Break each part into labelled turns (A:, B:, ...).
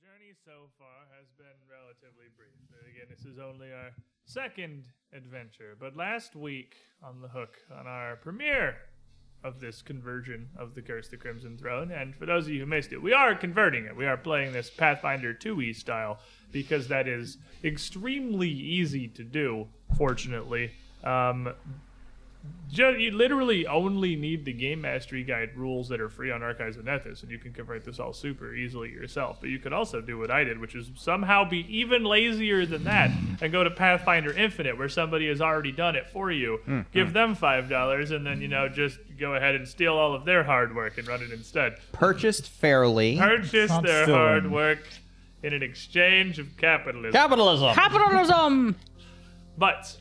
A: journey so far has been relatively brief. And Again, this is only our second adventure, but last week on the hook, on our premiere of this conversion of the Curse of the Crimson Throne, and for those of you who missed it, we are converting it. We are playing this Pathfinder 2e style because that is extremely easy to do, fortunately. Um, Ju- you literally only need the game mastery guide rules that are free on archives of nethys and you can convert this all super easily yourself but you could also do what i did which is somehow be even lazier than that and go to pathfinder infinite where somebody has already done it for you give them five dollars and then you know just go ahead and steal all of their hard work and run it instead
B: Purchased fairly.
A: purchase
C: Not
A: their
C: stealing.
A: hard work in an exchange of capitalism
B: Capitalism.
D: Capitalism.
A: But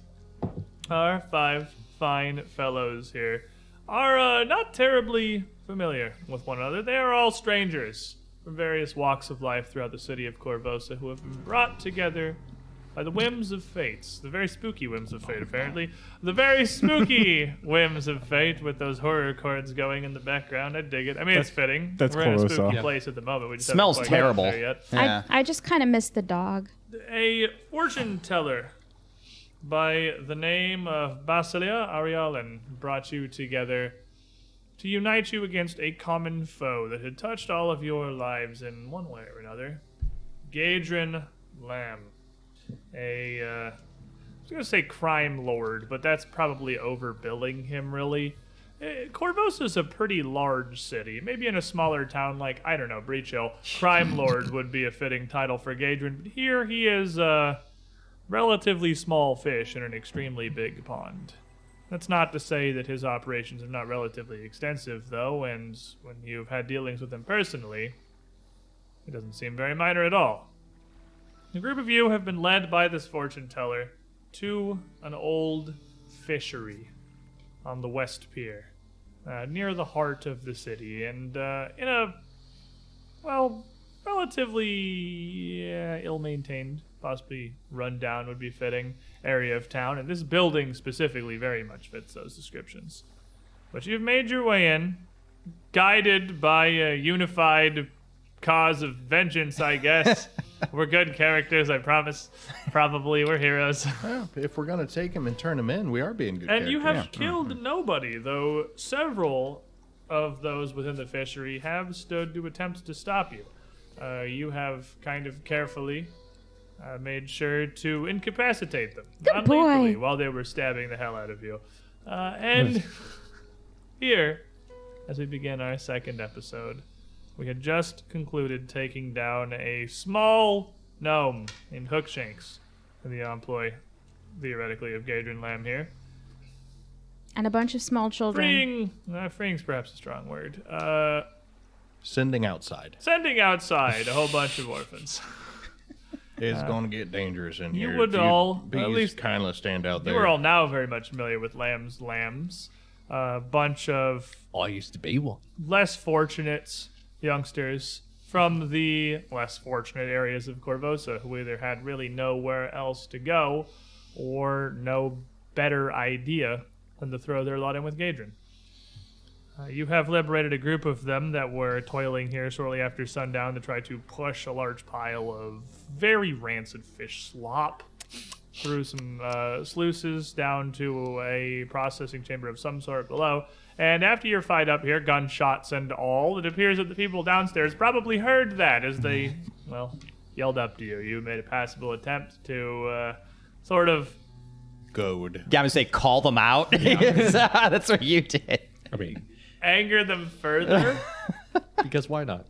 A: our five fine fellows here are uh, not terribly familiar with one another. They are all strangers from various walks of life throughout the city of Corvosa who have been brought together by the whims of fates, the very spooky whims of fate, apparently. The very spooky whims of fate with those horror chords going in the background. I dig it. I mean, it's fitting.
C: that's
A: We're in a
C: Corvosa.
A: spooky
C: Yep.
A: place at the moment. We just
B: Smells
A: haven't quite gotten
B: terrible.
A: there Yet
B: Yeah.
E: I, I just kind of miss the dog.
A: a fortune teller by the name of Basilia Arialin brought you together to unite you against a common foe that had touched all of your lives in one way or another. Gadrin Lamb, a uh, I was gonna say crime lord, but that's probably overbilling him really. Eh, Corvosa's a pretty large city. Maybe in a smaller town like I don't know, Breach Hill, crime lord would be a fitting title for Gadrin. But here he is a relatively small fish in an extremely big pond. That's not to say that his operations are not relatively extensive, though, and when you've had dealings with him personally, it doesn't seem very minor at all. The group of you have been led by this fortune teller to an old fishery on the west pier, uh, near the heart of the city, and uh, in a, well, relatively yeah, ill maintained, possibly run down would be fitting area of town. And this building specifically very much fits those descriptions. But you've made your way in, guided by a unified cause of vengeance, I guess. We're good characters, I promise. Probably we're heroes.
F: Well, if we're gonna take him and turn him in, we are being good.
A: And you have
F: characters. Mm-hmm.
A: killed nobody, though several of those within the fishery have stood to attempt to stop you. Uh, you have kind of carefully uh, made sure to incapacitate them, not
E: boy.
A: lethally, while they were stabbing the hell out of you. Uh, and here, as we begin our second episode, we had just concluded taking down a small gnome named Hookshanks, in the employ, theoretically, of Gadrin Lamb here
E: And a bunch of small children.
A: freeing uh, freeing's perhaps a strong word uh,
F: sending outside.
A: sending outside a whole bunch of orphans
F: It's gonna get dangerous in
A: you
F: here.
A: would
F: if
A: all-
F: please
A: at least-
F: kindly stand out
A: you
F: there.
A: are all now very much familiar with lamb's lambs a bunch of
B: Oh, I used to be one.
A: less fortunate youngsters from the less fortunate areas of Corvosa who either had really nowhere else to go or no better idea than to throw their lot in with Gadrin. Uh, you have liberated a group of them that were toiling here shortly after sundown to try to push a large pile of very rancid fish slop through some uh, sluices down to a processing chamber of some sort below. And after your fight up here, gunshots and all, it appears that the people downstairs probably heard that as they, well, yelled up to you. You made a passable attempt to uh, sort of.
F: goad.
B: Yeah, I'm gonna say call them out. That's what you did.
C: I mean,
A: Anger them further,
C: because why not?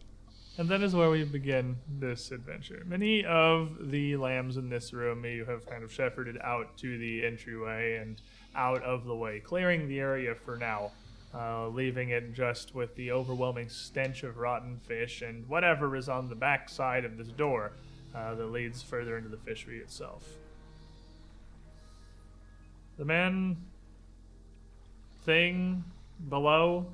A: and that is where we begin this adventure. Many of the lambs in this room you have kind of shepherded out to the entryway and out of the way, clearing the area for now, uh, leaving it just with the overwhelming stench of rotten fish and whatever is on the back side of this door uh, that leads further into the fishery itself. The man thing below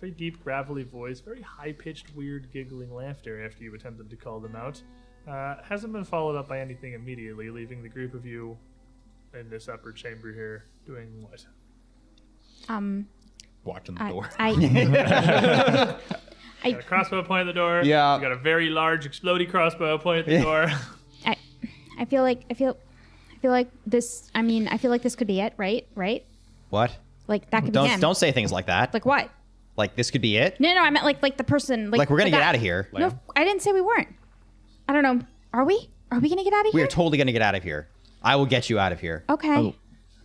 A: very deep, gravelly voice, very high pitched, weird, giggling laughter after you attempted to call them out. Uh, hasn't been followed up by anything immediately, leaving the group of you in this upper chamber here doing what?
E: Um,
F: Watching the
E: I,
F: door.
E: I, I-
A: got a crossbow point at the door.
B: Yeah.
A: You got a very large explodey crossbow point at the
B: Yeah.
A: door.
E: I, I feel like I feel, I feel like this. I mean, I feel like this could be it, right? Right?
B: What?
E: Like that could
B: Don't
E: be him.
B: don't say things like that. Like,
E: Like what?
B: this could be it.
E: No, no, I meant like like the person. Like,
B: Like we're gonna
E: the
B: get
E: guy.
B: out of here.
E: No, I didn't say we weren't. I don't know. Are we? Are we gonna get out of
B: we
E: here?
B: are Oh. totally gonna get out of here. I will get you out of here.
E: okay.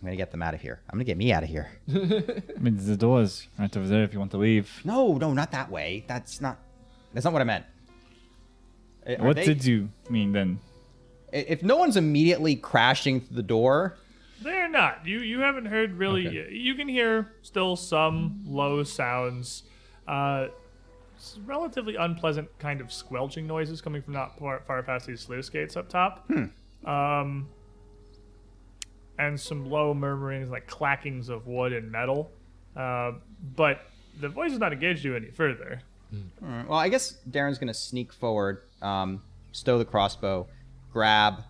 B: I'm gonna get them out of here. I'm gonna get me out of here.
D: I mean, the door's right over there if you want to leave.
B: No, no, not that way. That's not. That's not what I meant. Are
D: what
B: they-
D: did you mean then?
B: If no one's immediately crashing through the door,
A: They're not. You you haven't heard really. You can hear still some low sounds. Uh, s- relatively unpleasant kind of squelching noises coming from not far, far past these sluice gates up top. Um,
B: Hmm.
A: and some low murmurings, like clackings of wood and metal. Uh, but the voice is not engaged you any further.
B: well, I guess Darren's gonna sneak forward, um, stow the crossbow, grab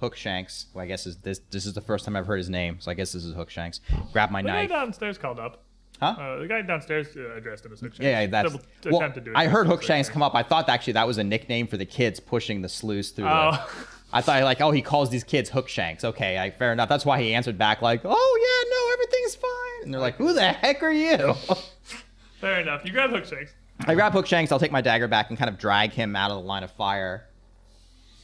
B: Hookshanks. Well, I guess is this this is the first time I've heard his name, so I guess this is Hookshanks. Grab my
A: The
B: knife.
A: guy downstairs called up.
B: Huh?
A: Uh, the guy downstairs uh, addressed him as Hookshanks.
B: yeah, yeah, that's.
A: Double-
B: Well,
A: attempt to do
B: I heard
A: Hookshanks.
B: Hookshanks come up. I thought actually that was a nickname for the kids pushing the sluice through. The,
A: Oh.
B: I thought like, oh, he calls these kids Hookshanks. Okay, I, fair enough. That's why he answered back like, oh yeah, no, everything's fine. And they're like, who the heck are you?
A: Fair enough. You grab Hookshanks.
B: I grab Hookshanks. I'll take my dagger back and kind of drag him out of the line of fire.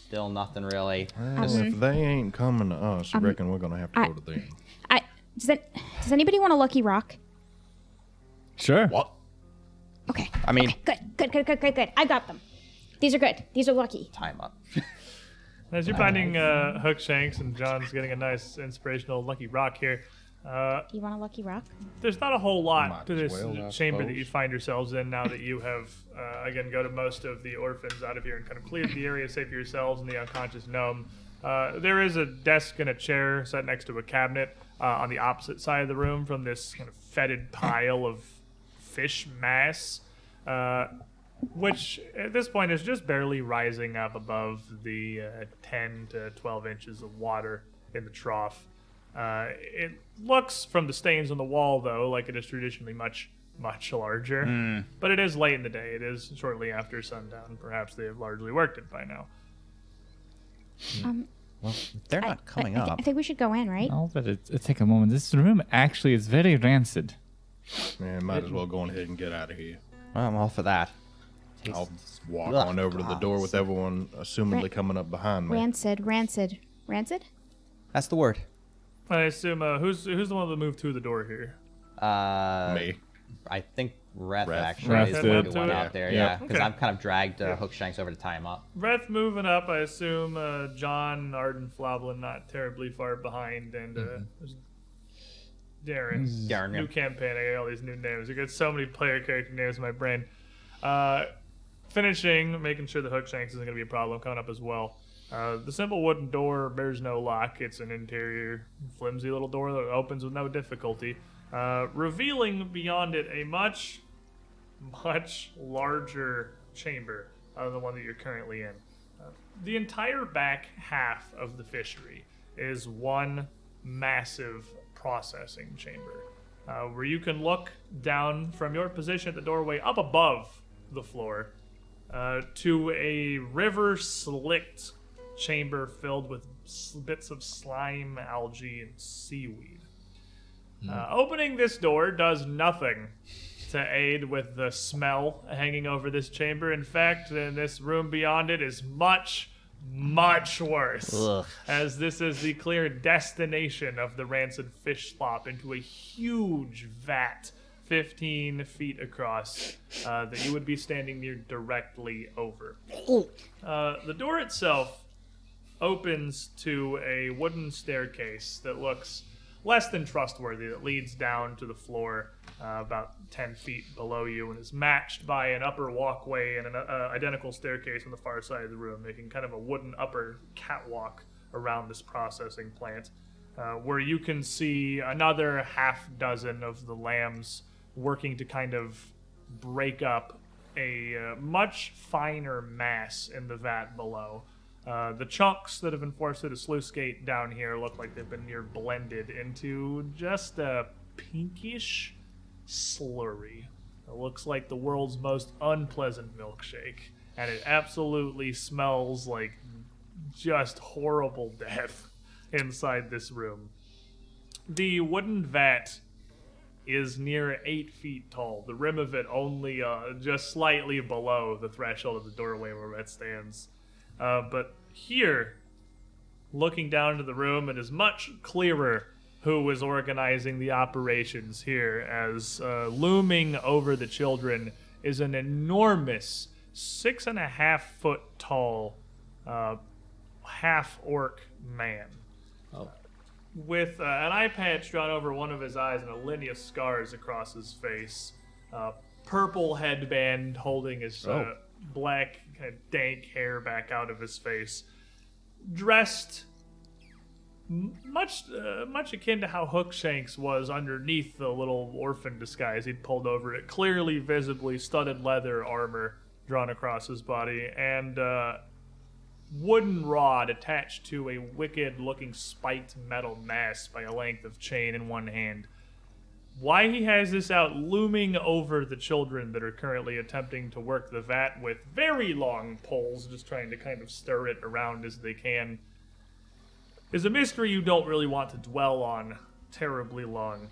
B: Still nothing really.
F: Well, if they ain't coming to us, I reckon we're gonna have to
E: I-
F: go to them.
E: I does that, does anybody want a lucky rock?
D: Sure.
B: What?
E: Okay.
B: I mean,
E: Good. Good. Good. Good. Good. Good. I got them. These are good. These are lucky.
B: time up.
A: As you're finding uh, Hookshanks and John's getting a nice inspirational lucky rock here, uh,
E: Do you want a lucky rock?
A: there's not a whole
F: Might
A: lot to this
F: as well, I
A: chamber that you
F: suppose.
A: find yourselves in now that you have, uh, again, go to most of the orphans out of here and kind of cleared the area safe for yourselves and the unconscious gnome. Uh, there is a desk and a chair set next to a cabinet uh, on the opposite side of the room from this kind of fetid pile of fish mass. Uh, which at this point is just barely rising up above the uh, 10 to 12 inches of water in the trough. Uh, it looks from the stains on the wall, though, like it is traditionally much, much larger. But it is late in the day. It is shortly after sundown. Perhaps they have largely worked it by now.
B: They're not coming
E: I, I, thi-
B: up.
E: I think we should go in, right?
D: I'll let it, it take a moment. This room actually is very rancid.
F: Man, might as well go on ahead and get out of here.
B: I'm all for that. Oh,
F: I'll walk
B: Ugh,
F: on over to the door with everyone assumedly
E: Right.
F: coming up behind me.
E: Rancid. Rancid. Rancid.
B: That's the word.
A: I assume uh, who's who's the one that moved through the door here?
B: Uh,
F: Me.
B: I think Reth,
F: Reth.
B: actually
D: Reth
B: is
D: did.
B: the one
A: Yeah.
B: out there.
D: Yeah.
B: Yeah, because
A: Okay.
B: I'm kind of dragged uh, Hookshanks over to tie him up.
A: Reth moving up. I assume uh, John, Arden, Floblin not terribly far behind, and uh, Darren.
B: Darren, yeah.
A: New campaign. I got all these new names. I got so many player character names in my brain. Uh, finishing, making sure the Hookshanks isn't going to be a problem coming up as well. Uh, the simple wooden door bears no lock. It's an interior, flimsy little door that opens with no difficulty, uh, revealing beyond it a much much larger chamber uh, than the one that you're currently in. Uh, the entire back half of the fishery is one massive processing chamber uh, where you can look down from your position at the doorway up above the floor uh, to a river slicked chamber filled with s- bits of slime, algae, and seaweed. Uh, opening this door does nothing to aid with the smell hanging over this chamber. In fact, then this room beyond it is much, much worse,
B: Ugh.
A: as this is the clear destination of the rancid fish slop into a huge vat, 15 feet across, uh, that you would be standing near directly over. Uh, the door itself opens to a wooden staircase that looks less than trustworthy that leads down to the floor uh, about 10 feet below you and is matched by an upper walkway and an uh, identical staircase on the far side of the room making kind of a wooden upper catwalk around this processing plant uh, where you can see another half dozen of the lambs working to kind of break up a uh, much finer mass in the vat below. Uh, the chunks that have been forced through the sluice gate down here look like they've been near blended into just a pinkish slurry It looks like the world's most unpleasant milkshake, and it absolutely smells like just horrible death inside this room. The wooden vat is near eight feet tall. The rim of it only uh, just slightly below the threshold of the doorway where Red stands. Uh, but here, looking down into the room, it is much clearer who was organizing the operations here, as uh, looming over the children is an enormous six and a half foot tall uh, half orc man
C: Oh.
A: with uh, an eye patch drawn over one of his eyes and a lineage of scars across his face. Uh, purple headband holding his uh,
C: Oh.
A: black, kind of dank hair back out of his face. Dressed m- much, uh, much akin to how Hookshanks was underneath the little orphan disguise he'd pulled over it. Clearly, visibly studded leather armor drawn across his body, and uh, wooden rod attached to a wicked looking spiked metal mast by a length of chain in one hand. Why he has this out looming over the children that are currently attempting to work the vat with very long poles, just trying to kind of stir it around as they can, is a mystery you don't really want to dwell on terribly long.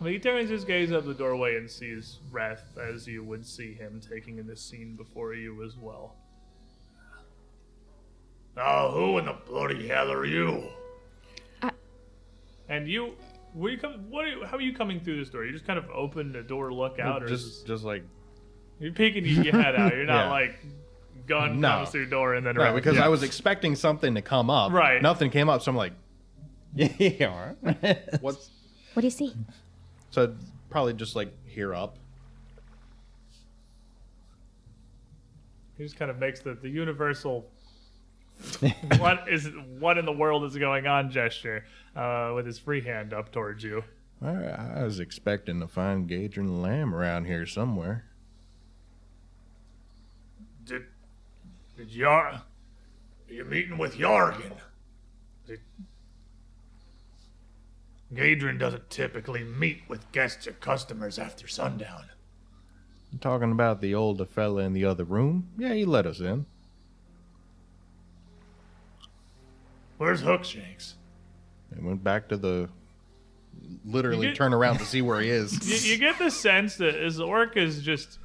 A: But he turns his gaze up the doorway and sees Wrath as you would see him taking in this scene before you as well. Oh, who in the bloody hell are you?
E: I-
A: and you, were you come? What? Are you, how are you coming through this door? You just kind of open the door, look out, or
F: Just, just like
A: you're peeking your your head out. You're not
F: Yeah.
A: like gun
F: No.
A: comes through door and then
F: no,
A: around.
F: because
A: Yeah.
F: I was expecting something to come up.
A: Right.
F: Nothing came up, so I'm like,
B: yeah. all right.
F: what's
E: What do you see?
F: so probably just like here up.
A: he just kind of makes the the universal. what is what in the world is going on? Gesture uh, with his free hand up towards you.
F: All right, I was expecting to find Gager and Lamb around here somewhere.
G: Did, did Yar? You meeting with Yargan? Did, Gadrin doesn't typically meet with guests or customers after sundown.
F: You talking about the older fella in the other room? Yeah, he let us in.
G: Where's Hookshanks?
F: And went back to the. Literally
A: You-
F: turn around to see where he is.
A: you, you get the sense that his orc is just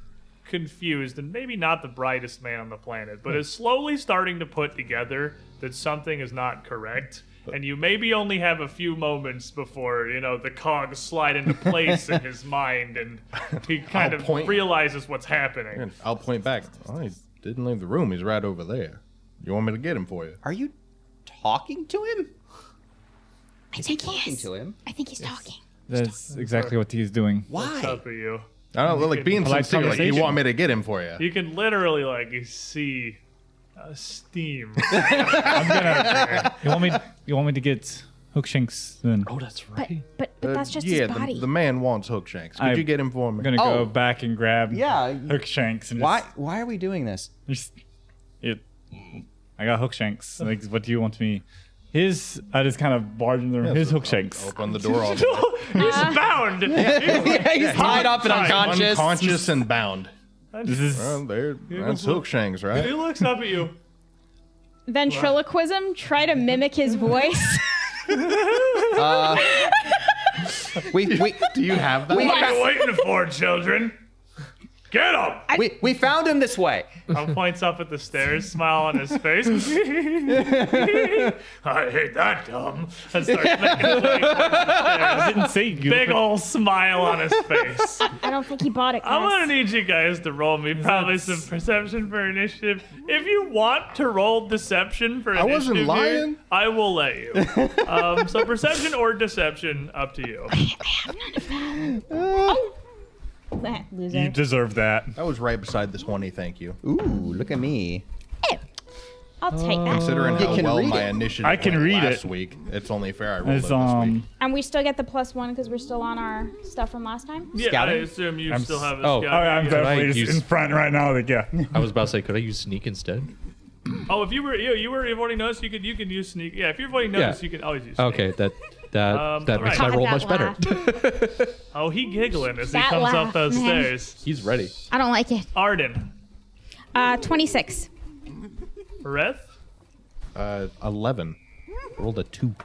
A: confused and maybe not the brightest man on the planet,
F: Hmm.
A: but is slowly starting to put together that something is not correct. And you maybe only have a few moments before you know the cogs slide into place in his mind, and he kind
F: I'll
A: of
F: point.
A: realizes what's happening.
F: And I'll point back. Oh, he didn't leave the room. He's right over there. You want me to get him for you?
B: Are you talking to him?
E: I think he
B: Talking
E: is.
B: to him?
E: I think he's talking.
D: That's exactly what he's doing.
A: What's
B: Why?
A: up with you?
F: I don't know, like being
D: Polite
F: sincere. Like, you
D: conversation.
F: want me to get him for you?
A: You can literally like see uh, steam.
D: You want me? You want me to get Hookshanks? Then
C: Oh, that's
E: But
C: right.
E: but, but
F: Uh,
E: that's just
F: yeah,
E: his body.
F: The, the man wants Hookshanks. Could
D: I-
F: you get him for me?
D: I'm gonna go
B: Oh.
D: back and grab
B: Yeah, you-
D: Hookshanks and
B: Why? Why are we doing this?
D: Just, just it. I got Hookshanks. Like, what do you want me? His. I just kind of barge in the room. His
F: So I'll
D: Hookshanks.
F: Oh, Open the door. All the way.
A: He's bound.
B: yeah, he's tied up and
A: tied.
B: unconscious.
F: Unconscious and bound.
D: This is.
F: Well, there, that's
A: look.
F: Hookshanks,
A: He
F: right?
A: looks up at you.
H: Ventriloquism, try to mimic his voice.
B: Uh, We we
F: Do you have that?
B: we,
G: What are you
B: fa-
G: waiting for, children? Get up!
B: we we found him this way.
A: Tom points up at the stairs, smile on his face, and
G: I hate that dumb.
A: starts making his way towards the stairs.
D: didn't say you.
A: Big ol' smile on his face.
H: I don't think he bought it.
A: I'm
H: Chris.
A: gonna need you guys to roll me probably some perception for initiative. If you want to roll deception for
F: I
A: initiative,
F: wasn't
A: here,
F: lying.
A: I will let you. Um, so perception or deception, up to you.
H: Ah, loser.
D: You deserve that.
F: That was right beside the 20, thank you.
B: Ooh, look at me.
H: I'll take that.
F: Considering how
B: can
F: well
B: read
F: my
B: it.
F: initiative
D: I can
F: went
D: read
F: last
D: it.
F: week, it's only fair I rolled it
D: As
F: this week.
D: um.
A: Oh.
H: And we still get the plus one because we're still on our stuff from last time.
A: Yeah, I
B: Scouting?
A: assume you
D: I'm
A: still
D: s-
A: have a
D: Oh,
A: scout.
C: oh,
D: yeah, I'm
A: Yeah.
D: definitely
C: Right,
D: just
C: you s-
D: in front right now. Like, yeah.
C: I was about to say, could I use sneak instead?
A: Oh, if you were you, you were avoiding notice, you could you can use sneak. Yeah, if you're avoiding
C: Yeah.
A: notice, you can always use. Sneak.
C: Okay, that That
A: Um,
C: that makes
A: alright.
C: my roll
E: That
C: much better.
A: Oh, he giggling as he
E: That
A: comes up
E: laugh,
A: those
E: man.
A: stairs.
C: He's ready.
E: I don't like it.
A: Arden,
E: Uh, 26.
A: Reth,
F: Uh, 11. Rolled a 2.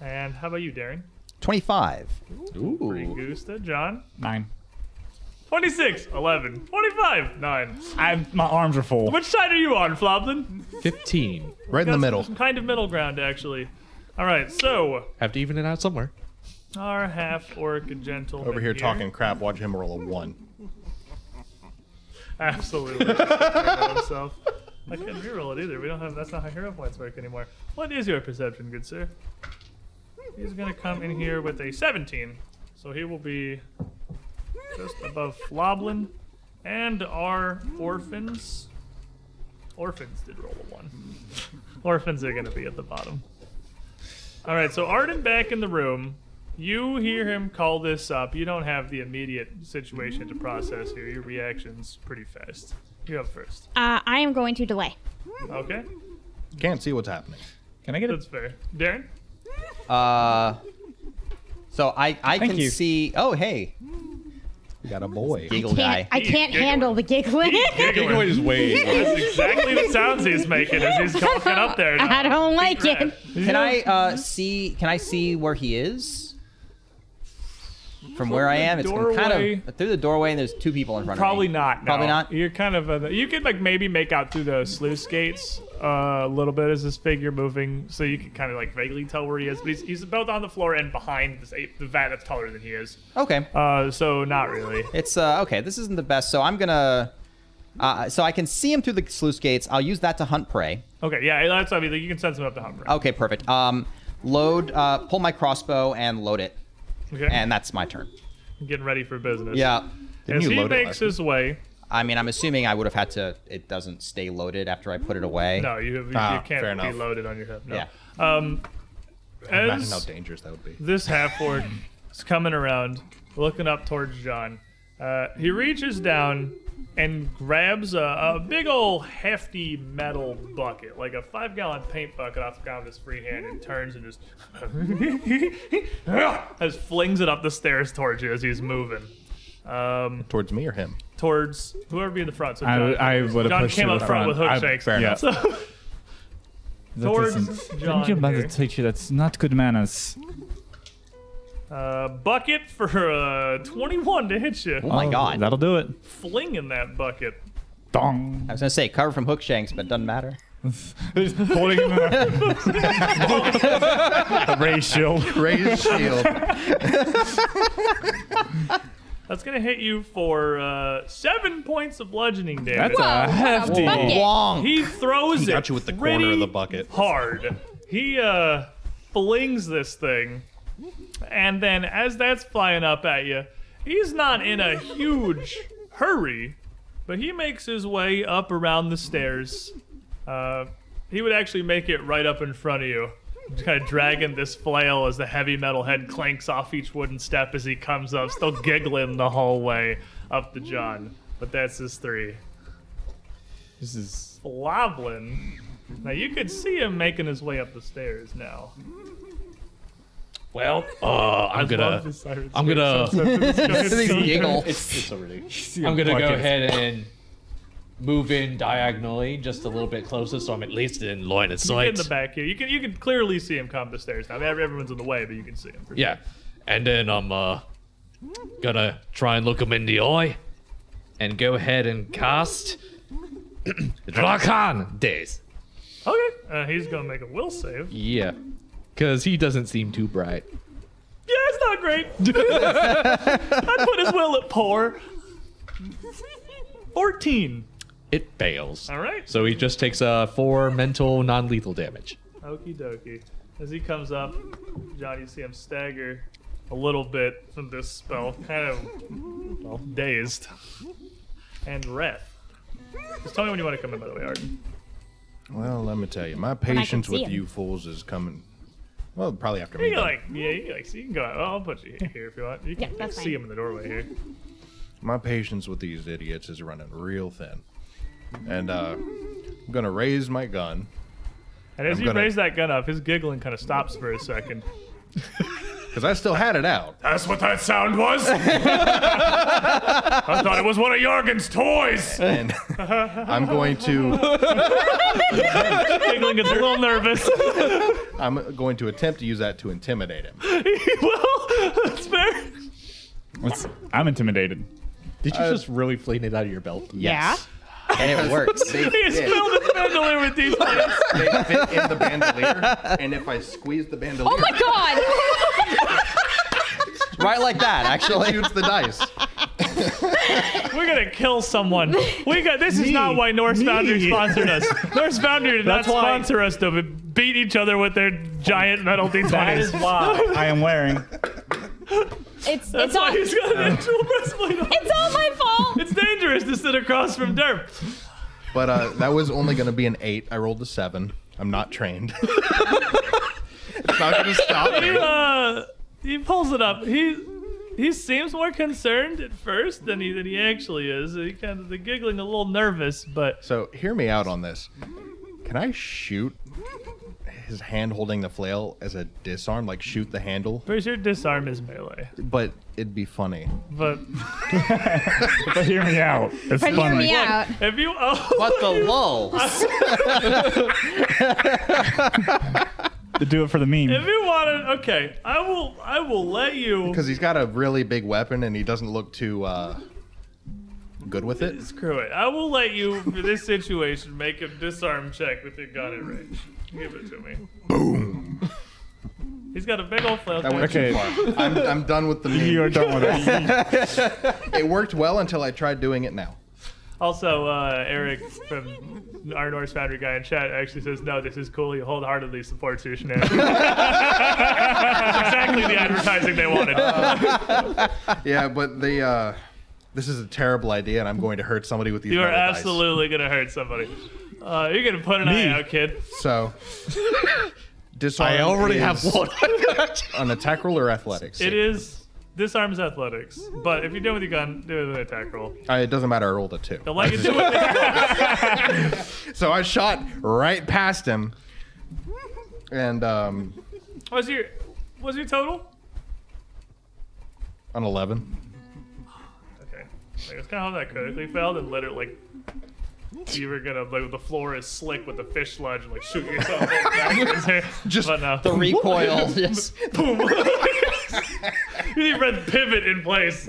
A: and how about you, Darren?
B: 25.
C: Ooh.
A: Gusta, John.
D: Nine.
A: 26, 11, 25, 9.
D: I my arms are full.
A: Which side are you on, Floblin?
C: Fifteen.
F: Right in the
A: Got
F: middle.
A: Some kind of middle ground, actually. All right, so
C: Have to even it out somewhere.
A: our half orc gentleman
F: Over here talking crap. Watch him roll a 1.
A: Absolutely. Hero himself. I couldn't reroll it either. We don't have. That's not how hero points work anymore. What is your perception, good sir? He's gonna come in here with a 17, so he will be just above Floblin, and our orphans. Orphans did roll a one. Orphans are gonna be at the bottom. All right, so Arden back in the room. You hear him call this up. You don't have the immediate situation to process here. Your reaction's pretty fast. You up first.
E: Uh, I am going to delay.
A: Okay,
F: Can't see what's happening.
D: Can I get a
A: that's fair. Darren,
B: Uh, so I, I
D: Thank
B: can
D: you.
B: see. Oh, hey.
F: We got a boy.
B: Giggle
E: Can't,
B: guy.
E: I
A: He's
E: can't
A: giggling.
E: handle the giggling.
A: Giggling. that's exactly the sounds he's making as he's talking up there. now.
E: I don't like
A: Big
E: it.
A: rat.
B: Can I uh, see? Can I see where he is? From where I am, it's
A: doorway.
B: kind of through the doorway, and there's two people in front
A: Probably
B: of me.
A: not. no.
B: Probably not.
A: You're kind of a, you could like maybe make out through the sluice gates uh, a little bit as this figure moving, so you can kind of like vaguely tell where he is. But he's, he's both on the floor and behind this ape, the vat that's taller than he is.
B: Okay.
A: Uh, so not really.
B: It's uh, okay. This isn't the best, so I'm gonna. Uh, so I can see him through the sluice gates. I'll use that to hunt prey.
A: Okay, yeah, that's what I mean. Like, you can send him up the hump. Right?
B: Okay, perfect. Um, load. Uh, pull my crossbow and load it,
A: Okay,
B: and that's my turn.
A: getting ready for business.
B: Yeah.
A: as
F: you
A: he
F: load it
A: makes
F: last
A: his way.
B: I mean, I'm assuming I would have had to. It doesn't stay loaded after I put it away.
A: No, you, you,
F: Ah,
A: you can't
F: fair
A: be
F: enough.
A: loaded on your hip. No.
B: Yeah.
A: Um,
F: Imagine how
A: as
F: dangerous that would be.
A: this half orc is coming around, looking up towards John. Uh, he reaches down and grabs a, a big old hefty metal bucket, like a five gallon paint bucket off the ground with his free hand, and turns and just just flings it up the stairs towards you as he's moving. Um,
F: Towards me or him?
A: towards whoever be in the front. So
D: I-
A: John,
D: I would've
A: John
D: pushed
A: came
D: to
A: up
D: the
A: front,
D: front.
A: with
D: I-
A: hook shakes.
D: fair enough.
A: So
D: that
A: towards
D: doesn't-
A: John.
D: Didn't your mother
A: here.
D: teach you that's not good manners?
A: Uh, bucket for uh, 21 to hit you.
B: Oh my god.
D: That'll do it.
A: Flinging that bucket.
D: Dong.
B: I was gonna say cover from hook shanks, but it doesn't matter.
D: Just holding him in a, a raised shield.
F: Raise shield.
A: That's going to hit you for uh, seven points of bludgeoning damage.
D: That's a
H: Whoa,
D: hefty.
H: bucket.
B: Wong.
A: he throws it
F: Got you with the corner of
A: pretty
F: the bucket.
A: hard. He uh, flings this thing, and then as that's flying up at you, he's not in a huge hurry, but he makes his way up around the stairs. Uh, he would actually make it right up in front of you, kind of dragging this flail as the heavy metal head clanks off each wooden step as he comes up, still giggling the whole way up to John. But that's his three.
D: This is
A: Bloblin. Now you could see him making his way up the stairs now.
C: Well, uh, I'm
A: Love
C: gonna
A: this siren
C: I'm
A: scream.
C: gonna
B: This giggle.
C: I'm gonna go
D: bucket.
C: ahead and move in diagonally just a little bit closer, so I'm at least in line of
A: Get in
C: sight.
A: the back here. You can you can clearly see him come the stairs now. I mean, everyone's in the way, but you can see him. for sure.
C: Yeah, and then I'm uh, gonna try and look him in the eye, and go ahead and cast Drakan Days.
A: Okay. Uh, he's gonna make a will save. Yeah,
C: Yeah, because he doesn't seem too bright.
A: it's not great. I'd put his will at poor. Fourteen.
C: It fails.
A: All right.
C: So he just takes uh, four mental non-lethal damage.
A: Okie dokie. As he comes up, John, you see him stagger a little bit from this spell, kind of well, dazed. And Reth. Just tell me when you want to come in, by the way, Arden.
F: Well, let me tell you, my patience
E: see
F: with
E: him.
F: you fools is coming. Well, probably after
A: You
F: me.
A: can,
F: then.
A: like, yeah, you can, like, see, you can go out. Well, I'll put you here if you want. You can
E: that's
A: see
E: fine.
A: him in the doorway here.
F: My patience with these idiots is running real thin, and uh, I'm gonna raise my gun.
A: And as
F: I'm
A: you
F: gonna-
A: raise that gun up, his giggling kind of stops for a second.
F: Because I still had it out.
G: That's what that sound was? I thought it was one of Jorgen's toys.
F: And I'm going to
A: Giggling gets a little nervous.
F: I'm going to attempt to use that to intimidate him.
A: well, that's fair.
D: It's, I'm intimidated.
I: Did
A: Uh,
I: you just really fling it out of your belt?
B: Yeah. And it works.
A: He spilled his mandolin with these things.
F: They fit in the bandolier, and if I squeeze the bandolier,
H: Oh my god!
B: right like that, actually.
F: it shoots the dice.
A: We're gonna kill someone. We got this is not why Norse Foundry sponsored us. Norse Foundry did not
I: why-
A: sponsor us to beat each other with their giant metal D20s.
D: That is why I am wearing.
H: It's it's
A: That's why
H: all
A: he's got an actual breastplate on.
H: it's all my fault.
A: It's dangerous to sit across from Derp.
F: But uh, that was only going to be an eight. I rolled a seven. I'm not trained. it's not going to stop me.
A: Uh, he pulls it up. He he seems more concerned at first than he than he actually is. He kind of the giggling a little nervous, but
F: So hear me out on this. Can I shoot his hand holding the flail as a disarm? Like shoot the handle?
A: pretty sure disarm is melee.
F: But it'd be funny.
A: But
D: But hear me out. It's
E: But hear
D: funny.
E: me out.
A: if you oh,
B: What the lol?
D: To do it for the meme.
A: if you wanted okay, I will I will let you
F: Because he's got a really big weapon and he doesn't look too uh, good with it.
A: Screw it. I will let you, for this situation, make a disarm check with your gun at range. Give it to me. Boom. He's got a big old flail.
F: That went
D: Okay.
F: too far. I'm, I'm done with the meme.
D: You are done with it.
F: It worked well until I tried doing it now.
A: Also, uh, Eric from our Norse Foundry guy in chat actually says, no, this is cool. He wholeheartedly supports your shenanigans. That's exactly the advertising they wanted.
F: Oh, Yeah, but the uh, this is a terrible idea, and I'm going to hurt somebody with these.
A: you are
F: metal dice.
A: absolutely going to hurt somebody. Uh, you're going to put an eye out, kid.
F: So, disarm.
I: I already have
F: is
I: one.
F: An attack roll or athletics?
A: It is disarms athletics, but if you're doing with your gun, do it with an attack roll.
F: Uh, it doesn't matter. I rolled a two.
A: They'll let you do it with a
F: So I shot right past him, and um,
A: What's your what's your total?
F: on eleven.
A: Okay. Like, that's kind of how that critically failed, and later, like, you were gonna, like, the floor is slick with the fish sludge, and, like, shoot yourself up backwards there.
F: Just
A: but no.
B: The recoil. Yes.
A: you read pivot in place.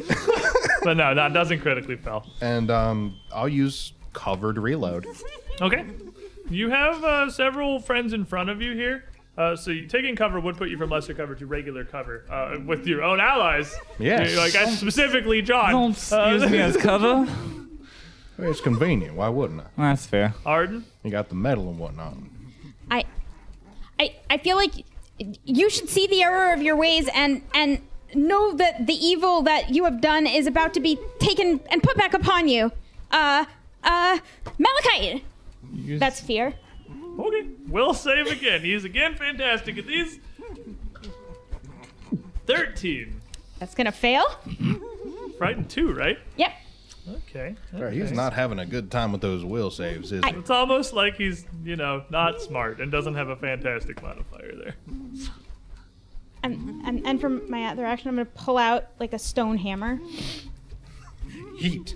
A: but no, that doesn't critically fail.
F: And um, I'll use covered reload.
A: Okay. You have uh, several friends in front of you here. Uh, so you, taking cover would put you from lesser cover to regular cover uh, with your own allies.
F: Yes.
A: You're Like I specifically, John. Uh,
D: Use me as cover.
F: It's convenient. Why wouldn't I?
D: That's fair.
A: Arden.
F: You got the medal and whatnot.
E: I, I, I feel like you should see the error of your ways and and know that the evil that you have done is about to be taken and put back upon you. Uh, uh, Malachite. That's fear.
A: Okay. Will save again. He's again fantastic at these. 13.
E: That's gonna fail.
A: Frightened 2, right?
E: Yep.
A: Okay.
F: Right, he's not having a good time with those will saves, is he?
A: It's almost like he's, you know, not smart and doesn't have a fantastic modifier there.
E: And, and, and from my other action, I'm gonna pull out like a stone hammer.
F: Heat.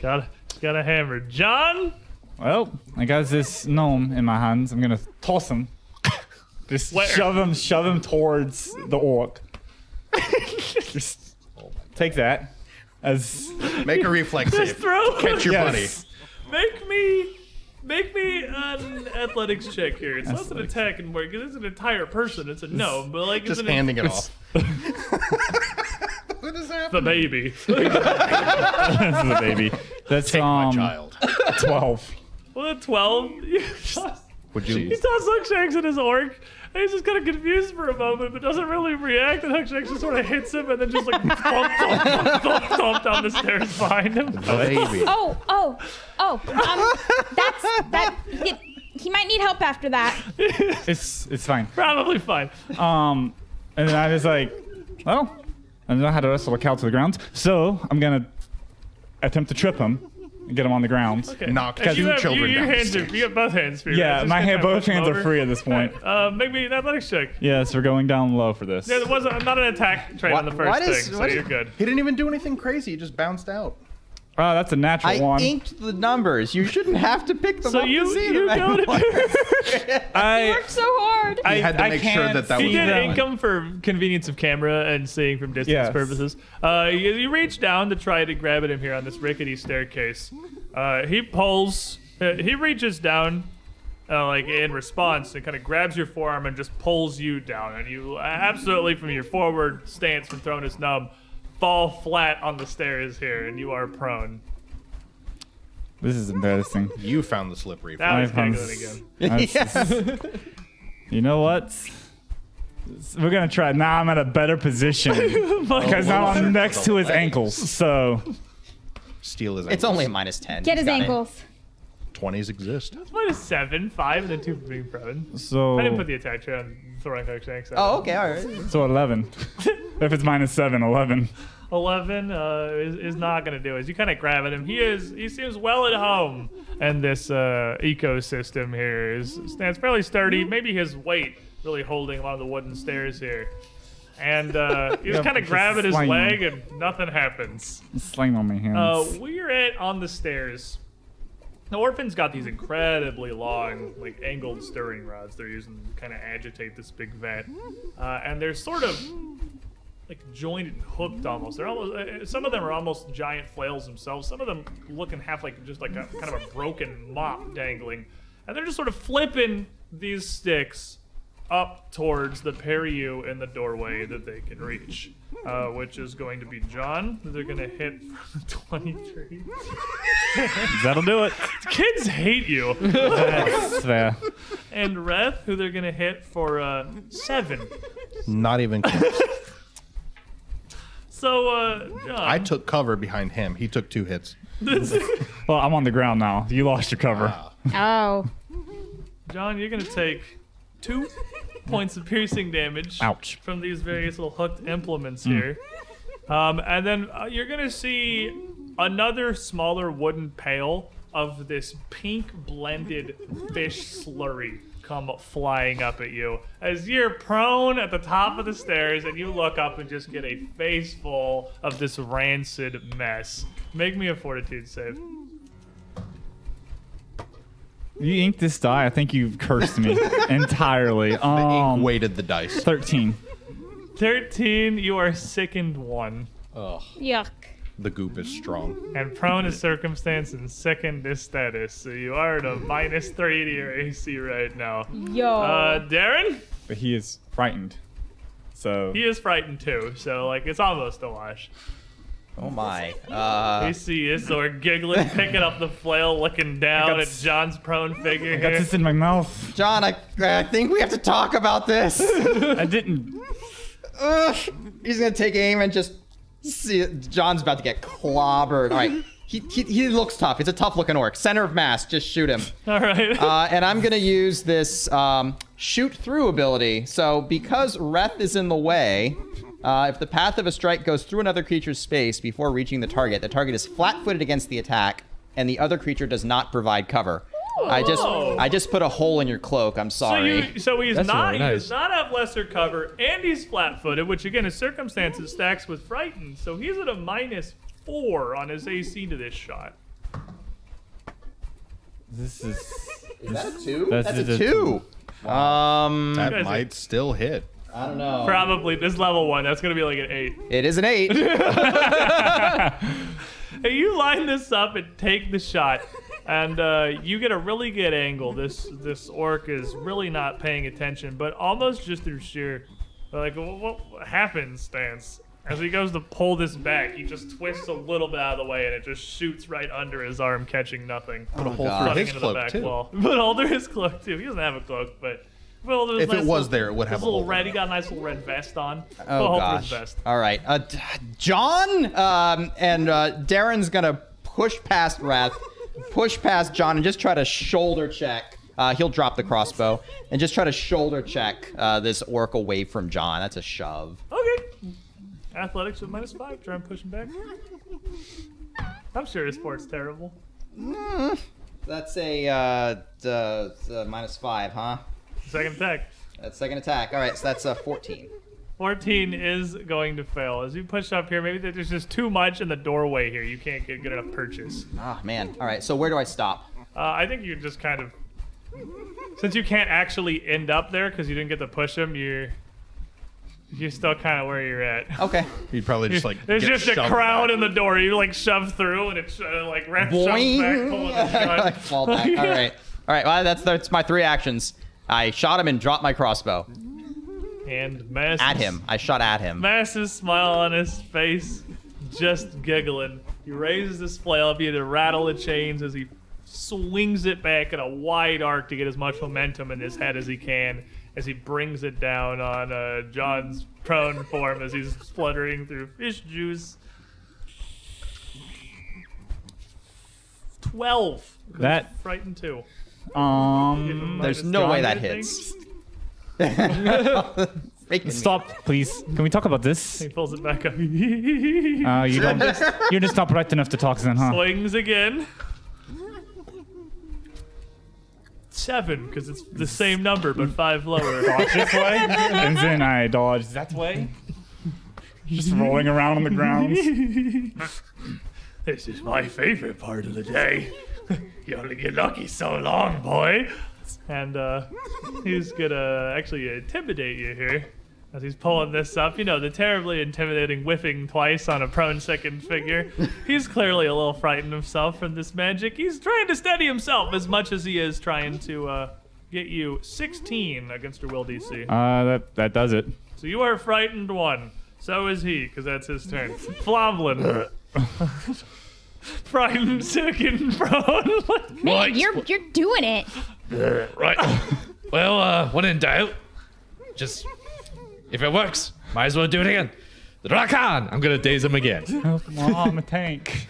A: Got a, got a hammer. John?
D: Well, I got this gnome in my hands. I'm gonna toss him. Just
A: Where?
D: shove him, shove him towards the orc. Just take that as
F: Make a reflex
A: Just
F: save.
A: throw
F: Catch your
D: Yes.
A: Make me. Make me an athletics check here. It's not an attack and work. It's an entire person. It's a no, but like it's
F: Just
A: an
F: handing it off. what is
A: the
F: happening?
A: baby.
D: this is a baby. That's um
F: Child.
D: twelve.
A: well, a twelve.
F: Would you?
A: He saw Hookshanks in his orc, and he's just kind of confused for a moment, but doesn't really react. And Hookshanks just sort of hits him, and then just like thump, thump, thump, thump, thump down the stairs behind him.
F: Baby.
E: Oh, oh, oh. Um, that's that. He, he might need help after that.
D: It's it's fine.
A: Probably fine.
D: Um, and then I was like, well, I don't know how to wrestle a cow to the ground, so I'm gonna attempt to trip him and get him on the ground.
A: Okay.
F: Knocked
A: And
F: two
A: you have,
F: children
A: You, your hands are,
F: downstairs.
A: you have both hands free. right?
D: Yeah,
A: Just
D: my
A: get
D: hand,
A: that
D: both
A: one
D: hands are
A: over.
D: free at this point.
A: Uh, make me an athletics check.
D: Yes, we're going down low for this.
A: There was a, not an attack trait
B: Why-
A: on the first
B: why does-
A: thing, so
B: why does-
A: you're good.
F: He didn't even do anything crazy. He just bounced out.
D: Oh, that's a natural
B: I
D: one.
B: inked the numbers. You shouldn't have to pick them
A: So
B: up to
A: you-
B: see
A: you go
B: them.
A: to-
D: I,
H: Worked so hard.
D: I
F: You had to
D: I
F: make sure
D: can't
F: that that
D: see
A: You
F: was
A: did
D: them.
A: income for convenience of camera and seeing from distance
D: Yes.
A: purposes. Uh, you, you reach down to try to grab at him here on this rickety staircase. Uh, he pulls. Uh, he reaches down, uh, like in response, and kind of grabs your forearm and just pulls you down. And you absolutely, from your forward stance from throwing his nub, fall flat on the stairs here, and you are prone.
D: This is embarrassing.
F: You found the slippery.
A: Now
D: I
A: he's
D: found
A: gonna go
D: s-
A: again.
D: That's- You know what? We're gonna try. Now I'm at a better position because
A: Oh.
D: now I'm next to his ankles. So
F: Steel is.
B: It's only a minus ten.
E: Get his
B: He's got it.
E: ankles.
F: twenties exist.
A: What is seven, five, and then two for being prone? I didn't
D: so
A: put the attack trait on throwing hookshanks.
B: Oh, okay, all right.
D: so 11. if it's minus seven, 11.
A: 11 uh, is, is not going to do it. You kind of grab at him. He is he seems well at home and this uh, ecosystem here. Is, stands fairly sturdy. Maybe his weight really holding him on the wooden stairs here. And uh, you
D: Yeah,
A: just kind of
D: just
A: grab at his
D: slime.
A: leg and nothing happens.
D: Sling on my
A: Uh,
D: hands.
A: we're at on the stairs. The orphans got these incredibly long, like angled stirring rods. They're using to kind of agitate this big vat, uh, and they're sort of like jointed and hooked almost. They're almost. Uh, some of them are almost giant flails themselves. Some of them looking half like just like a kind of a broken mop dangling, and they're just sort of flipping these sticks up towards the Periu in the doorway that they can reach, uh, which is going to be John. They're going to hit from the 23.
D: That'll do it.
A: Kids hate you.
D: That's fair.
A: and Reth, who they're going to hit for uh, seven.
F: Not even. close.
A: So, uh, John,
F: I took cover behind him. He took two hits.
D: Well, I'm on the ground now. You lost your cover.
F: Ah,
E: Oh.
A: John, you're going to take two points of piercing damage.
D: Ouch.
A: from these various little hooked implements here. Um, and then uh, you're going to see another smaller wooden pail of this pink blended fish slurry come flying up at you as you're prone at the top of the stairs and you look up and just get a face full of this rancid mess. Make me a fortitude save.
D: You inked this die. I think you've cursed me entirely. Um,
F: Weighted the dice.
D: 13.
A: 13, you are sickened one.
E: Yuck.
F: The goop is strong.
A: And prone is circumstance and second is status. So you are at a minus three to your AC right now.
H: Yo.
A: Uh, Darren,
D: But he is frightened. So
A: he is frightened too, so like it's almost a wash.
B: Oh my. Uh,
A: You see Isidore giggling, picking up the flail, looking down
D: got
A: at
D: s-
A: John's prone figure
D: got
A: here.
D: this in my mouth.
B: John, I, I think we have to talk about this.
D: I didn't.
B: Ugh. He's gonna take aim and just see. John's about to get clobbered. All right. He, he, he looks tough. He's a tough looking orc. Center of mass. Just shoot him.
A: All right.
B: Uh, and I'm gonna use this um, shoot through ability. So because Reth is in the way, uh, if the path of a strike goes through another creature's space before reaching the target, the target is flat-footed against the attack, and the other creature does not provide cover. I just
A: Oh.
B: I just put a hole in your cloak. I'm
A: So,
B: sorry.
A: you, so he's
C: That's
A: not he
C: really
A: does
C: nice.
A: not have lesser cover, and he's flat-footed, which again his circumstances stacks with frightened. So he's at a minus four on his AC to this shot.
D: This is.
B: Is that a two?
D: That's
B: That's,
D: just
B: a
D: a
B: two. Um,
F: That
A: guys are-
F: might still hit.
B: I don't know.
A: Probably this level one. That's gonna be like an eight.
B: It is an eight.
A: Hey, you line this up and take the shot, and uh, you get a really good angle. This this orc is really not paying attention, but almost just through sheer like what happenstance as he goes to pull this back, he just twists a little bit out of the way, and it just shoots right under his arm, catching nothing.
F: Put a hole
B: Oh God.
F: through
A: Cutting
F: his cloak too.
A: But Alder his cloak too. He doesn't have a cloak, but. Well, there's
F: If it
A: nice
F: was
A: little-
F: there, it would have
A: this
F: a
A: little
F: hole in
A: red.
F: it.
A: He got a nice little red vest on. Put a
B: Oh
A: hole through his
B: gosh!
A: vest.
B: All right, uh, D- John um, and uh, Darren's gonna push past Wrath, push past John, and just try to shoulder check. Uh, he'll drop the crossbow and just try to shoulder check uh, this orc away from John. That's a shove.
A: Okay. Athletics with minus five. Try and push him back. I'm sure his sport's terrible.
B: That's a uh, d- uh, minus five, huh?
A: Second attack.
B: That's second attack. All right, so that's uh, a 14.
A: 14 is going to fail. As you push up here, maybe there's just too much in the doorway here. You can't get good enough purchase.
B: Ah, man. All right, so where do I stop?
A: Uh, I think you just kind of. Since you can't actually end up there because you didn't get to push him, you're. You're still kind of where you're at.
B: Okay.
F: He'd probably just like.
A: There's
F: get
A: just a
F: shoved
A: crowd
F: back.
A: in the door. You like shove through, and it's uh, like Ref shoves back, pulling his gun.
B: Like, fall back. All right. All right, well, that's, that's my three actions. I shot him and dropped my crossbow
A: And Mass
B: at him. I shot at him.
A: Massive smile on his face, just giggling. He raises his flail up here to rattle the chains as he swings it back in a wide arc to get as much momentum in his head as he can as he brings it down on uh, John's prone form as he's spluttering through fish juice. 12.
D: That
A: Frightened too.
D: um.
B: Mm. There's no way that hits. Freaking me.
D: Stop, please. Can we talk about this?
A: He pulls it back up.
D: Uh, you don't. You're just not bright enough to talk, then, huh?
A: Swings again. Seven, because it's the same number but five lower.
D: Dodge this way, and then I dodge that way. Just rolling around on the ground.
G: This is my favorite part of the day. you only get lucky so long, boy.
A: and uh, he's gonna actually intimidate you here as he's pulling this up. You know, the terribly intimidating whiffing twice on a prone second figure. He's clearly a little frightened himself from this magic. He's trying to steady himself as much as he is trying to uh, get you 16 against your will DC.
D: Uh, that that does it.
A: So you are frightened one. So is he, because that's his turn. Flomblin. frightened second prone.
E: Man, you're you're doing it.
C: Right. well, uh, when in doubt, just if it works, might as well do it again. The Drakan! I'm gonna daze him again.
D: Oh, I'm a tank.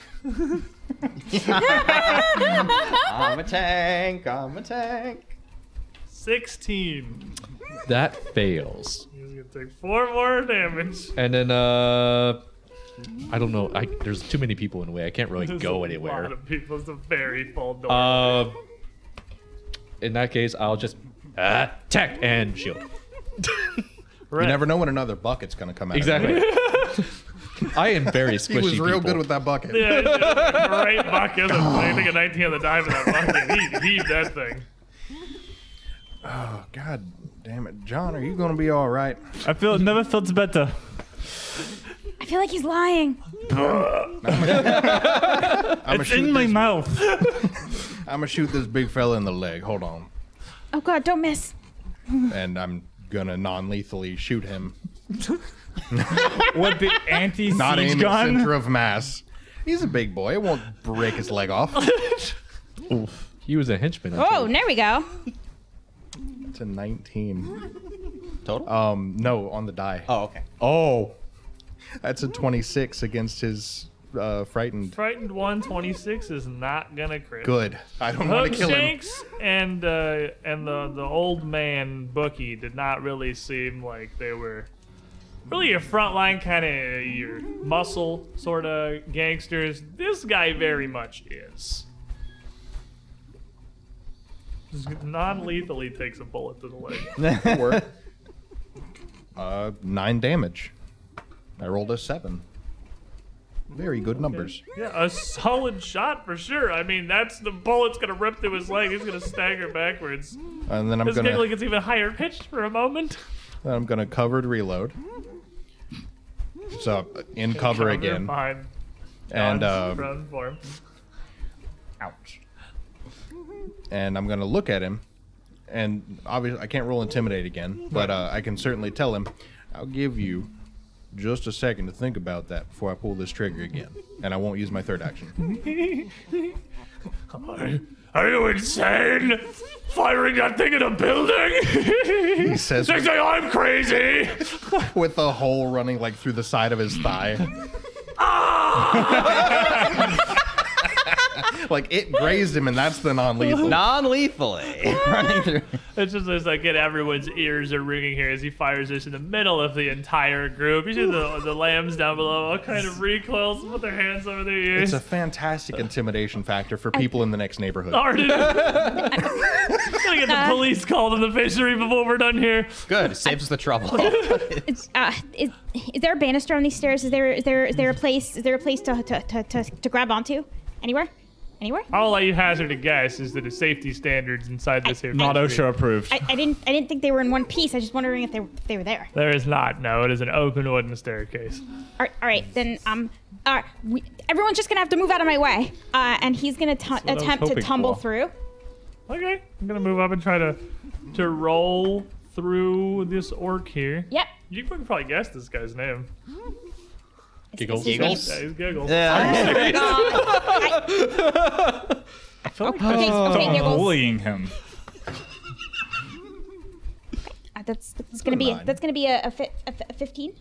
B: I'm a tank. I'm a tank.
A: 16.
C: That fails.
A: He's going to take four more damage.
C: And then uh I don't know. I there's too many people in the way. I can't really go
A: There's A lot
C: anywhere.
A: of people. It's a very full door.
C: Uh in that case, I'll just uh, attack and shield.
F: You never know when another bucket's gonna come out.
C: Exactly. I am very squishy.
F: He was real
C: people.
F: good with that bucket.
A: yeah, it's a great bucket. I think a 19 on the dive in that bucket. He heaved that thing.
F: Oh, God damn it, John, are you gonna be all right?
D: I feel it never felt better.
E: I feel like he's lying.
F: I'm
D: It's in my mouth.
F: I'm gonna shoot this big fella in the leg. Hold on,
E: Oh God, don't miss.
F: and I'm gonna non-lethally shoot him.
D: What the anti
F: Not
D: siege
F: aim at
D: gun?
F: center of mass. He's a big boy. It won't break his leg off.
C: He was a henchman. I
E: Oh, there we go.
F: It's a 19.
B: Total?
F: Um, no, on the die.
B: Oh, okay.
F: Oh. That's a 26 against his uh, frightened.
A: Frightened 126 is not going to crit.
F: Good. I don't want to kill him.
A: Hookshanks and uh, and the the old man bookie did not really seem like they were really your frontline kind of your muscle sort of gangsters. This guy very much is. Non lethally takes a bullet to the leg.
F: Work. Uh, nine damage. I rolled a seven. Very good numbers.
A: Yeah, a solid shot for sure. I mean, that's the bullet's gonna rip through his leg. He's gonna stagger backwards.
F: And then I'm
A: His
F: gonna
A: giggling gets even higher pitched for a moment.
F: then I'm gonna covered reload. So in cover again,
A: Behind
F: and
A: John's
F: uh,
A: prone form.
D: Ouch.
F: and I'm gonna look at him, and obviously I can't roll intimidate again, but uh, I can certainly tell him, I'll give you just a second to think about that before I pull this trigger again, and I won't use my third action.
G: Are, are you insane? Firing that thing at a building?
F: He says
G: they say I'm crazy.
F: with a hole running like through the side of his thigh. like it grazed him, and that's the non-lethal.
B: Non-lethally running through.
A: It's just it's like it, everyone's ears are ringing here as he fires this in the middle of the entire group. You see the, the lambs down below all kind of recoils and put their hands over their ears.
F: It's a fantastic intimidation factor for people in the next neighborhood.
A: Arden. I'm gonna get the police called on the fishery before we're done here.
B: Good. Saves us the trouble.
E: It's, uh, is, is there a banister on these stairs? Is there is there is there a place is there a place to to, to, to, to grab onto? Anywhere? Anywhere?
A: All I hazard a guess is that the safety standards inside this here.
I: Not
A: fishery-
I: OSHA approved.
E: I, I didn't I didn't think they were in one piece. I was just wondering if they if they were there.
A: There is not. No, it is an open wooden staircase.
E: All right, all right then um uh, we, everyone's just gonna have to move out of my way. Uh, and he's gonna tu-
I: was
E: attempt to
I: hoping
E: tumble
I: for.
E: through.
A: Okay, I'm gonna move up and try to to roll through this orc here.
E: Yep.
A: You can probably guess this guy's name.
C: Giggles.
B: Giggles.
A: Yeah, he's Giggles.
B: Yeah.
E: Okay, okay,
I: Stop
E: Giggles.
I: bullying him.
E: Uh, that's that's gonna be a,
F: nine.
E: that's gonna be a, a, fi- a, fi- a fifteen.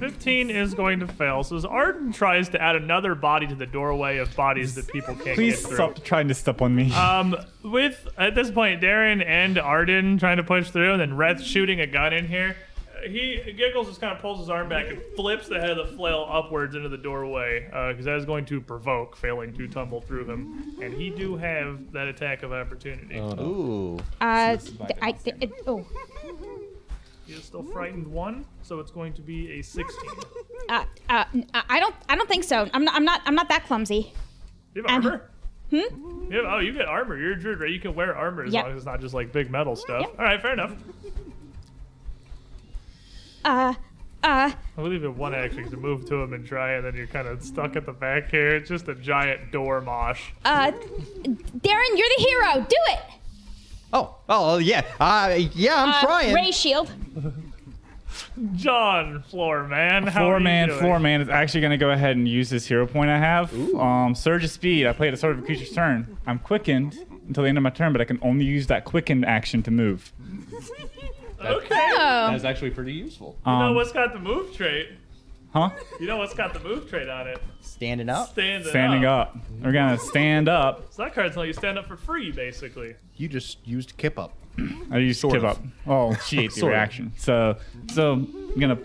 A: 15 is going to fail. So as Arden tries to add another body to the doorway of bodies that people can't
I: Please
A: get through.
I: stop trying to step on
G: Uh,
I: me.
A: Um, with at this point, Darren and Arden trying to push through, and then Reth shooting a gun in here. Uh, He giggles, just kind of pulls his arm back and flips the head of the flail upwards into the doorway, because that is going to provoke, failing to tumble through him. And he do have that attack of opportunity.
B: Ooh.
E: Uh, I, it, oh,
A: He is still frightened one, so it's going to be a 16.
E: uh, uh, n- uh, I don't, I don't think so. I'm not, I'm not, I'm not that clumsy.
A: You have
E: And-
A: armor? Hmm? You have, oh, you get armor. You're a druid, right? You can wear armor as
E: Yep.
A: long as it's not just like big metal stuff.
E: Yep.
A: All right, fair enough.
E: Uh, uh,
A: I'll leave it one action to move to him and try, and then you're kind of stuck at the back here. It's just a giant door mosh.
E: uh, Darren, you're the hero. Do it.
B: Oh. Oh yeah. Uh, yeah. I'm
E: Uh,
B: trying.
E: Ray shield.
A: John Floorman, how are
I: Floor
A: you
I: man,
A: doing?
I: floor man is actually going to go ahead and use this hero point I have. Um, surge of speed. I play at the start of a creature's turn. I'm quickened until the end of my turn, but I can only use that quickened action to move.
A: Okay.
E: Oh,
C: That's actually pretty useful.
A: You know
I: Um,
A: what's got the move trait?
I: huh?
A: You know what's got the move trait on it?
B: Standing up.
A: Standing,
I: Standing up. We're gonna stand up.
A: So that card's let you stand up for free, basically.
F: You just used kip up.
I: I used
F: Sort
I: give
F: of.
I: up. Oh, she ate the
F: Sort of.
I: reaction. So, so I'm gonna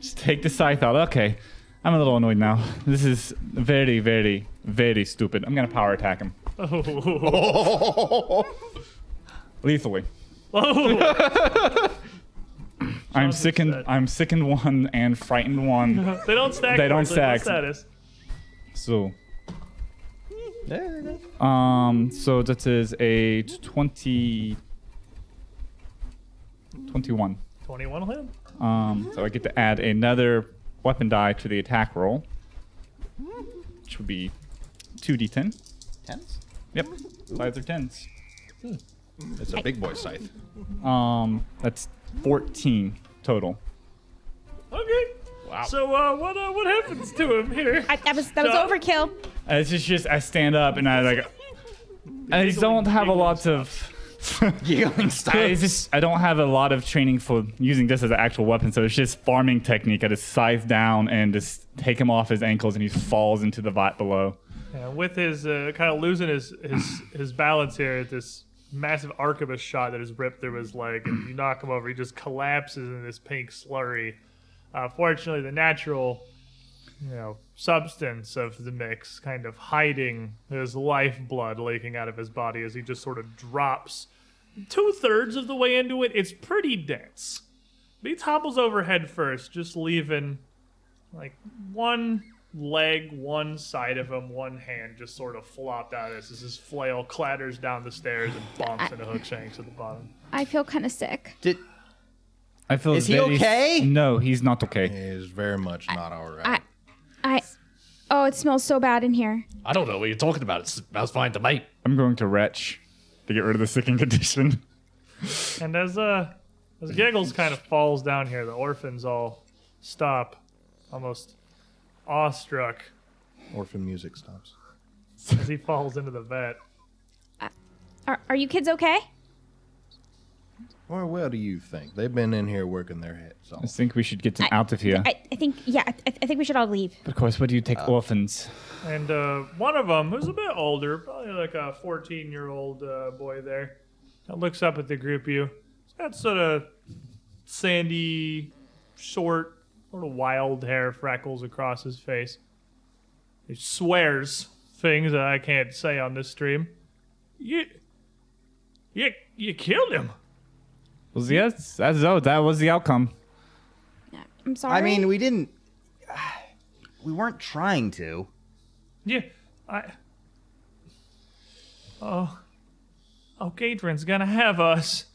I: just take the scythe out. Okay, I'm a little annoyed now. This is very, very, very stupid. I'm gonna power attack him
A: Oh.
I: lethally.
A: Oh.
I: I'm sickened.
A: upset.
I: I'm sickened one and frightened one.
A: they don't stack.
I: They don't
A: cards, like, what's
I: stack.
A: that is?
I: So,
B: Yeah.
I: um, so that is a 20, 21.
A: 21 will hit.
I: Um, so I get to add another weapon die to the attack roll, which would be 2d10.
B: Tens.
I: Yep, fives or tens.
F: It's a big boy scythe.
I: Um, that's 14 total.
A: Okay. Wow. So uh, what uh, what happens to him here?
E: I, that was that was
A: John.
E: overkill.
I: Uh, It's just, just I stand up and I like. I just don't have a lot of.
B: Giggling stuff.
I: I just I don't have a lot of training for using this as an actual weapon, so it's just farming technique. I just scythe down and just take him off his ankles, and he falls into the vat below.
A: Yeah, with his uh, kind of losing his, his his balance here at this massive arquebus shot that is ripped through his leg, and you knock him over, he just collapses in this pink slurry. Uh, fortunately, the natural, you know, substance of the mix kind of hiding his lifeblood leaking out of his body as he just sort of drops two thirds of the way into it. It's pretty dense. But he topples over head first, just leaving like one leg, one side of him, one hand just sort of flopped out of this as his flail clatters down the stairs and bumps into Hookshanks at the bottom.
E: I feel kind of sick.
B: Did,
I: I feel
B: Is he
I: very-
B: okay?
I: No, he's not okay.
F: It is very much not uh, all right.
E: I- I, oh, it smells so bad in here.
G: I don't know what you're talking about. It smells fine to me.
I: I'm going to retch to get rid of the sicking condition.
A: And as uh as Giggles kind of falls down here, the orphans all stop, almost awestruck
F: Orphan music stops.
A: as he falls into the vet.
E: Are, are you kids okay?
F: Or well, do you think they've been in here working their heads
D: I
F: off?
D: think we should get them out of here.
E: I, I think, yeah, I, I think we should all leave.
D: of course, where do you take
B: Uh.
D: orphans?
A: And uh, one of them, who's a bit older, probably like a 14 year old uh, boy there, that looks up at the group of you. He's got sort of sandy, short, sort of wild hair, freckles across his face. He swears things that I can't say on this stream. You, you, you killed him.
D: Well, yes, that's so.
I: oh,
D: That was the outcome.
E: I'm sorry.
B: I mean, we didn't. We weren't trying to.
A: Yeah, I. Oh, oh, Gadrin's gonna have us.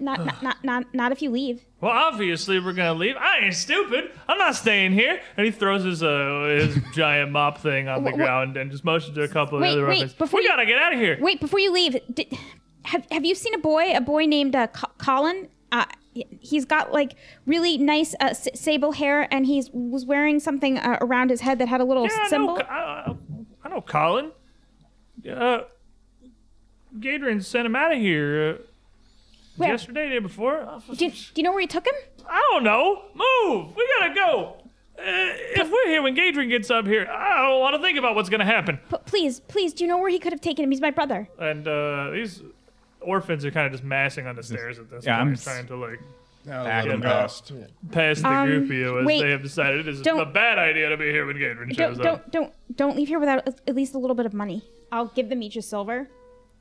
E: not, not, not, not, not if you leave.
A: Well, obviously we're gonna leave. I ain't stupid. I'm not staying here. And he throws his uh, his giant mop thing on the
E: Wh- wh-
A: ground and just motions to a couple
E: Wait,
A: of the other
E: wait,
A: workers.
E: before
A: we
E: you-
A: gotta get out of here.
E: Wait, before you leave, did, have have you seen a boy? A boy named uh, Co- Colin. Uh, he's got like really nice uh, s- sable hair, and he was wearing something uh, around his head that had a little
A: yeah, I know.
E: symbol.
A: Co- I, I- I know Colin. Uh, Gadrin sent him out of here uh,
E: Where?
A: yesterday, day before. Uh,
E: do, you, do you know where he took him?
A: I don't know. Move. We gotta go. Uh, if we're here when Gadrin gets up here, I don't want to think about what's gonna happen.
E: P- please, please, do you know where he could have taken him? He's my brother.
A: And uh, these orphans are kind of just massing on the stairs at this
D: Yeah,
A: point,
D: I'm s-
A: trying to like
F: No, let
A: Yeah,
F: 'em
A: no.
F: pass.
A: pass the
E: Um,
A: group of you as
E: wait.
A: they have decided it is
E: Don't-
A: a bad idea to be here when Gadrin shows
E: Don't,
A: up.
E: don't, don't, don't leave here without at least a little bit of money. I'll give them each a silver.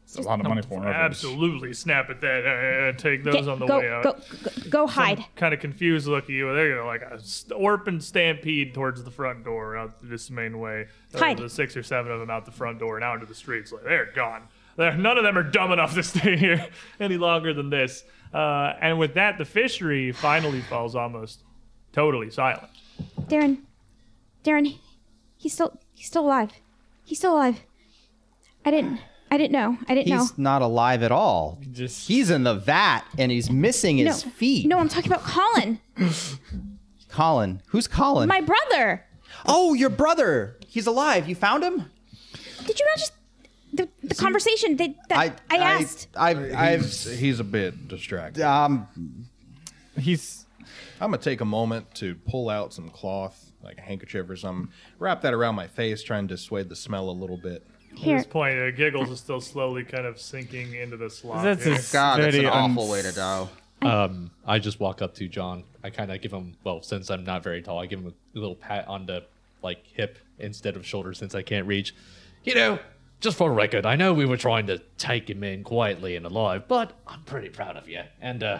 D: It's a lot of money for an orphan.
A: Absolutely snap at that. Uh, take those
E: Get-
A: on the
E: go,
A: way out.
E: Go, go, go hide.
A: Kind of confused look at you. They're gonna like a st- orphan stampede towards the front door out this main way. Uh,
E: Hide.
A: The six or seven of them out the front door and out into the streets. Like they're gone. They're, none of them are dumb enough to stay here any longer than this. Uh, and with that, the fishery finally falls almost totally silent.
E: Darren, Darren, he's still he's still alive. He's still alive. I didn't I didn't know. I didn't
B: He's
E: know.
B: not alive at all.
D: Just-
B: he's in the vat and he's missing his
E: no,
B: feet.
E: No, I'm talking about Colin,
B: Colin, who's Colin?
E: my brother.
B: oh, your brother. He's alive. You found him.
E: Did you not just the, the conversation that, that I, asked?
B: I,
F: He's,
B: I've,
F: he's a bit distracted.
B: um,
D: He's
F: I'm gonna take a moment to pull out some cloth, like a handkerchief or something, wrap that around my face, try and dissuade the smell a little bit.
E: Here,
A: At this point, uh, giggles is still slowly kind of sinking into the slot.
D: that's
A: here.
D: a
B: Oh, God, that's
D: very
B: an awful
D: uns-
B: way to go.
C: Um, I just walk up to John. I kind of give him, well, since I'm not very tall, I give him a little pat on the like hip instead of shoulder since I can't reach. You know, just for record, I know we were trying to take him in quietly and alive, but I'm pretty proud of you. And uh,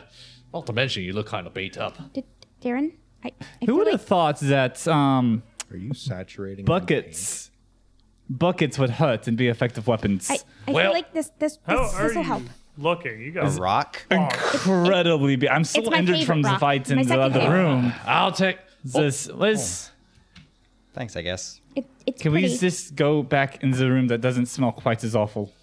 C: not to mention, you look kind of beat up.
E: did, Darren. I, I
D: Who
E: feel
D: would
E: like
D: have thought that um,
F: Are you saturating in
D: buckets, buckets would hurt and be effective weapons?
E: I, I feel
C: Well-
E: like this this
A: How
E: this,
A: are
E: this will
A: you
E: help.
A: looking? You
B: A
A: got
B: rock.
D: Incredibly, be- I'm still
E: it's my
D: injured from
E: favorite
D: the
E: rock.
D: fight
E: My
D: in the
E: second
D: other
E: favorite.
D: room.
C: I'll take.
D: This
B: Oh.
D: let's.
B: Thanks, I guess.
E: It, it's
D: Can
E: pretty.
D: we just go back in the room that doesn't smell quite as awful?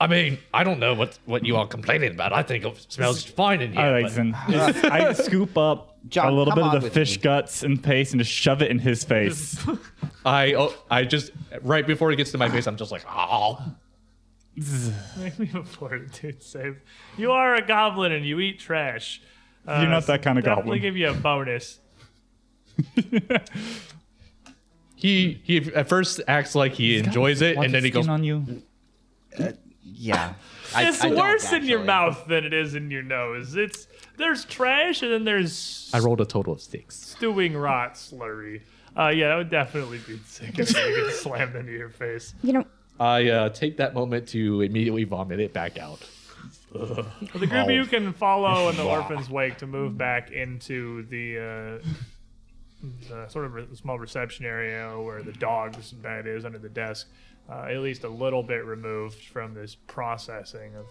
C: I mean, I don't know what what you are complaining about. I think it smells fine in here.
D: All right,
C: but-
D: then. Just- I scoop up
B: John,
D: a little
B: come
D: bit
B: on
D: of the
B: with
D: fish
B: me.
D: guts and paste and just shove it in his face.
C: I oh, I just right before it gets to my face, I'm just like, oh.
A: Make me a fortitude save. You are a goblin and you eat trash. Uh,
D: You're not that kind of
A: definitely
D: goblin.
A: give you a bonus.
C: He he at first acts like he enjoys it, and then he goes,
D: on
B: "Mm,
D: you.
B: Yeah. I,
A: It's
B: I don't,
A: worse in your
B: actually.
A: mouth than it is in your nose. It's there's trash and then there's
C: I rolled a total of six.
A: stewing rot slurry. Uh, yeah, that would definitely be sick if you get slammed into your face.
E: you know,
C: I uh, take that moment to immediately vomit it back out.
A: The group
B: Oh.
A: you can follow in the orphan's wake to move back into the, uh, the sort of re- small reception area where the dog's bed is under the desk, uh, at least a little bit removed from this processing of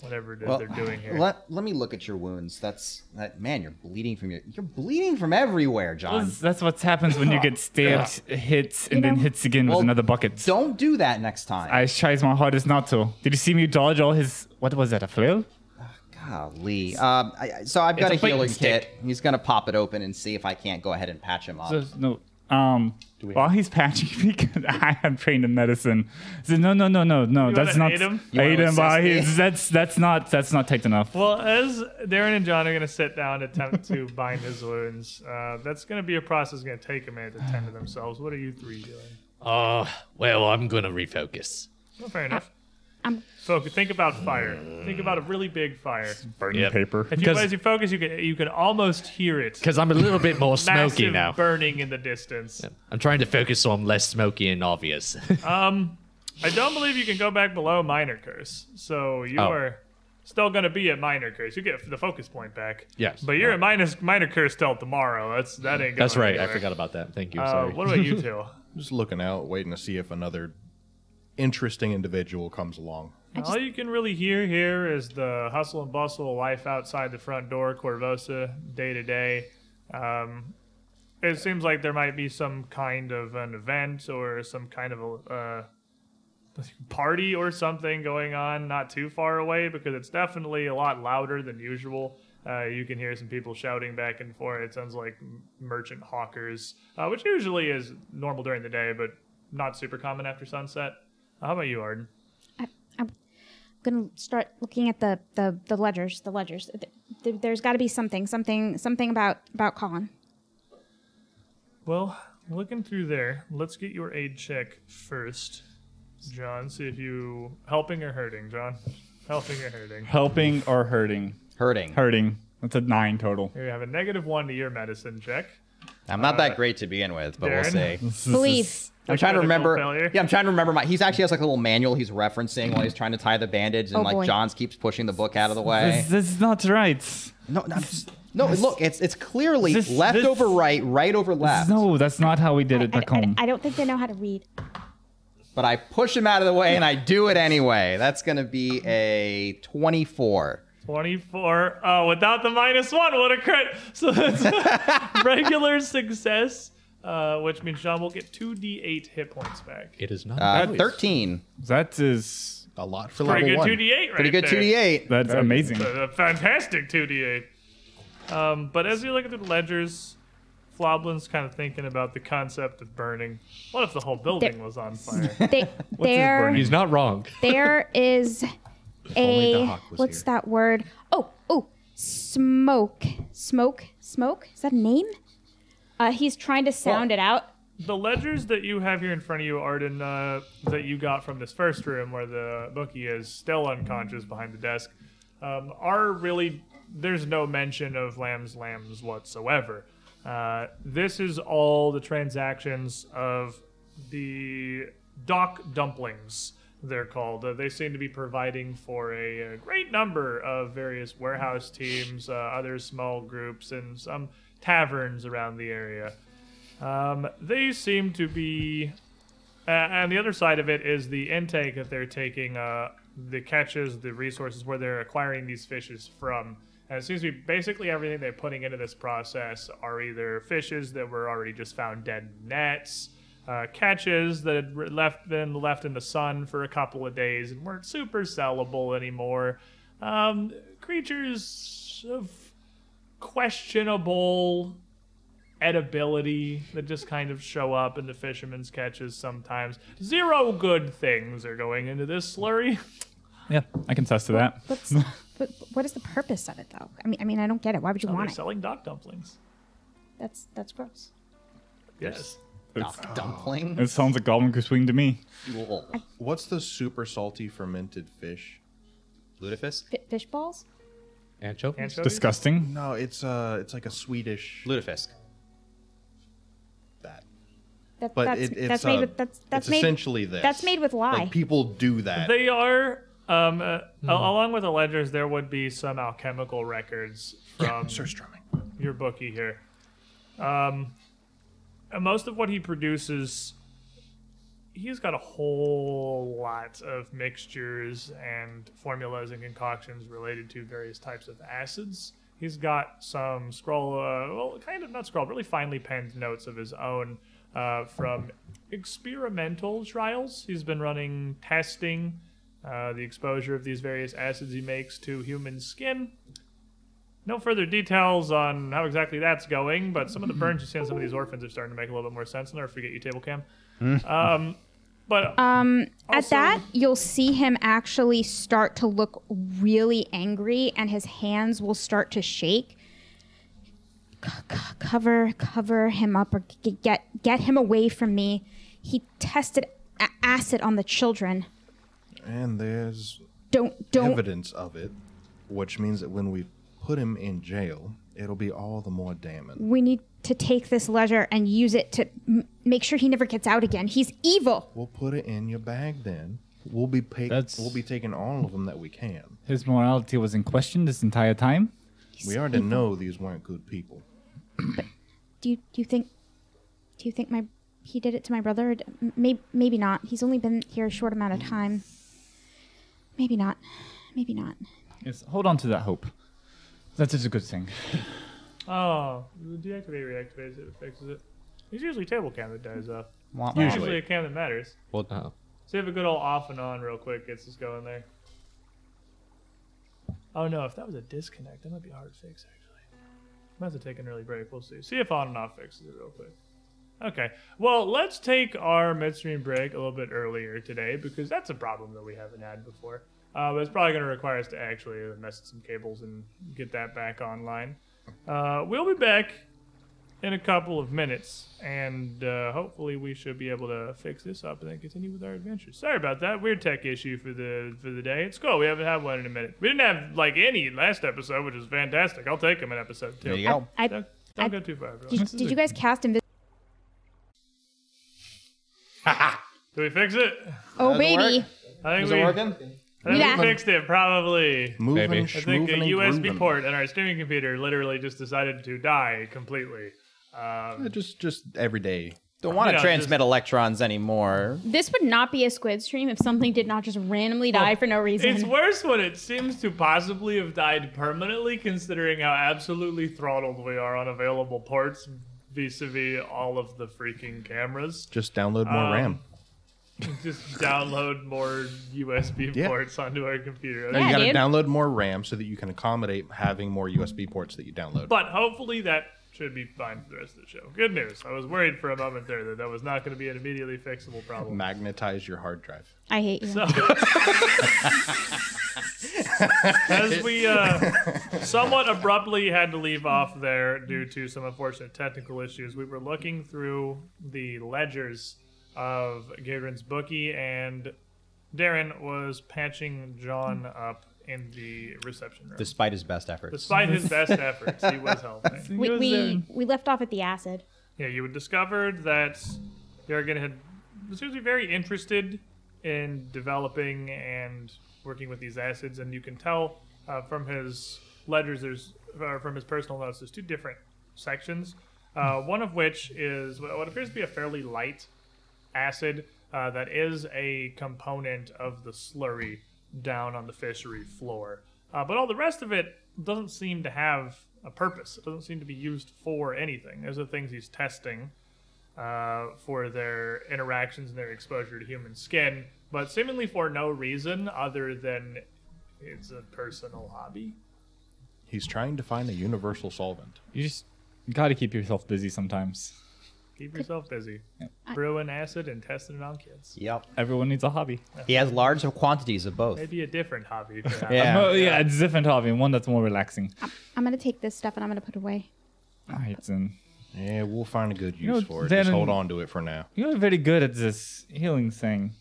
A: whatever it is
B: Well,
A: they're doing here.
B: Let, let me look at your wounds. That's that man. You're bleeding from your. You're bleeding from everywhere, John.
D: That's what happens when you get stabbed, hits, and then
E: know-
D: hits again
B: Well,
D: with another bucket.
B: Don't do that next time.
D: I tries my hardest not to. Did you see me dodge all his? What was that? A flail?
B: Golly. Um, I, I- so I've got
C: It's a
B: a,
C: fighting
B: healing kit.
C: stick.
B: He's gonna pop it open and see if I can't go ahead and patch him up.
D: No, Um,
C: we-
D: while he's patching me, 'cause I am trained in medicine. I said, no, no, no, no, no. that's
A: wanna
D: not
A: aid him?
D: Aid
B: wanna
D: him while
B: assist me?
D: he's- that's that's not that's not tight enough.
A: Well, as Darren and John are going to sit down and attempt to bind his wounds, uh, that's going to be a process going to take a minute to tend to themselves. What are you three doing?
C: Uh, well, I'm gonna refocus.
A: Well, fair enough.
E: I'm-
A: So think about fire. Think about a really big fire.
D: Burning
C: Yep.
D: paper.
A: If you,
C: 'Cause-
A: as you focus, you can you can almost hear it.
C: Because I'm a little bit more smoky
A: Massive
C: now.
A: burning in the distance.
C: I'm trying to focus so I'm less smoky and obvious.
A: I don't believe you can go back below minor curse, so you
C: Oh.
A: are still going to be at minor curse. You get the focus point back.
C: Yes.
A: but you're at minus minor curse till tomorrow. That's that ain't. Going
C: That's right. I
A: anywhere.
C: forgot about that. Thank you.
A: Uh,
C: sorry.
A: what about you two?
F: Just looking out, waiting to see if another interesting individual comes along.
A: All you can really hear here is the hustle and bustle of life outside the front door, Corvosa, day to day. Um, it seems like there might be some kind of an event or some kind of a uh, party or something going on not too far away because it's definitely a lot louder than usual. Uh, you can hear some people shouting back and forth. It sounds like m- merchant hawkers, uh, which usually is normal during the day, but not super common after sunset. How about you, Arden?
E: gonna start looking at the the, the ledgers the ledgers Th- th- there's got to be something something something about about colin
A: Well, looking through there, let's get your aid check first, John. See if you helping or hurting, John. Helping or hurting.
D: Helping or hurting?
B: Hurting.
D: Hurting. That's a nine total.
A: You have a negative one to your medicine check.
B: I'm not that great to begin with, but
A: Uh, Darren?
B: we'll see.
D: This is-
E: believe
B: I'm trying to
A: critical
B: remember.
A: failure.
B: Yeah, I'm trying to remember my. He's actually has like a little manual he's referencing while he's trying to tie the bandage, and
E: Oh,
B: like
E: boy.
B: John's keeps pushing the book out of the way.
D: This, this is not right. This-
B: no, no, no. Look, it's it's clearly
D: This-
B: left
D: this-
B: over right, right over left.
D: no, that's not how we did
E: I,
D: it
E: I-
D: back home.
E: I- I don't think they know how to read
B: But I push him out of the way, and I do it anyway. That's gonna be a 24.
A: Twenty-four. Oh, without the minus one, what a crit! So that's regular success, uh, which means John will get two d8 hit points back.
C: it is not.
B: Uh,
C: nice.
B: 13.
D: that is
F: A lot for
A: Pretty
F: level
A: good
F: one.
A: two d8, right?
B: Pretty good
A: there.
B: 2d8.
D: that's amazing.
A: A a fantastic 2d8. Um, but as you look at the ledgers, Floblin's kind of thinking about the concept of burning. What if the whole building was on fire?
E: they, there
C: He's not wrong.
E: there is
F: only the
E: a
F: hawk was
E: what's
F: here.
E: that word oh oh smoke smoke smoke is that a name uh, he's trying to sound it out
A: the ledgers that you have here in front of you, Arden, uh, that you got from this first room where the bookie is still unconscious behind the desk, um, are really. There's no mention of lambs, lambs whatsoever. Uh, this is all the transactions of the dock dumplings they're called uh, they seem to be providing for a, uh great number of various warehouse teams uh, other small groups and some taverns around the area um, they seem to be uh, and the other side of it is the intake that they're taking uh, the catches the resources where they're acquiring these fishes from and it seems to be basically everything they're putting into this process are either fishes that were already just found dead in nets uh, catches that had re- left been left in the sun for a couple of days and weren't super sellable anymore um, creatures of questionable edibility that just kind of show up in the fisherman's catches sometimes. Zero good things are going into this slurry.
D: Yeah, I can attest to that.
E: What's, but what is the purpose of it though i mean i mean i don't get it why would you
A: Oh, they're
E: want it
A: selling dock dumplings.
E: that's that's gross
A: Yes.
B: Dock dumpling.
D: It sounds like Goblin Goose Wing to me.
B: Cool.
F: What's the super salty fermented fish?
B: Lutefisk?
E: F- fish balls
C: Anchovies?
A: Anchovies?
D: Disgusting.
F: No, it's uh, it's like a Swedish
B: Lutefisk.
F: that.
E: that,
F: But
E: that's,
F: it, it's
E: that's
F: uh,
E: made with that's that's
F: it's
E: made
F: essentially this.
E: that's made with lye.
F: Like people do that.
A: They are, um, uh,
F: Hmm.
A: al- along with the ledgers, there would be some alchemical records from
F: Sir Strumming.
A: your bookie here. Um, and most of what he produces, he's got a whole lot of mixtures and formulas and concoctions related to various types of acids. He's got some scroll, uh, well, kind of not scroll, really finely penned notes of his own uh, from experimental trials. He's been running testing uh, the exposure of these various acids he makes to human skin No further details on how exactly that's going, but some of the burns you see on some of these orphans are starting to make a little bit more sense. I'll never forget you, table cam. um, but
E: Um, at
A: Also-
E: that, you'll see him actually start to look really angry, and his hands will start to shake. C- c- cover, cover him up, or g- get get him away from me. He tested a- acid on the children.
F: And there's
E: Don't, don't.
F: evidence of it, which means that when we put him in jail, it'll be all the more damning.
E: We need to take this leisure and use it to m- make sure he never gets out again. He's evil.
F: We'll put it in your bag then. We'll be pa-
D: That's-
F: we'll be taking all of them that we can.
D: His morality was in question this entire time.
F: we already know these weren't good people.
E: Do you do you think? Do you think my he did it to my brother? Maybe maybe not. He's only been here a short amount of time. Maybe not. Maybe not.
D: Yes, hold on to that hope. That is a good thing.
A: oh, the deactivate reactivates it, fixes it. It's usually table cam that dies off.
B: Wah, wah.
A: Usually, a cam that matters.
C: Well, no.
A: So you have a good old off and on real quick. Gets us going there. Oh no, if that was a disconnect, that might be a hard fix actually. Might have to take an early break. We'll see. See if on and off fixes it real quick. Okay. Well, let's take our midstream break a little bit earlier today because that's a problem that we haven't had before. Uh, but it's probably going to require us to actually mess with some cables and get that back online. Uh, we'll be back in a couple of minutes, and uh, hopefully we should be able to fix this up and then continue with our adventures. Sorry about that weird tech issue for the for the day. It's cool. We haven't had one in a minute. We didn't have like any last episode, which is fantastic. I'll take them in episode two.
B: There you go.
E: I,
A: Don't, don't
E: I-
A: go too far. Bro.
E: did, did you guys cast invisible?
A: Did we fix it?
E: Oh
B: Does it
E: baby,
B: work?
A: I think
B: Is
A: we,
B: it working?
A: I think
E: Yeah.
A: we fixed it. Probably.
F: Moving,
C: Maybe. I
A: I think a
F: schmoovin' and
A: USB
F: groovin'.
A: port and our streaming computer literally just decided to die completely. Um,
F: Uh, Just just every day.
B: Don't want
A: You
B: to
A: know,
B: transmit
A: just-
B: electrons anymore.
H: This would not be a squid stream if something did not just randomly die for no reason.
A: It's worse when it seems to possibly have died permanently, considering how absolutely throttled we are on available ports vis a vis all of the freaking cameras.
F: Just download more
A: Um,
F: RAM.
A: Just download more USB
F: Yeah.
A: ports onto our computer.
F: you gotta
H: dude.
F: download more RAM so that you can accommodate having more USB ports that you download.
A: But hopefully that should be fine for the rest of the show. Good news. I was worried for a moment there that that was not going to be an immediately fixable problem.
F: Magnetize your hard drive.
E: I hate you.
A: So, as we uh, somewhat abruptly had to leave off there due to some unfortunate technical issues, we were looking through the ledgers of Gadrin's bookie, and Darren was patching John up in the reception room.
B: Despite his best efforts.
A: Despite his best efforts, he was helping.
H: we, we, we left off at the acid.
A: Yeah, you discovered that Jurgen had was usually very interested in developing and working with these acids, and you can tell uh, from his ledgers, there's uh, from his personal notes, there's two different sections. Uh, one of which is what what appears to be a fairly light acid uh, that is a component of the slurry down on the fishery floor. Uh, but all the rest of it doesn't seem to have a purpose. It doesn't seem to be used for anything. Those are the things he's testing uh, for their interactions and their exposure to human skin, but seemingly for no reason other than it's a personal hobby.
F: He's trying to find a universal solvent.
D: You just gotta keep yourself busy sometimes.
A: Keep yourself busy. Brewing acid and testing it on kids.
B: Yep.
D: Everyone needs a hobby.
B: He has large quantities of both.
A: Maybe a different hobby. perhaps.
B: Yeah.
D: Mo- Uh, yeah. it's a different hobby, one that's more relaxing.
E: I'm gonna take this stuff and I'm gonna put it away.
D: All right, then.
F: Yeah, we'll find a good
D: know,
F: use for it. Just
D: then-
F: hold on to it for now.
D: You're very good at this healing thing.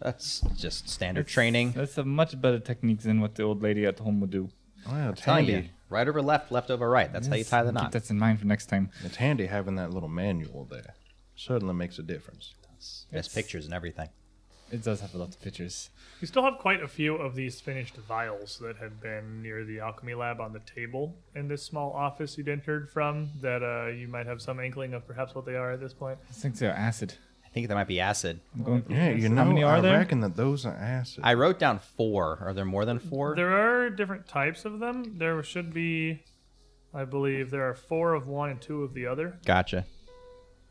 B: That's just standard training.
D: That's a much better technique than what the old lady at home would do.
F: Wow, it's
B: Telling
F: handy.
B: you, right over left, left over right. That's how you
D: Yes,
B: tie the
D: keep
B: knot.
D: That's in mind for next time.
F: It's handy having that little manual there. Certainly makes a difference.
B: There's pictures and everything.
D: It does have a lot of pictures.
A: You still have quite a few of these finished vials that had been near the alchemy lab on the table in this small office you'd entered from. That uh, you might have some inkling of perhaps what they are at this point.
D: I think they're acid.
B: I think there might be acid.
D: I'm going
F: Yeah, you know,
D: How many are
F: I
D: there?
F: reckon that those are acid.
B: I wrote down four. Are there more than four?
A: There are different types of them. There should be, I believe, there are four of one and two of the other.
B: Gotcha.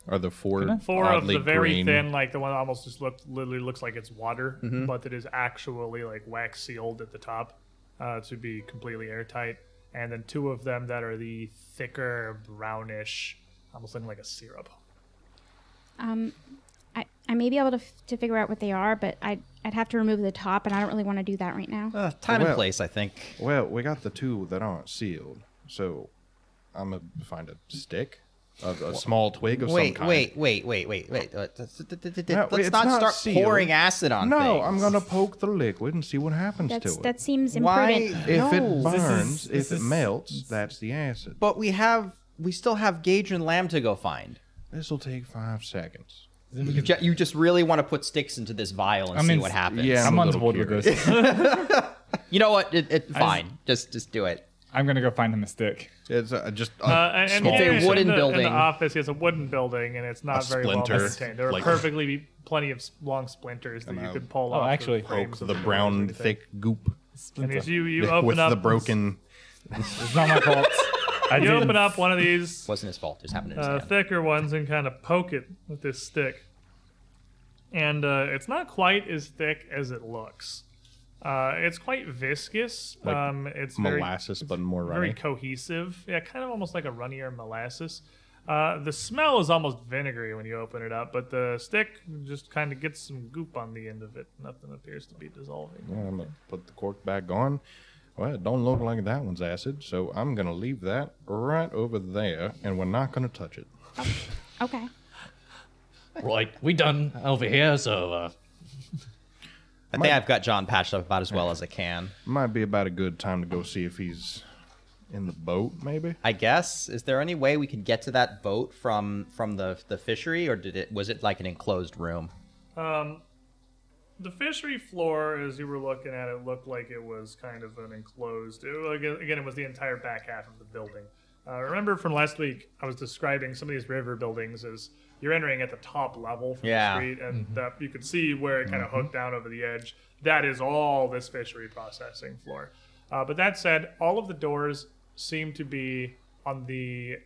F: Are the four
A: Four
F: oddly
A: of the very
F: green? Mm-hmm.
A: thin, like the one that almost just looked literally looks like it's water, but that is actually like wax sealed at the top uh, to be completely airtight. and then two of them that are the thicker, brownish, almost looking like a syrup.
E: Um, I, I may be able to, f- to figure out what they are, but I'd, I'd have to remove the top, and I don't really want to do that right now.
B: Uh, time and
F: Well-
B: place, I think.
F: Well, we got the two that aren't sealed, so I'm gonna find a stick, a, a small twig of some
B: Wait,
F: kind.
B: wait, wait, wait, wait, wait. Uh, th- th- th- th-
F: No,
B: Let's
F: it's
B: not
F: not
B: start
F: sealed.
B: pouring acid on
F: no,
B: things.
F: I'm gonna poke the liquid and see what happens
E: That's,
F: to it.
E: that seems imprudent.
B: Why? No.
F: if it burns,
D: this
F: if
D: is-
F: it melts, that's the acid.
B: But we have, we still have Gage and Lamb to go find.
F: This will take five seconds.
B: You, ju- you just really want to put sticks into this vial and
D: I
B: see
D: mean,
B: what happens.
F: yeah. I'm
D: I'm
F: a
D: on
F: little
D: board with this.
B: You know what? It, it, fine. Just, just do it.
D: I'm gonna go find him a stick.
F: It's uh, just a
A: Uh, and, and
F: small.
B: It's a
A: here in
B: wooden
A: the- In
B: building.
A: the office, it's a wooden building, and it's not
F: A
A: very
F: splinter,
A: well maintained. There are
F: like-
A: perfectly be plenty of s- long splinters that you
F: I'll
A: could pull
D: oh,
A: off. the
D: actually-
A: frames
F: poke
A: of
F: the
A: doors or
F: brown
A: anything.
F: thick goop
A: And as you, you
F: with
A: open up
F: the broken.
D: It's not my fault. I
A: you
D: did.
A: open up one of these
B: Wasn't his fault. Just happened to
A: uh,
B: understand.
A: thicker ones and kind of poke it with this stick. And uh, it's not quite as thick as it looks. Uh, it's quite viscous.
F: Like
A: um, it's very-
F: molasses, but more runny.
A: very cohesive. Yeah, kind of almost like a runnier molasses. Uh, the smell is almost vinegary when you open it up, but the stick just kind of gets some goop on the end of it. Nothing appears to be dissolving.
F: I'm gonna put the cork back on. Well, it don't look like that one's acid, so I'm gonna leave that right over there, and we're not gonna touch it.
E: Okay.
C: We're like, we done over here, so uh,
B: I think I've got John patched up about as well as I can.
F: Might be about a good time to go see if he's in the boat, maybe.
B: I guess. Is there any way we could get to that boat from from the the fishery, or did it was it like an enclosed room?
A: The fishery floor, as you were looking at it, looked like it was kind of an enclosed. It, wa- again, again, it was the entire back half of the building. Uh, remember from last week, I was describing some of these river buildings as you're entering at the top level from
B: Yeah.
A: the street, and that you could see where it
F: Mm-hmm.
A: kind of hooked down over the edge. That is all this fishery processing floor. Uh, but that said, all of the doors seem to be on the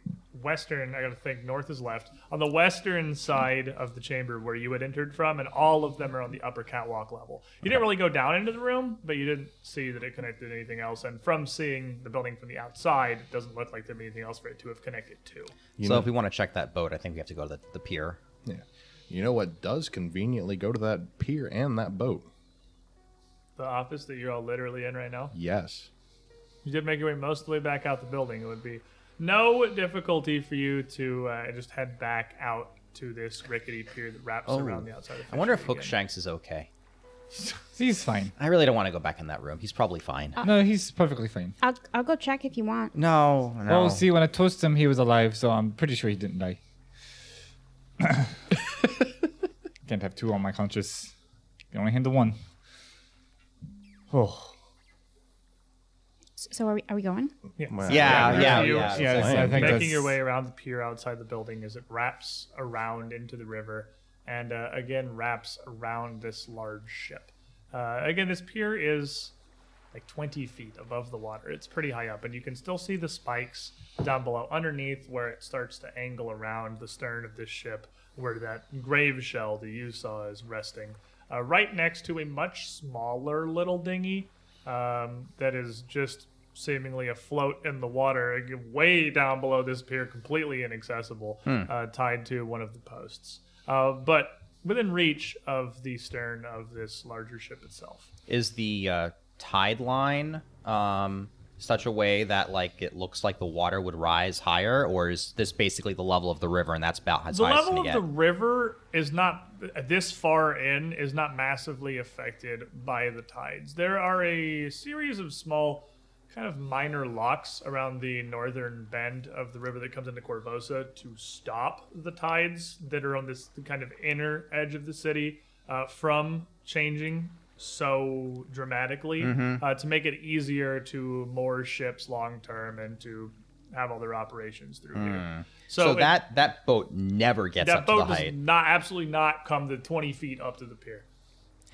A: western. I gotta think north is left on the western side of the chamber where you had entered from, and all of them are on the upper catwalk level. You didn't really go down into the room, but you didn't see that it connected to anything else. And from seeing the building from the outside, it doesn't look like there'd be anything else for it to have connected to.
B: so if we want to check that boat, I think we have to go to the, the pier.
F: Yeah. You know what does conveniently go to that pier and that boat?
A: The office that you're all literally in right now.
F: Yes.
A: you did make your way most of the way back out the building, it would be no difficulty for you to uh, just head back out to this rickety pier that wraps around the outside. Of
B: Oh, I wonder if
A: Fishery again.
B: Hookshanks is okay.
D: He's fine.
B: I really don't want to go back in that room. He's probably fine.
D: No, he's perfectly fine.
E: I'll, I'll go check if you want.
B: no, no.
C: Oh.
D: Well, see, when I tossed him, he was alive, so I'm pretty sure he didn't die. Can't have two on my conscience. Can only handle one. Oh,
E: S- So are we, are we going?
A: Yeah,
B: yeah,
F: Well,
B: yeah, yeah.
A: you-
D: yeah. that's- I think
A: Making
D: that's
A: your way around the pier outside the building as it wraps around into the river and uh, again wraps around this large ship. Uh, again, this pier is like 20 feet above the water. It's pretty high up, and you can still see the spikes down below underneath where it starts to angle around the stern of this ship, where that grave shell that you saw is resting, uh, right next to a much smaller little dinghy um, that is just seemingly afloat in the water, ag- way down below this pier, completely inaccessible, uh, tied to one of the posts. Uh, but within reach of the stern of this larger ship itself.
B: Is the uh, tide line um, such a way that like it looks like the water would rise higher, or is this basically the level of the river and that's about as
A: the
B: high as it's
A: level
B: gonna
A: of
B: get?
A: the river is not this far in is not massively affected by the tides there are a series of small kind of minor locks around the northern bend of the river that comes into corvosa to stop the tides that are on this kind of inner edge of the city uh, from changing so dramatically
B: Mm-hmm.
A: uh, to make it easier to moor ships long term and to have all their operations through here
B: Hmm. so
A: it-
B: that that boat never gets
A: that
B: up
A: boat
B: to the
A: does
B: height.
A: not absolutely not come the 20 feet up to the pier.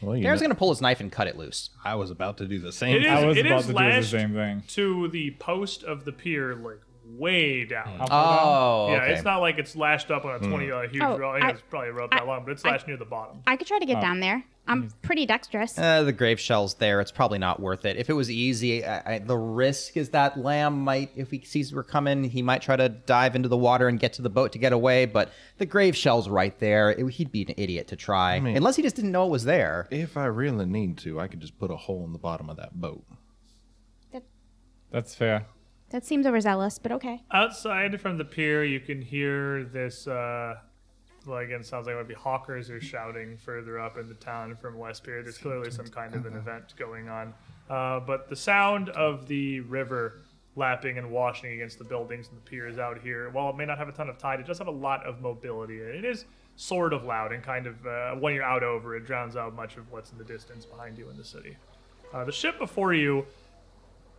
F: Well, you
B: Aaron's
F: know-
B: gonna pull his knife and cut it loose.
F: I was about to do the
A: It
F: same.
A: is,
D: I was
A: it
D: about
A: is
D: to do the
A: lashed
D: same thing.
A: to the post of the pier, like way down.
C: Ah.
B: Oh,
A: yeah,
B: okay. Mm.
A: it's not like it's lashed up on a 20 uh, huge
E: Oh,
A: rope.
E: I-
A: it's probably a rope that
E: I-
A: long, but it's
E: I-
A: lashed near the bottom.
E: I could try to get down there. I'm
A: mm-hmm.
E: pretty dexterous.
B: Uh, the grave shell's there. It's probably not worth it. If it was easy, I, I, the risk is that Lamb might, if he sees we're coming, he might try to dive into the water and get to the boat to get away. But the grave shell's right there. It- he'd be an idiot to try,
F: mean-
B: unless he just didn't know it was there.
F: If I really need to, I could just put a hole in the bottom of that boat.
D: That's fair.
E: That seems overzealous, but okay.
A: Outside from the pier, you can hear this. Uh, well, again, it sounds like it would be hawkers are shouting further up in the town from West Pier. There's clearly some kind of an event going on. Uh, but the sound of the river lapping and washing against the buildings and the piers out here, while it may not have a ton of tide, it does have a lot of mobility. It is sort of loud and kind of, uh, when you're out over, it drowns out much of what's in the distance behind you in the city. Uh, the ship before you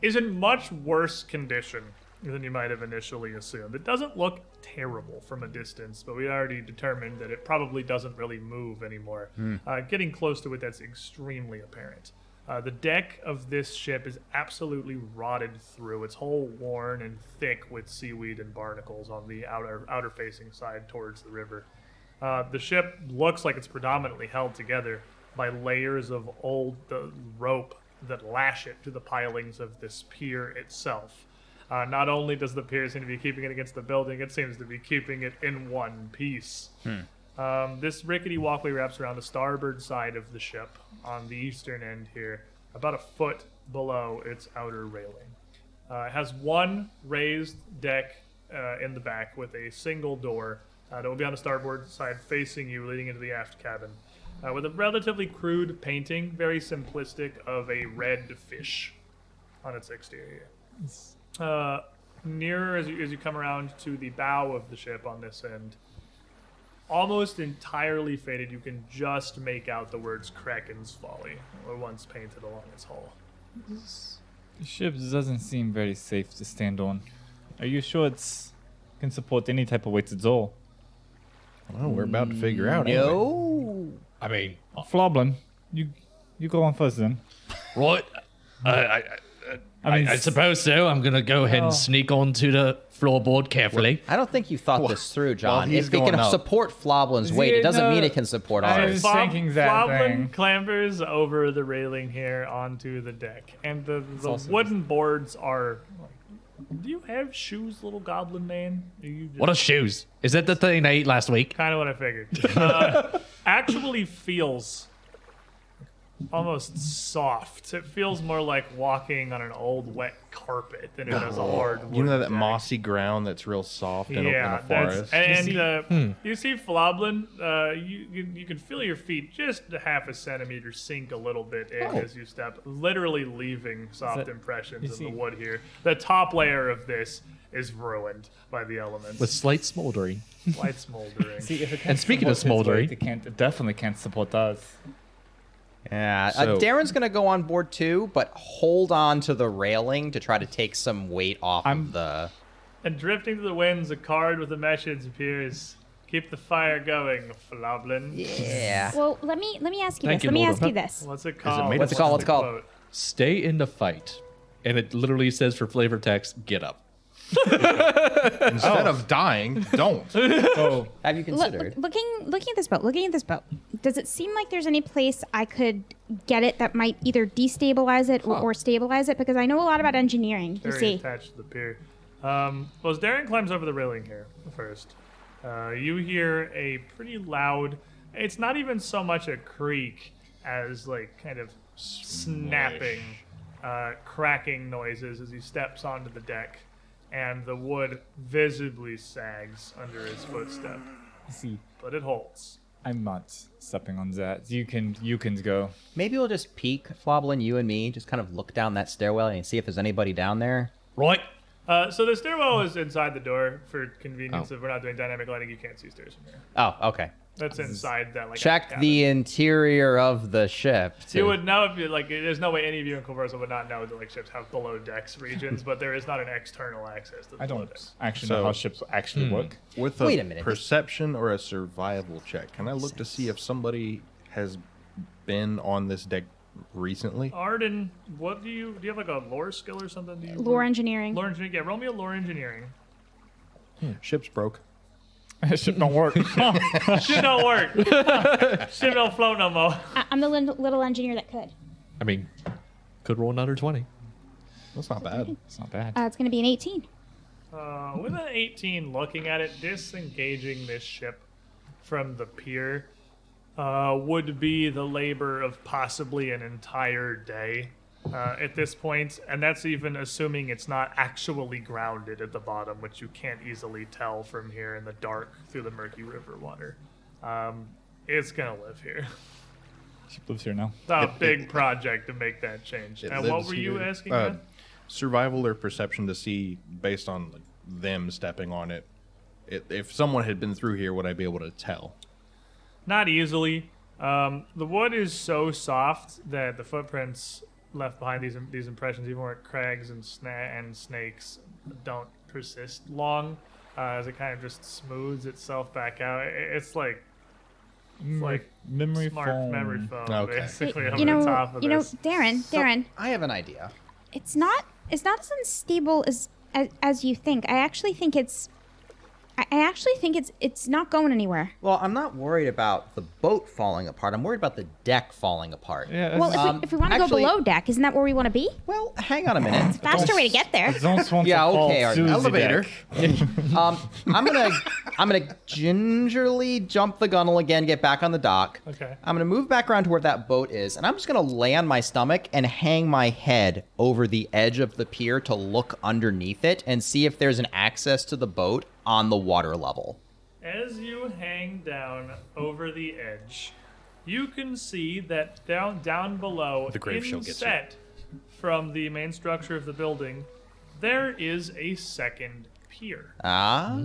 A: is in much worse condition than you might have initially assumed. It doesn't look terrible from a distance, but we already determined that it probably doesn't really move anymore. Uh, getting close to it, that's extremely apparent. Uh, the deck of this ship is absolutely rotted through. It's whole worn and thick with seaweed and barnacles on the outer outer facing side towards the river. Uh, the ship looks like it's predominantly held together by layers of old uh, rope that lash it to the pilings of this pier itself. Uh, not only does the pier seem to be keeping it against the building, it seems to be keeping it in one piece. Um, this rickety walkway wraps around the starboard side of the ship on the eastern end here, about a foot below its outer railing. Uh, it has one raised deck uh, in the back with a single door uh, that will be on the starboard side facing you, leading into the aft cabin, uh, with a relatively crude painting, very simplistic, of a red fish on its exterior. Uh, nearer as you, as you come around to the bow of the ship on this end, almost entirely faded, you can just make out the words Kraken's Folly, were once painted along its hull.
D: The ship doesn't seem very safe to stand on. Are you sure it's can support any type of weight at all?
F: Well, we're about to figure
A: Mm,
F: out. ain't we? Oh.
B: No.
C: I mean,
D: Floblin, you you go on first then.
C: right? I, I, I,
D: I
C: I,
D: mean,
C: I suppose so. I'm gonna go ahead
D: Oh.
C: and sneak onto the floorboard carefully.
B: I don't think you thought this through, John.
F: he's
B: If it
F: going
B: can
F: up.
B: support Floblin's weight, it doesn't
D: no.
B: mean it can support
D: I
B: ours.
D: was- thinking that
A: Floblin
D: thing.
A: clambers over the railing here onto the deck, and the, the
D: also
A: wooden boards are. Do you have shoes, little goblin man? Are you just
C: What are shoes? Is that the thing I ate last week?
A: kind of what I figured. Uh, actually, feels almost soft. It feels more like walking on an old wet carpet than it does a hard.
F: Oh. You know
A: wood
F: that
A: deck.
F: mossy ground that's real soft in, a, in
A: Yeah,
F: a
A: that's,
F: forest?
A: and you see, uh,
D: hmm.
A: you see Floblin, uh, you, you you can feel your feet just a half a centimeter sink a little bit in
F: Oh.
A: as you step, literally leaving soft
D: that-
A: impressions in
D: you see-
A: the wood here. The top layer of this is ruined by the elements.
C: With slight smoldering.
A: Light smoldering.
C: And speaking of smoldering,
D: it, can't, it definitely can't support us.
B: Yeah.
F: So-
B: uh, Darren's gonna go on board too, but hold on to the railing to try to take some weight off
D: I'm-
B: of the.
A: and drifting to the winds, a card with a message appears. Keep the fire going, Floblin.
B: Yeah.
E: Well, let me let me ask you
C: Thank
E: this.
C: you,
E: let me
C: Lord.
E: ask you this.
A: What's it called?
F: made of
B: What's it called? What's it called?
A: quote?
C: stay in the fight. And it literally says for flavor text, get up.
A: Oh.
F: Instead of dying, don't.
D: Oh,
B: Have you
E: Look,
B: considered?
E: look- looking looking at this boat, looking at this boat, does it seem like there's any place I could get it that might either destabilize it or, or stabilize it? Because I know a lot about engineering. You
A: very
E: see,
A: attached to the pier. Um, well, as Darren climbs over the railing here first, uh, you hear a pretty loud. It's not even so much a creak as like kind of snapping, uh, cracking noises as he steps onto the deck, and the wood visibly sags under his footstep,
D: see,
A: but it holds.
D: I'm not stepping on that. You can you can go.
B: Maybe we'll just peek, Floblin, you and me, just kind of look down that stairwell and see if there's anybody down there.
C: Right?
A: Uh, so the stairwell is inside the door for convenience.
C: Oh.
A: If we're not doing dynamic lighting, you can't see stairs from here.
B: Oh, okay.
A: That's inside that like
B: Check
A: cabin.
B: the interior of the ship. to-
A: You would know if you like. There's no way any of you in Conversa would not know that like ships have below decks regions, but there is not an external access to the
D: I
A: below
D: don't
A: decks.
D: actually
F: So-
D: know how ships actually
C: hmm.
D: work.
F: With a,
B: Wait a minute.
F: perception or a survival check, can I look to see if somebody has been on this deck recently?
A: Arden, what do you do? You have like a lore skill or something? Do you
E: lore engineering.
A: Lore engineering. Yeah, roll me a lore engineering.
F: Ship's broke.
D: That shit don't work.
A: Shit don't work. Shit don't float no more.
H: I- I'm the lin- little engineer that could.
C: I mean, could roll another 20.
F: That's not bad.
D: it's not bad.
H: Uh, it's going to be an 18.
A: Uh, with an 18 looking at it, disengaging this ship from the pier uh, would be the labor of possibly an entire day uh, at this point, and that's even assuming it's not actually grounded at the bottom, which you can't easily tell from here in the dark through the murky river water. Um, it's gonna live here.
D: She lives here now.
A: It's a big project to make that change.
F: It
A: And what
F: lives
A: were you
F: here.
A: asking?
F: Uh,
A: man?
F: survival or perception to see based on like, them stepping on it. it. If someone had been through here, would I be able to tell?
A: Not easily. Um, the wood is so soft that the footprints left behind these these impressions, even where crags and sna- and snakes don't persist long, uh, as it kind of just smooths itself back out. I- It's like it's like
D: Memory
A: smart
D: foam.
A: memory foam,
F: Okay.
A: basically over
E: you
A: the
E: know,
A: top of
E: you know,
A: this.
E: Darren, Darren,
B: I have an idea.
E: it's not it's not as unstable as as, as you think. I actually think it's I, I actually think it's it's not going anywhere.
B: Well, I'm not worried about the boat falling apart. I'm worried about the deck falling apart.
D: Yeah,
E: Well, if
B: Um,
E: we, if we want to go
B: actually-
E: below deck, isn't that where we want to be?
B: Well, hang on a minute.
E: Faster way to get there.
D: Don't want
B: Yeah,
D: to fall
B: okay, our
D: Susie
F: elevator.
D: deck.
B: Um, I'm gonna I'm gonna gingerly jump the gunnel again, get back on the dock.
A: Okay.
B: I'm gonna move back around to where that boat is, and I'm just gonna lay on my stomach and hang my head over the edge of the pier to look underneath it and see if there's an access to the boat on the water level.
A: As you hang down over the edge, you can see that down down below,
C: The grave shall get you.
A: inset from the main structure of the building, there is a second pier.
B: Ah,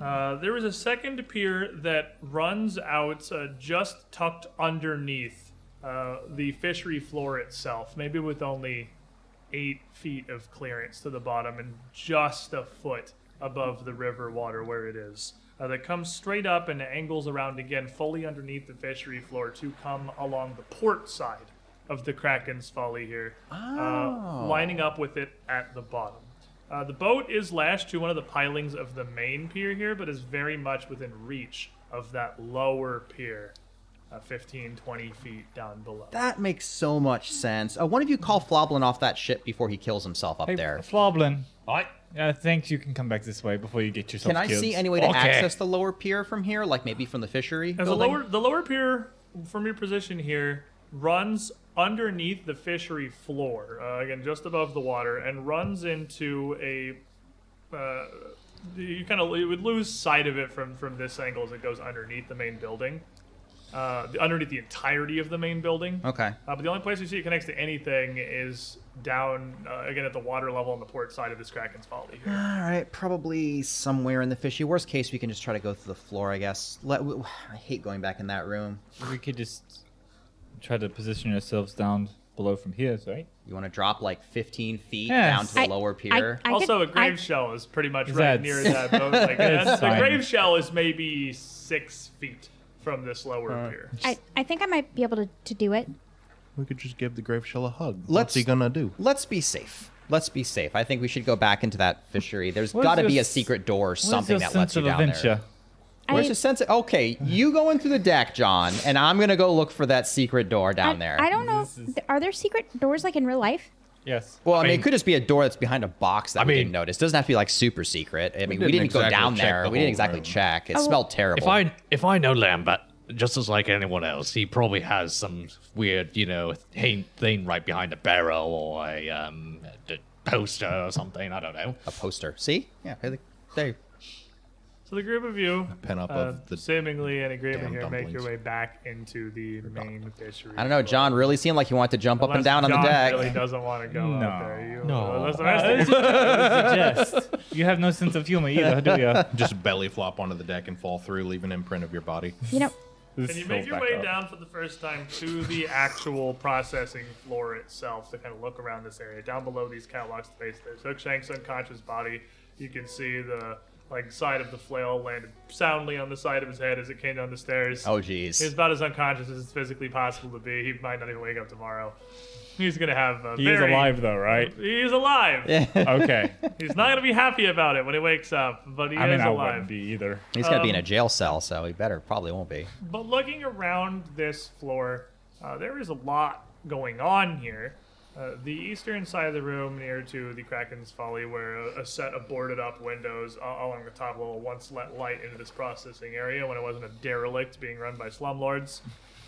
A: Uh, there is a second pier that runs out uh, just tucked underneath uh, the fishery floor itself, maybe with only eight feet of clearance to the bottom and just a foot above the river water where it is. Uh, that comes straight up and angles around again, fully underneath the fishery floor to come along the port side of the Kraken's Folly here, uh, lining up with it at the bottom. Uh, the boat is lashed to one of the pilings of the main pier here, but is very much within reach of that lower pier, uh, 15, 20 feet down below.
B: that makes so much sense. Uh, one of you call Floblin off that ship before he kills himself up
D: Hey,
B: there.
D: Floblin.
C: Alright.
D: I think you can come back this way before you get yourself
B: Can I
D: killed.
B: see any way to
C: Okay.
B: access the lower pier from here, like maybe from the fishery
A: As the
B: building?
A: lower the lower pier from your position here runs underneath the fishery floor, uh, again just above the water, and runs into a. Uh, you kind of you would lose sight of it from from this angle as it goes underneath the main building, uh, the- underneath the entirety of the main building.
B: Okay.
A: Uh, but the only place you see it connects to anything is down uh, again at the water level on the port side of this Kraken's Folly here.
B: All right, probably somewhere in the fishy. Worst case, we can just try to go through the floor, I guess. Let, w- I hate going back in that room.
D: We could just try to position ourselves down below from here, right?
B: You want to drop like 15 feet
D: Yes.
B: down to the
E: I-
B: lower
E: I-
B: pier?
E: I
A: also,
E: could-
A: a grave
E: I-
A: shell is pretty much
D: That's-
A: right near that boat. Like, that's, the
D: fine.
A: grave shell is maybe six feet from this lower
C: Uh,
A: pier.
E: I, I think I might be able to, to do it.
F: We could just give the grave shell a hug.
B: Let's-
F: What's he gonna do?
B: Let's be safe. Let's be safe. I think we should go back into that fishery. There's
D: What is
B: got to
D: your
B: be a
D: s-
B: secret door or
D: What is
B: something
D: your
B: that
D: sense
B: lets you
D: of
B: down
D: adventure?
B: there. Where's
E: I-
B: your sense? Of, okay, you go in through the deck, John, and I'm gonna go look for that secret door down
E: I,
B: there.
E: I don't know.
D: This is-
E: th- Are there secret doors like in real life?
D: Yes.
B: Well, I mean,
C: mean-
B: it could just be a door that's behind a box that
C: I
B: we
C: mean-
B: didn't notice. doesn't have to be like super secret. I mean, we didn't,
F: didn't
B: go
F: exactly
B: down
F: check
B: there.
F: the
B: we didn't
F: whole
B: exactly
F: room.
B: check. It
E: Oh, well-
B: smelled terrible.
C: If I if I know Lambert, just as like anyone else, he probably has some weird, you know, thing thing right behind a barrel or a um d- poster or something. I don't know.
B: a poster. See? Yeah. hey, There.
A: So the group of you,
F: Pen up
A: uh,
F: of the.
A: seemingly in agreement
F: damn
A: here, make your
F: dumplings.
A: way back into the main fishery.
B: I don't know. John really seemed like he wanted to jump up and
A: Unless
B: down on the
A: John
B: deck.
A: really doesn't want to
D: Oh,
A: go out
D: No.
A: there. You, uh,
C: No.
A: unless the
D: I
A: rest
D: was
A: of you-
D: just you have no sense of humor either, do you?
F: Just belly flop onto the deck and fall through, leave an imprint of your body.
E: You know,
A: Can you make your way down for the first time to the actual processing floor itself to kind of look around this area? Down below these catwalk space, there's Hookshank's unconscious body. You can see the like side of the flail landed soundly on the side of his head as it came down the stairs.
B: Oh, jeez.
A: He's about as unconscious as it's physically possible to be. He might not even wake up tomorrow. He's gonna have a
D: He
A: very,
D: is alive though, right?
A: He's alive.
D: Okay.
A: He's not gonna be happy about it when he wakes up, but he
D: I
A: is
D: mean, I
A: alive.
D: wouldn't be either.
B: He's got to be
A: um,
B: in a jail cell, so he better probably won't be.
A: But looking around this floor, uh, there is a lot going on here. Uh, the eastern side of the room, near to the Kraken's Folly, where a, a set of boarded up windows a- along the top level once let light into this processing area when it wasn't a derelict being run by slumlords,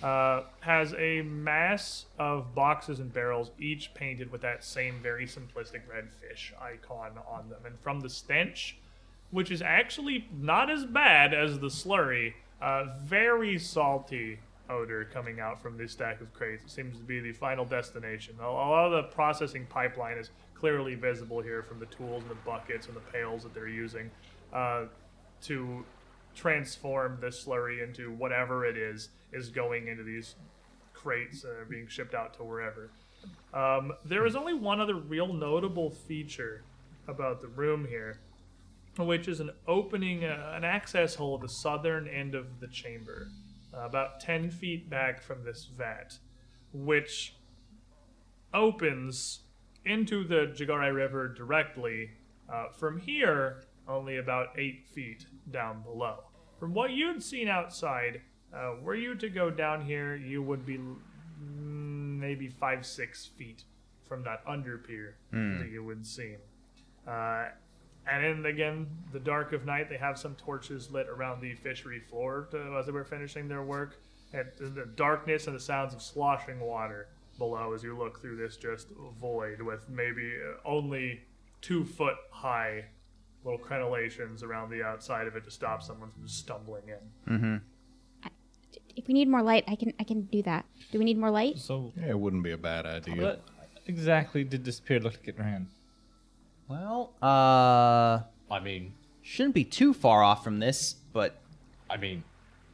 A: uh, has a mass of boxes and barrels, each painted with that same very simplistic red fish icon on them. And from the stench, which is actually not as bad as the slurry. Uh, very salty odor coming out from this stack of crates. It seems to be the final destination. A a lot of the processing pipeline is clearly visible here from the tools and the buckets and the pails that they're using uh, to transform this slurry into whatever it is is going into these crates that are being shipped out to wherever. Um, there is only one other real notable feature about the room here which is an opening, uh, an access hole at the southern end of the chamber, uh, about 10 feet back from this vat, which opens into the Jagarai River directly. Uh, from here, only about 8 feet down below. From what you'd seen outside, uh, were you to go down here, you would be l- mm, maybe 5 6 feet from that under pier that you would see. Uh, and in again the dark of night, they have some torches lit around the fishery floor to, as they were finishing their work. And the the darkness and the sounds of sloshing water below as you look through this just void with maybe uh, only two foot high little crenellations around the outside of it to stop someone from stumbling in.
E: If we need more light, I can I can do that. Do we need more light?
I: So,
F: Yeah, it wouldn't be a bad idea.
I: what exactly did this pier look like it ran?
B: Well, uh,
C: I mean,
B: shouldn't be too far off from this, but
C: I mean,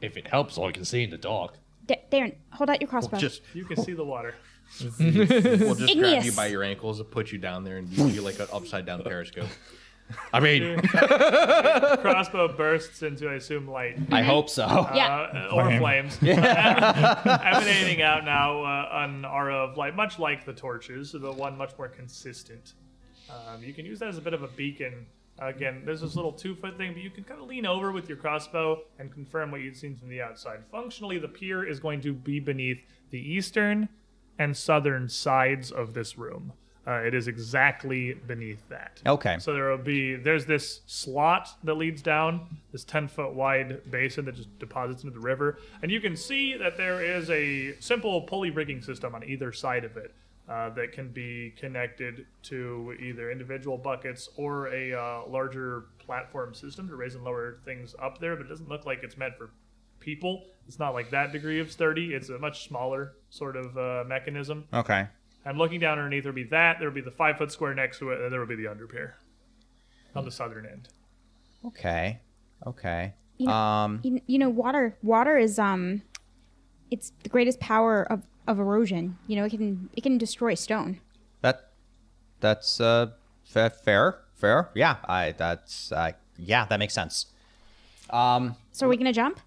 C: if it helps, all I can see in the dark.
E: D- Darren, hold out your crossbow.
F: Just
A: You can see the water.
F: we'll just grab you
E: Igneous.
F: by your ankles and put you down there and you do like an upside down periscope.
C: I mean,
A: Crossbow bursts into, I assume, light.
B: I hope so.
E: yeah.
A: uh, or flames emanating out now uh, an aura of light, much like the torches, but one much more consistent. Um, you can use that as a bit of a beacon. Again, there's this little two foot thing, but you can kind of lean over with your crossbow and confirm what you'd seen from the outside. Functionally, the pier is going to be beneath the eastern and southern sides of this room. Uh, it is exactly beneath that.
B: Okay.
A: So there will be there's this slot that leads down this ten foot wide basin that just deposits into the river, and you can see that there is a simple pulley rigging system on either side of it uh, that can be connected to either individual buckets or a uh, larger platform system to raise and lower things up there. But it doesn't look like it's meant for people. It's not like that degree of sturdy. It's a much smaller sort of uh, mechanism.
B: Okay.
A: I'm looking down underneath. There'll be that. There'll be the five foot square next to it, and there will be the under pier on the southern end.
B: Okay. Okay.
E: You know-
B: um.
E: You, you know, water water is um, it's the greatest power of of erosion. You know, it can it can destroy stone.
B: That that's uh fa- fair, fair. Yeah, I that's uh, yeah, that makes sense. Um
E: So are we gonna jump?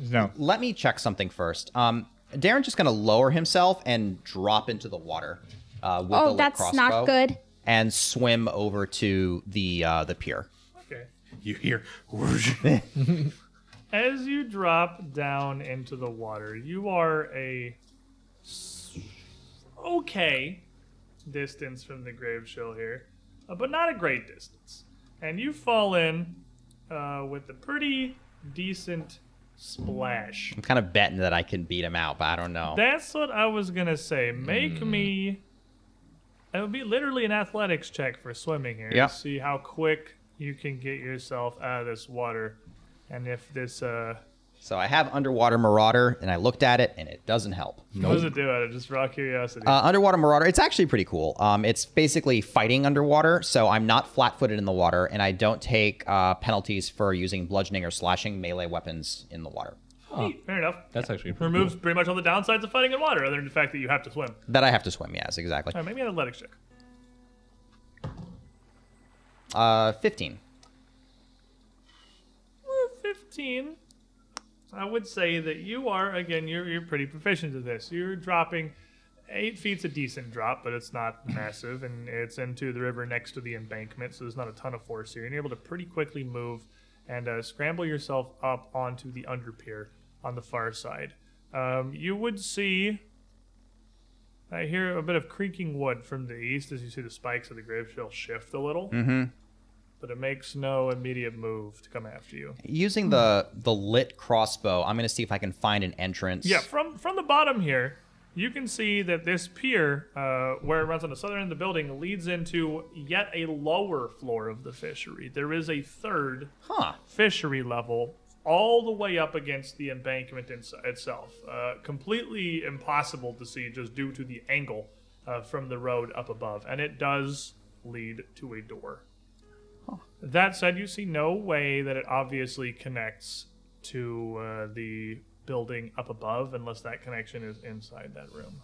D: No.
B: let me check something first. Um Darren's just going to lower himself and drop into the water uh with the
E: oh,
B: lit
E: that's
B: crossbow
E: not good.
B: and swim over to the uh the pier.
A: Okay.
F: You hear
A: As you drop down into the water, you are a s- okay distance from the grave shell here, uh, but not a great distance. And you fall in uh, with a pretty decent splash.
B: I'm kind of betting that I can beat him out, but I don't know.
A: That's what I was gonna say. Make me. It would be literally an athletics check for swimming here. to
B: Yeah.
A: See how quick you can get yourself out of this water, and if this uh,
B: so I have underwater marauder and I looked at it and it doesn't help.
A: what does it do out of just raw curiosity.
B: Uh, underwater marauder. It's actually pretty cool. Um, it's basically fighting underwater, so I'm not flat-footed in the water, and I don't take uh, penalties for using bludgeoning or slashing melee weapons in the water
A: Neat, Fair enough.
C: that's actually pretty
A: Removes pretty much all the downsides of fighting in water, other than the fact that you have to swim.
B: that I have to swim. Yes, exactly.
A: All right, make me an athletics check.
B: Uh, Fifteen.
A: 15, I would say that you are, again, you're, you're pretty proficient at this. You're dropping eight feet's a decent drop, but it's not massive, and it's into the river next to the embankment, so there's not a ton of force here. And you're able to pretty quickly move and uh, scramble yourself up onto the underpier on the far side. Um, you would see. I hear a bit of creaking wood from the east as you see the spikes of the grave shell shift a little. Mm-hmm. But it makes no immediate move to come after you.
B: Using the the lit crossbow, I'm gonna see if I can find an entrance.
A: Yeah, from from the bottom here, you can see that this pier, uh, where it runs on the southern end of the building, leads into yet a lower floor of the fishery. There is a third
B: Huh.
A: fishery level all the way up against the embankment in- itself. Uh, completely impossible to see just due to the angle uh, from the road up above. And it does lead to a door. That said, you see no way that it obviously connects to uh, the building up above unless that connection is inside that room.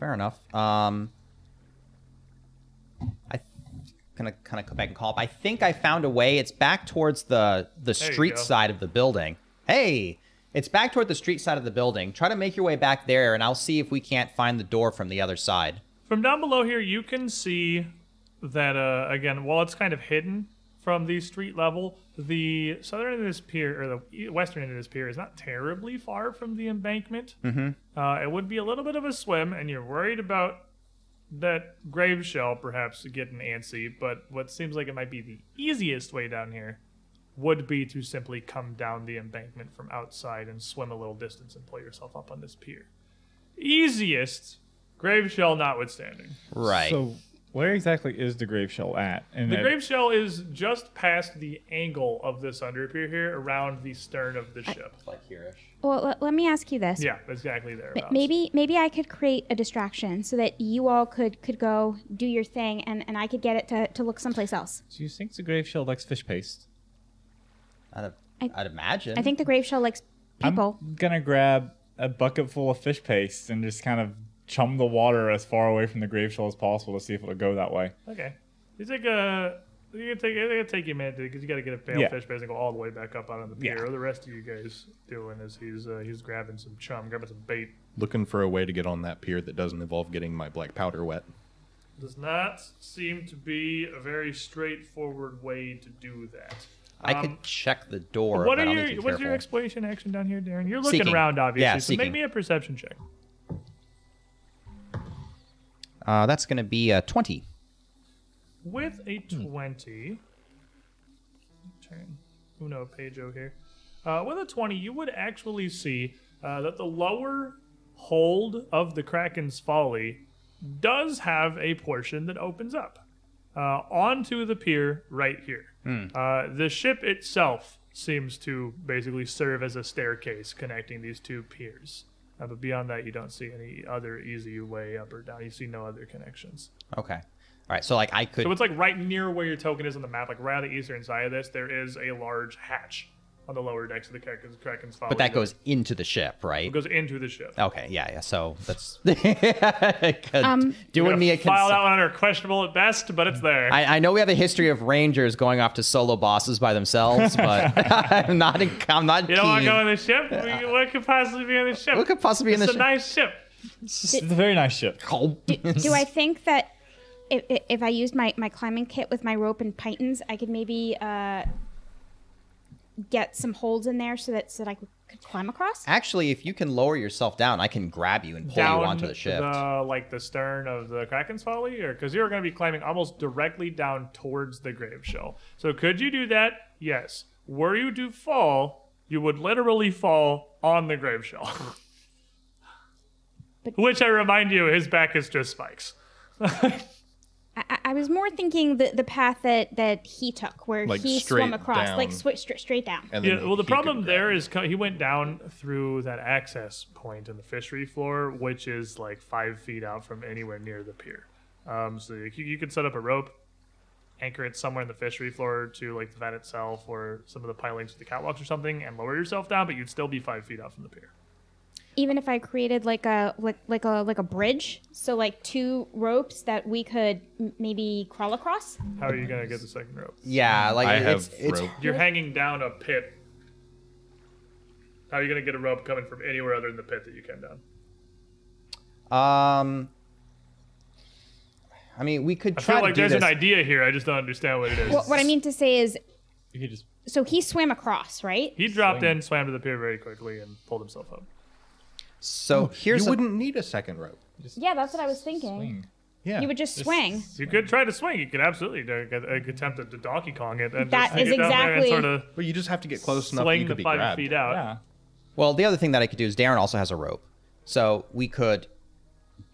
B: Fair enough. Um, I gonna kind of come back and call up. I think I found a way. It's back towards the the
A: There you
B: street
A: go.
B: side of the building. Hey, it's back toward the street side of the building. Try to make your way back there, and I'll see if we can't find the door from the other side.
A: From down below here, you can see that, uh, again, while it's kind of hidden from the street level, the southern end of this pier, or the e, western end of this pier, is not terribly far from the embankment. Mm-hmm. Uh, it would be a little bit of a swim, and you're worried about that grave shell perhaps getting antsy, but what seems like it might be the easiest way down here would be to simply come down the embankment from outside and swim a little distance and pull yourself up on this pier. Easiest, grave shell notwithstanding.
B: Right.
I: So, where exactly is the grave shell at? And
A: The
I: that-
A: grave shell is just past the angle of this underpier here, around the stern of the ship.
B: like here-ish.
E: Well, let, let me ask you this.
A: Yeah, exactly there.
E: M- Maybe maybe I could create a distraction so that you all could could go do your thing and, and I could get it to, to look someplace else.
I: Do you think the grave shell likes fish paste?
B: I'd,
E: I-
B: I'd imagine.
E: I think the grave shell likes people.
I: I'm gonna grab a bucket full of fish paste and just kind of chum the water as far away from the grave shell as possible to see if it'll go that way.
A: Okay. You take a. You take, it's gonna take you a minute because you got to get a fail
I: Yeah.
A: fish basically go all the way back up out on the pier.
I: Yeah.
A: The rest of you guys doing is he's uh, he's grabbing some chum, grabbing some bait.
F: Looking for a way to get on that pier that doesn't involve getting my black powder wet.
A: Does not seem to be a very straightforward way to do that.
B: I
A: Um,
B: could check the door.
A: What
B: but
A: are
B: I'll need to
A: your
B: be
A: what's your
B: careful.
A: exploration action down here, Darren? You're looking
B: Seeking.
A: around obviously,
B: Yeah,
A: so
B: seeking.
A: make me a perception check.
B: uh, that's gonna be a twenty.
A: With a 20. Turn Uno Pejo here. Uh, with a 20, you would actually see uh, that the lower hold of the Kraken's Folly does have a portion that opens up uh, onto the pier right here. Uh, the ship itself seems to basically serve as a staircase connecting these two piers. Uh, but beyond that, you don't see any other easy way up or down. You see no other connections.
B: Okay. All right. So like I could.
A: So it's like right near where your token is on the map, like right on the eastern side of this, there is a large hatch on the lower decks of the Kraken's, Kraken's Folly.
B: but that goes into the ship, right?
A: goes into the ship.
B: Okay, yeah, yeah. So that's Good.
E: Um,
B: doing me a cons-
A: File that one under questionable at best, but it's there.
B: I, I know we have a history of rangers going off to solo bosses by themselves, but I'm not. In, I'm not.
A: you don't want to
B: keen.
A: go on the ship? We- what coip possibly be on the ship?
B: What could possibly be in
A: it's a
B: the ship?
A: nice ship.
I: It's a very nice ship.
E: Do
F: Mm-hmm.
E: I think that if, if- if I used my, my climbing kit with my rope and pythons, I could maybe uh, get some holds in there so that so that I could, could climb across?
B: Actually, if you can lower yourself down, I can grab you and pull
A: Down
B: you onto the ship.
A: the, like the stern of the Kraken's Folly, or because you're going to be climbing almost directly down towards the grave shell. So could you do that? Yes. Were you to fall, you would literally fall on the grave shell. Which I remind you, his back is just spikes.
E: I, I- I was more thinking the, the path that, that he took, where
F: Like
E: he swam
F: straight
E: across,
F: down.
E: like swi- stra- straight down.
F: And
A: Yeah,
F: then
A: well, the
F: he could
A: problem
F: grab
A: there
F: me.
A: is co- he went down through that access point in the fishery floor, which is like five feet out from anywhere near the pier. Um, so you, you could set up a rope, anchor it somewhere in the fishery floor to like the vat itself or some of the pilings of the catwalks or something, and lower yourself down, but you'd still be five feet out from the pier.
E: even if I created like a like like a like a bridge, so like two ropes that we could m- maybe crawl across.
A: How are you gonna get the second rope?
B: Yeah, like
C: I
B: it's,
C: have
B: it's
C: rope.
A: You're hanging down a pit. How are you gonna get a rope coming from anywhere other than the pit that you came down?
B: Um, I mean, we could
A: I
B: try
A: feel
B: to
A: like
B: do
A: there's
B: this.
A: an idea here. I just don't understand what it is.
E: What, what I mean to say is,
C: You could just
E: so he swam across, right?
A: he dropped in, swam to the pier very quickly, and pulled himself up.
B: So here's
F: you
B: a,
F: wouldn't need a second rope.
H: Yeah, that's what I was thinking.
F: Yeah.
E: You would just swing.
A: You could try to swing. You could absolutely do- uh, attempt to Donkey Kong it. And
E: That
A: just take
E: is
A: it down there and
E: exactly-
A: sort of
F: but you just have to get close enough that you
A: sling
F: could
A: the
F: be
A: five
F: grabbed.
A: feet out.
I: Yeah.
B: well, the other thing that I could do is Darren also has a rope, so we could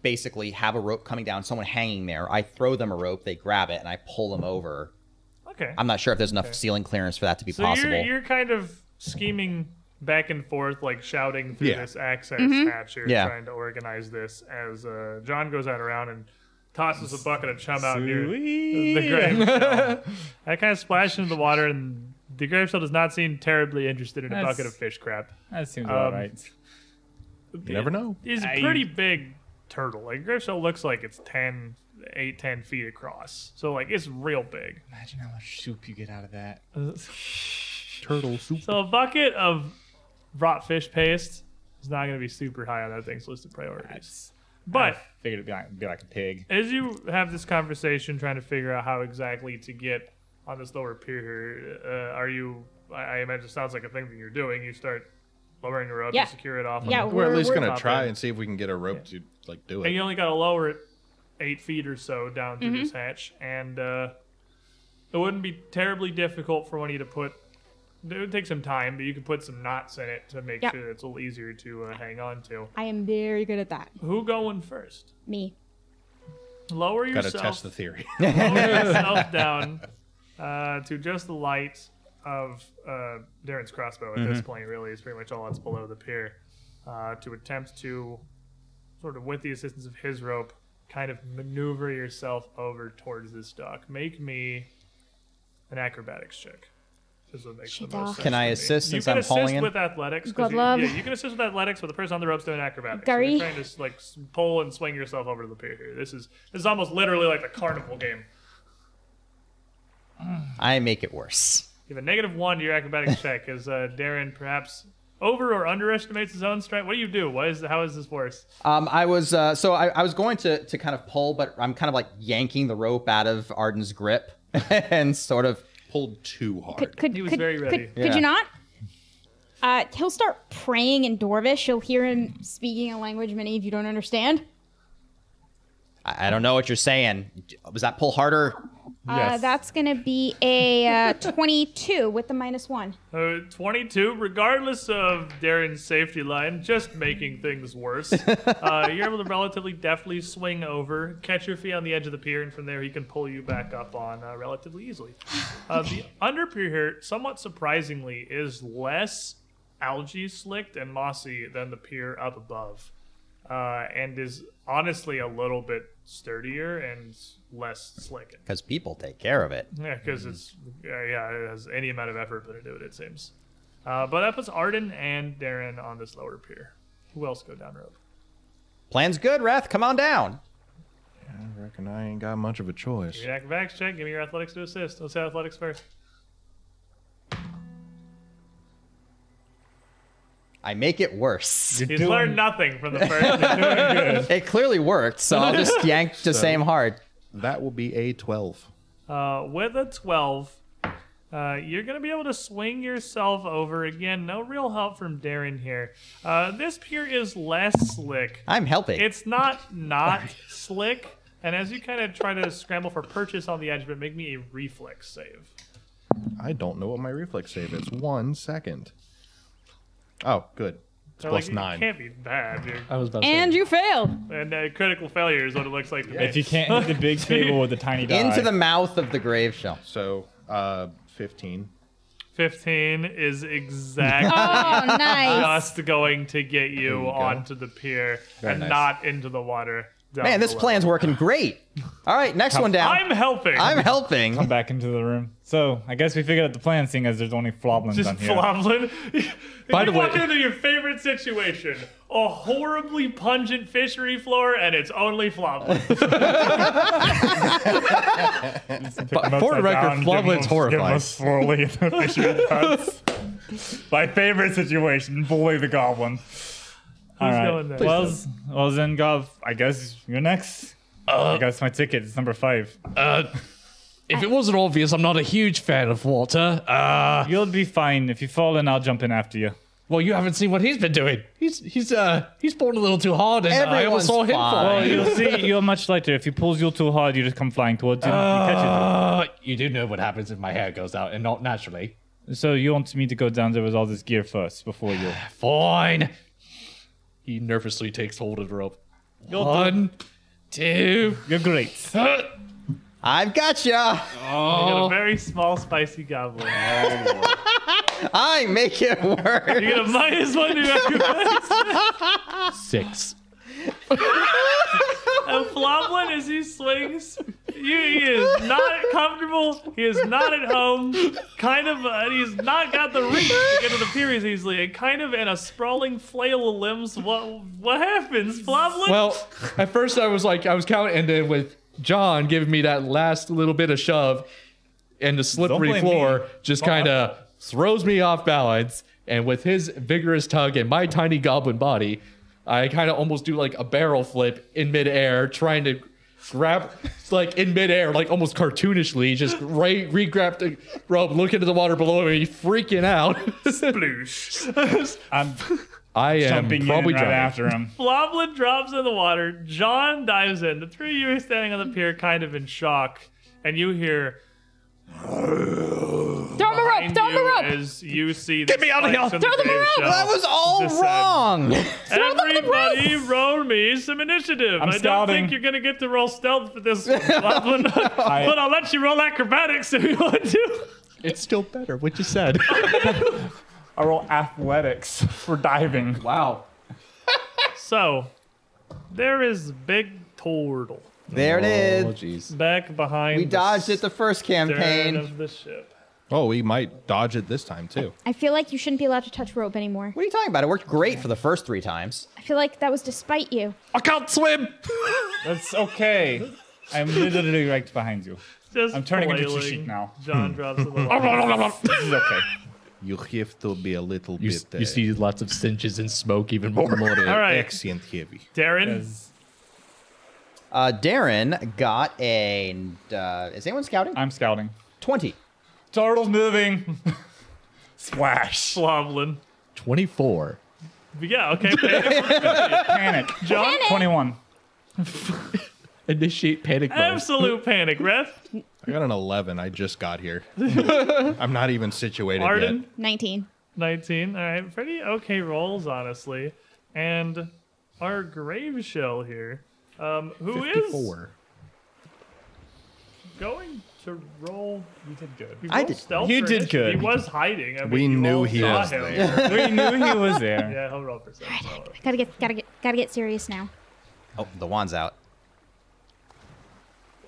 B: basically have a rope coming down, someone hanging there. I throw them a rope, they grab it, and I pull them over.
A: Okay.
B: I'm not sure if there's enough ceiling clearance for that to be
A: so
B: possible.
A: you're you're kind of scheming back and forth, like shouting through
F: Yeah.
A: this access
E: Mm-hmm.
A: hatch. You're
B: Yeah.
A: trying to organize this as uh, John goes out around and tosses a bucket of chum out near the
I: Sweet.
A: grave. shell. I kind of splash into the water, and the grave shell does not seem terribly interested in a bucket
I: That's-
A: of fish crap.
I: That seems
A: Um,
I: all right.
F: You never know.
A: It's a pretty big turtle. Like grave shell looks like it's 10, 8, 10 feet across. So like it's real big.
I: Imagine how much soup you get out of that.
F: Turtle soup.
A: So a bucket of rot fish paste is not going to be super high on that thing's list of priorities. But
I: Figured it'd be like, be like a pig.
A: as you have this conversation, trying to figure out how exactly to get on this lower pier here, uh, are you? I, I imagine it sounds like a thing that you're doing. You start lowering her up,
E: Yeah.
A: you secure it off.
E: Yeah,
A: and,
F: We're, at least
E: we're-
F: gonna
A: Top
F: try
A: end.
F: and see if we can get a rope to like do
A: and
F: it.
A: you only got to lower it eight feet or so down through this hatch, and uh, it wouldn't be terribly difficult for one of you to put. It would take some time, but you could put some knots in it to make
E: Yep.
A: sure that it's a little easier to uh, hang on to.
E: I am very good at that.
A: Who going first?
E: Me.
A: Lower
F: Gotta
A: yourself.
F: test the theory.
A: lower yourself down uh, to just the light of uh, Darren's crossbow at this point, really, is pretty much all that's below the pier, uh, to attempt to, sort of with the assistance of his rope, kind of maneuver yourself over towards this dock. Make me an acrobatics check. This would make the most sense
B: Can I
A: to me.
B: assist
A: you
B: since
A: can
B: I'm
A: assist
B: pulling in?
A: with athletics? 'cause
E: Good
A: you,
E: love.
A: Yeah, you can assist with athletics, but the person on the rope's doing acrobatics. So
E: Gary.
A: you're trying to just, like s- pull and swing yourself over to the pier here. This is this is almost literally like a carnival game.
B: I make it worse.
A: You have a negative one to your acrobatics check as uh, Darren perhaps over or underestimates his own strength. What do you do? Why is how is this worse?
B: Um, I was uh, so I, I was going to to kind of pull, but I'm kind of like yanking the rope out of Arden's grip and sort of
F: Pulled too hard.
E: Could could
A: He was
E: could,
A: very ready.
E: could, could
B: Yeah.
E: you not? Uh, he'll start praying in Dorvish. You'll hear him speaking a language many of you don't understand.
B: I, I don't know what you're saying. Was that pull harder?
E: Uh, that's gonna be a uh, 22 with the minus one.
A: Uh, 22, regardless of Darren's safety line, just making things worse. uh, you're able to relatively deftly swing over, catch your feet on the edge of the pier, and from there he can pull you back up on uh, relatively easily. Uh, the under pier here, somewhat surprisingly, is less algae slicked and mossy than the pier up above, uh, and is honestly a little bit sturdier and less slick.
B: Because people take care of it.
A: Yeah, because
C: Mm-hmm.
A: it's yeah, yeah, it has any amount of effort put into it, it seems. Uh, but that puts Arden and Darren on this lower pier. Who else go down rope?
B: Plan's good, Wrath. Come on down.
F: I reckon I ain't got much of a choice.
A: Give me your acrobatics check. Give me your athletics to assist. Let's have athletics first.
B: I make it worse.
A: He's learned nothing from the first.
B: It clearly worked, so I'll just yank the same hard.
F: That will be a twelve.
A: uh, with a twelve, uh, you're gonna be able to swing yourself over again. No real help from Darren here. Uh, this pier is less slick.
B: I'm helping.
A: It's not not slick. And as you kind of try to scramble for purchase on the edge, but make me a reflex save.
F: I don't know what my reflex save is. One second. Oh, good. It's
A: So,
F: plus
A: like, It
F: nine.
A: can't be bad. dude.
C: I was about to
E: And you failed.
A: And uh, critical failure is what it looks like to me.
I: If you can't hit the big table with the tiny die.
B: Into the mouth of the grave shell.
F: So, uh, fifteen.
A: 15 is exactly
E: Oh, nice.
A: just going to get you,
F: go.
A: onto the pier and
F: nice.
A: not into the water. down
B: Man, this
A: below.
B: plan's working great. All right, next one down.
A: I'm helping.
B: I'm helping.
I: Come back into the room. So I guess we figured out the plan, seeing as there's only floblins
A: just
I: on here.
A: floblin. if
C: By
A: you
C: the
A: walk
C: way-
A: into your favorite situation, a horribly pungent fishery floor, and it's only floblin.
I: Pick them
C: for the
I: upside
C: record,
I: down, give
C: floblin's
I: them-
C: horrifying.
I: Give them slowly in the fisher cuts. My favorite situation: bully the goblin. All right.
A: going next?
I: Well, well, then, Gov, I guess you're next. I guess my ticket is number five.
C: If it wasn't obvious, I'm not a huge fan of water. Uh,
I: You'll be fine. If you fall in, I'll jump in after you.
C: well, you haven't seen what he's been doing. He's he's uh he's born a little too hard, and I
B: Everyone's
C: almost saw him fall.
B: fine.
I: Well, you'll see. You're much lighter. If he pulls you too hard, you just come flying towards him. you catch
C: Uh, you do know what happens if my hair goes out, and not naturally.
I: it. So you want me to go down there with all this gear first before you?
C: Fine. He nervously takes hold of the rope. One, two.
I: You're great.
C: uh,
B: I've got ya.
A: You got a very small, spicy goblin.
B: I make it work.
A: You get a minus one to acrobatics.
C: Six.
A: And Floblin, as he swings, he, he is not comfortable. He is not at home. Kind of, uh, he's not got the reach to get to the pier as easily. And kind of in a sprawling flail of limbs, what what happens, Floblin?
C: Well, at first I was like, I was counting, and then with John giving me that last little bit of shove, and the slippery
I: blame
C: floor
I: me.
C: just kind of throws me off balance. And with his vigorous tug and my tiny goblin body, I kind of almost do like a barrel flip in midair, trying to grab, like in midair, like almost cartoonishly, just re grab the rope, look into the water below me, freaking out.
I: I'm
C: I am
I: jumping in
C: probably
I: right
C: drowning.
I: after him.
A: Floblin drops in the water. John dives in. The three of you are standing on the pier, kind of in shock, and you hear
E: Throw him a rope.
A: behind
E: Throw him a
A: you
E: rope.
A: as you see. Get
C: me out of
E: Throw
C: here.
E: them around.
B: That was all
A: Just said.
B: wrong.
E: them in the
A: Everybody, roll me some initiative. I'm I do not
I: scouting.
A: think you're gonna get to roll stealth for this one, Floblin, but I'll let you roll acrobatics if you want to.
C: It's still better, what you said.
I: I roll athletics for diving.
B: wow.
A: So, there is Big Turtle
B: There it
C: Oh,
B: is.
C: jeez.
A: back behind.
B: We
A: the
B: dodged it the first
A: stern
B: campaign.
A: of the ship.
F: Oh, we might dodge it this time too.
E: I feel like you shouldn't be allowed to touch rope anymore.
B: What are you talking about? It worked great for the first three times.
E: I feel like that was despite you.
C: I can't swim.
I: That's okay. I'm literally right behind you.
A: Just
I: I'm turning into
A: flailing.
I: Kashyyyk now.
A: John drops in the water.
I: This is okay.
F: You have to be a little
C: You,
F: bit uh,
C: you see lots of cinches and smoke even more.
A: All right,
F: accent heavy.
A: Darren.
B: Uh, Darren got a. Uh, is anyone scouting?
I: I'm scouting.
B: 20.
I: Turtle's moving. Splash.
A: Floblin.
C: 24.
A: Yeah, okay. fair.
I: Panic. John, 21.
C: Initiate panic mode.
A: Absolute panic, Ref.
F: I got an 11. I just got here. I'm not even situated
A: Arden,
F: yet.
E: 19.
A: 19. All right, pretty okay rolls, honestly. And our grave shell here, um, who is
F: Four.
A: going to roll. You did good.
B: I did-
I: you did good.
A: He was hiding. I mean,
F: We
A: you
F: knew
A: all
F: he
A: saw
F: was
A: him.
F: there.
I: We knew he was there.
A: Yeah, he'll roll percent. so-
E: Gotta get, gotta get, gotta get serious now.
B: Oh, the wand's out.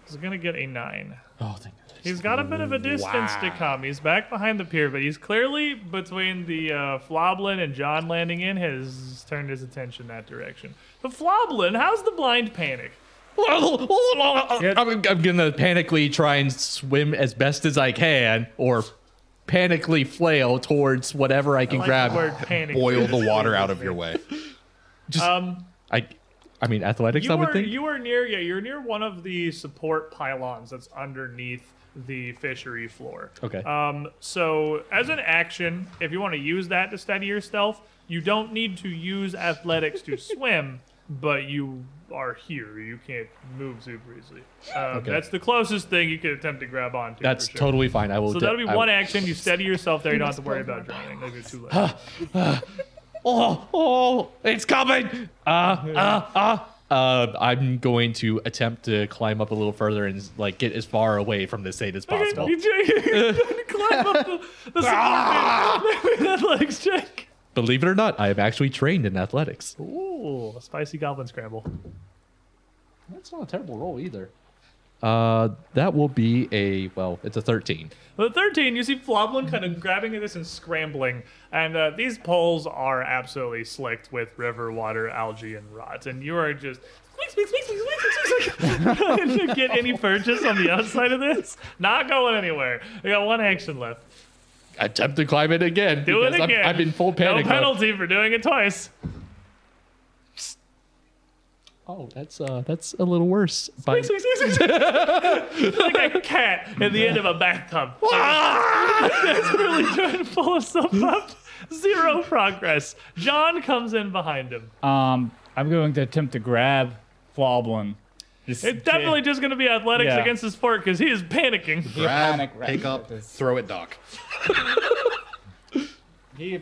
A: He's gonna get a nine.
C: Oh, thank goodness.
A: He's got a bit of a distance to come. He's back behind the pier, but he's clearly between the uh, Floblin and John landing in has turned his attention that direction. The Floblin, how's the blind panic?
C: I'm, I'm gonna panically try and swim as best as I can, or panically flail towards whatever I can
A: Like
C: grab.
A: the word panic.
F: Boil the water out of your way.
C: I, I mean athletics.
A: You
C: I would
A: are,
C: think.
A: you are near yeah, you're near one of the support pylons that's underneath the fishery floor.
C: okay.
A: Um, so as an action, if you want to use that to steady your stealth, you don't need to use athletics to swim, but you are here. You can't move super easily. Um, That's the closest thing you could attempt to grab onto.
C: That's
A: for sure.
C: totally fine. I will.
A: So
C: de-
A: that'll be
C: I
A: one
C: will-
A: action. You steady yourself there. You don't have to worry about drowning. Maybe it's too late. e-
C: Oh, oh, it's coming. Uh, uh, uh. Uh, I'm going to attempt to climb up a little further and like get as far away from this aid as possible.
A: You you climb up the, the support pylon. athletics check.
C: Believe it or not, I am actually trained in athletics.
A: Ooh, a spicy goblin scramble.
C: That's not a terrible roll either. Uh, that will be a well. It's a thirteen.
A: The 13, you see Floblin kind of grabbing at this and scrambling. And uh, these poles are absolutely slicked with river water, algae, and rot. And you are just. squeak, squeak, squeak, squeak, squeak, squeak, squeak, trying to get any purchase on the outside of this. Not going anywhere. I got one action left.
C: Attempt to climb it again.
A: Do it
C: because I'm-
A: again.
C: I'm, in full panic.
A: No
C: mode.
A: penalty for doing it twice.
C: Oh, that's uh, that's a little worse. By,
A: Squeak, squeak, squeak, squeak. like a cat at the end of a bathtub. That's really trying to pull himself up. Zero progress. John comes in behind him.
I: Um, I'm going to attempt to grab Floblin. Just
A: It's definitely just going to be athletics
I: Yeah.
A: against his fort because he is panicking.
F: Grab,
I: panic right
F: pick up, throw it, Doc.
I: He,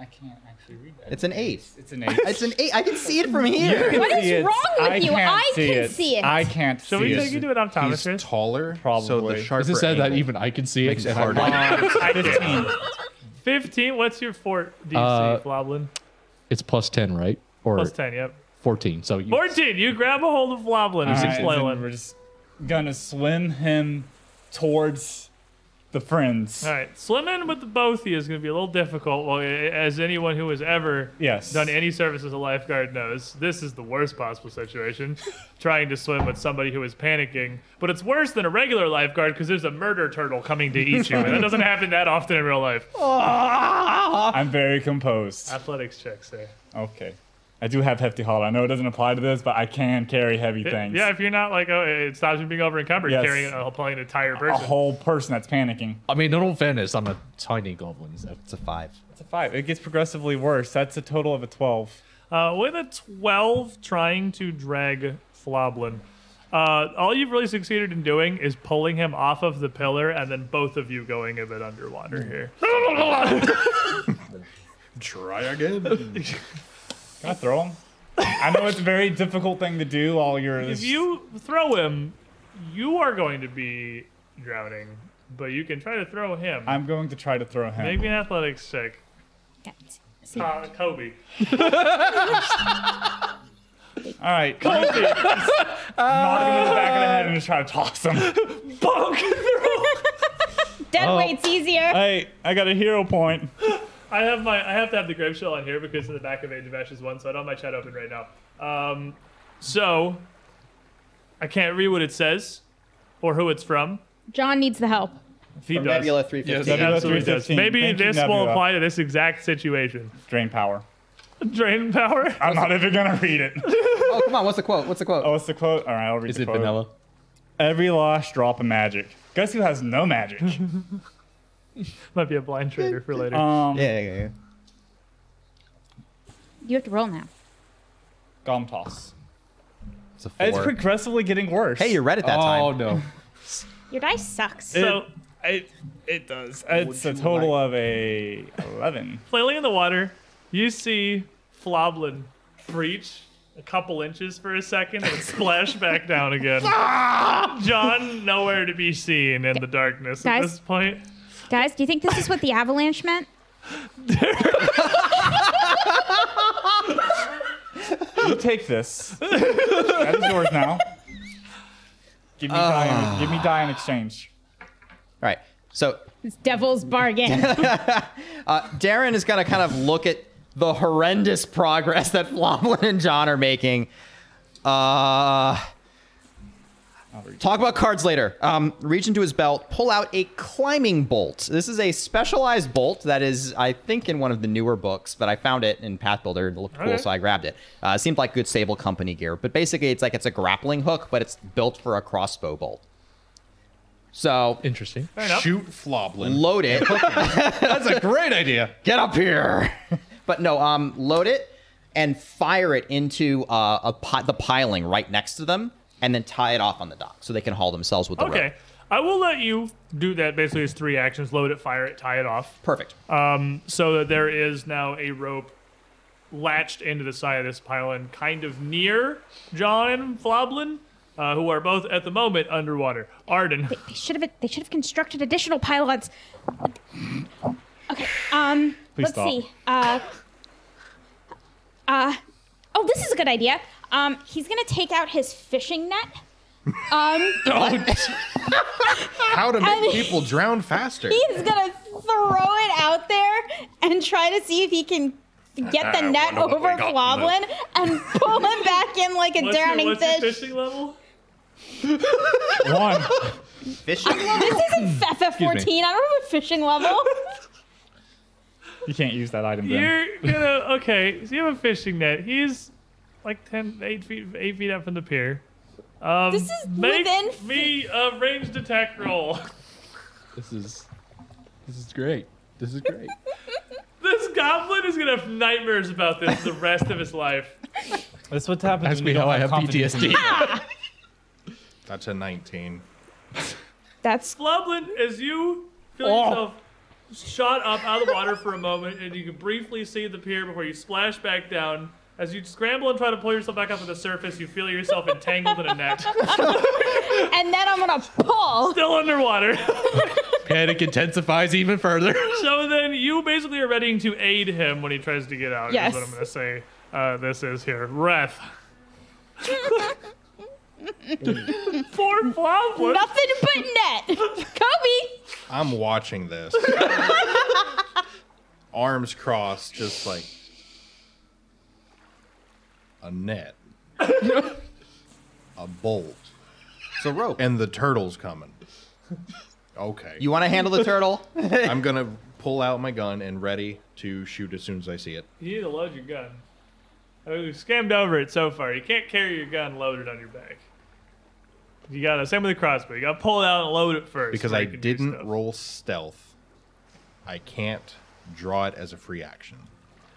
I: I can't actually read that.
B: It's an eight.
I: It's an eight.
B: It's an eight. I can see it from here.
E: What is wrong with you? I can see it.
I: I can't
A: Shall
I: see
A: we take
I: it.
A: you to an
F: He's
A: optometrist?
F: taller, so
I: Probably.
F: the
I: Is it
F: sharper
C: Is it said that
F: angle
C: even I can see it?
F: makes it harder.
A: I can't. 15. What's your fort DC,
C: Uh,
A: Floblin?
C: It's plus ten, right? Or
A: Plus 10, yep.
C: fourteen. So you,
A: 14. You grab a hold of Floblin as he's
I: All right, then
A: flailing.
I: We're just gonna swim him towards the friends.
A: All right, swimming with the both of you is going to be a little difficult. Well, a- as anyone who has ever
I: Yes.
A: done any service as a lifeguard knows, this is the worst possible situation. trying to swim with somebody who is panicking, but it's worse than a regular lifeguard because there's a murder turtle coming to eat you, and that doesn't happen that often in real life.
I: I'm very composed.
A: Athletics check, sir.
I: Okay. I do have hefty haul. I know it doesn't apply to this, but I can carry heavy things.
A: Yeah, if you're not like, oh, it stops you being over encumbered
I: Yes.
A: carrying a, playing an entire
I: a
A: person.
I: whole person that's panicking.
C: I mean, in all fairness, I'm a tiny goblin. So.
B: It's a five.
J: It's a five. It gets progressively worse. That's a total of a twelve.
A: Uh, with a 12 trying to drag Floblin, uh, all you've really succeeded in doing is pulling him off of the pillar and then both of you going a bit underwater here.
F: Try again.
I: Can I throw him? I know it's a very difficult thing to do while you're.
A: If you throw him, you are going to be drowning, but you can try to throw him.
I: I'm going to try to throw him.
A: Make me an athletics check.
E: Yeah, see.
A: Uh, Kobe.
I: All right. Knock him in the back of the head and just try to toss him.
E: Dead weight's easier.
I: Hey, I got a hero point.
A: I have my I have to have the grave shell on here because of the back of Age of Ashes one, so I don't have my chat open right now. Um, so I can't read what it says or who it's from.
E: John needs the help.
A: If he
B: From
A: does.
B: Nebula 350.
A: It absolutely does.
I: 315.
A: Maybe
I: Thank you,
A: this will
I: Nebula.
A: apply to this exact situation.
I: Drain power.
A: Drain power.
I: I'm not even gonna read it.
B: Oh, come on. What's the quote? What's the quote?
I: Oh, what's the quote? All right, I'll read
C: Is
I: the
C: it
I: quote.
C: vanilla?
I: Every lost drop of magic. Guess who has no magic?
A: Might be a blind trader for later.
I: Um,
B: Yeah, yeah, yeah.
E: You have to roll now.
I: Gom toss.
B: It's a four.
I: It's progressively getting worse. Um,
B: hey, you're red at that time.
C: Oh no.
E: Your dice sucks.
A: so
I: It, it does. It's a total of a eleven.
A: flailing in the water, you see Floblin breach a couple inches for a second and splash back down again. Ah! John nowhere to be seen in the darkness at
E: Guys?
A: this point.
E: Guys, do you think this is what the avalanche meant?
I: You take this. that is yours now. Give me die. In, give me die in exchange.
B: All right. So
E: It's devil's bargain.
B: Darren is going to kind of look at the horrendous progress that Flomlin and John are making. Uh, talk about cards later. Um, reach into his belt, pull out a climbing bolt. This is a specialized bolt that is, I think, in one of the newer books, but I found it in Pathbuilder and it looked cool,
A: Okay.
B: so I grabbed it. Uh, it seemed like good stable company gear, but basically it's like it's a grappling hook, but it's built for a crossbow bolt. So
C: Interesting.
F: Shoot Floblin.
B: load it.
C: That's a great idea.
B: get up here. but no, um, load it and fire it into uh, a pi- the piling right next to them, and then tie it off on the dock so they can haul themselves with the
A: Okay.
B: rope.
A: I will let you do that. Basically, it's three actions load it, fire it, tie it off.
B: Perfect.
A: so that there is now a rope latched into the side of this pylon, kind of near John and Floblin, uh, who are both at the moment underwater. Arden,
E: They should have. They should have constructed additional pylons. Okay. Um. let's
I: stop.
E: see. Uh. Uh. Oh, this is a good idea. Um. He's gonna take out his fishing net. Um,
F: How to make
E: mean-
F: people drown faster.
E: he's gonna throw it out there and try to see if he can get the
G: I
E: net
G: wonder what we
E: over
G: got in
E: Floblin and pull him back in like a
A: What's your-
E: drowning
A: what's your
E: fish.
A: fishing level?
I: One.
E: Well, this isn't FF14. I don't have a fishing level.
I: You can't use that item, Ben.
A: You're gonna okay. So you have a fishing net. He's like 10, 8 feet, eight feet up from the pier. Um,
E: This is
A: make
E: within f-
A: me a ranged attack roll.
C: This is this is great. This is great.
A: this goblin is gonna have nightmares about this the rest of his life.
D: That's what happens.
C: Ask
D: when
C: me
D: you don't
C: how I have
D: confidence in
C: PTSD.
F: That's a 19.
E: That's
A: Floblin, as you feel yourself shot up out of the water for a moment, and you can briefly see the pier before you splash back down. As you scramble and try to pull yourself back up to the surface, you feel yourself entangled in a net,
E: and then I'm gonna pull.
A: still underwater.
C: Panic intensifies even further.
A: So then you basically are readying to aid him when he tries to get out.
E: Yes.
A: Is what I'm going to say. Uh, this is here. Ref. Poor Flopwood.
E: Nothing but net. Kobe.
F: I'm watching this. Arms crossed, just like a net, a bolt,
B: It's a rope.
F: and the turtle's coming. Okay.
B: You want to handle the turtle?
F: I'm going to pull out my gun and ready to shoot as soon as I see it.
A: You need to load your gun. I mean, we've scammed over it so far. You can't carry your gun loaded on your back. You gotta same with the crossbow. You gotta pull it out and load it first.
F: Because
A: before
F: I
A: you can do
F: didn't
A: stuff.
F: roll stealth, I can't draw it as a free action.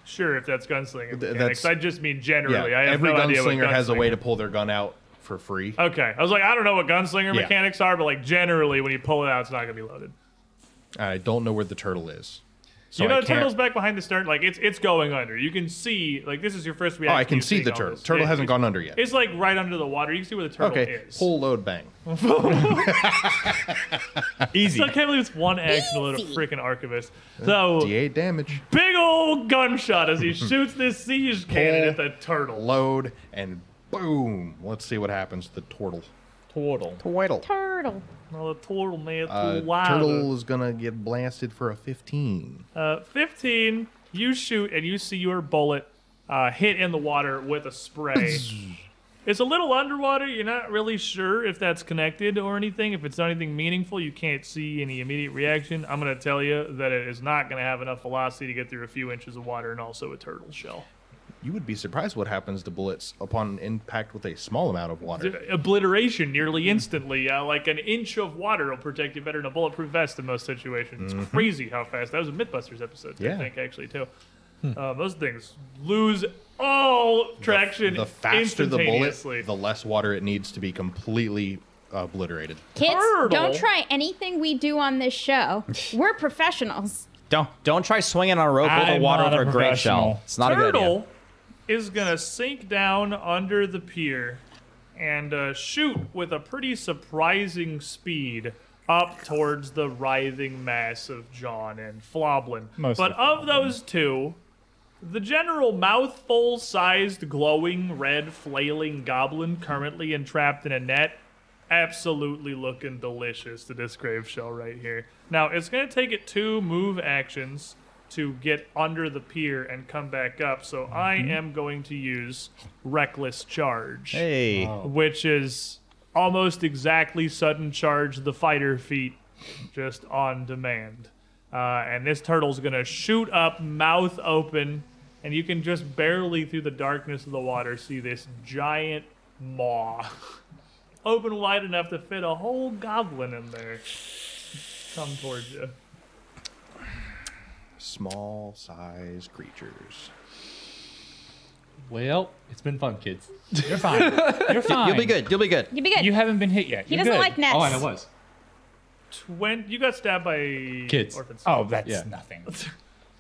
A: Sure, if that's gunslinging
F: Th-
A: mechanics.
F: that's-
A: I just mean generally.
F: yeah,
A: I have
F: every
A: no idea what
F: gunslinger has a way
A: gunslinger-
F: to pull their gun out for free.
A: Okay, I was like, I don't know what gunslinger
F: Yeah.
A: mechanics are, but like generally, when you pull it out, it's not gonna be loaded.
F: I don't know where the turtle is. So
A: you know,
F: I
A: the
F: can't-
A: turtle's back behind the stern. Like it's it's going under. You can see. Like this is your first
F: Oh,
A: reaction.
F: I can
A: to
F: see
A: seeing
F: the
A: all
F: turtle.
A: this.
F: Turtle
A: It-
F: hasn't gone under yet.
A: It's like right under the water. You can see where the turtle
F: Okay,
A: is.
F: full load bang.
A: Still can't believe it's one action to load a
E: Easy.
A: freaking archivist. So
F: D8 damage.
A: big old gunshot as he shoots this siege cannon at the turtle.
F: Load and boom. Let's see what happens to the turtle.
D: Turtle.
F: Turtle.
E: Turtle.
A: Oh, the turtle man,
F: Uh,
A: the wild.
F: turtle is gonna get blasted for a 15.
A: Uh, 15, you shoot and you see your bullet uh, hit in the water with a spray. it's a little underwater. You're not really sure if that's connected or anything. If it's not anything meaningful, you can't see any immediate reaction. I'm going to tell you that it is not going to have enough velocity to get through a few inches of water and also a turtle shell.
F: You would be surprised what happens to bullets upon impact with a small amount of water.
A: Obliteration nearly instantly. Uh, like an inch of water will protect you better than a bulletproof vest in most situations. It's crazy how fast. That was a Mythbusters episode, I
F: Mm-hmm. Yeah. Hmm.
A: think, actually, too. Uh, those things lose all traction
F: The faster the bullet,
A: instantaneously.
F: the less water it needs to be completely obliterated.
E: Kids,
A: Turtle.
E: don't try anything we do on this show. We're professionals.
B: Don't don't try swinging on a rope over
D: I'm
B: water
D: not a
B: over a grape shell.
D: professional.
B: It's not a good idea.
A: turtle is gonna sink down under the pier and uh, shoot with a pretty surprising speed up towards the writhing mass of John and Floblin.
D: Mostly
A: but of those two, the general mouthful-sized, glowing red flailing goblin currently entrapped in a net absolutely looking delicious to this grave shell right here. Now it's gonna take it two move actions to get under the pier and come back up. So I am going to use reckless charge,
B: Hey,
A: which is almost exactly sudden charge the fighter feat, just on demand. Uh, and this turtle's gonna shoot up, mouth open, and you can just barely through the darkness of the water see this giant maw open wide enough to fit a whole goblin in there. Come towards you.
F: Small size creatures.
C: Well, it's been fun, kids.
D: You're fine. You're fine.
B: you'll be good. You'll be good.
E: You'd be good.
D: You haven't been hit yet.
E: he
D: You're good.
E: doesn't like nets.
C: Oh, and it was.
A: Twen- you got stabbed by
C: Kids.
A: Orphans.
D: Oh, that's
C: Yeah.
D: nothing.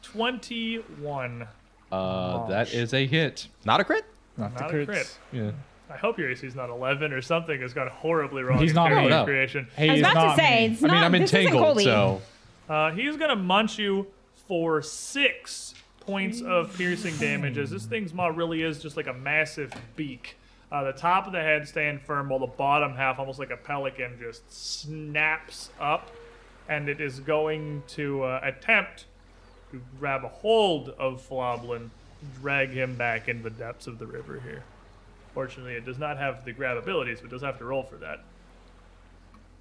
A: 21.
C: Uh, that is a hit.
B: Not a crit.
D: Not,
A: Not
D: the
A: a crit.
C: Yeah.
A: I hope your AC's not 11 or something has gone horribly wrong.
D: He's
A: in
D: not
A: character
C: me. No.
A: creation.
D: Hey,
E: I was
D: it's
E: about
D: not
E: to say,
D: me.
E: it's
C: I
E: not.
C: mean, I'm
E: this isn't
C: entangled,
E: Goldie.
C: so
A: Uh, he's going to munch you for six points of piercing damage as this thing's maw really is just like a massive beak. Uh, the top of the head staying firm, while the bottom half, almost like a pelican, just snaps up, and it is going to uh, attempt to grab a hold of Floblin, drag him back into the depths of the river here. Fortunately, it does not have the grab ability, so it does have to roll for that.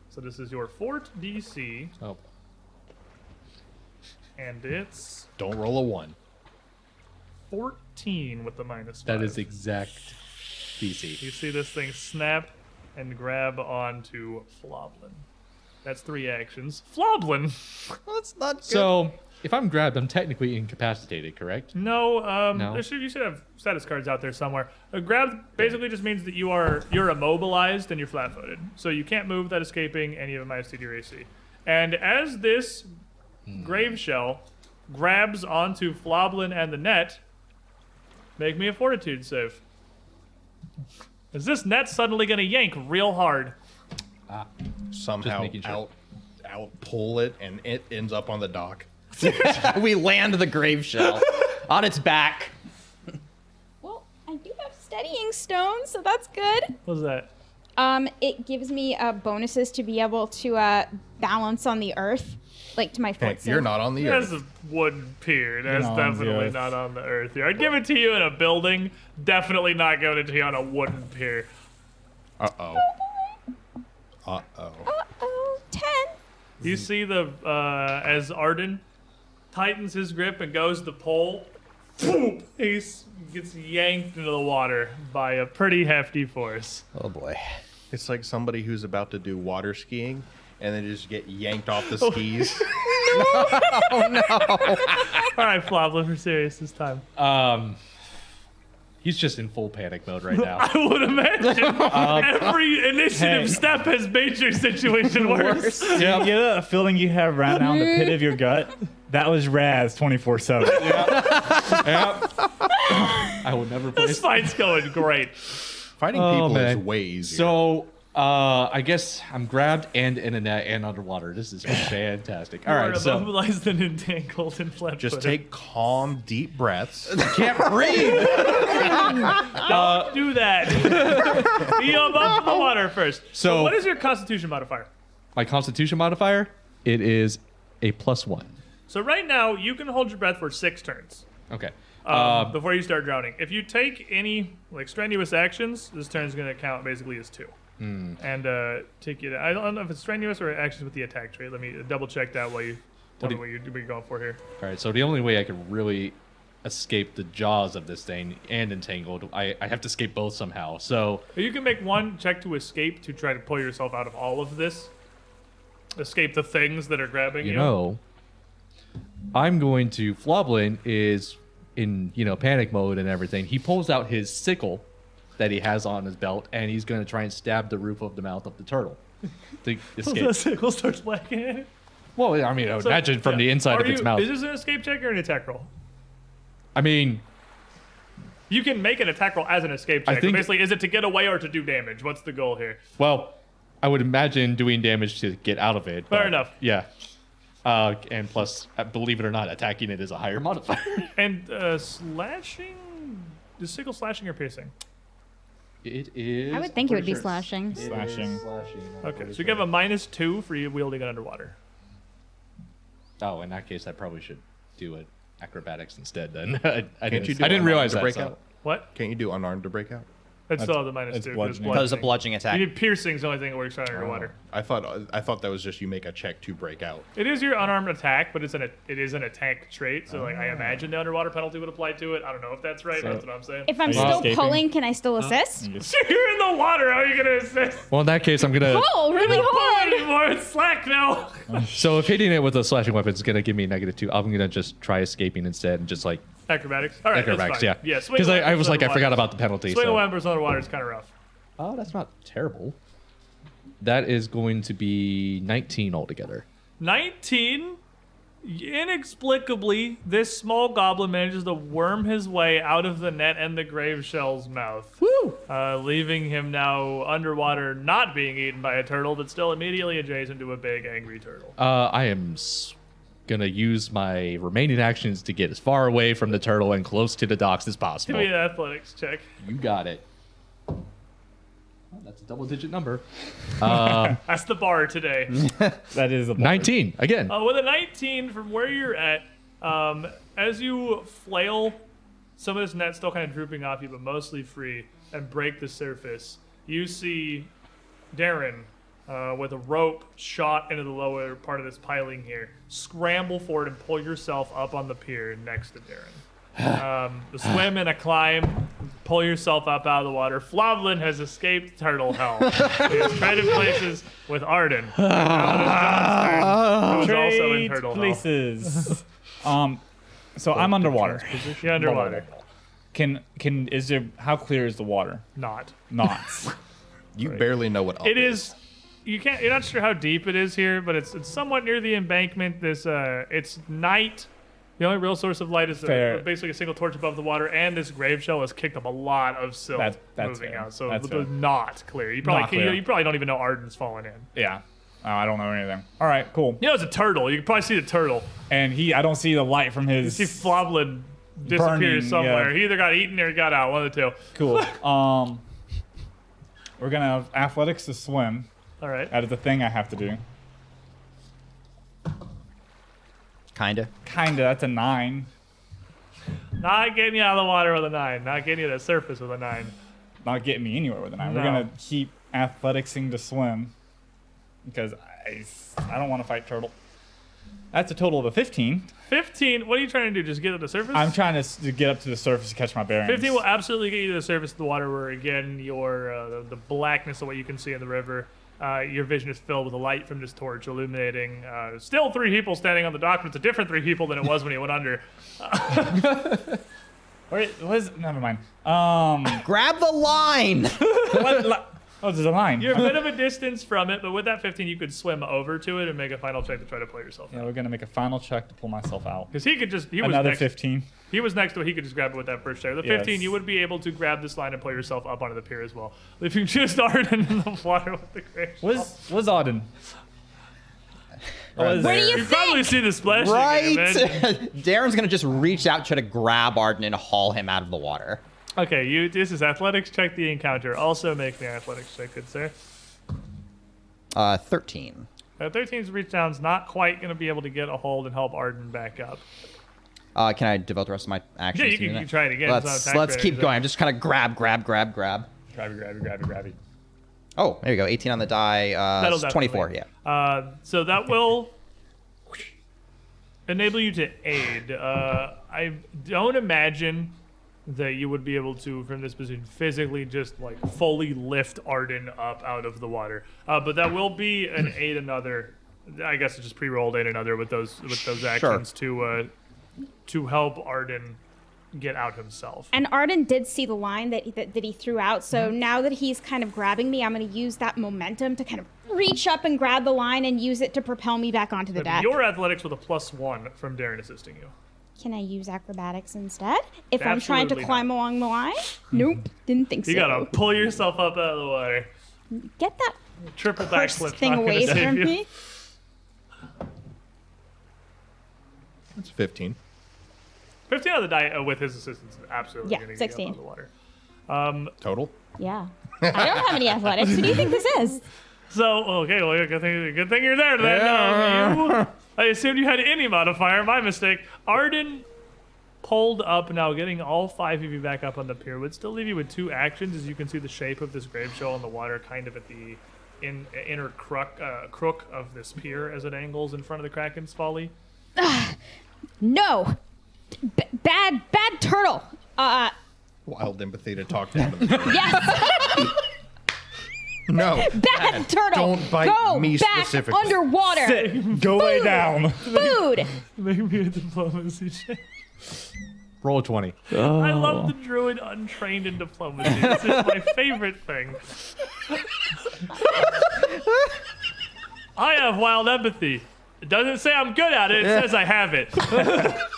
A: So this is your fort DC,
C: Oh,
A: and it's
F: Don't roll a one.
A: 14 with the minus
C: that
A: five.
C: is exact DC.
A: You see this thing snap and grab onto Floblin. That's three actions. Floblin!
B: Well, that's not good.
C: So if I'm grabbed, I'm technically incapacitated, correct?
A: No, um,
C: No.
A: There should, you should have status cards out there somewhere. A grab basically just means that you are you're immobilized and you're flat-footed, so you can't move without escaping any of my to your AC. And as this
C: Hmm.
A: grave shell grabs onto Floblin and the net, make me a fortitude save. Is this net suddenly going to yank real hard?
F: Somehow
C: making sure.
F: out, out pull it, and it ends up on the dock.
B: we land the grave shell on its back.
E: Well, I do have steadying stones, so that's good.
A: What's that?
E: Um, it gives me uh, bonuses to be able to uh, balance on the earth, like to my fort. save.
F: You're not on the
A: That's
F: earth.
A: a wooden pier. That's
I: Not on the
A: definitely
I: earth.
A: not on the earth here. I'd give it to you in a building. Definitely not giving it to you on a wooden pier.
F: Uh oh. Uh oh.
E: Uh-oh, ten.
A: You see the uh, as Arden tightens his grip and goes to pull. Whoop, he s- gets yanked into the water by a pretty hefty force.
B: Oh boy.
F: It's like somebody who's about to do water skiing and they just get yanked off the
C: Oh.
F: skis.
A: All right, Floblin, we're serious this time.
C: Um, he's just in full panic mode right now.
A: I would imagine every initiative
I: hey.
A: step has made your situation worse.
I: You get a feeling you have right now in the pit of your gut?
D: Mm-hmm.
I: That was Raz 24 7.
C: I will never play.
A: This fight's going great.
F: Fighting
C: Oh,
F: people is
C: man.
F: way easier.
C: So uh, I guess I'm grabbed and in a net and underwater. This is fantastic. All
A: More
C: right, so
A: immobilized than entangled and flat
F: just take calm, deep breaths.
C: can't breathe.
A: do that. Be above the water first.
C: So-
A: what is your Constitution modifier?
C: My Constitution modifier. It is a plus one.
A: So right now you can hold your breath for six turns
C: Okay.
A: um, before you start drowning. If you take any like strenuous actions, this turn's going to count basically as two. And uh, take you. I don't know if it's strenuous or actions with the attack trait. Let me double check that while you tell
C: What
A: me
C: do
A: what you're what you're going for here.
C: All right. So the only way I can really escape the jaws of this thing and entangled, I, I have to escape both somehow. So
A: You can make one check to escape to try to pull yourself out of all of this. Escape the things that are grabbing you.
C: you know, I'm going to. Floblin is in you know panic mode and everything. He pulls out his sickle that he has on his belt, and he's going to try and stab the roof of the mouth of the turtle to
A: The
C: escape.
A: sickle starts whacking at it.
C: well, I mean,
A: So-
C: imagine from the
A: yeah.
C: inside
A: Are
C: of its
A: you-
C: mouth.
A: Is this an escape check or an attack roll?
C: I mean,
A: You can make an attack roll as an escape
C: I
A: check.
C: think-
A: Basically, is it to get away or to do damage? What's the goal here?
C: well, I would imagine doing damage to get out of it.
A: Fair
C: but
A: enough.
C: Yeah. Uh, and plus, uh, believe it or not, attacking it is a higher modifier.
A: And uh, slashing. Is sickle slashing or piercing?
C: it is.
E: I would think it would be
A: sure.
E: slashing.
I: Slashing.
A: Okay, so you have a minus two for you wielding it underwater.
C: Oh, in that case, I probably should do it acrobatics instead. Then I, I
F: Can't
C: didn't,
F: you do
C: I didn't
F: unarmed
C: realize
F: to
C: that.
F: break
C: so-
F: out?
A: What?
F: Can't you do unarmed to break out?
A: That's still the minus Oh.
I: that's
A: two. 'cause it's
I: bludgeoning.
B: That was a bludgeoning
A: You
B: attack.
A: need piercing's the only thing that works on underwater.
F: I thought I thought that was just you make a check to break out.
A: It is your unarmed attack, but it's an it is an attack trait. So like I imagine the underwater penalty would apply to it. I don't know if that's right. but that's what I'm saying.
E: If I'm
I: you
E: still
I: escaping?
E: pulling, can I still assist?
A: You're in the water. How are you gonna assist?
C: Well, in that case, I'm gonna.
E: Oh, really hard.
A: Anymore, it's slack now.
C: So if hitting it with a slashing weapon is gonna give me negative two, I'm gonna just try escaping instead and just like
A: Acrobatics. All right,
C: acrobatics. Yeah.
A: that's fine. Yeah, swing
C: Because I,
A: away
C: I was
A: from
C: like, I
A: underwater.
C: forgot about the penalty.
A: Swing
C: so-
A: a Wambers underwater is kind of rough.
C: Oh, that's not terrible. That is going to be 19 altogether.
A: 19. Inexplicably, this small goblin manages to worm his way out of the net and the grave shell's mouth,
C: Woo!
A: uh, leaving him now underwater, not being eaten by a turtle, but still immediately adjacent to a big, angry turtle.
C: Uh, I am s- gonna use my remaining actions to get as far away from the turtle and close to the docks as
A: Give
C: possible.
A: me an athletics check.
C: You got it. That's a double digit number. Uh,
A: That's the bar today.
G: That is a bar.
C: 19 again.
A: Uh, with a 19 from where you're at, um, as you flail, some of this net still kind of drooping off you, but mostly free, and break the surface. You see Darren uh, with a rope shot into the lower part of this piling here. Scramble for it and pull yourself up on the pier next to Darren. Um, the swim and a climb, pull yourself up out of the water. Flavlin has escaped turtle hell. he has traded places with Arden. Who was also in
I: Trade
A: turtle hell.
I: places. um, so I'm underwater.
A: You're underwater.
I: Can can is there how clear is the water?
A: Not.
I: Not.
F: You barely know what up
A: It is. You can't. You're not sure how deep it is here, but it's it's somewhat near the embankment. This uh, it's night. The only real source of light is
I: Fair.
A: a, basically a single torch above the water, and this grave shell has kicked up a lot of silt
I: That- that's
A: moving
I: fair.
A: out. So
I: That's
A: it's
I: fair.
A: not clear. You probably
I: Not
A: can't-
I: clear.
A: You, you probably don't even know Arden's fallen in.
I: yeah. Uh, I don't know anything. All right, cool.
A: You know it's a turtle. You can probably see the turtle.
I: And he, I don't see the light from his.
A: You see Floblin disappear
I: Burning,
A: somewhere.
I: yeah.
A: He either got eaten or he got out. One of the two.
I: cool. Um, we're gonna have athletics to swim.
A: All right.
I: That is the thing I have to do.
B: Kinda.
I: Kinda. That's a nine.
A: Not getting you out of the water with a nine. Not getting you to the surface with a nine.
I: Not getting me anywhere with a nine. We're
A: No.
I: gonna keep athleticsing to swim because I, I don't want to fight turtle. That's a total of a fifteen.
A: 15. What are you trying to do? Just get to the surface?
I: I'm trying to, s- to get up to the surface to catch my bearings.
A: 15 will absolutely get you to the surface of the water where, again, your uh, the, the blackness of what you can see in the river, uh, your vision is filled with the light from this torch illuminating. Uh, still three people standing on the dock, but it's a different three people than it was when you went under.
I: Or it was never mind. Um,
B: Grab the line.
I: what li- oh, there's a line.
A: You're a bit of a distance from it, but with that 15, you could swim over to it and make a final check to try to pull yourself
I: yeah,
A: out.
I: we're gonna make a final check to pull myself out.
A: Because he could just, he was,
I: Another
A: next,
I: fifteen.
A: he was next to it, he could just grab it with that first chair. The
I: Yes.
A: 15, you would be able to grab this line and pull yourself up onto the pier as well. If you just aren't in the water with the crash.
I: Was was Auden? Was-
E: What do you
A: You probably
E: think?
A: see the splash.
B: Right. Darren's gonna just reach out, try to grab Arden and haul him out of the water.
A: Okay, you. This is athletics. Check the encounter. Also make me an athletics check, good sir.
B: Uh, thirteen.
A: Uh, 13's reach down's not quite going to be able to get a hold and help Arden back up.
B: Uh, can I devote the rest of my actions?
A: Yeah, you
B: to
A: can-
B: doing
A: you
B: that?
A: try it again. It's not
B: Let's
A: attack
B: let's
A: or
B: keep
A: anything.
B: going. I'm just kind of grab, grab, grab, grab.
I: Grabby, grabby, grabby, grabby.
B: Oh, there you go. 18 on the die. Uh,
A: That'll
B: it's 24. Yeah.
A: definitely- Uh, so that will enable you to aid. Uh, I don't imagine that you would be able to, from this position, physically just like fully lift Arden up out of the water. Uh, but that will be an aid another. I guess it's just pre-rolled aid another with those with those actions to uh, to help Arden get out himself.
E: And Arden did see the line that, that, that he threw out. So now that he's kind of grabbing me, I'm going to use that momentum to kind of reach up and grab the line and use it to propel me back onto the deck.
A: Your athletics with a plus one from Darren assisting you.
E: Can I use acrobatics instead? If I'm trying to
A: Absolutely
E: climb along the line? Nope, didn't think so.
A: You gotta pull yourself up out of the water.
E: Get that
A: Triple
E: cursed
A: backflip
E: thing away from me.
F: It's 15.
A: 15 on the die uh, with his assistance is absolutely
E: Yeah,
A: going to get
E: 16.
A: you out of the water.
F: Total?
E: Yeah. I don't have any athletics. What do you think this is?
A: So, okay, well, good thing, good thing you're there then. Um, you- I assumed you had any modifier. My mistake. Arden pulled up now, getting all five of you back up on the pier would still leave you with two actions, as you can see the shape of this grave shell in the water, kind of at the in, inner crook, uh, crook of this pier as it angles in front of the Kraken's folly.
E: No. B- bad, bad turtle. Uh,
F: Wild empathy to talk down to me.
E: yes,
F: No.
E: bad turtle.
F: Don't bite
E: Go
F: me
E: back
F: specifically.
E: underwater.
I: Go lay
E: Food.
I: down.
E: Food.
A: Make me a diplomacy check.
C: Roll a 20.
A: I love the druid untrained in diplomacy. this is my favorite thing. I have wild empathy. It doesn't say I'm good at it, it says I have it.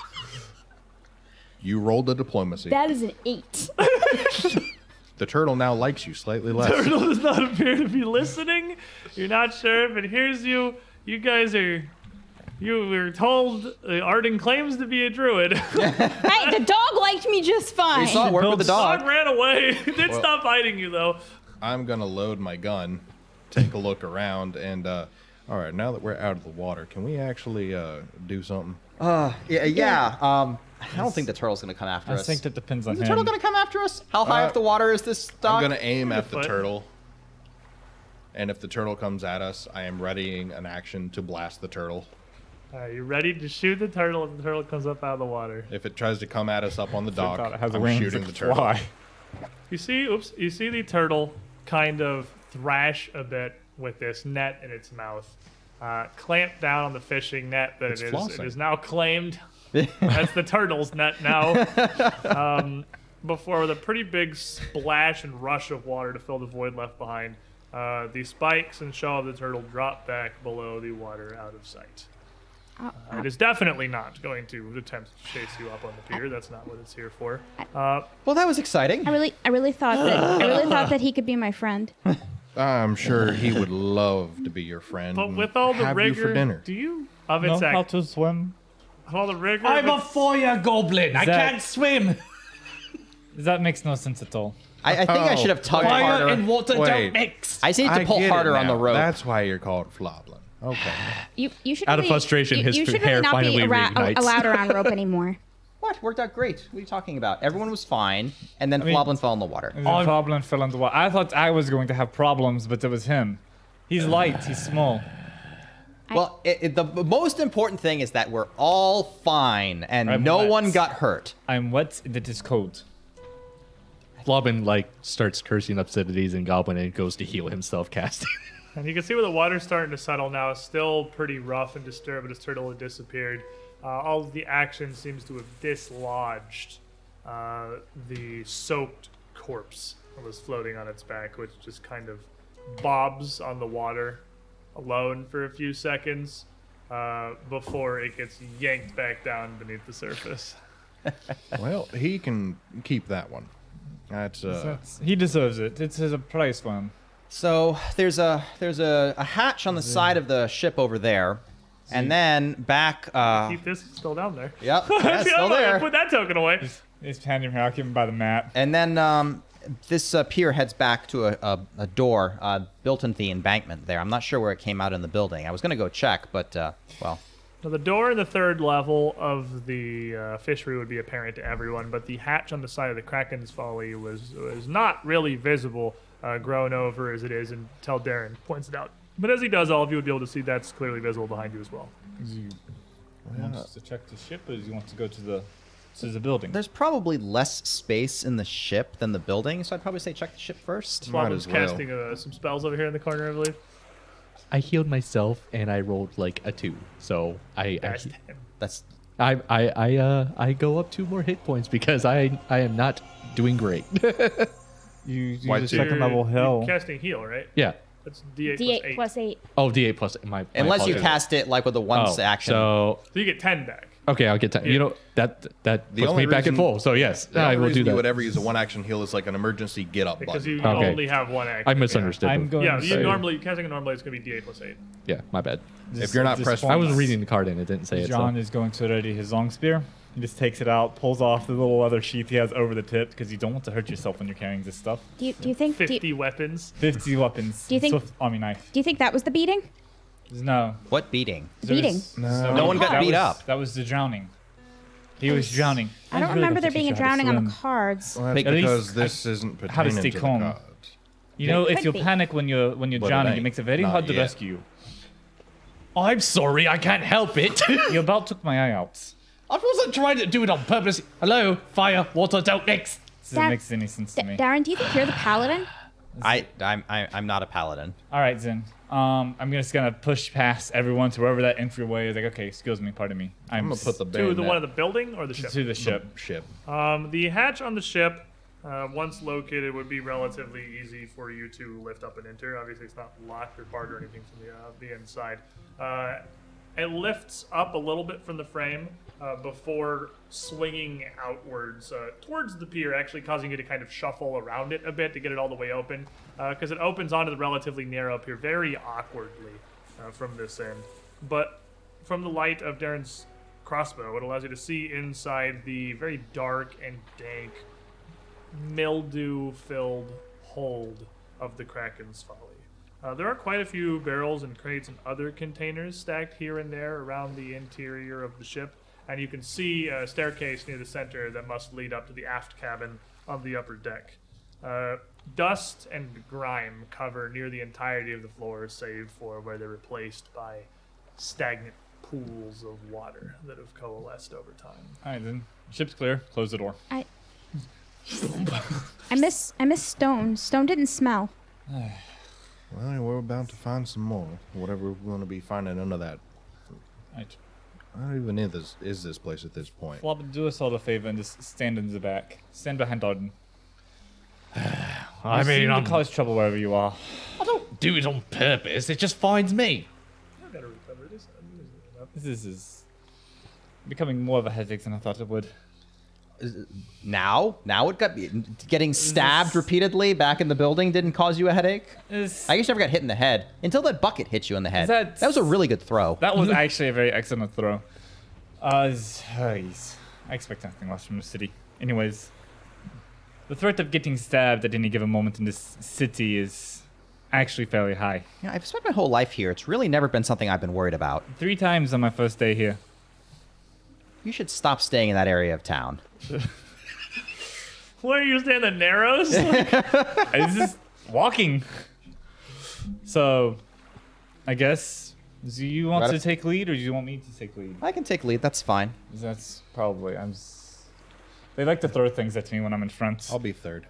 F: You rolled a diplomacy.
E: That is an eight.
F: the turtle now likes you slightly less.
A: Turtle does not appear to be listening. You're not sure, but here's you. You guys are. You were told uh, Arden claims to be a druid.
E: hey, the dog liked me just fine.
B: We saw it work with the
A: Dog
B: dog.
A: ran away. It did stop biting you, though.
F: I'm gonna load my gun, take a look around, and uh, all right. Now that we're out of the water, can we actually uh, do something?
B: Uh, yeah, yeah. Um, I don't think the turtle's gonna come after
I: I
B: us.
I: think that depends on
B: Is the
I: him.
B: turtle gonna come after us? How high
F: Uh,
B: up the water is this dock?
F: I'm gonna aim at the
A: foot.
F: turtle, and if the turtle comes at us, I am readying an action to blast the turtle.
A: Are you ready to shoot the turtle if the turtle comes up out of the water?
F: If it tries to come at us up on the dock,
I: God, it has
F: I'm
I: wings.
F: shooting
I: it
F: the
I: can
F: turtle.
I: fly.
A: You see, oops, you see the turtle kind of thrash a bit with this net in its mouth, uh, clamp down on the fishing net that
F: It's
A: it is. It
F: flossing.
A: is now claimed. That's the turtle's net now. um, before with a pretty big splash and rush of water to fill the void left behind, uh, the spikes and shell of the turtle drop back below the water out of sight. Uh, it is definitely not going to attempt to chase you up on the pier. That's not what it's here for. Uh,
B: Well, that was exciting.
E: I really, I really thought that, I really thought that he could be my friend.
F: I'm sure he would love to be your friend.
A: But
F: and
A: with all the
F: have you
A: rigor,
F: for dinner.
A: do you of
I: Know
A: its
I: how
A: act,
I: to swim?
A: with all the rigor,
G: I'm a
A: of its,
G: fire goblin. I
I: That-
G: can't swim.
I: That makes no sense at all.
B: I, I think I
F: Oh,
B: should have tugged
G: Fire
B: harder.
G: and water
F: Wait.
G: don't mix.
B: I just need to
F: I
B: pull
F: get it
B: harder on
F: now.
B: the rope.
F: That's why you're called Floblin. Okay.
E: You, you should
C: Out of
E: really,
C: frustration,
E: you,
C: his
E: you should
C: hair
E: really not
C: finally
E: be ara-
C: reignites.
E: allowed around rope anymore.
B: What? Worked out great. What are you talking about? Everyone was fine, and then
I: mean-
B: Floblin fell in the water.
I: The problem fell into water. I thought I was going to have problems, but it was him. He's light. He's small.
B: Well, it, it, the most important thing is that we're all fine and
I: I'm
B: no
I: wet.
B: one got hurt.
I: I'm wet. That is cold.
C: Flobbin like starts cursing obscenities and goblin and goes to heal himself casting.
A: and you can see where the water's starting to settle now. It's still pretty rough and disturbed, but its turtle had disappeared. Uh, all of the action seems to have dislodged uh, the soaked corpse that was floating on its back, which just kind of bobs on the water alone for a few seconds uh, before it gets yanked back down beneath the surface.
F: Well, he can keep that one. That's uh,
I: That's- he deserves it. It's a price one.
B: So there's a there's a, a hatch
I: Mm-hmm.
B: on the side of the ship over there, and then back. Uh,
A: Keep this still down there.
B: yep, yeah,
A: See,
B: still
A: I'm like,
B: there.
A: Put that token away.
I: He's handing him out, give him by the map.
B: And then um, this uh, pier heads back to a, a, a door uh, built into the embankment there. I'm not sure where it came out in the building. I was going to go check, but, uh, well,
A: Now, the door in the third level of the uh, fishery would be apparent to everyone, but the hatch on the side of the Kraken's Folly was was not really visible, uh, grown over as it is, until Darren points it out. But as he does, all of you would be able to see that's clearly visible behind you as well.
I: You want us to check the ship, or you want to go to the to the building?
B: there's probably less space in the ship than the building, so I'd probably say check the ship first.
F: Might
A: Robin's
F: as well.
A: casting uh, some spells over here in the corner, I believe.
C: I healed myself and I rolled like a two, so I I,
A: That's him.
B: That's
C: I I I, uh, I go up two more hit points because I I am not doing great.
I: You use
F: Why
I: a
F: two?
I: second level
A: You're- you're
I: hill.
A: Casting heal, right?
C: yeah.
A: That's D8, plus
E: D8
A: eight.
E: plus eight.
C: Oh, D8 plus my. my
B: unless you
C: apologies.
B: cast it like with the one
C: Oh,
B: action.
C: So
A: So you get ten back.
C: okay, I'll get that.
A: Yeah.
C: You know that that
F: The
C: puts
F: only
C: me back in
F: reason-
C: full. So yes,
F: the
C: I
F: only
C: will
F: reason
C: do
F: You
C: that.
F: would ever use a one-action heal is like an emergency get-up
A: Because
F: button.
A: you
C: Okay.
A: only have one action.
C: I
A: yeah.
C: misunderstood.
I: I'm going.
A: Yeah, you
C: Sorry.
A: normally casting a normal it's gonna be D8 plus eight.
C: Yeah, my bad.
F: if you're not pressed-
C: I was reading the card and it didn't say it. so-
I: John is going to ready his long spear. He just takes it out, pulls off the little leather sheath he has over the tip because you don't want to hurt yourself when you're carrying this stuff.
E: Do you, do you think? Do you,
A: Fifty
E: do
A: weapons.
I: 50 weapons.
E: Do you think-
I: Swift army knife.
E: you think that was the beating?
I: There's no.
B: what beating?
I: there's-
E: Beating.
I: there's
B: No one got
I: that
B: beat
I: was-
B: up.
I: That was the drowning. He was drowning.
E: I don't
I: really
E: remember
I: have
E: there
I: to
E: being
I: teach
E: a
I: you how to
E: drowning on the
I: swim.
E: cards.
F: Well, that's
I: At least
F: because this isn't pertaining
I: how to stay
F: to
I: calm.
F: the cards.
I: You know, if
E: Could
I: you
E: be.
I: panic when you're when you're
F: But it
I: drowning, it
F: ain't.
I: makes it very
F: Not
I: hard to
F: yet.
I: rescue you.
G: I'm sorry, I can't help it.
I: You about took my eye out.
G: I wasn't trying to do it on purpose. Hello, fire, water don't mix.
I: Doesn't
E: That-
I: make any sense
E: Da-
I: to me.
E: Darren, do you think you're the paladin?
B: I, I'm, I, I'm not a paladin.
I: All right, Zen. Um, I'm just gonna push past everyone to wherever that entryway is. Like, okay, excuse me, pardon me.
F: I'm gonna put the
A: To
F: bayonet
A: the one of the building or the ship?
I: to the ship.
F: ship.
A: Um, the hatch on the ship, uh, once located, would be relatively easy for you to lift up and enter. Obviously, it's not locked or barred or anything from the, uh, the inside. Uh, it lifts up a little bit from the frame uh, before swinging outwards uh, towards the pier, actually causing you to kind of shuffle around it a bit to get it all the way open, because it opens onto the relatively narrow pier very awkwardly uh, from this end. But from the light of Darren's crossbow, it allows you to see inside the very dark and dank, mildew filled hold of the Kraken's folly. Uh, there are quite a few barrels and crates and other containers stacked here and there around the interior of the ship, and you can see a staircase near the center that must lead up to the aft cabin on the upper deck. Uh, dust and grime cover near the entirety of the floor, save for where they're replaced by stagnant pools of water that have coalesced over time.
I: All right, then. Ship's clear. Close the door.
E: I. I miss I miss Stone. Stone didn't smell.
F: Well, we're about to find some more. Whatever we're going to be finding under that.
I: All right.
F: I don't even know this is this place at this point.
I: Flop, do us all a favor and just stand in the back. Stand behind Odin.
C: I mean,
I: you
C: I'm,
I: can cause trouble wherever you are.
C: I don't do it on purpose. It just finds me.
A: I gotta recover this. I'm using it up.
I: This is, is becoming more of a headache than I thought it would.
B: Now, now it got getting stabbed repeatedly back in the building didn't cause you a headache.
I: Is-
B: I guess you never got hit in the head until that bucket hit you in the head.
I: that-
B: was a really good throw.
I: That was actually a very excellent throw. Uh, z- oh, yes. I expect nothing less from the city. Anyways, the threat of getting stabbed at any given moment in this city is actually fairly high.
B: You know, I've spent my whole life here. It's really never been something I've been worried about.
I: Three times on my first day here.
B: You should stop staying in that area of town.
A: Where are you staying? The Narrows?
I: It's just walking. So, I guess, do you want
B: Right
I: to
B: up-
I: take lead or do you want me to take lead?
B: I can take lead. That's fine.
I: That's probably I'm. s- They like to throw things at me when I'm in front.
F: I'll be third.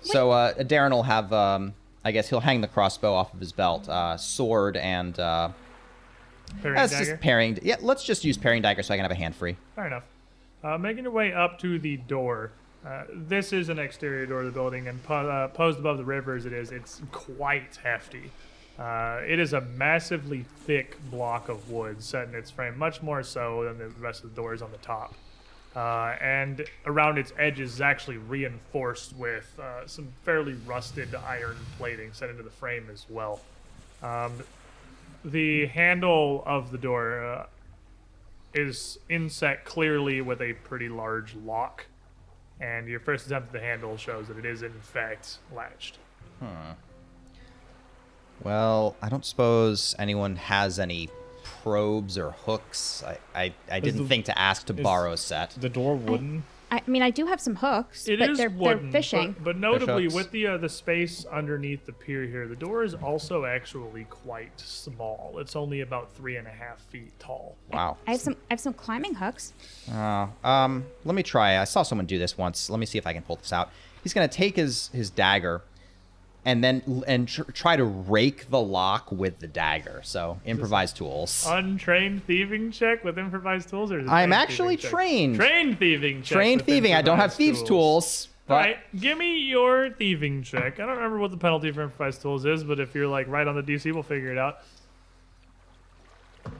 B: So uh, Darren will have, um, I guess he'll hang the crossbow off of his belt, uh, sword and uh,
A: Parry
B: that's
A: dagger.
B: just parrying. Yeah, let's just use parrying dagger so I can have a hand free.
A: Fair enough. Uh, making your way up to the door. Uh, this is an exterior door of the building, and po- uh, posed above the river as it is, it's quite hefty. Uh, it is a massively thick block of wood set in its frame, much more so than the rest of the doors on the top. Uh, and around its edges is actually reinforced with uh, some fairly rusted iron plating set into the frame as well. Um, the handle of the door uh, is inset clearly with a pretty large lock, and your first attempt at the handle shows that it is in fact latched.
B: Well, I don't suppose anyone has any probes or hooks. I, I, I didn't
I: the-
B: think to ask to
I: is-
B: borrow a set.
I: the door wooden.
E: I mean, I do have some hooks,
A: It
E: but
A: is
E: they're
A: wooden,
E: they're fishing.
A: But, but notably,
B: hooks.
A: with the uh, the space underneath the pier here, the door is also actually quite small. It's only about three and a half feet tall.
B: Wow.
E: I have some I have some climbing hooks.
B: Uh, um, let me try. I saw someone do this once. Let me see if I can pull this out. He's gonna take his his dagger, and then l- and tr- try to rake the lock with the dagger. So improvised tools.
A: Untrained thieving check with improvised tools, or is it
B: I'm
A: trained
B: actually
A: thieving check?
B: trained.
A: Trained thieving. Check
B: Trained
A: with
B: thieving. I don't have
A: improvised
B: thieves tools. but
A: All right, give me your thieving check. I don't remember what the penalty for improvised tools is, but if you're like right on the DC, we'll figure it out.
B: uh,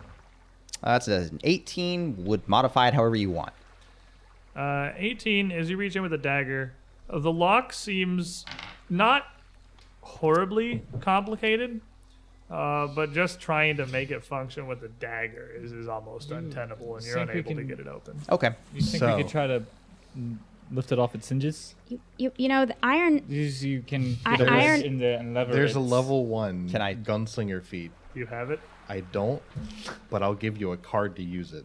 B: that's an 18. Would modify it however you want.
A: Uh, 18, as you reach in with a dagger, uh, the lock seems not horribly complicated, uh, but just trying to make it function with a dagger is, is almost untenable, and you're
I: think we
A: unable to
I: can-
A: get it open.
B: Okay.
I: You think
F: So-
I: we could try to mm, lift it off its hinges?
E: You you, you know the iron.
I: You, you can
E: I-
I: get a wrench
E: iron-
I: in there and lever
F: There's
I: it.
F: a level one
B: Can I-
F: gunslinger feat.
A: Do you have it?
F: I don't, but I'll give you a card to use it.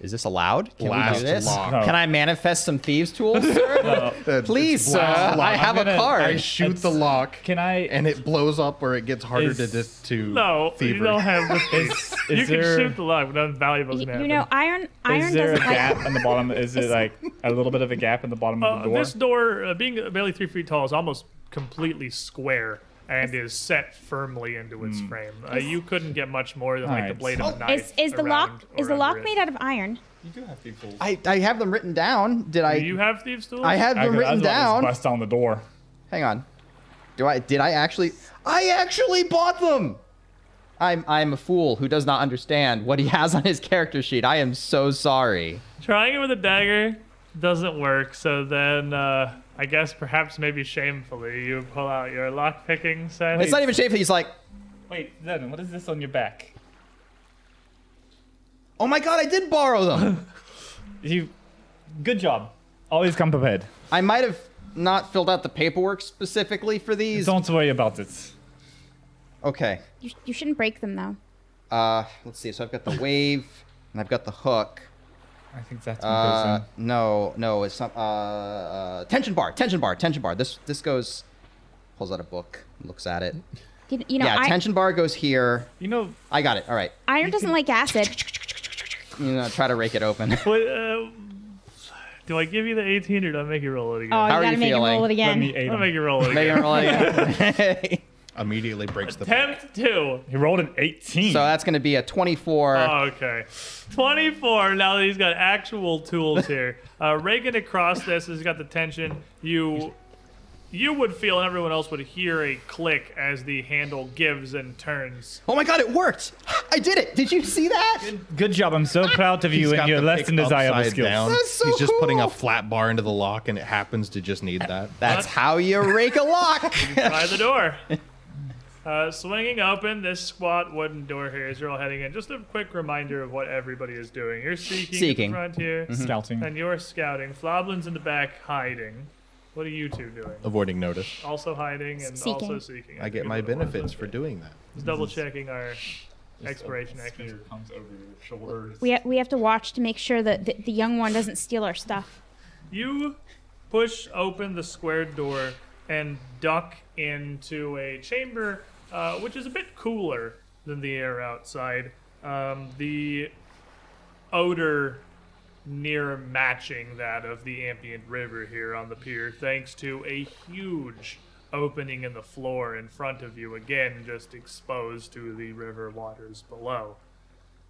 B: Is this allowed? Can we
F: Blast
B: do this?
F: lock.
I: No.
B: Can I manifest some thieves tools, sir? Please, sir.
F: blast
B: I have
I: I'm
B: a
I: gonna-
B: card.
F: I shoot the lock,
I: Can I?
F: and it blows up, or it gets harder to
I: Is-
F: dis- to
A: No, you
F: thievery.
A: don't have the
I: is,
A: You
I: is
A: can
I: there,
A: shoot the lock, but nothing valuable
E: You,
A: is gonna
E: you know
A: happen.
E: iron iron
I: Is there a
E: doesn't
I: gap
E: like.
I: in the bottom? Is it like a little bit of a gap in the bottom of
A: Uh,
I: the door?
A: this door, uh, being barely three feet tall, is almost completely square and is set firmly into its frame. Uh, you couldn't get much more than like the
I: Alright.
A: blade of a knife.
E: Oh, Is is the lock
A: around or
E: is the
A: under
E: lock
A: it.
E: made out of iron?
I: you do have people.
B: I, I have them written down. Did I?
A: Do you have thieves' tools?
B: I have them written down.
I: Bust on the door.
B: Hang on. Do I did I actually I actually bought them? I'm I'm a fool who does not understand what he has on his character sheet. I am so sorry.
A: Trying it with a dagger doesn't work, so then uh, I guess perhaps maybe shamefully you pull out your lock picking set.
B: It's not even shameful. He's like,
I: Wait, Zenon, what is this on your back?
B: oh my god, I did borrow them.
I: You, good job. Always come prepared.
B: I might have not filled out the paperwork specifically for these?
I: Don't worry about it.
B: Okay.
E: You, you shouldn't break them though.
B: Uh, let's see. So I've got the wave, and I've got the hook.
I: I think that's what
B: Uh,
I: goes
B: no, no, it's some uh, uh, tension bar, tension bar, tension bar. This this goes, pulls out a book, looks at it.
E: You, you know,
B: yeah,
E: I,
B: tension bar goes here.
A: You know,
B: I got it. All right,
E: iron doesn't like acid.
B: you know, try to rake it open.
A: what, uh, do I give you the 18 or do I make you roll it again?
E: Oh, you
B: How are
E: gotta
B: you
E: make him roll
B: feeling?
E: it
I: in. Let
E: again.
I: me aid
A: I'll
I: him.
A: make you roll it
B: Make
A: again.
B: it roll again.
F: Immediately breaks the.
A: Attempt two.
I: He rolled an 18.
B: so that's going to be a 24.
A: Oh, okay. 24, now that he's got actual tools here. Uh, Reagan across this has got the tension. You you would feel, and everyone else would hear a click as the handle gives and turns.
B: oh my god, it worked! I did it! Did you see that?
I: Good job. I'm so proud of you
F: He's
I: and
F: got
I: your
F: the
I: less
F: pick
I: than desirable
F: upside
I: skills.
F: down.
B: That's so
F: He's just putting a
B: cool.
F: flat bar into the lock, and it happens to just need that.
B: That's how you rake a lock.
A: By the door. Uh, swinging open this squat wooden door here as you're all heading in. Just a quick reminder of what everybody is doing. You're seeking, at the
B: Seeking.
A: front here,
I: Scouting.
A: and you're scouting. Floblin's in the back hiding. What are you two doing?
F: Avoiding notice.
A: Also hiding and also
E: Seeking.
A: seeking.
F: I get
A: forget
F: my
A: what it was.
F: benefits uh, for doing that.
A: Just double checking our expiration actions.
G: comes over your shoulder.
E: We, ha- we have to watch to make sure that the, the young one doesn't steal our stuff.
A: You push open the squared door and duck into a chamber, uh, which is a bit cooler than the air outside. Um, the odor near matching that of the ambient river here on the pier, thanks to a huge opening in the floor in front of you, again, just exposed to the river waters below.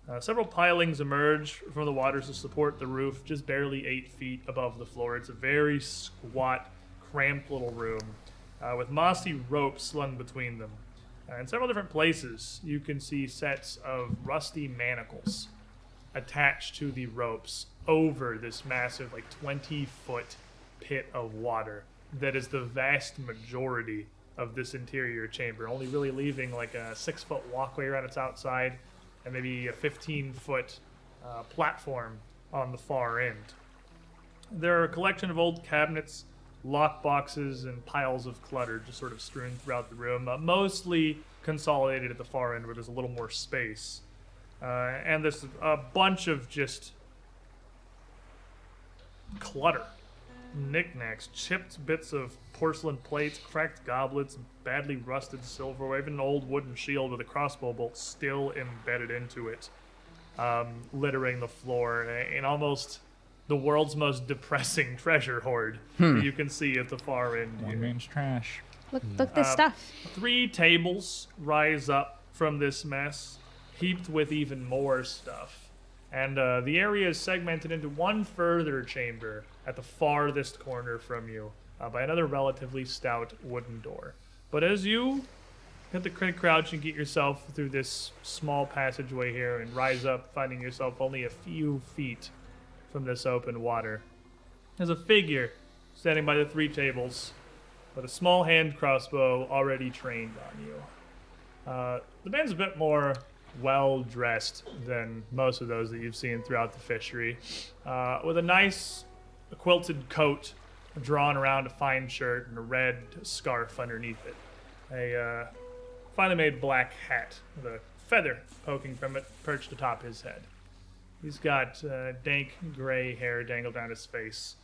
A: Uh, several pilings emerge from the waters to support the roof, just barely eight feet above the floor. It's a very squat, cramped little room uh, with mossy ropes slung between them. Uh, in several different places, you can see sets of rusty manacles attached to the ropes over this massive, like 20 foot pit of water that is the vast majority of this interior chamber, only really leaving like a six foot walkway around its outside and maybe a 15 foot uh, platform on the far end. There are a collection of old cabinets, lock boxes, and piles of clutter just sort of strewn throughout the room, uh, mostly consolidated at the far end where there's a little more space. Uh, and there's a bunch of just clutter knickknacks, chipped bits of porcelain plates, cracked goblets, badly rusted silverware, even an old wooden shield with a crossbow bolt still embedded into it, um, littering the floor, a- and almost the world's most depressing treasure hoard that you can see at the far end. here.
I: One man's trash.
E: Look,
A: Hmm,
E: look
A: uh,
E: this stuff.
A: Three tables rise up from this mess, heaped with even more stuff. And uh, the area is segmented into one further chamber at the farthest corner from you uh, by another relatively stout wooden door. But as you hit the crit crouch and get yourself through this small passageway here and rise up, finding yourself only a few feet from this open water, there's a figure standing by the three tables with a small hand crossbow already trained on you. Uh, the man's a bit more well dressed than most of those that you've seen throughout the fishery, uh, with a nice quilted coat drawn around a fine shirt and a red scarf underneath it. A uh, finely made black hat with a feather poking from it perched atop his head. He's got uh, dank gray hair dangled down his face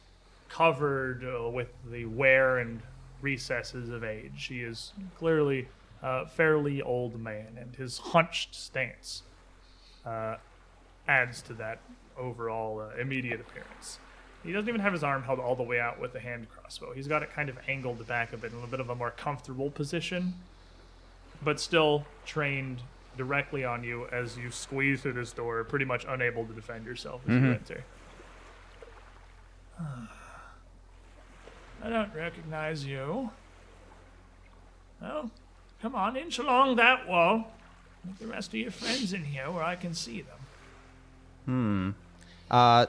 A: covered uh, with the wear and recesses of age. He is clearly a fairly old man, and his hunched stance uh, adds to that overall uh, immediate appearance. He doesn't even have his arm held all the way out with the hand crossbow. He's got it kind of angled back a bit in a bit of a more comfortable position, but still trained directly on you as you squeeze through this door, pretty much unable to defend yourself as you enter. I don't recognize you. Well, come on, inch along that wall. Get the rest of your friends in here where I can see them.
B: Uh,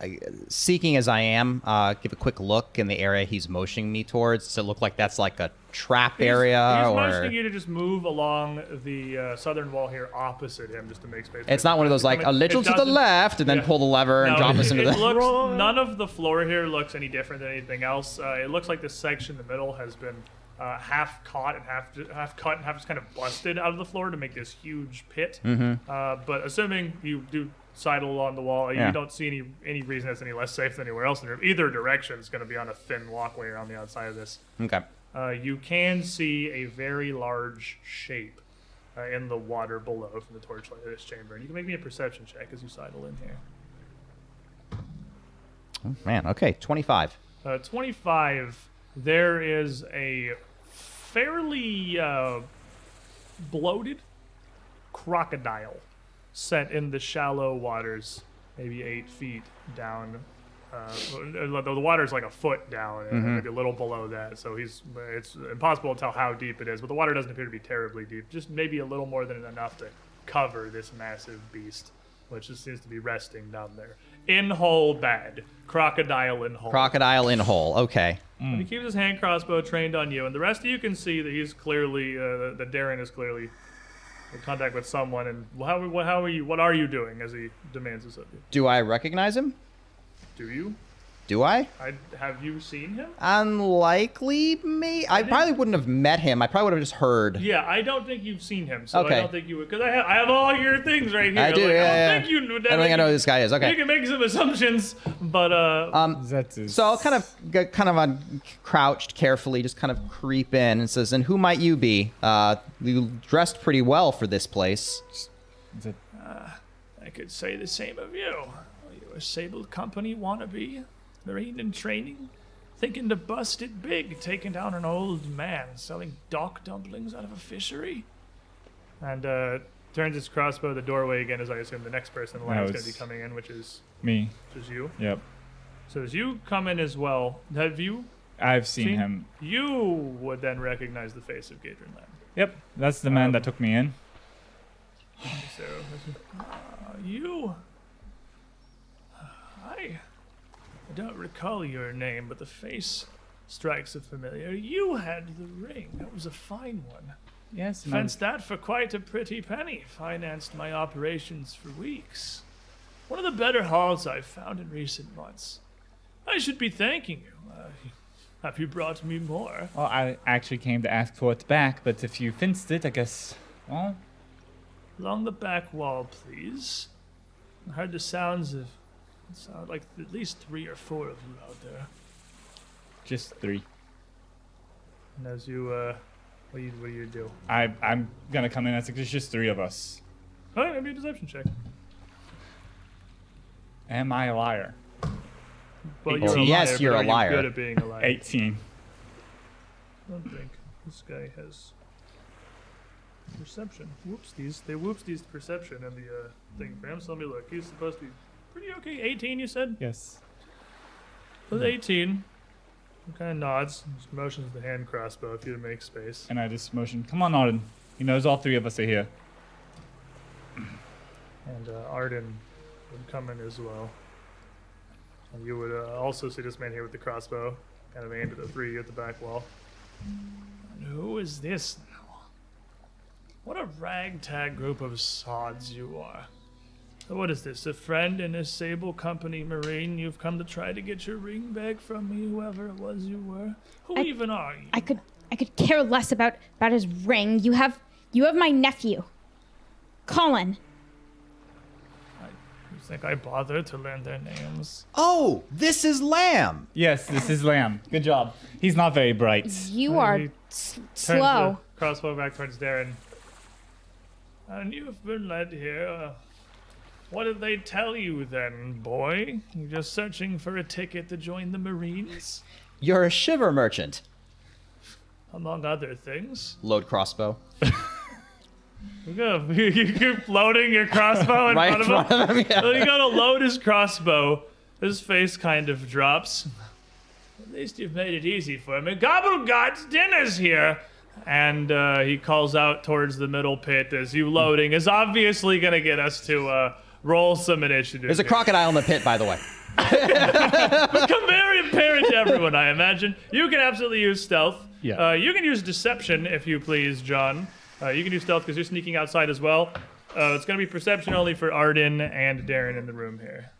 B: I, seeking as I am, uh, give a quick look in the area he's motioning me towards. Does it look like that's like a trap area
A: He's
B: or?
A: motioning you to just move along the uh, southern wall here opposite him just to make space.
B: It's not one of those like
A: I
B: a
A: mean,
B: little
A: it
B: to the
A: doesn't-
B: left and then
A: yeah.
B: pull the lever and
A: No,
B: drop
A: it-
B: us into
A: it
B: the.
A: looks- none of the floor here looks any different than anything else. Uh, it looks like this section in the middle has been uh, half caught and half half cut and half just kind of busted out of the floor to make this huge pit.
B: Mhm.
A: Uh, but assuming you do sidle along the wall,
B: Yeah.
A: you don't see any any reason that's any less safe than anywhere else in the room. Either direction is going to be on a thin walkway around the outside of this.
B: Okay.
A: Uh, you can see a very large shape uh, in the water below from the torchlight of this chamber. And you can make me a perception check as you sidle in here.
B: Oh, man, okay, twenty-five.
A: Uh, 25, there is a fairly uh, bloated crocodile set in the shallow waters, maybe eight feet down. Uh, the the water's like a foot down, and
G: Mhm.
A: maybe a little below that. So he's it's impossible to tell how deep it is, but the water doesn't appear to be terribly deep. Just maybe a little more than enough to cover this massive beast, which just seems to be resting down there. In hole bad crocodile in hole.
B: Crocodile in hole. Okay.
A: And He keeps his hand crossbow trained on you, and the rest of you can see that he's clearly, uh, that Darren is clearly in contact with someone. And how, what, how are you? What are you doing? As he demands this of you.
B: Do I recognize him?
A: Do you?
B: Do I?
A: I, have you seen him?
B: Unlikely, me. I probably wouldn't have met him. I probably would have just heard.
A: Yeah, I don't think you've seen him, so
B: Okay.
A: I don't think you would. Because I have, I have all your things right here.
B: I do,
A: Like,
B: yeah,
A: I
B: yeah.
A: don't think you know.
B: I don't think I know who this guy is. Okay.
A: You can make some assumptions, but uh,
B: Um, so I'll kind of get kind of on, crouched carefully, just kind of creep in and says, "And who might you be? Uh, you dressed pretty well for this place."
G: I could say the same of you. Are you a Sable Company wannabe? Marine in training? Thinking to bust it big, taking down an old man, selling dock dumplings out of a fishery?
A: and uh, turns his crossbow at the doorway again, as I assume the next person in line
D: No,
A: is going to be
D: it's
A: coming in, which is
D: Me.
A: which is you.
D: Yep.
A: So as you come in as well, have you
D: I've seen him.
A: You would then recognize the face of Gadrin Lamb.
D: Yep. That's the man that took me in.
A: So, uh, you.
G: I I don't recall your name, but the face strikes a familiar. You had the ring. That was a fine one.
D: Yes.
I: Mm.
D: and I was-
G: Fenced that for quite a pretty penny. Financed my operations for weeks. One of the better hauls I've found in recent months. I should be thanking you. Uh, have you brought me more?
D: Well, I actually came to ask for it back, but if you fenced it, I guess. Well,
G: Along the back wall, please. I heard the sounds of. It sounded like at least three or four of you out there.
D: just three.
A: And as you, uh, what do you, what do, you do?
D: I, I'm gonna come in as there's just three of us.
A: All right, maybe a Oh, deception check.
D: Am I a liar?
A: Well, you're a
D: Eighteen.
A: liar,
D: Yes,
A: but
D: you're a
A: are you
D: liar.
A: good at being a liar?
D: 18.
A: I don't think this guy has perception. Whoopsies. They whoopsies perception and the uh, thing for him. So let me look. He's supposed to be pretty okay. 18, you said?
D: Yes.
A: With 18, he kind of nods, just motions the hand crossbow if you to make space.
D: And I just motioned, come on, Arden. He knows all three of us are here.
A: And uh, Arden would come in as well. And you would uh, also see this man here with the crossbow, kind of aimed at the three at the back wall.
G: And who is this now? What a ragtag group of sods you are. So What is this, a friend in a Sable Company Marine? You've come to try to get your ring back from me, whoever it was you were? Who
E: I-
G: even are you?
E: I could I could care less about about his ring. You have you have my nephew, Colin.
G: You think I bother to learn their names?
B: Oh, this is Lamb.
D: Yes, this is Lamb. Good job. He's not very bright.
E: You are
A: he
E: s-
A: Turns
E: slow.
A: the crossbow back towards Darren.
G: And you've been led here. uh, What did they tell you then, boy? You're just searching for a ticket to join the Marines?
B: You're a shiver merchant.
G: Among other things.
B: Load crossbow.
A: You go- you keep loading your crossbow in
B: Right
A: front of
B: in
A: him.
B: front of him, yeah.
A: So you gotta load his crossbow. His face kind of drops.
G: At least you've made it easy for me. Gobble God's dinner's here.
A: And uh, he calls out towards the middle pit as you loading is obviously gonna get us to uh, Roll some initiative.
B: There's a
A: here.
B: crocodile in the pit, by the way.
A: Become very apparent to everyone, I imagine. You can absolutely use stealth.
C: Yeah.
A: Uh, you can use deception if you please, John. Uh, you can do stealth because you're sneaking outside as well. Uh, it's going to be perception only for Arden and Darren in the room here.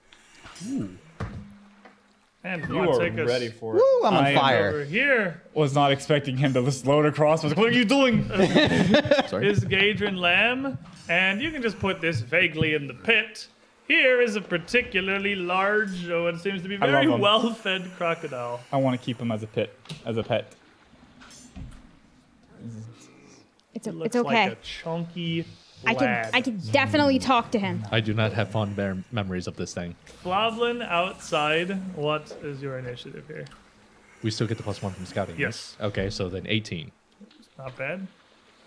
A: And you
D: You are
A: take us
D: ready for it.
B: Woo, I'm on
D: I am
B: fire.
A: over here.
D: Was not expecting him to just load across. I was like, what are you doing?
A: is Gadrin Lamb, and you can just put this vaguely in the pit. Here is a particularly large, oh, it seems to be
D: I love
A: very
D: them.
A: well fed crocodile.
D: I want to keep him as a pit, as a pet.
E: It's, o-
A: Looks
E: it's okay.
A: like a chunky
E: I can
A: lad.
E: I can definitely talk to him.
C: I do not have fond mem- memories of this thing.
A: Flavlin outside. What is your initiative here?
C: We still get the plus one from scouting. right?
A: Yes.
C: Okay, so then 18.
A: Not bad.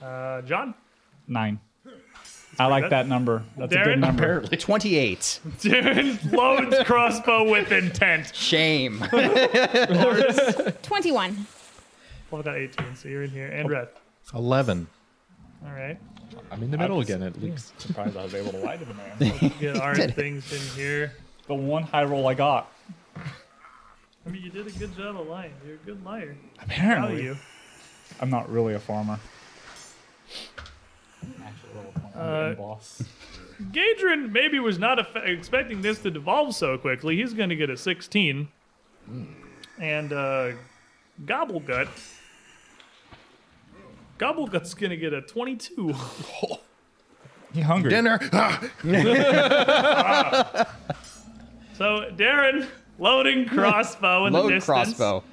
A: Uh, John.
D: Nine. I like
A: good.
D: that number. That's a
A: Darren?
D: good number.
B: 28.
A: Darren loads crossbow with intent.
B: Shame.
E: 21.
A: Well, I got 18, so you're in here. And Red.
F: Eleven.
A: All right.
C: I'm in the middle again, at least.
D: Surprised I was able to lie to the man.
A: Get our things in here.
D: the one high roll I got.
A: I mean, you did a good job of lying. You're a good liar. How are
D: Apparently,
A: you?
D: I'm not really a farmer.
A: Uh,
D: boss.
A: Gadrin maybe was not eff- expecting this to devolve so quickly. He's going to get a 16. And uh, Gobblegut. Gobblegut's going to get a 22.
D: He hungry.
F: Dinner.
A: so, Darren, loading crossbow in the
B: Load
A: distance.
B: crossbow.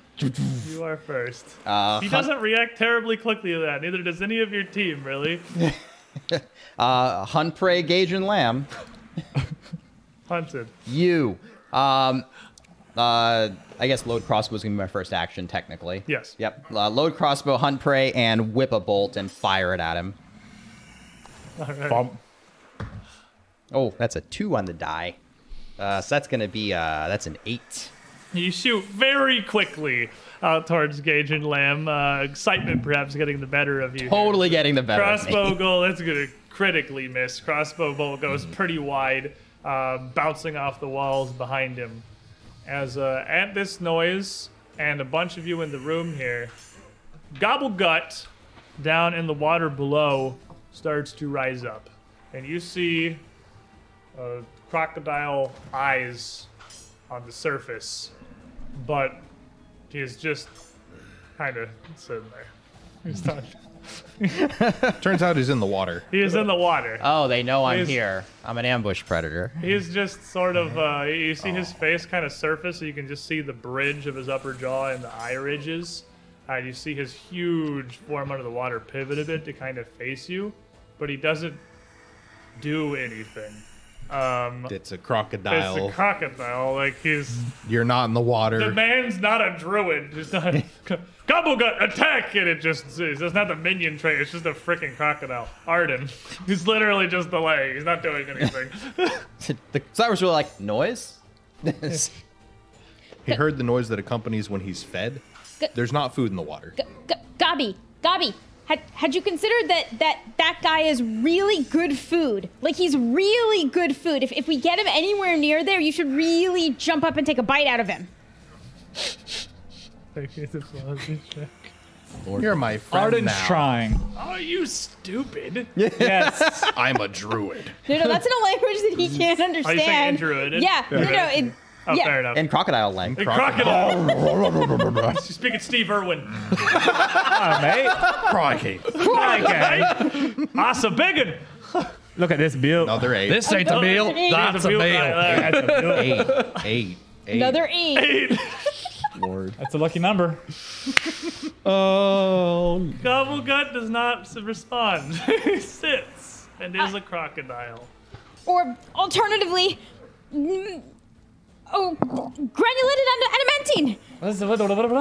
A: You are first.
B: Uh,
A: he doesn't react terribly quickly to that. Neither does any of your team, really.
B: Uh, hunt, prey, gauge, and lamb.
A: Hunted.
B: You. Um, uh, I guess load crossbow is going to be my first action, technically.
A: Yes.
B: Yep. Uh, load crossbow, hunt, prey, and whip a bolt and fire it at him.
D: Bump.
B: Oh, that's a two on the die. Uh, so that's going to be, uh, that's an eight.
A: You shoot very quickly out towards Gage and Lamb. Uh, excitement perhaps getting the better of you. here.
B: Totally getting the better. of me.
A: Crossbow goal, that's going to critically miss. Crossbow bolt goes pretty wide, uh, bouncing off the walls behind him. As uh, at this noise, and a bunch of you in the room here, Gobblegut down in the water below starts to rise up. And you see uh, crocodile eyes on the surface, but he is just kind of sitting there. He's not.
F: Turns out he's in the water.
A: He is in the water.
B: Oh, they know I'm
A: Is-
B: here. I'm an ambush predator.
A: He's just sort of, uh, you see his face kind of surface, so you can just see the bridge of his upper jaw and the eye ridges. Uh, you see his huge form under the water pivot a bit to kind of face you, but he doesn't do anything. Um,
F: It's a
A: it's
F: crocodile.
A: a crocodile. Like, he's.
F: You're not in the
A: The
F: water.
A: man's not a druid. He's not. Gobblegut, attack! And it just. It's just not the minion trait, it's just a freaking crocodile. Arden. He's literally just delaying. He's not doing anything.
B: the Cyrus really like noise.
F: he heard the noise that accompanies when he's fed.
E: G-
F: There's not food in the water.
E: G- G- Gabi, Gabi, had, had you considered that, that that guy is really good food? Like, he's really good food. If, if we get him anywhere near there, you should really jump up and take a bite out of him.
F: You're my friend
D: Arden's
F: now.
D: trying.
A: Are you stupid?
D: Yes.
F: I'm a druid.
E: No, no, that's in a language that
A: Oh,
E: he can't understand.
A: druid?
E: Yeah, no, no, it,
A: Oh,
E: yeah.
A: fair enough.
B: and crocodile language.
A: crocodile. you speak at Steve Irwin.
D: mate.
F: Crikey.
A: Crocodile. Asa Biggin.
D: Look at this build.
F: Another eight.
C: This ain't a meal.
E: Another E. eight.
C: That's a meal.
D: That's a, build.
F: eight. Eight. Eight.
E: Another E. eight.
F: Lord.
D: That's a lucky number.
C: Oh,
A: Gobblegut does not s- respond. he sits and is a crocodile.
E: Or alternatively, mm, oh, granulated and adamantine.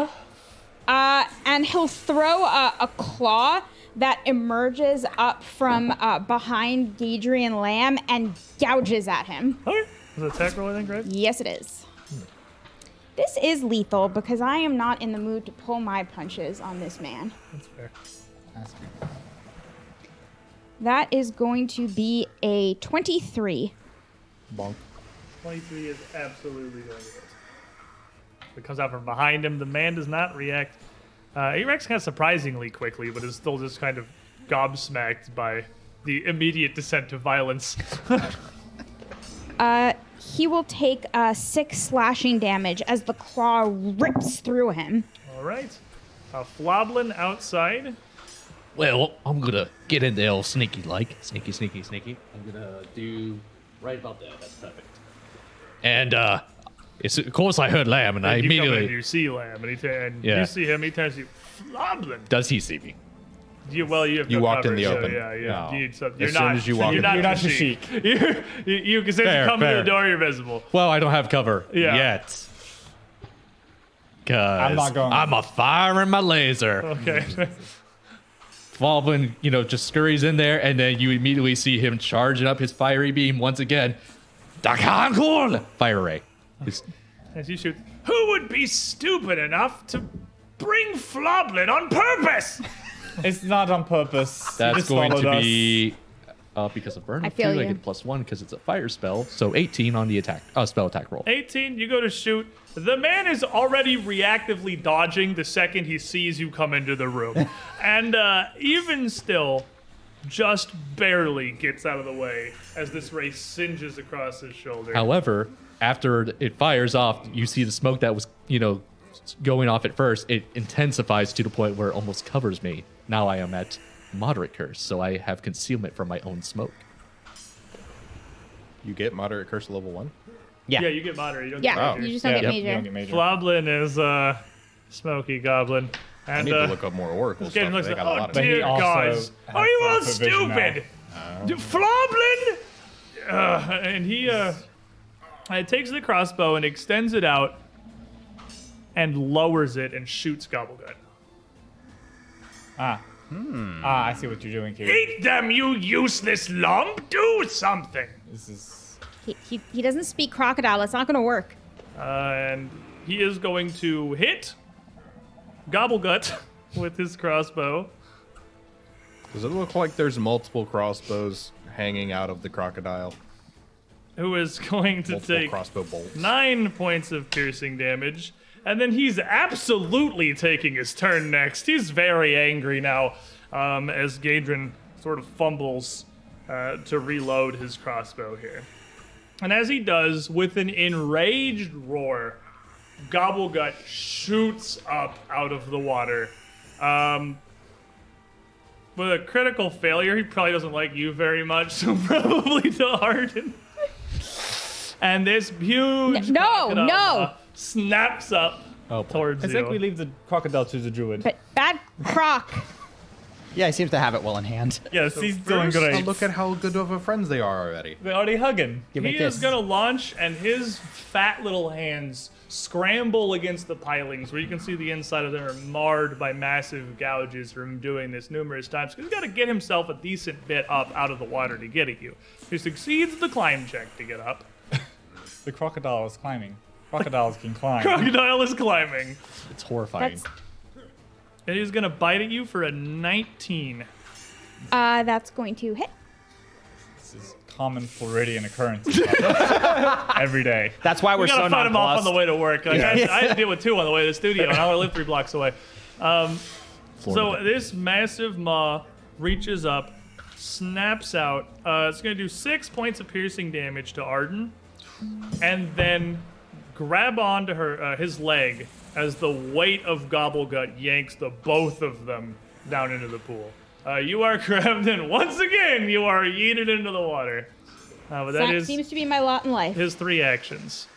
E: Uh, and he'll throw a, a claw that emerges up from uh, behind Gadrian Lamb and gouges at him.
A: Okay. Is it attack roll, I think, right?
E: Yes, it is. This is lethal because I am not in the mood to pull my punches on this man.
A: That's fair.
E: That is going to be a 23.
F: Bonk.
A: 23 is absolutely going to hit. It comes out from behind him. The man does not react. Uh, he reacts kind of surprisingly quickly, but is still just kind of gobsmacked by the immediate descent to violence.
E: Uh, he will take uh, six slashing damage as the claw rips through him.
A: All right. A floblin outside.
C: Well, I'm gonna get in there all sneaky like. Sneaky, sneaky, sneaky. I'm gonna do right about there. That's perfect. And uh it's, of course I heard lamb and I
A: And you come in
C: immediately
A: and you see Lamb, and, he ta- and
C: Yeah.
A: you see him. He turns to you, Floblin.
C: Does he see me?
A: You, well, you have
F: You
A: no
F: walked in
A: cover,
F: the
A: so
F: open.
A: yeah, yeah.
C: No.
A: You, so you're
F: As soon
A: not,
F: as you walk
A: you're
F: in.
A: not
F: You're
D: not
A: Kashyyyk. you, you, because as
C: Fair,
A: you come to
C: fair.
A: the door, you're visible.
C: Well, I don't have cover
A: Yeah.
C: yet. Cause I'm
D: not going.
C: a firing my laser.
A: Okay.
C: Falvin, you know, just scurries in there, and then you immediately see him charging up his fiery beam once again. Dakan Korn! Fire ray. It's-
A: as you shoot, who would be stupid enough to bring Floblin on purpose?
D: It's not on purpose. You
C: That's
D: just
C: going
D: followed
C: to
D: us.
C: be uh, because of burn.
E: I feel
C: two, I
E: you.
C: get plus one because it's a fire spell. So 18 on the attack, uh, spell attack roll.
A: 18, you go to shoot. The man is already reactively dodging the second he sees you come into the room. and uh, even still, just barely gets out of the way as this ray singes across his shoulder.
C: However, after it fires off, you see the smoke that was, you know, going off at first. It intensifies to the point where it almost covers me. Now I am at moderate curse, so I have concealment from my own smoke.
F: You get moderate curse level one.
A: Yeah, you get moderate. You don't
E: Yeah,
A: get
F: Wow.
A: major.
E: you just don't
C: Yeah.
E: get
C: Yep.
E: major.
D: You don't get major.
A: Floblin is uh, Smoky Goblin.
F: I
A: And
F: need
A: uh,
F: to look up more Oracle
A: Gabe
F: stuff.
A: looks
F: They
A: like,
F: got a
A: oh
F: lot of
D: But he
A: dear
D: also
A: gods,
D: has
A: are you all
D: proper vision now.
A: Oh, stupid? D- Floblin! Uh, and he uh, uh, takes the crossbow and extends it out and lowers it and shoots Gobblegut.
D: Ah. Ah, I see what you're doing here.
A: Eat them, you useless lump! Do something!
D: This is.
E: He, he, he doesn't speak crocodile. It's not going to work.
A: Uh, and he is going to hit Gobblegut with his crossbow. oh,
F: Does it look like there's multiple crossbows hanging out of the crocodile?
A: who is going to
F: Multiple
A: take
F: crossbow bolts.
A: nine points of piercing damage. And then he's absolutely taking his turn next. He's very angry now um, as Gadrin sort of fumbles uh, to reload his crossbow here. And as he does, with an enraged roar, Gobblegut shoots up out of the water. Um, with a critical failure, he probably doesn't like you very much, so probably to Harden. And this huge
E: No,
B: Oh,
A: crocodile
E: no.
A: uh, snaps up
C: Oh,
A: towards
D: I
A: you.
D: think we leave the crocodile to the druid.
E: But bad croc.
B: Yeah, he seems to have it well in hand.
D: yes, he's doing
F: First,
D: great.
F: uh, look at how good of a friends they are already.
D: They're already hugging.
B: Give me
A: he
B: this.
A: is gonna launch, and his fat little hands scramble against the pilings, where you can see the inside of them are marred by massive gouges from doing this numerous times. He's got to get himself a decent bit up out of the water to get at you. He succeeds the climb check to get up.
D: The crocodile is climbing. Crocodiles can climb.
A: Crocodile is climbing,
C: It's horrifying.
E: That's
A: and he's gonna bite at you for a 19.
E: uh, that's going to hit.
D: this is common Floridian occurrence. Every day.
B: That's why we're
A: We gotta
B: so
A: fight him off on the
B: nonplussed.
A: way to work. Like, I, had to- I had to deal with two on the way to the studio, and I only live three blocks away. Um, So
C: Florida.
A: this massive maw reaches up, snaps out. Uh, it's going to do six points of piercing damage to Arden, and then grab onto her uh, his leg as the weight of Gobblegut yanks the both of them down into the pool. Uh, you are grabbed, and once again you are yeeted into the water. Uh, but
E: That
A: that is
E: seems to be my lot in life.
A: his three actions.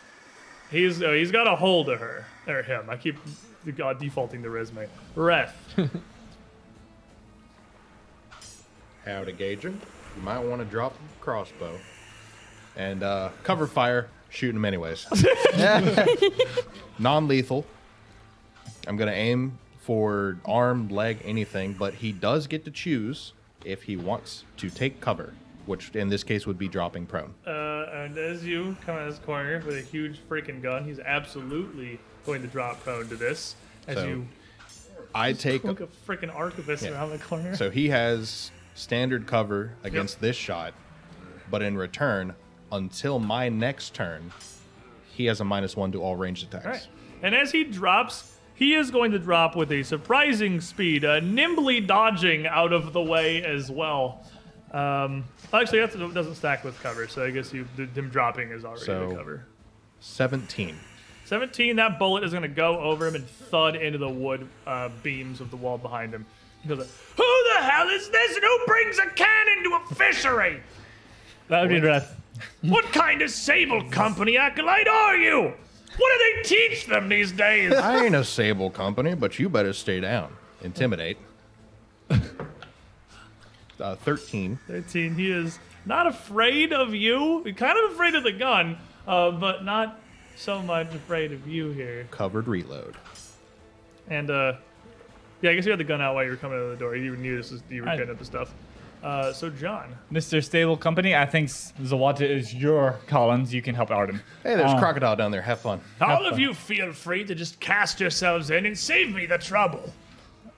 A: He's uh, he's got a hold of her or him. I keep uh, defaulting to resume. Ref.
F: How to gauge them. You might want to drop the crossbow and uh, cover fire, shooting them anyways. Non lethal. I'm going to aim for arm, leg, anything, but he does get to choose if he wants to take cover, which in this case would be dropping prone.
A: Uh, and as you come out of this corner with a huge freaking gun, he's absolutely going to drop prone to this. As
F: So-
A: you
F: I take.
A: look a freaking archivist
F: Yeah.
A: around the corner.
F: So he has standard cover against this shot, but in return, until my next turn. He has a minus one to all ranged attacks.
A: All right. And as he drops, he is going to drop with a surprising speed, uh, nimbly dodging out of the way as well. Um, actually, that's, that doesn't stack with cover, so I guess you, th- him dropping is already
F: So-
A: the cover.
F: 17.
A: 17, that bullet is going to go over him and thud into the wood uh, beams of the wall behind him. He goes, Who the hell is this and who brings a cannon to a fishery?
I: That would be rough.
A: What kind of sable company acolyte are you? What do they teach them these days?
F: I ain't a sable company, but you better stay down. Intimidate. Uh, 13.
A: 13. He is not afraid of you. Kind of afraid of the gun, uh, but not so much afraid of you here.
F: Covered reload.
A: And uh, yeah, I guess you had the gun out while you were coming out of the door. You knew this was you were
I: I-
A: getting at the stuff. Uh, so John,
I: Mr. Stable Company, I think S- Zawata is your Collins. You can help Arden.
F: Hey, there's
I: Uh,
F: crocodile down there. Have fun.
G: All of you feel free to just cast yourselves in and save me the trouble.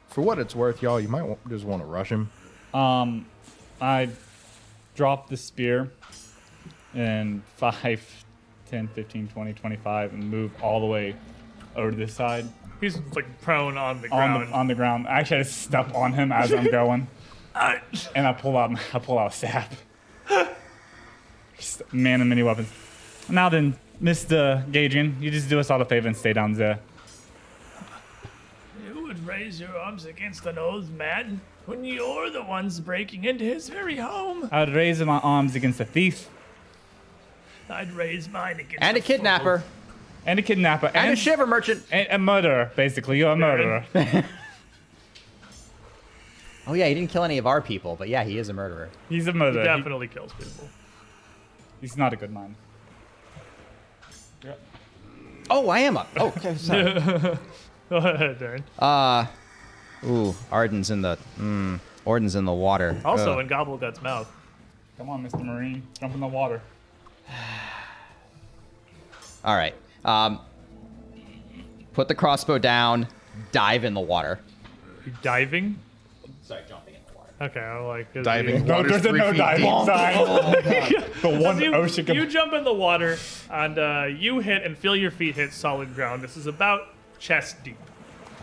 F: For what it's worth, y'all, you might wa- just want to rush him.
I: Um, I drop the spear and 5, 10, 15, 20, 25, and move all the way over to this side
A: he's like prone on the
I: on
A: ground.
I: the, on the ground. Actually, I just step on him as I'm going,
A: I-
I: and I pull out my- I pull out a sap. Just Man and mini weapons. Now then, Mr. Gadrian, you just do us all a favor and stay down there.
G: You would raise your arms against an old man when you're the ones breaking into his very home.
I: I would raise my arms against a thief
G: I'd raise mine against
B: And a
G: fool.
B: kidnapper.
I: and a kidnapper and,
B: And a shiver merchant.
I: and a murderer. Basically, you're a murderer.
B: Oh, yeah, he didn't kill any of our people, but yeah, he is a murderer.
I: He's a murderer. He-
A: Definitely kills people.
I: he's not a good man.
B: Oh, I am up. Oh, okay, sorry.
A: Go ahead, Darren.
B: Uh, ooh, Arden's in the. Mm, Orden's in the water.
A: Also
B: Ugh.
A: in Gobblegut's mouth.
I: Come on, Mr. Marine, jump in the water.
B: All right. Um, put the crossbow down. Dive in the water.
A: You diving? Sorry, jumping in the water. Okay, I like 'cause
F: Diving.
A: you-
I: No,
F: Water's
I: there's a
F: three
I: no
F: feet
I: diving
F: deep.
I: sign. the one
A: You,
I: ocean.
A: you jump in the water and uh, you hit and feel your feet hit solid ground. This is about chest deep.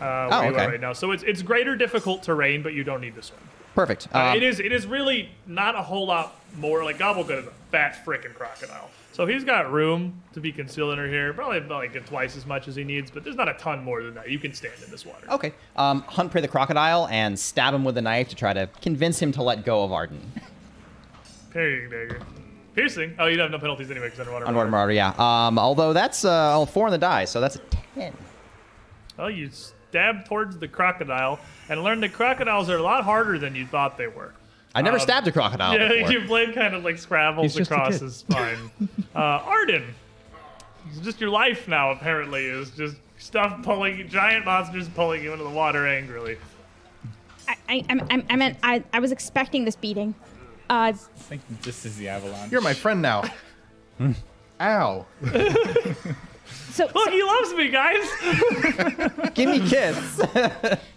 A: Uh, where
B: Oh,
A: you
B: okay.
A: are right now. So it's it's greater difficult terrain, but you don't need to swim.
B: Perfect.
A: Uh,
B: Um,
A: it is it is really not a whole lot more like Gobblegut is a fat frickin' crocodile. So he's got room to be concealed under here, probably about like twice as much as he needs, but there's not a ton more than that. You can stand in this water.
B: Okay. Um, hunt prey the crocodile and stab him with a knife to try to convince him to let go of Arden.
A: Parrying dagger. Piercing. Oh, you'd have no penalties anyway because underwater.
B: On Mortimer
A: murder.
B: Arden, yeah. Um, although that's uh, oh, four on the die, so that's a ten.
A: Oh, you stab towards the crocodile and learn that crocodiles are a lot harder than you thought they were.
B: I never
A: Um,
B: stabbed a crocodile
A: Yeah,
B: before.
A: your blade kind of like scrabbles
C: He's just a
A: across
C: kid.
A: his spine. uh, Arden, it's just your life now apparently is just stuff pulling, giant monsters pulling you into the water angrily.
E: I, I, I'm- I'm, I meant I, I was expecting this beating. Uh,
I: I think this is the avalanche.
F: You're my friend now. Ow.
E: so,
A: Look, Oh, he loves me, guys.
B: Give me kiss.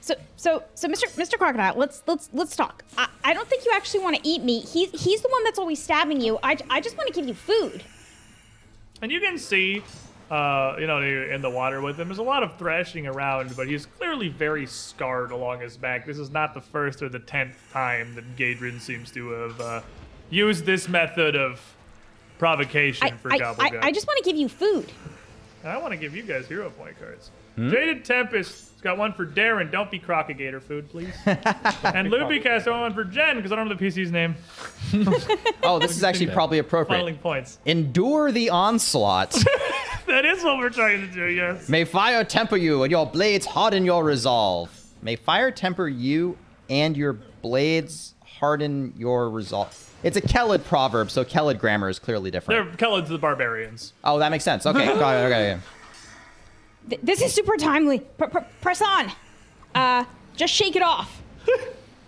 E: so, so, so, Mr. Mr. Crocodile, let's let's let's talk. I, I don't think you actually want to eat me. He's he's the one that's always stabbing you. I, I just want to give you food.
A: and you can see, uh, you know, in the water with him. There's a lot of thrashing around, but he's clearly very scarred along his back. This is not the first or the tenth time that Gadrin seems to have uh, used this method of provocation
E: I,
A: for
E: I,
A: Gobblegut.
E: I, I just want to give you food.
A: I want to give you guys hero point cards. Jaded Tempest has got one for Darren. Don't be Crocagator food, please. and Loopy Cast got one for Jen because I don't know the PC's name.
B: oh, this is actually probably
A: Funneling
B: appropriate.
A: points.
B: Endure the onslaught.
A: That is what we're trying to do. Yes.
B: May fire temper you, and your blades harden your resolve. May fire temper you, and your blades harden your resolve. It's a Kelid proverb, so Kelid grammar is clearly
A: They're
B: different.
A: Kellids the Barbarians.
B: Oh, that makes sense. Okay, got it. Okay, okay.
E: Th- this is super timely. Pr- pr- press on. Uh, just shake it off.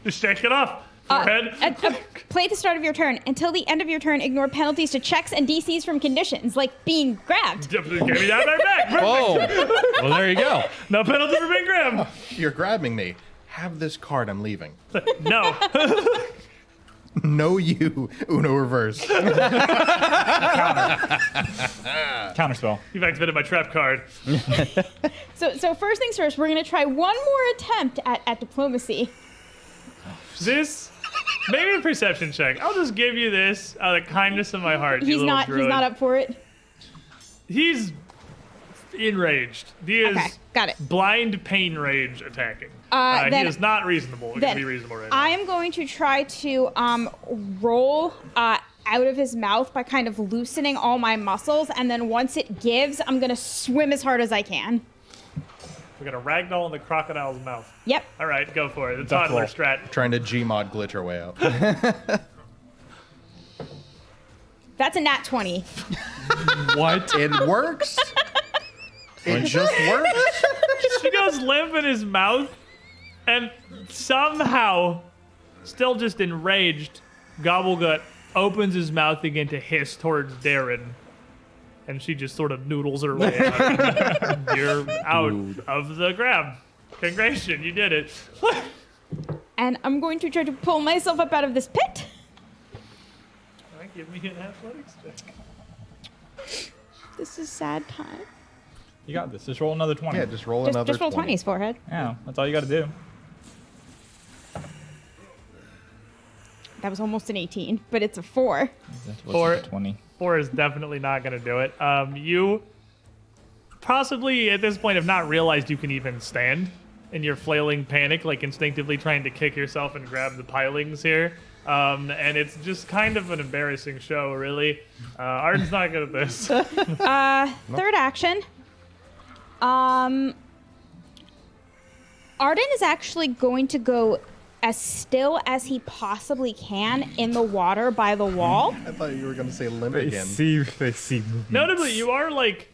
A: Just shake it off.
E: Uh,
A: Forehead.
E: uh, uh, play at the start of your turn. Until the end of your turn, ignore penalties to checks and DCs from conditions, like being grabbed.
A: Give me down their back.
B: Whoa!
C: Well, there you go.
A: No penalty for being grabbed.
F: You're grabbing me. Have this card. I'm leaving.
A: No.
F: No, you Uno reverse.
I: Counterspell.
A: You've activated my trap card.
E: So, so first things first, we're gonna try one more attempt at, at diplomacy.
A: This. Maybe a perception check. I'll just give you this out of the kindness of my heart. you
E: He's
A: little
E: not. He's
A: droid.
E: not up for it.
A: He's enraged. He is
E: Okay, got it.
A: blind pain rage attacking. Uh,
E: then-
A: he is not reasonable. It
E: then
A: can be reasonable right
E: I am going to try to um, roll uh, out of his mouth by kind of loosening all my muscles, and then once it gives, I'm gonna swim as hard as I can.
A: now. We got a ragdoll in the crocodile's mouth.
E: Yep.
A: All right, go for it. The
G: Duck
A: toddler
G: roll.
A: strat.
F: Trying to Gmod glitch our way out.
E: That's a nat 20.
C: What?
F: It works. It just works.
A: She goes limp in his mouth, and somehow, still just enraged, Gobblegut opens his mouth again to hiss towards Darren. And she just sort of noodles her way out. You're out of the grab. Congratulations, you did it.
E: And I'm going to try to pull myself up out of this pit.
A: Alright, give me an athletics check.
E: This is sad time.
I: You got this. Just roll another 20.
F: Yeah, just roll
E: Just,
F: another
E: just roll
F: 20.
E: 20s, forehead.
I: Yeah, that's all you got to do.
E: That was almost an 18, but it's a 4.
A: Four.
I: 20.
A: Four is definitely not going to do it. Um, you possibly at this point have not realized you can even stand, and you're flailing panic, like instinctively trying to kick yourself and grab the pilings here. Um, and it's just kind of an embarrassing show, really. Uh, Arden's not good at this.
E: Third action. Um, Arden is actually going to go as still as he possibly can in the water by the wall.
F: I thought you were going to say limp
G: They
F: again.
G: see, they see movements.
A: Notably, you are like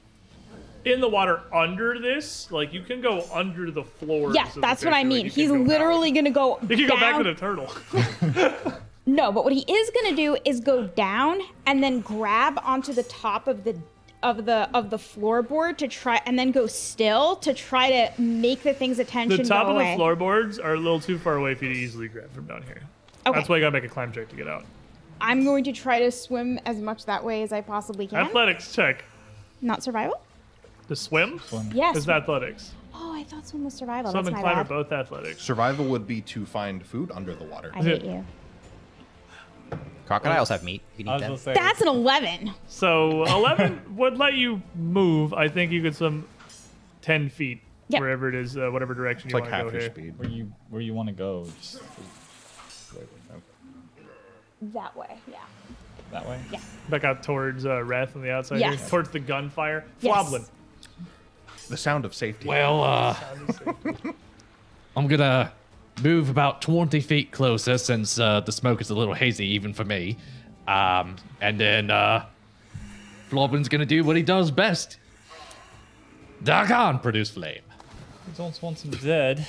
A: in the water under this. Like you can go under the floor.
E: Yes, that's what I mean. He's literally going to go
A: You can go
E: down.
A: back to the turtle.
E: No, but what he is going to do is go down and then grab onto the top of the of the of the floorboard to try and then go still to try to make the thing's attention
A: The top
E: go
A: of
E: away.
A: the floorboards are a little too far away for you to easily grab from down here.
E: Okay.
A: That's why you gotta make a climb check to get out.
E: I'm going to try to swim as much that way as I possibly can.
A: Athletics check.
E: Not survival?
A: To swim
E: Yes.
A: is athletics.
E: Oh, I thought swim was survival.
A: Swim
E: That's
A: and
E: my
A: climb are
E: bad.
A: both athletics.
F: Survival would be to find food under the water.
E: I hate you.
B: Crocodiles have meat. You can
I: I
B: eat
I: was going
B: them.
I: to say.
E: That's an 11.
A: So 11 would let you move. I think you could swim 10 feet
E: Yep.
A: wherever it is, uh, whatever direction
F: It's
A: you
F: like
A: want to go
F: half your
A: here.
F: speed.
I: where you, where you want to go. Just
E: That way, yeah.
I: that way.
A: Back out towards uh, Wrath on the outside here,
E: Yes.
A: towards the gunfire.
E: Yes.
A: Floblin.
F: The sound of safety.
C: Well, uh, I'm gonna move about 20 feet closer since uh, the smoke is a little hazy even for me. Um, and then uh, Floblin's gonna do what he does best. Dagon produce flame.
I: You don't want him dead.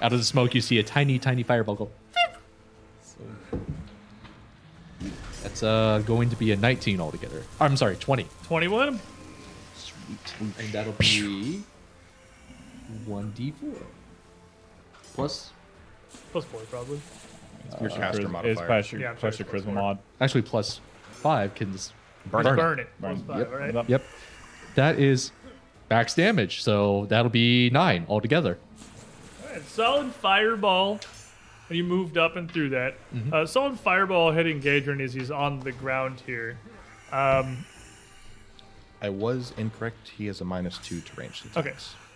C: Out of the smoke, you see a tiny, tiny fireball go. That's uh, going to be a 19 altogether. I'm sorry, 20.
A: 21.
C: And that'll be 1d4. Plus
A: Plus 4, probably.
F: Your
A: uh,
F: caster
I: Charis- It's
F: modifier.
I: plus your,
A: Yeah, I'm
I: plus
A: sorry,
I: your
A: plus four.
I: charisma mod.
C: actually plus five can just burn,
A: Burn,
C: it.
A: it.
I: Burn
A: Plus
I: it.
A: 5,
F: Yep.
A: right?
I: Yep.
C: Yep, that is max damage, so that'll be nine altogether.
A: Alright, solid fireball. And You moved up and through that. Uh, solid fireball hitting Gadron as he's on the ground here.
F: I was incorrect. He has a minus two to range. attack.
A: Okay.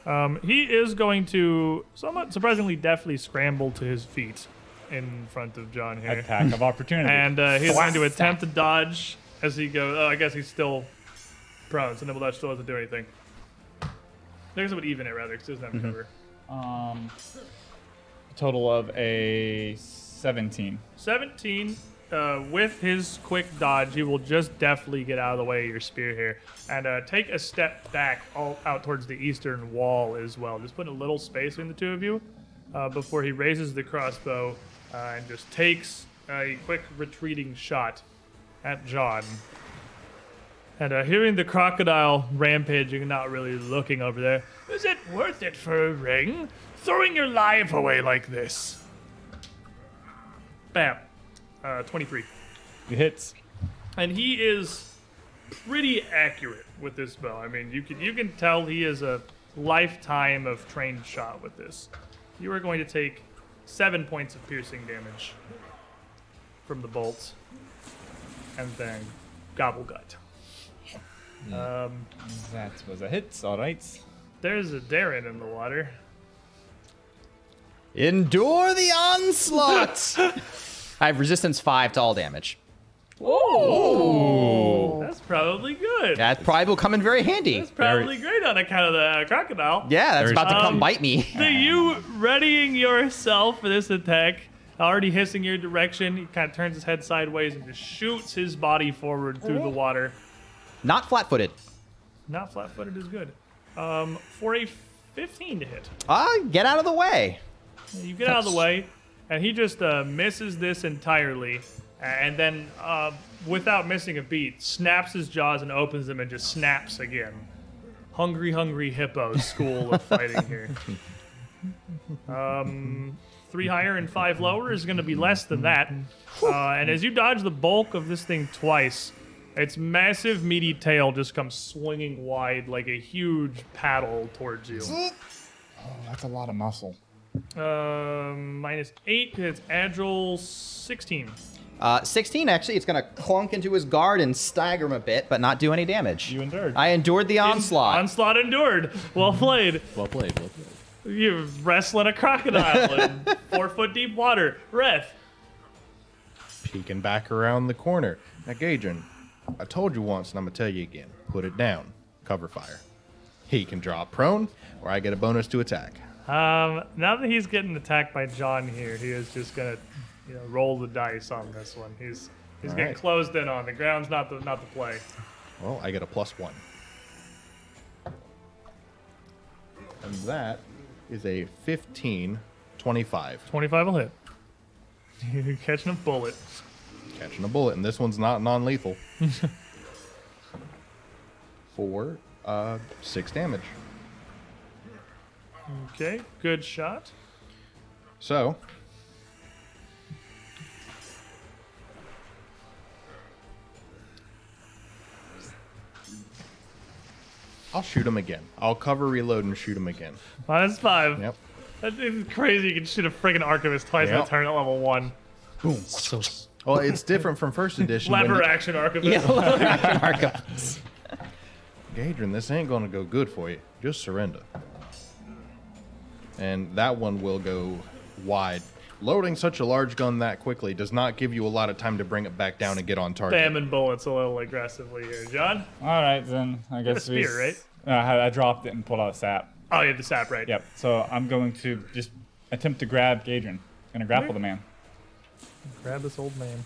A: Um, he is going to somewhat surprisingly deftly scramble to his feet in front of John here.
I: Attack of opportunity.
A: And uh, he's going to attempt to dodge as he goes. Oh, I guess he's still prone, so Nimble Dodge still doesn't do anything. I guess it would even it rather, because it doesn't have cover.
I: Um, a total of a 17.
A: 17 uh, with his quick dodge he will just deftly get out of the way of your spear here and uh, take a step back all out towards the eastern wall as well just put a little space between the two of you uh, before he raises the crossbow uh, and just takes a quick retreating shot at john and uh, hearing the crocodile rampaging not really looking over there is it worth it for a ring throwing your life away like this bam. uh, 23.
I: It hits.
A: and he is pretty accurate with this bow. I mean, you can you can tell he is a lifetime of trained shot with this. You are going to take seven points of piercing damage from the bolt, and then gobble gut. Um,
I: That was a hit. All right.
A: there's a Darren in the water.
B: Endure the onslaught. I have resistance five to all damage.
A: That's probably good.
B: That probably will come in very handy.
A: That's probably great on account of the uh, crocodile.
B: Yeah, that's
C: Very-
B: about to come
A: Um,
B: bite me.
A: So you readying yourself for this attack, already hissing your direction, he kind of turns his head sideways and just shoots his body forward through the water.
B: Not flat-footed.
A: Not flat-footed is good. Um, for a 15 to hit,
B: Ah, get out of the way.
A: you get out of the way, and he just uh, misses this entirely, and then uh, without missing a beat, snaps his jaws and opens them and just snaps again. Hungry, hungry hippo school of fighting here. Um, three higher and five lower is going to be less than that. Uh, and as you dodge the bulk of this thing twice, its massive meaty tail just comes swinging wide like a huge paddle towards you.
F: Oh,
I: That's a lot of muscle.
A: Um, minus eight. 'cause It's agile sixteen.
B: Uh, 16, actually, it's going to clunk into his guard and stagger him a bit, but not do any damage.
I: You endured.
B: I endured the onslaught.
A: Onslaught endured. Well played.
C: Well played. Well played.
A: You're wrestling a crocodile in four foot deep water. Ref.
F: peeking back around the corner. Now, Gadrin, I told you once, and I'm gonna tell you again. Put it down. Cover fire. He can draw prone, or I get a bonus to attack.
A: Um, now that he's getting attacked by John here, he is just gonna, you know, roll the dice on this one. He's he's
F: All
A: getting
F: right.
A: closed in on. The ground's not the not the play.
F: Well, I get a plus one. And that is a 15, 25.
A: Twenty five will hit. You're catching a bullet.
F: Catching a bullet, and this one's not non lethal. Four, uh, six damage.
A: Okay, good shot.
F: So. I'll shoot him again. I'll cover, reload, and shoot him again.
A: Minus five.
F: Yep.
A: That is crazy. You can shoot a friggin' archivist twice in a
F: Yep.
A: turn at level one.
C: So
F: Well, it's different from first edition. when
A: Lever
F: you-
A: action archivist.
F: Gadrin, this ain't gonna go good for you. Just surrender. And that one will go wide. Loading such a large gun that quickly does not give you a lot of time to bring it back down and get on target.
A: spamming bullets a little aggressively here. John?
I: All right, then. I guess we.
A: spear,
I: s- Uh, I dropped it and pulled out a sap.
A: Oh, you have the sap right.
I: Yep. So I'm going to just attempt to grab Gadrin. Gonna grapple the man.
A: Grab this old man.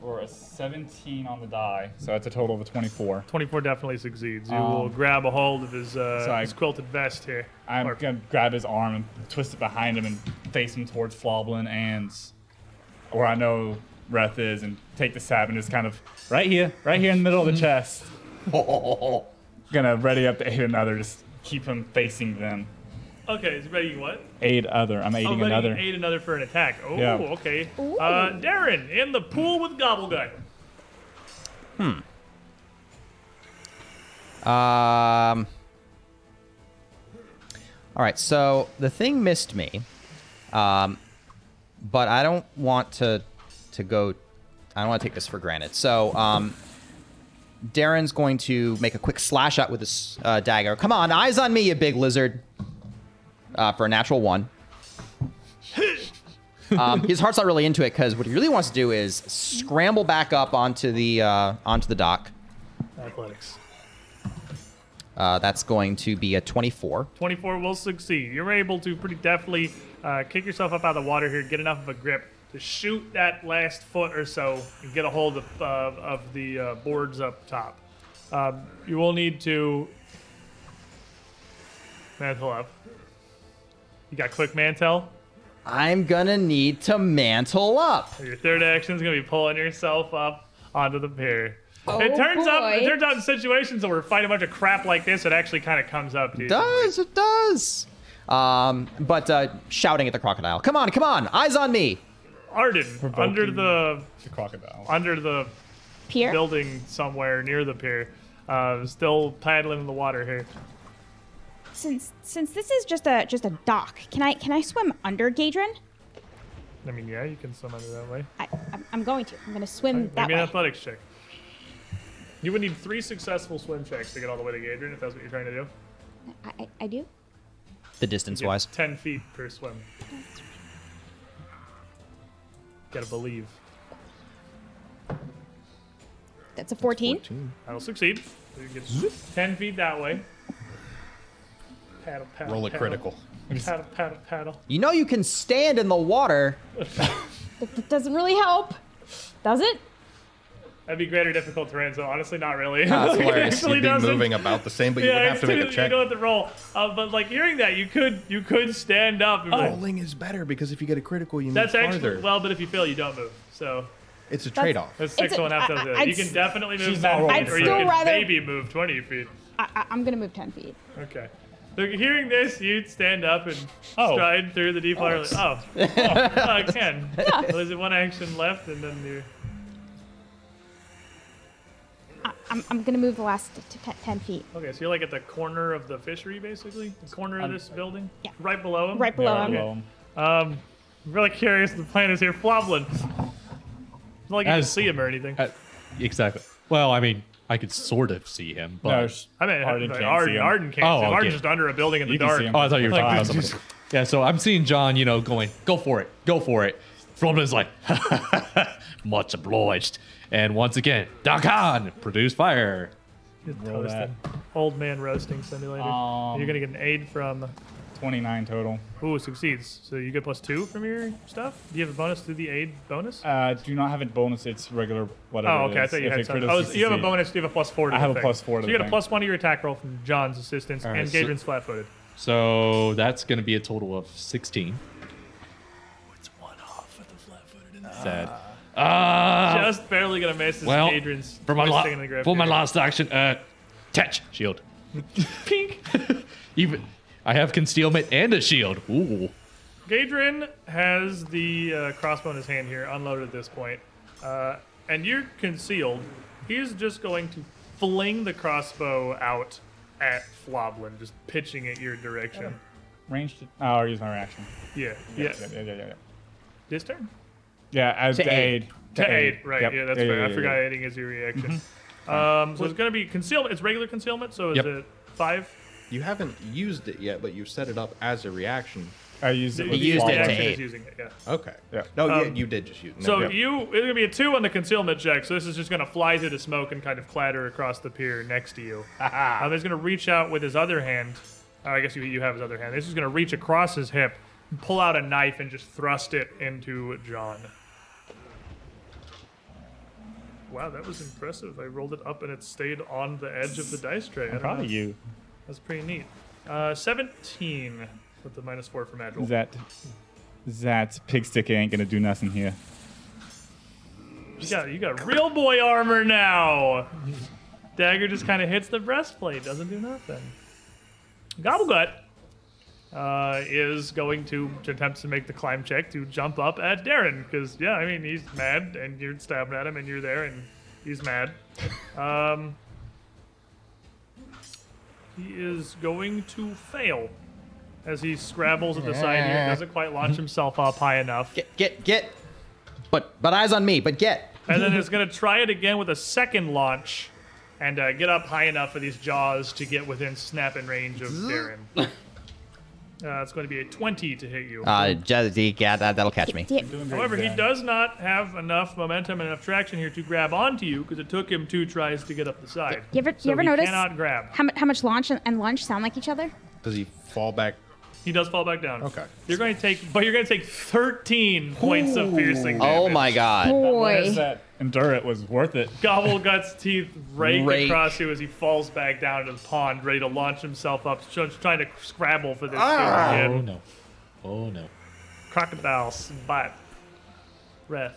I: For a 17 on the die, so that's a total of a 24.
A: 24 definitely succeeds. You will
I: Um,
A: grab a hold of his, uh,
I: so
A: his
I: I-
A: quilted vest here.
I: I'm
A: Or-
I: gonna grab his arm and twist it behind him and face him towards Floblin and where I know Reth is, and take the stab and just kind of right here, right here in the middle
G: Mm-hmm.
I: of the chest. gonna ready up to aid another, just keep him facing them.
A: Okay, he's ready what?
I: Aid other. I'm aiding
A: oh, ready
I: another.
A: Aid another for an attack. Oh,
I: Yeah.
A: okay. Uh, Darren, in the pool with Gobblegut.
B: Um. All right, so the thing missed me, um, but I don't want to to go. I don't want to take this for granted. So, um, Darren's going to make a quick slash out with his uh, dagger. Come on, eyes on me, you big lizard! Uh, for a natural one. Um, his heart's not really into it because what he really wants to do is scramble back up onto the uh, onto the dock.
A: Athletics.
B: Uh, that's going to be a 24.
A: 24 will succeed. You're able to pretty deftly uh, kick yourself up out of the water here, get enough of a grip to shoot that last foot or so and get a hold of, uh, of the uh, boards up top. Um, you will need to mantle up. You got quick mantle.
B: I'm gonna need to mantle up.
A: Your third action is going to be pulling yourself up onto the pier. it turns out it
E: Oh, boy.
A: turns out in situations where we're fighting a bunch of crap like this, it actually kind of comes up to you.
B: Does it does? Um, but uh, shouting at the crocodile. Come on, come on! Eyes on me!
G: Arden under
I: Provoking.
G: the
I: The crocodile.
G: under the
K: Pierre?
G: building somewhere near the pier, uh, still paddling in the water here.
E: Since since this is just a just a dock, can I can I swim under Gadrin?
G: I mean, yeah, you can swim under that way.
E: I, I'm, I'm going to. I'm going to swim
G: Maybe
E: that
G: an
E: way.
G: athletics check. You would need three successful swim checks to get all the way to Gadrin if that's what you're trying to do.
E: I, I, I do.
B: The distance
G: Get
B: wise.
G: Ten feet per swim. Gotta believe.
E: That's a 14.
G: That'll succeed. So you get ten feet that way. Paddle, paddle,
F: Roll a
G: paddle.
F: critical.
G: Paddle, paddle, paddle.
B: You know you can stand in the water.
E: That, that doesn't really help, does it?
G: That'd be greater difficult terrain, so honestly, not
F: Ah,
G: really.
B: that's hilarious.
G: Actually
F: You'd be
G: doesn't.
F: moving about the same, but you
G: yeah,
F: would have to
G: it's-
F: make a
G: you
F: check.
G: don't have to roll. Uh, but like hearing that, you could you could stand up. And be like,
F: Rolling is better because if you get a critical, you
G: that's
F: move
G: actually
F: Oh, farther.
G: well, but if you fail, you don't move. So
F: it's a trade-off.
G: that's six
E: It's a-
G: one half
E: I-
G: dozen.
E: I- I'd
G: You can
E: s-
G: definitely move
I: She's
G: ten
I: not rolling
G: feet, or you
E: still
G: could
E: rather-
G: maybe move twenty feet.
E: I, I, I'm going to move 10 feet.
G: Okay. So hearing this, you'd stand up and
I: Oh.
G: stride through the deep water. like, Oh, oh, I can. Well, there's one action left, and then you're.
E: I, I'm, I'm going to move the last t- t- 10 feet.
G: Okay, so you're like at the corner of the fishery, basically? The corner of this building?
E: Yeah.
G: Right below him?
E: Right below
I: Yeah,
E: him.
I: below him.
G: Um, I'm really curious the planners here. Floblin. Not like you can
C: As-
G: see him or anything.
C: Uh, exactly. Well, I mean, I could sort of see him, but
I: No, sh-
G: I mean,
I: Arden
G: Arden
I: can't
G: can't
I: see
G: Arden,
I: him.
G: can't
C: Oh,
G: see him.
C: okay.
G: Arden's just under a building in the
I: You can
G: dark.
I: see him.
C: Oh, I thought you were
I: Like,
C: talking about
I: dude,
C: something. Yeah, so I'm seeing John, you know, going, go for it, go for it. Flumlin's like, much obliged. And once again, Dakan, produce fire.
G: Just
I: Roll that.
G: toasted. Old man roasting simulator.
I: Um,
G: You're going to get an aid from.
I: 29 total.
G: Ooh, succeeds. So you get plus two from your stuff? Do you have a bonus to the aid bonus?
I: Uh, do not have a bonus. It's regular whatever.
G: Oh,
I: it
G: okay. I
I: is.
G: thought you
I: If
G: had
I: it
G: something.
I: critically
G: Oh, so you have a
I: succeeds.
G: bonus. You have a plus four. To
I: I
G: the
I: have a
G: thing.
I: plus four to
G: so you
I: the
G: get a
I: thing.
G: plus one to your attack roll from John's assistance
C: right,
G: and
C: so-
G: Gadrin's flat-footed.
C: So that's going to be a total of 16.
L: It's one off with the flat-footed.
C: Sad. Ah,
G: Just barely gonna miss. Is
C: well,
G: Gadrin's
C: for my,
G: first
C: la-
G: thing in the grip
C: for my
G: here.
C: last action, uh, touch shield.
G: Pink.
C: Even I have concealment and a shield. Ooh.
G: Gadrin has the uh, crossbow in his hand here, unloaded at this point, uh, and you're concealed. He's just going to fling the crossbow out at Floblin, just pitching it your direction.
I: Ranged. Oh, I'll use my reaction.
G: Yeah, yeah.
I: Yeah, yeah, yeah, yeah.
G: This turn.
I: Yeah, as
B: To
I: to
B: aid.
I: aid.
G: To aid, right?
I: Yep.
G: Yeah, that's fair. I forgot aiding is your
C: Mm-hmm.
G: reaction. Um, so it's gonna be concealment. It's regular concealment. So is
C: Yep.
G: it five?
F: You haven't used it yet, but you set it up as a reaction.
I: I used it. With
B: used
G: the
B: it to
G: action
B: aid.
G: is using it. Yeah.
F: Okay.
I: Yeah.
F: No, yeah, you did just use. No,
G: Um, So
F: yeah.
G: you it's gonna be a two on the concealment check. So this is just gonna fly through the smoke and kind of clatter across the pier next to you. um, he's gonna reach out with his other hand. Uh, I guess you you have his other hand. This is gonna reach across his hip, pull out a knife, and just thrust it into John. Wow, that was impressive. I rolled it up and it stayed on the edge of the dice tray. I don't
I: Proud
G: know.
I: of you.
G: That's pretty neat. Uh, 17 with the minus four from Agile.
I: That that pig stick ain't gonna do nothing here.
G: You got, you got real boy armor now. Dagger just kind of hits the breastplate, doesn't do nothing. Gobblegut uh, is going to attempt to make the climb check to jump up at Darren because yeah, I mean he's mad and you're stabbing at him and you're there and he's mad. Um, he is going to fail as he scrabbles at the side here. Doesn't quite launch himself up high enough.
B: Get, get, get. But, but eyes on me. But get.
G: and then it's going to try it again with a second launch and uh, get up high enough for these jaws to get within snapping range of Darren. Uh, it's going to be a 20 to hit you.
B: Uh, just, yeah, that, that'll catch me.
G: However, he does not have enough momentum and enough traction here to grab onto you because it took him two tries to get up the side.
K: You ever- you
G: so
K: ever
G: he
K: notice-
G: cannot grab.
K: How, mu- how much launch and, and lunch sound like each other?
F: Does he fall back?
G: He does fall back down.
F: Okay.
G: You're going to take, but you're going to take 13 points of piercing damage.
B: Oh my god.
K: Boy.
I: that uh, endure it was worth it.
G: Gobblegut's teeth rake,
B: Rake.
G: across you as he falls back down into the pond, ready to launch himself up, just trying to scrabble for this kid
C: Oh
G: again.
C: no. Oh no.
G: Crocodile spot. Breath.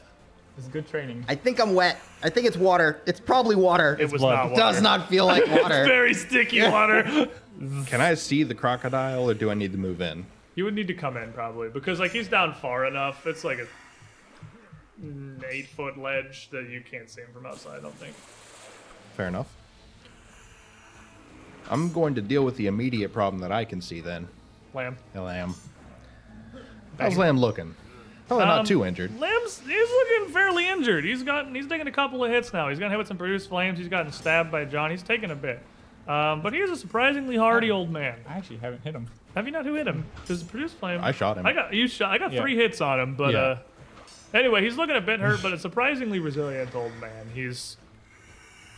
I: It's good training.
B: I think I'm wet. I think it's water. It's probably water.
G: It was
I: blood.
G: not
B: It
G: water.
B: does not feel like water.
G: Very sticky water.
F: Can I see the crocodile, or do I need to move in?
G: you would need to come in probably because like he's down far enough. It's like a mm, eight foot ledge that you can't see him from outside. I don't think.
F: Fair enough. I'm going to deal with the immediate problem that I can see then.
G: Lamb.
F: Lamb. How's Lamb looking? Probably
G: Um,
F: not too injured.
G: Lamb's he's looking fairly injured. He's gotten he's taking a couple of hits now. He's gotten hit with some produced flames. He's gotten stabbed by John. He's taken a bit. Um, but he's a surprisingly hardy old man.
I: I actually haven't hit him.
G: Have you not who hit him? Does it produce flame?
F: I shot him.
G: I got you shot. I got three hits on him, but
M: Yeah.
G: uh, anyway, he's looking a bit hurt, but a surprisingly resilient old man. He's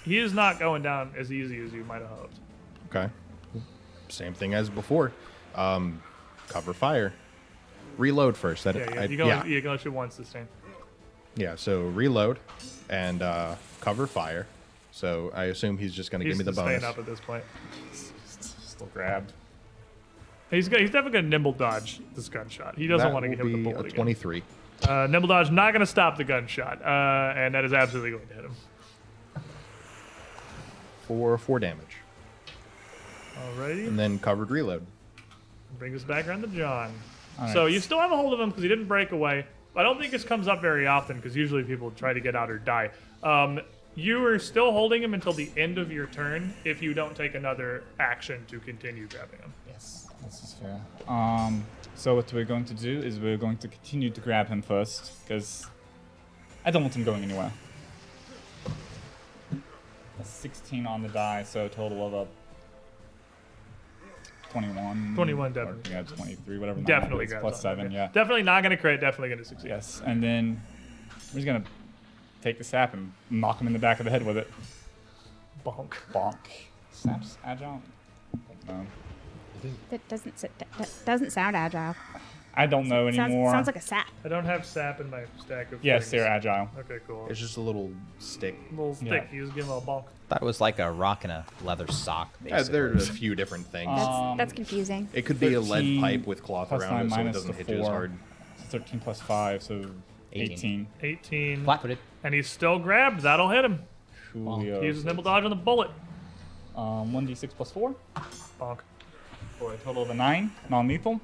G: he is not going down as easy as you might have hoped.
F: Okay. Same thing as before. Um, cover fire. Reload first. That,
G: Yeah, yeah.
F: I-
G: you can
F: yeah.
G: only, you can only shoot once this time.
F: Yeah, so reload and uh, cover fire. So I assume he's just going to
G: He's
F: give me the
G: staying
F: bonus.
G: up at this point.
I: Still grabbed.
G: He's got, he's definitely gonna nimble dodge this gunshot. He doesn't
F: That
G: want to get
F: will
G: hit with the
F: be
G: bullet.
F: a
G: again.
F: 23.
G: Uh, nimble dodge not gonna stop the gunshot, uh, and that is absolutely going to hit him.
F: for four damage.
G: Alrighty,
F: And then covered reload.
G: bring this back around to John.
I: All
G: So
I: right.
G: you still have a hold of him because he didn't break away. I don't think this comes up very often because usually people try to get out or die. Um, you are still holding him until the end of your turn if you don't take another action to continue grabbing him.
I: Yes, this is fair. Um, so what we're going to do is we're going to continue to grab him first, because I don't want him going anywhere. A 16 on the die, so a total of a 21.
G: 21
I: or,
G: definitely.
I: Yeah, 23, whatever. number
G: Definitely
I: it is,
G: grabs
I: plus
G: on.
I: seven,
G: Okay.
I: yeah.
G: Definitely not going to crit, definitely going to succeed.
I: Yes, and then we're just gonna take the sap and knock him in the back of the head with it.
G: Bonk.
I: Bonk. Snaps agile. No.
E: That doesn't s- that that doesn't sound agile.
I: I don't know
E: Sounds,
I: anymore.
E: sounds like a sap.
G: I don't have sap in my stack of
I: yes,
G: things.
I: they're agile.
G: Okay, cool.
F: It's just a little stick.
G: little stick.
I: Yeah.
G: You just give him a bonk.
B: That was like a rock and a leather sock, basically.
F: Yeah, there are a few different things.
E: That's,
I: Um,
E: that's confusing.
F: it could be a lead
I: 13
F: pipe with cloth
I: plus nine
F: around it so it
I: minus
F: doesn't
I: the
F: hit you as
I: four.
F: hard.
I: So 13 plus 5, so 18.
B: 18.
G: 18.
B: Flat-footed.
G: And he's still grabbed. That'll hit him.
I: Coolio.
G: He uses nimble dodge on the bullet.
I: Um, 1d6 plus 4
G: Bonk.
I: for a total of a 9, non lethal,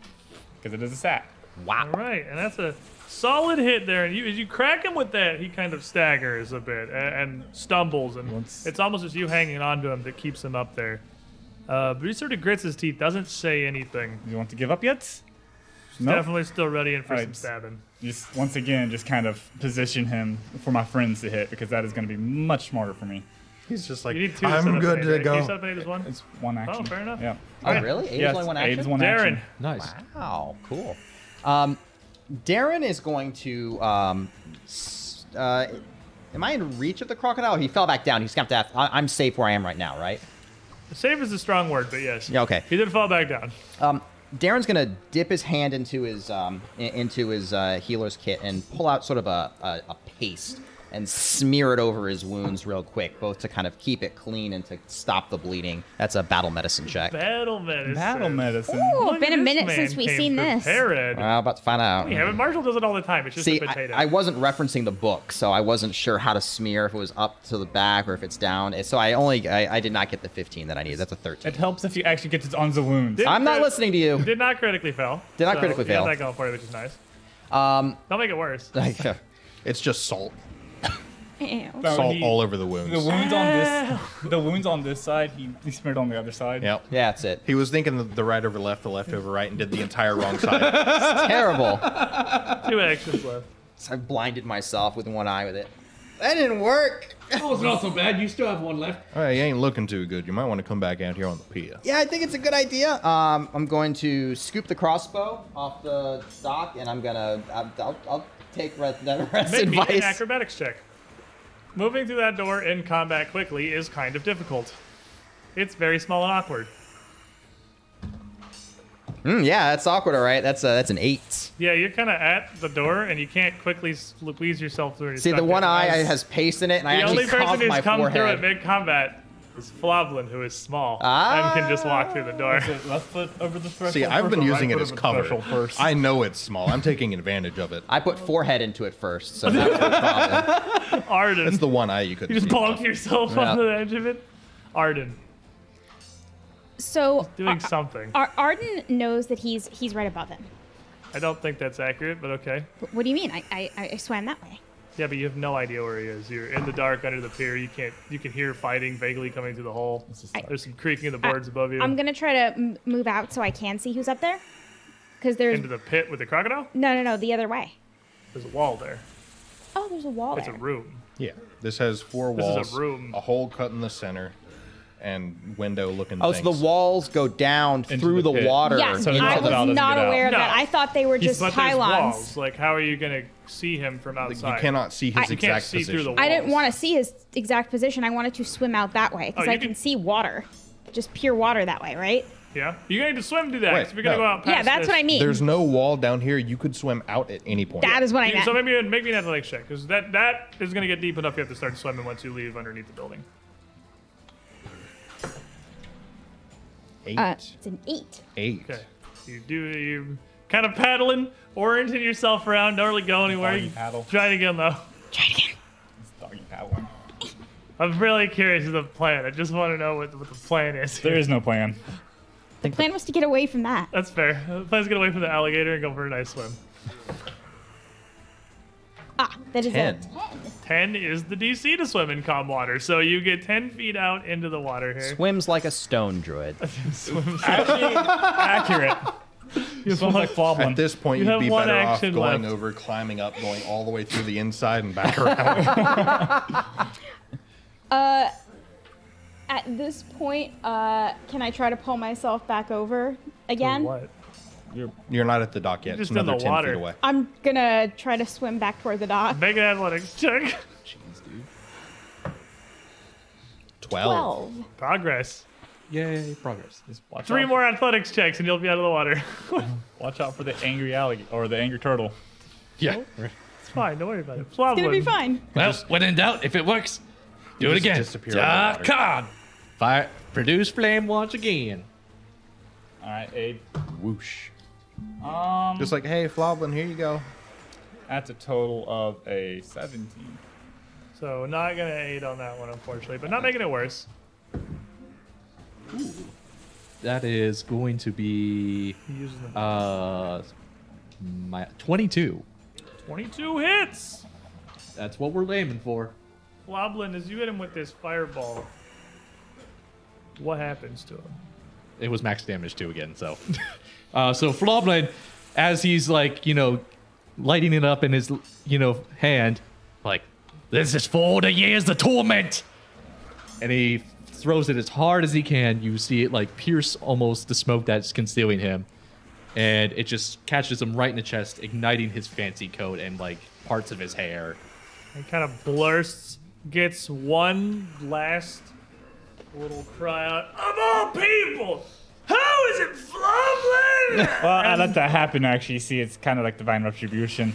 I: because it is a sack.
G: All right, and that's a solid hit there. And you, as you crack him with that, he kind of staggers a bit and, and stumbles, and
I: Once-
G: it's almost as you hanging on to him that keeps him up there. Uh, but he sort of grits his teeth, doesn't say anything.
I: You want to give up yet?
G: He's Definitely still ready and for
I: All
G: some
I: right.
G: stabbing.
I: Just once again, just kind of position him for my friends to hit, because that is going to be much smarter for me.
F: He's just
G: You
F: like,
G: need two. to set up an aid, right? Can you set up an aid as one?
I: It's one action.
G: fair enough.
I: Yeah.
B: Oh, really? Eight
I: yes,
B: is only one
I: eight
B: action?
I: is one
G: Darren,
I: action.
M: Nice.
B: Wow, cool. Um, Darren is going to. Um, s- uh, am I in reach of the crocodile? He fell back down. He's going to have to. I- I'm safe where I am right now, right?
G: safe is a strong word, but yes.
B: Yeah, okay.
G: He did fall back down.
B: Um, Darren's gonna dip his hand into his um, i- into his uh, healer's kit and pull out sort of a, a, a paste and smear it over his wounds real quick, both to kind of keep it clean and to stop the bleeding. That's a battle medicine check.
G: Battle medicine.
I: Battle medicine.
E: Ooh,
G: Look
E: Oh, been
G: at
E: a
G: this
E: minute
G: man
E: since we've
G: came
E: seen this.
G: prepared.
B: Well, about to find out.
G: Yeah, but Marshall does it all the time. It's just
B: See,
G: a potato.
B: I, I wasn't referencing the book, so I wasn't sure how to smear if it was up to the back or if it's down. So I only I, I did not get the 15 that I needed. That's a 13.
I: It helps if you actually get it on the wounds.
G: Did-
B: I'm not
G: crit-
B: listening to you.
G: did not critically fail.
B: Did not
G: so
B: critically
G: you got
B: fail.
G: that going for you, which is nice.
B: Um,
G: Don't make it worse.
F: it's just salt.
E: Ew.
I: So
F: Salt
I: Oh, he-
F: all over the
I: The
F: wounds.
I: wounds on this, the wounds on this side, he, he smeared on the other side.
F: Yep.
B: yeah, that's it.
F: He was thinking the, the right over left, the left over right, and did the entire wrong side.
B: Terrible.
G: Two actions left.
B: So I blinded myself with one eye with it. That didn't work.
C: Oh, it's not so bad. You still have one left.
F: All right, you ain't looking too good. You might want to come back out here on the pier.
B: Yeah, I think it's a good idea. Um, I'm going to scoop the crossbow off the dock, and I'm gonna. I'll, I'll, I'll take Red Neverest
G: Make me an
B: advice.
G: acrobatics check. Moving through that door in combat quickly is kind of difficult. It's very small and awkward.
B: Mm, yeah, that's awkward. All right, that's a, that's an eight.
G: Yeah, you're kind of at the door and you can't quickly squeeze yourself through. and you're
B: See, the
G: stuck
B: one
G: there.
B: eye has paste in it, and I
G: The only
B: actually
G: person
B: coughed
G: who's
B: my
G: come through
B: forehead.
G: at mid combat is Flavlin, who is small
B: Ah.
G: and can just walk through the door.
I: Is it left foot over the threshold?
F: See, I've
I: first
F: been
I: or right
F: using it
I: foot
F: as
I: over the
F: cover.
I: threshold first?
F: I know it's small. I'm taking advantage of it.
B: I put forehead into it first, so that's the problem.
G: Arden,
F: That's the one eye you could.
G: you just bonk yourself
B: Yeah.
G: on the edge of it. Arden,
E: So uh,
G: doing something.
E: Ar- Arden knows that he's he's right above him.
G: I don't think that's accurate, but okay.
E: Wh- What do you mean? I I, I swam that way.
G: Yeah, but you have no idea where he is. You're in the dark under the pier. You can't. You can hear fighting vaguely coming through the hole. There's some creaking of the boards above you.
E: I'm gonna try to m- move out so I can see who's up there. Because there's
G: into the pit with the crocodile.
E: no, no, no, the other way.
G: There's a wall there.
E: Oh, there's a wall
G: It's a
E: there.
G: room.
F: Yeah. This has four
G: This is a
F: walls,
G: room.
F: a hole cut in the center, and window looking.
B: Oh, so the walls go down through
C: the
B: the,
C: pit.
B: water.
E: yeah,
I: So the
E: I
I: crocodile doesn't
E: was not
I: get out.
E: aware of
G: No.
E: that. I thought they were just
G: but there's
E: pylons.
G: walls. Like, how are you gonna see him from
F: Like,
G: outside?
F: you cannot see his
E: I-
G: You
F: exact
G: can't see
F: position.
G: through the walls.
E: I didn't want to see his exact position. I wanted to swim out that way because
G: Oh,
E: I
G: you
E: can
G: can-
E: see water, just pure water that way, right?
G: Yeah, you're gonna need to swim to that.
F: Wait,
G: 'cause we're gonna
F: no.
G: go out. Past
E: yeah, that's
G: this.
E: what I mean.
F: There's no wall down here. You could swim out at any point.
E: that is what I
G: You-
E: meant.
G: So maybe make me an athletics check because that that is gonna get deep enough. You have to start swimming once you leave underneath the building.
F: Eight.
E: Uh, it's an eight.
F: eight.
G: Okay. You do you kind of paddling, orienting yourself around, don't really go anywhere.
I: Doggy
G: You
I: paddle.
G: Try it again though.
E: Try it again.
I: Doggy paddling.
G: I'm really curious of the plan. I just want to know what, what the plan is. here.
I: There is no plan.
E: Plan was to get away from that.
G: That's fair. The plan's get away from the alligator and go for a nice swim.
E: Ah, that is
F: Ten.
E: it.
G: Ten is the DC to swim in calm water, so you get ten feet out into the water here.
B: Swims like a stone druid.
I: Accurate. you sound like Floblin.
F: At this point,
G: You
F: you would
G: have
F: be
G: one
F: better off
G: action
F: going
G: left.
F: over, climbing up, going all the way through the inside and back around.
E: Uh, At this point, uh, can I try to pull myself back over again?
G: What?
F: You're not at the dock yet.
G: You're just
F: it's another
G: in the
F: 10
G: water.
F: feet away.
E: I'm gonna try to swim back toward the dock.
G: Make an athletics check.
F: 12.
E: Twelve.
G: Progress.
C: Yay, progress. Just watch
G: Three
C: out.
G: more athletics checks and you'll be out of the water.
I: Watch out for the angry alligator or the angry turtle.
C: Yeah.
G: It's fine. Don't worry about it.
E: It's gonna be fine.
C: Well, when in doubt, if it works, do it
F: just
C: again.
F: disappear under the water.
C: Con. Fire. Produce flame once again.
I: All right, Abe.
F: Whoosh. Um, just like, hey, Floblin, here you go.
I: That's a total of a 17.
G: So not gonna aid on that one, unfortunately, but not making it worse.
C: That is going to be
G: He uses the
C: uh my 22.
G: 22 hits.
C: That's what we're aiming for.
G: Loblin, as you hit him with this fireball, what happens to him?
C: it was max damage too again. So, uh, so Flawblade, as he's like you know, lighting it up in his you know hand, like this is for the years of torment, and he throws it as hard as he can. You see it like pierce almost the smoke that's concealing him, and it just catches him right in the chest, igniting his fancy coat and like parts of his hair.
G: He kind of blursts, gets one last little cry out of all people. How is it Floblin?
I: Well, I let that happen, actually. See, it's kind of like divine retribution.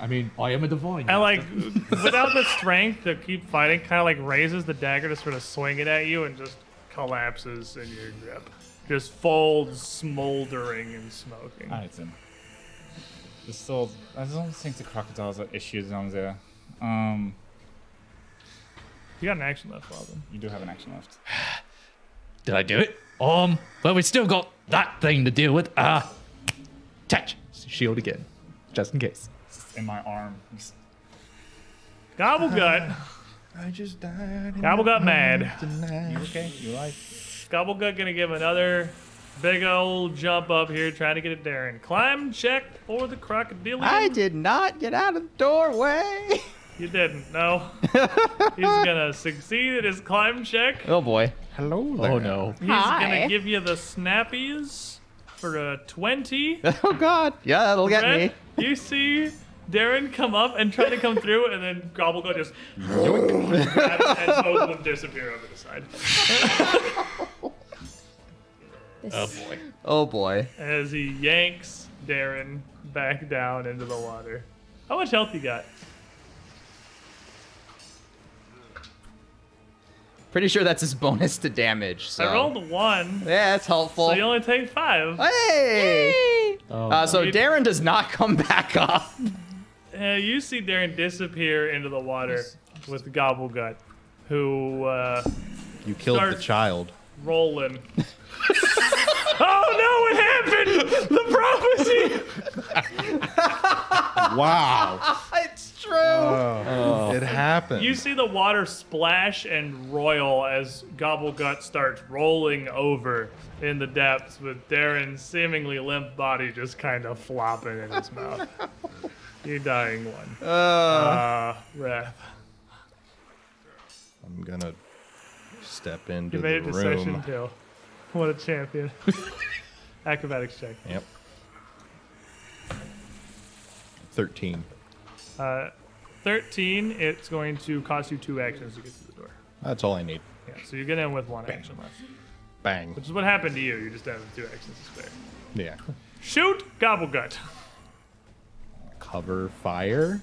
C: I mean, I am a divine.
G: and like, without the strength to keep fighting, kind of like raises the dagger to sort of swing it at you and just collapses in your grip. Just folds, smoldering and smoking.
I: Item. Ah, The still, I don't think the crocodiles are issues on there. Um,
G: You got an action left, Floblin.
I: you do have an action left.
C: Did I do it? Um, but we still got that thing to deal with. Uh, touch shield again, just in case.
I: It's in my arm. It's-
G: Gobble gut.
F: I just died.
G: Gobble got mad.
I: You okay? You alive?
G: Gobblegut gonna give another big old jump up here, trying to get it there and climb check for the crocodilian.
B: I did not get out of the doorway.
G: You didn't, no. He's gonna succeed at his climb check. He's
B: Oh boy.
F: Hello there.
C: Oh no!
G: gonna
A: Hi.
G: give you the snappies for a twenty.
B: Oh god. Yeah, that'll get me.
G: Brett, you see Darren come up and try to come through, and then Gobblegut just grabs and both of them disappear over the side.
B: Oh boy.
G: As he yanks Darren back down into the water. How much health you got?
B: Pretty sure that's his bonus to damage. So.
G: I rolled a one.
B: Yeah, that's helpful.
G: So you only take five.
B: hey. uh, so Darren does not come back up.
G: Uh, you see Darren disappear into the water with Gobblegut, who uh,
F: You killed
G: Start-
F: the child.
G: rolling. oh no! It happened. The prophecy.
F: Wow.
B: it's true.
F: bro. It happened.
G: Oh. You see the water splash and roil as Gobblegut starts rolling over in the depths with Darren's seemingly limp body just kind of flopping in his mouth. you dying one. Uh, Wrath.
F: I'm gonna step into
G: You made it
F: the
G: to
F: room.
G: session two. What a champion. Acrobatics check.
F: Yep. Thirteen.
G: Uh, 13, it's going to cost you two actions to get to the door.
F: That's all I need.
G: Yeah, so you're going to end with one action left.
F: Bang.
G: Which is what happened to you. You just end with two actions to spare.
F: Yeah.
G: Shoot Gobblegut.
F: Cover fire.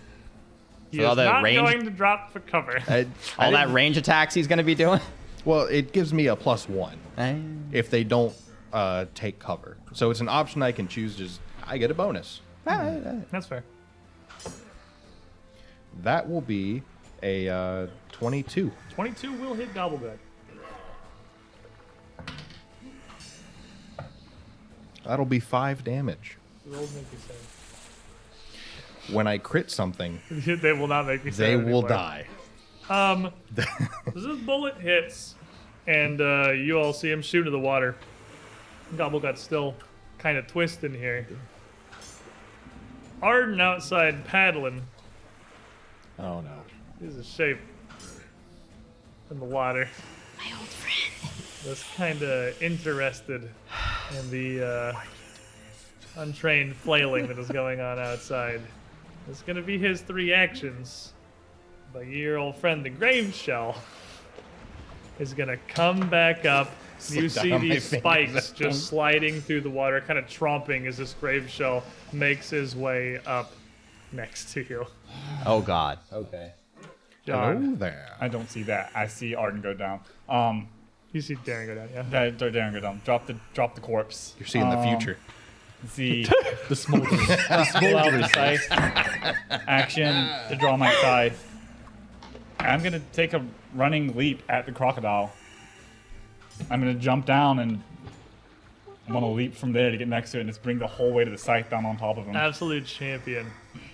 G: He
B: With all
G: is
B: that
G: not
B: range-
G: going to drop for cover.
F: I, I
B: All that
F: didn't-
B: range attacks he's gonna be doing.
F: Well, it gives me a plus one
B: Eh.
F: if they don't uh, take cover. So it's an option I can choose. Just I get a bonus.
G: That's fair.
F: That will be a uh, twenty-two.
G: 22 will hit Gobblegut.
F: That'll be five damage.
G: Rolls make you save.
F: When I crit something,
G: they will not make you save.
F: they will
G: anymore.
F: die.
G: Um, so this bullet hits, and uh, you all see him shoot into the water. Gobblegut's still kind of twisting here. Arden outside paddling
F: Oh no.
G: is a shape in the water. My old friend. That's kind of interested in the uh, untrained flailing that is going on outside. It's going to be his three actions. But your old friend, the grave shell, is going to come back up. You
F: Slip
G: see
F: down my
G: these
F: fingers.
G: spikes just sliding through the water, kind of tromping as this grave shell makes his way up next to you.
B: Oh God. Okay.
G: John,
F: Hello Oh, there.
I: I don't see that. I see Arden go down. Um,
G: you see Darren go down, yeah?
I: da- da- Darren go down. Drop the drop the corpse.
F: You're seeing the
I: Um,
F: future.
I: The the smoldering, the smoldering scythe action to draw my scythe. I'm gonna take a running leap at the crocodile. I'm gonna jump down and I'm gonna leap from there to get next to it and just bring the whole weight of the scythe down on top of him.
G: Absolute champion.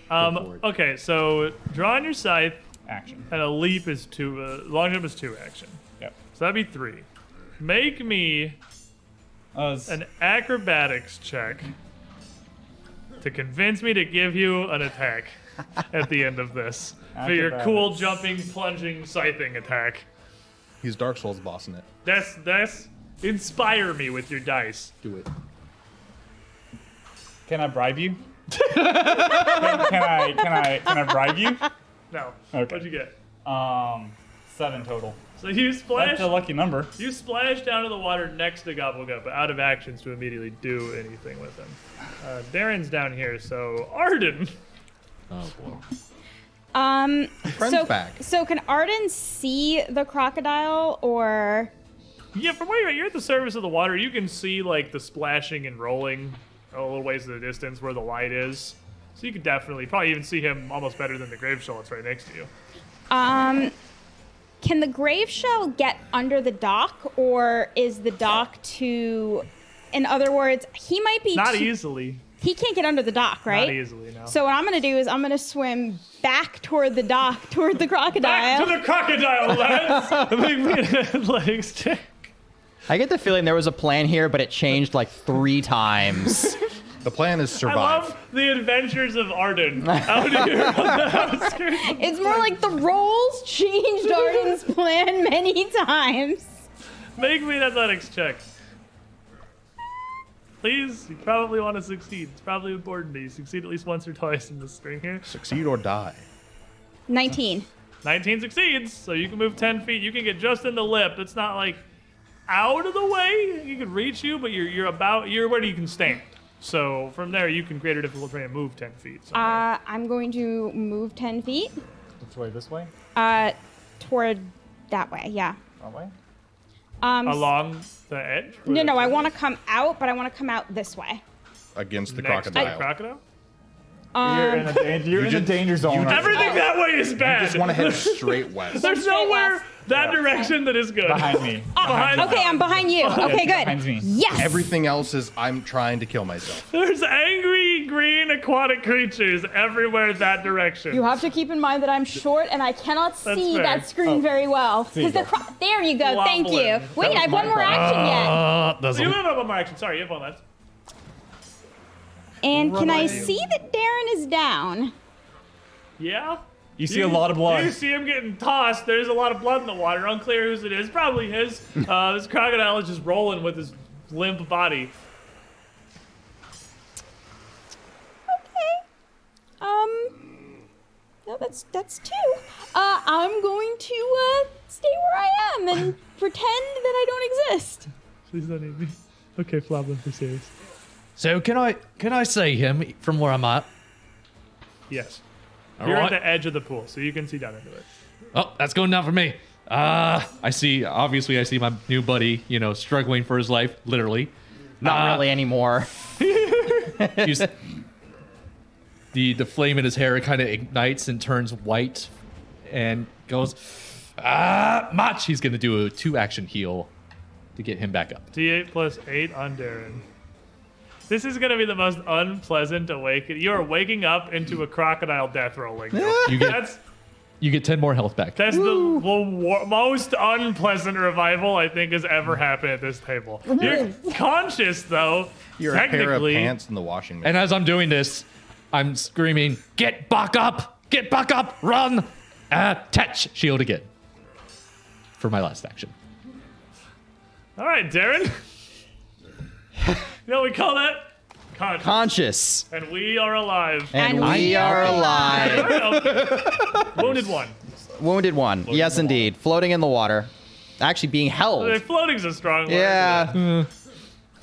G: Um, okay, so draw on your scythe,
I: Action.
G: and a leap is two. Uh, long jump is two action.
I: Yep.
G: So that'd be three. Make me
I: Uh, s-
G: an acrobatics check to convince me to give you an attack at the end of this for your cool
I: Acrobatics.
G: jumping, plunging, scything attack.
F: He's Dark Souls bossing it.
G: That's that's inspire me with your dice.
F: Do it.
I: can I bribe you? can, can I can I can I bribe you?
G: No.
I: Okay.
G: What'd you get?
I: Um, seven total.
G: So you
I: That's
G: splash
I: a lucky number.
G: You splash down to the water next to Gobblegut, but out of actions to immediately do anything with him. Uh, Darren's down here, so Arden.
A: Oh boy.
E: Um,
F: Friends
E: so,
F: back.
E: so can Arden see the crocodile or?
G: Yeah, from where you're at, you're at the surface of the water. You can see like the splashing and rolling a little ways in the distance where the light is. So you could definitely probably even see him almost better than the grave shell that's right next to you.
E: Um, can the grave shell get under the dock, or is the dock too? In other words, he might be.
G: Not
E: too-
G: easily.
E: He can't get under the dock, right?
G: Not easily, no.
E: So what I'm gonna do is I'm gonna swim back toward the dock, toward the crocodile.
G: Back to the crocodile, lads! Make me an athletics check.
B: I get the feeling there was a plan here, but it changed like three times.
F: The plan is
G: I
F: survive.
G: love the adventures of Arden out here on the outskirts.
E: it's more like the roles changed Arden's plan many times.
G: Make me an athletics check. Please, you probably want to succeed. It's probably important that you succeed at least once or twice in this string here.
F: Succeed or die.
E: 19.
G: 19 succeeds, so you can move 10 feet. You can get just in the lip. It's not like out of the way. You can reach you, but you're you're about you're where you can stand. So from there, you can create a difficult terrain and move 10 feet. So
E: Uh, I'm going to move 10 feet
I: Which way? This way?
E: uh, toward that way, yeah.
I: That way?
E: Um,
G: along the edge. where
E: no,
G: the-
E: no, I want to come out, but I want to come out this way.
F: Against the
G: next to
F: crocodile.
G: the crocodile.
E: Um,
I: You're in a danger. You're in a
F: just-
I: danger zone. right
G: Everything that way is bad.
F: Just want to head straight west.
G: There's nowhere that direction that is good.
I: behind me.
E: Oh,
G: Behind
N: Okay, I'm behind you. Okay,
I: Behind
N: good.
I: me.
N: Yes.
F: Everything else is I'm trying to kill myself.
G: There's angry green aquatic creatures everywhere that direction.
E: You have to keep in mind that I'm short and I cannot see
G: fair.
E: that screen very well.
I: Oh. you
E: Because the
I: go.
E: cro- there you go. Thank you.
G: Wobbling.
E: Wait, I have one more action yet.
C: Uh, doesn't.
G: you have up on my action. Sorry, you have all that.
E: And can I see that Darren is down?
G: Yeah?
A: You see a lot of blood.
G: You see him getting tossed. There's a lot of blood in the water. Unclear whose it is. Probably his. Uh, this crocodile is just rolling with his limp body.
E: Okay. Um. No, that's that's two. Uh, I'm going to uh, stay where I am and pretend that I don't exist.
G: Please don't eat me. Okay, Floblin, for serious.
C: So can I can I see him from where I'm at?
G: Yes.
C: All
G: You're
C: right.
G: at the edge of the pool, so you can see down into it.
C: Oh, that's going down for me. Uh, I see. Obviously, I see my new buddy. You know, struggling for his life, literally.
B: Not
C: Uh,
B: really anymore.
C: you s- the the flame in his hair kind of ignites and turns white, and goes. Ah, Mach. He's gonna do a two action heal to get him back up.
G: D8 plus 8 on Darren. This is going to be the most unpleasant awakening. You are waking up into a crocodile death rolling.
C: You get
G: That's
C: you get ten more health back.
G: that's the, the wor- most unpleasant revival I think has ever happened at this table. You're conscious though.
F: You're a pair of
G: technically,
F: pants in the washing machine.
C: And as I'm doing this, I'm screaming, "Get back up! Get back up! Run! Attach shield again." For my last action.
G: All right, Darren. you know what we call that conscious,
B: Conscious.
G: and we are alive.
B: And, we are alive.
G: Wounded one.
B: Wounded one. yes, indeed. Floating in the water. Actually being held.
G: Floating's a strong word.
B: Yeah.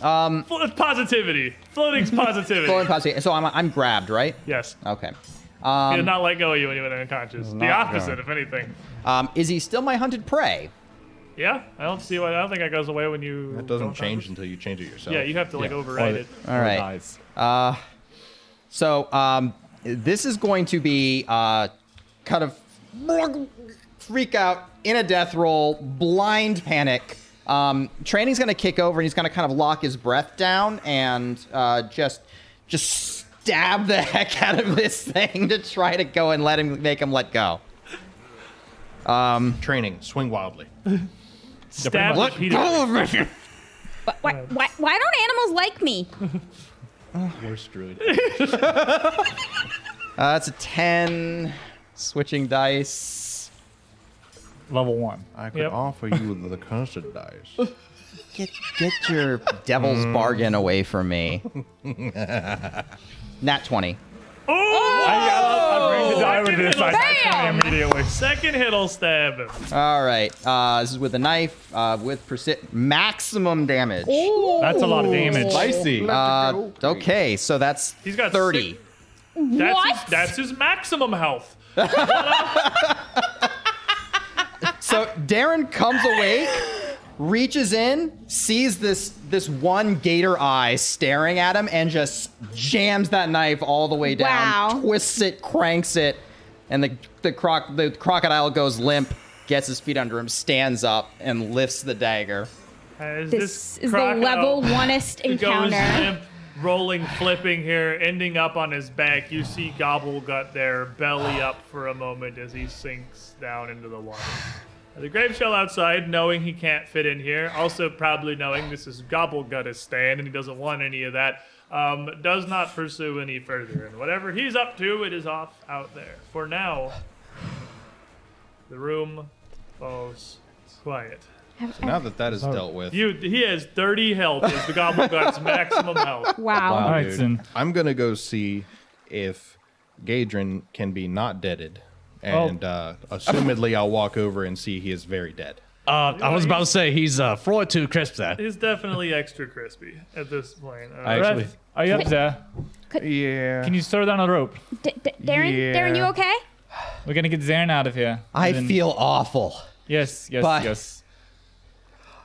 G: Flo- positivity. Floating's positivity.
B: Floating positive. So I'm, I'm grabbed, right?
G: Yes.
B: Okay.
G: He did not let go of you when you went unconscious. The opposite, if anything.
B: Um, is he still my hunted prey?
G: Yeah, I don't see why. I don't think that goes away when you.
F: It doesn't
G: go
F: change
G: unconscious.
F: until you change it yourself.
G: Yeah, you have to like override it.
B: All right.
I: Guys.
B: So um, this is going to be uh, kind of freak out in a death roll, blind panic. Um, training's going to kick over and he's going to kind of lock his breath down and uh, just just stab the heck out of this thing to try to go and let him make him let go.
F: Training, swing wildly.
G: Stab
B: Let
G: repeatedly.
B: go of me!
N: But why, why, why don't animals like me?
C: Worst druid.
B: Uh, that's a 10. Switching dice.
I: Level one.
C: Oh,
F: I could
G: Yep.
F: offer you the custard dice.
B: Get, get your devil's bargain away from me. Nat 20.
I: I bring the die with
G: Second
I: this.
G: hit
I: I
G: will-
I: actually immediately.
G: Second hit'll stab him.
B: All right. Uh, this is with a knife uh, with percent maximum damage.
I: That's a lot of damage.
C: Spicy.
B: Uh, okay, so that's
G: He's got
B: 30.
G: six- That's
N: What?
G: His, that's his maximum health.
B: So Darren comes awake, reaches in, sees this this one gator eye staring at him, and just jams that knife all the way down,
N: Wow.
B: twists it, cranks it, and the the croc the crocodile goes limp, gets his feet under him, stands up, and lifts the dagger.
G: As
N: This is the level
G: crocodile
N: oneest
G: goes
N: encounter.
G: limp, rolling, flipping here, ending up on his back. You see Gobble Gut there, belly up for a moment as he sinks down into the water. The grave shell outside, knowing he can't fit in here, also probably knowing this is Gobblegut's stand and he doesn't want any of that, um, does not pursue any further. And whatever he's up to, it is off out there. For now, the room falls quiet.
F: Uh, now that that is dealt with,
G: You, he has 30 health, is the Gobblegut's maximum health.
N: Wow.
I: All right, Sin.
F: I'm gonna go see if Gadrin can be not deaded, and uh, assumedly I'll walk over and see he is very dead.
C: Uh, I was about to say he's uh, fraud too crisp that.
G: He's definitely extra crispy at this point. Uh,
C: I actually,
I: Are you up there?
F: Yeah.
I: Can you throw down a rope?
N: D- D- Darren, Darren, you
F: Yeah.
N: okay?
I: We're gonna get Zarin out of here.
B: I
I: And then-
B: feel awful.
I: Yes, yes,
B: But-
I: yes.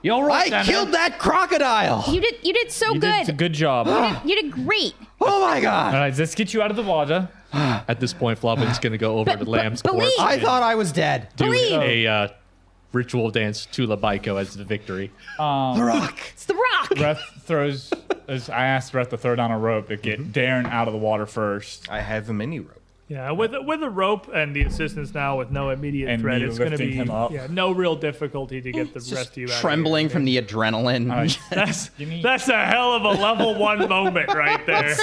O: You all right?
B: I
O: down
B: killed
O: there?
B: that crocodile.
E: You did you did so
I: You
E: good.
I: did a good job. All
E: You did great.
B: Oh my god.
I: right, let's get you out of the water.
C: At this point, Flobbin's gonna go over to
E: but-
C: Lamb's
E: but
C: corpse
E: wait.
B: I
C: and
B: thought I was dead.
C: do
E: Please.
C: a uh, ritual dance to Labaiko as the victory.
B: The rock.
E: It's the rock.
I: Breath throws. As I asked Breath to throw down a rope to get
C: Mm-hmm.
I: Darren out of the water first.
F: I have him any rope.
A: Yeah, with with a rope and the assistance now, with no immediate
I: And
A: threat,
I: you
A: it's going to
I: lifting
A: be
I: him up.
A: yeah, no real difficulty to get the rescue. out of here.
B: Trembling from the adrenaline.
I: Oh,
A: That's
I: Give me-
A: that's a hell of a level one moment right there.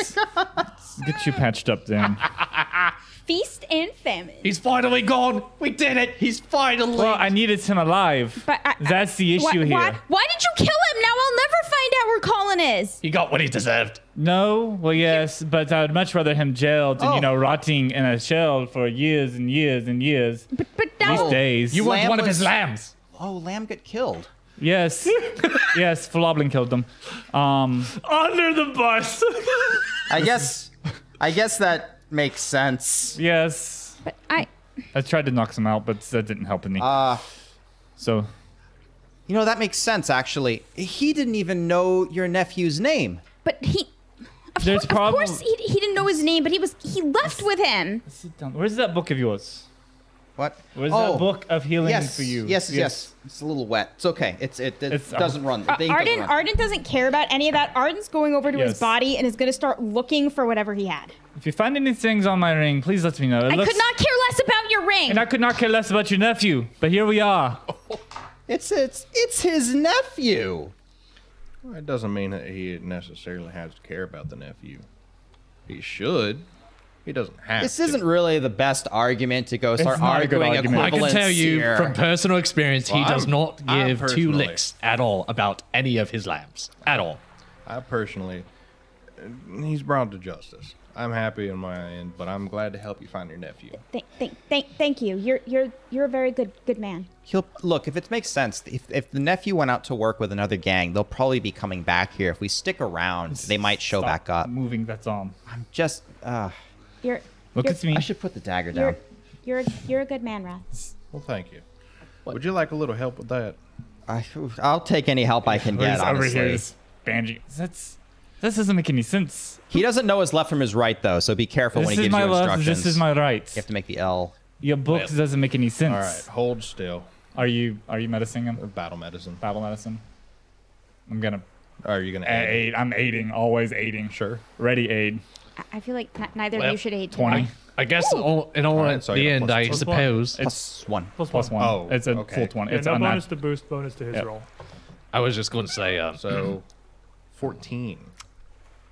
I: Get you patched up, Darren.
E: Feast and famine.
C: He's finally gone. We did it. He's finally.
I: well, I needed him alive.
E: But I-
I: That's the issue
E: Why,
I: here.
E: why, why did you kill him? Now I'll never find out where Colin is.
C: he got what he deserved.
I: No, well, yes, but I would much rather him jailed and,
B: Oh.
I: you know, rotting in a shell for years and years and years.
E: But, but
I: These
E: now,
I: days.
C: You want
B: Lamb
C: one of
B: was-
C: his lambs.
B: Oh, lamb got killed.
I: Yes. yes, Floblin killed them. Um,
A: Under the bus.
B: I guess. I guess that makes sense.
I: yes.
E: but I
I: I tried to knock some out, but that didn't help any.
B: Uh,
I: so,
B: you know that makes sense actually. He didn't even know your nephew's name.
E: but he. Of,
I: There's
E: cour-
I: prob-
E: of course he, he didn't know his name, but he was he left with him.
I: sit down. Where's that book of yours?
B: What?
I: Where's
B: oh,
I: that book of healing
B: Yes,
I: for you?
B: yes, yes, It's a little wet. It's okay. It's it, it
I: It's-
B: doesn't run. The
H: Uh,
B: thing doesn't
H: Arden,
B: run.
H: Arden doesn't care about any of that. Arden's going over to
I: Yes.
H: his body and is going to start looking for whatever he had.
I: If you find any things on my ring, please let me know. It
E: I
I: looks-
E: could not care less about your ring.
I: And I could not care less about your nephew, but here we are.
B: It's it's it's his nephew.
F: That doesn't mean that he necessarily has to care about the nephew. He should. He doesn't have
B: This
F: to.
B: isn't really the best argument to go start
I: not a good
B: arguing
I: argument.
C: I
B: equivalence
C: can tell you
B: here.
C: from personal experience,
F: Well,
C: he does
F: I'm-
C: not
F: I
C: give two
F: personally-
C: licks at all about any of his lambs. At all.
F: I personally, uh, he's brought to justice. I'm happy on my end, but I'm glad to help you find your nephew.
H: Thank, thank, thank, thank you. You're, you're, you're a very good, good man.
B: He'll look if it makes sense. If if the nephew went out to work with another gang, they'll probably be coming back here. If we stick around, they might show
I: Stop
B: back up.
I: Moving that arm.
B: I'm just. Uh,
H: You're,
I: Look
H: you're,
I: at me.
B: I should put the dagger down.
H: You're, you're, you're a good man, Rath.
F: Well, thank you. Would you like a little help with that?
B: I, I'll take any help I can get.
I: Who's over
B: Honestly,
I: here just bandaging. That's that doesn't make any sense.
B: he doesn't know his left from his right though, so be careful when
I: This
B: he
I: is
B: gives
I: my
B: you
I: left.
B: instructions.
I: This is my right.
B: You have to make the L.
I: Your book doesn't make any sense.
F: All right, hold still.
I: Are you are you medicing him?
F: Battle medicine.
I: Battle medicine. I'm gonna
F: Are you gonna add?
I: aid. I'm aiding. Always aiding.
F: Sure.
I: Ready aid.
E: I, I feel like n- neither
C: Well,
E: of you should aid.
C: Hmm.
I: Twenty.
C: I guess all, in all,
F: Alright,
C: at
F: so
C: the
F: you're
C: end,
F: plus
C: I
F: two.
C: suppose
B: Plus one.
I: Plus one.
F: Oh,
I: it's a
F: okay.
I: full twenty.
A: Yeah,
I: it's
A: no
I: on that.
A: bonus to boost, bonus to his
I: Yep.
A: roll.
C: I was just going to say, um,
F: So, fourteen.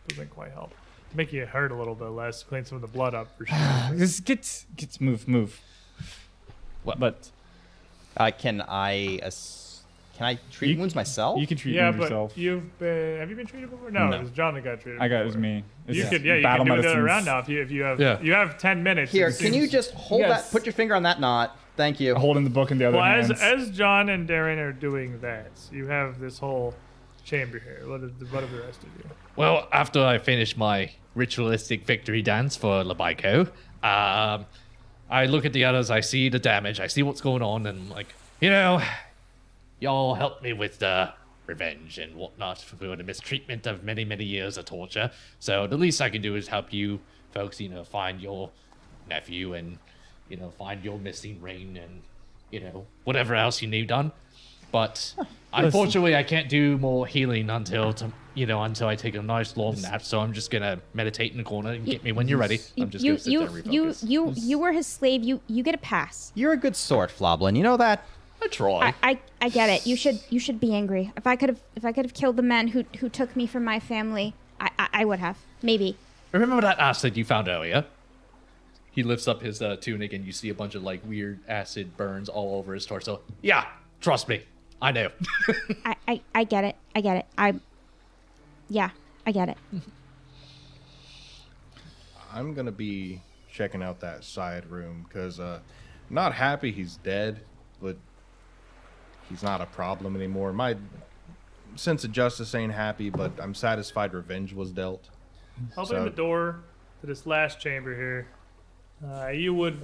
A: Doesn't quite help. Make you hurt a little bit less. Clean some of the blood up for sure.
I: Just get get move move.
C: What?
I: But
B: Uh, can I? ass- can I treat
I: You-
B: wounds myself?
I: you can treat
A: yeah,
I: him
A: but
I: yourself.
A: you've been. Have you been treated before? No,
F: No.
A: it was John that got treated.
I: I got it
A: before.
I: was me.
A: You
I: It's
A: could, yeah, you
I: battle
A: can do it
I: medicines.
A: around now if you if you have
C: Yeah.
A: you have ten minutes. it
B: Here, can you
A: seems.
B: just hold
I: Yes.
B: that? Put your finger on that knot. Thank you.
I: Holding the book in the other
A: Well, as
I: hand.
A: as John and Darren are doing that, you have this whole chamber here. What of the, what of the rest of you?
C: Well, after I finish my ritualistic victory dance for Labaiko, um, I look at the others, I see the damage, I see what's going on, and I'm like, you know, y'all helped me with the revenge and whatnot for the mistreatment of many, many years of torture. So the least I can do is help you folks, you know, find your nephew and, you know, find your missing ring and, you know, whatever else you need done. But unfortunately, I can't do more healing until, to, you know, until I take a nice long nap. So I'm just gonna meditate in the corner and get me when you're ready.
E: You,
C: I'm just
E: you,
C: gonna sit
E: you,
C: there and
E: you,
C: refocus.
E: you, you were his slave. You, you get a pass.
B: You're a good sort, Floblin. You know that.
C: I try.
E: I, I, I get it. You should you should be angry. If I could have if I could have killed the men who who took me from my family, I I, I would have. Maybe.
C: Remember that acid you found earlier? He lifts up his uh, tunic and you see a bunch of like weird acid burns all over his torso. Yeah, trust me. I know.
E: I I, I get it. I get it. I Yeah, I get it.
F: I'm gonna be checking out that side room because uh, not happy he's dead, but he's not a problem anymore. My sense of justice ain't happy, but I'm satisfied revenge was dealt.
A: Opening
F: So-
A: the door to this last chamber here, uh, you would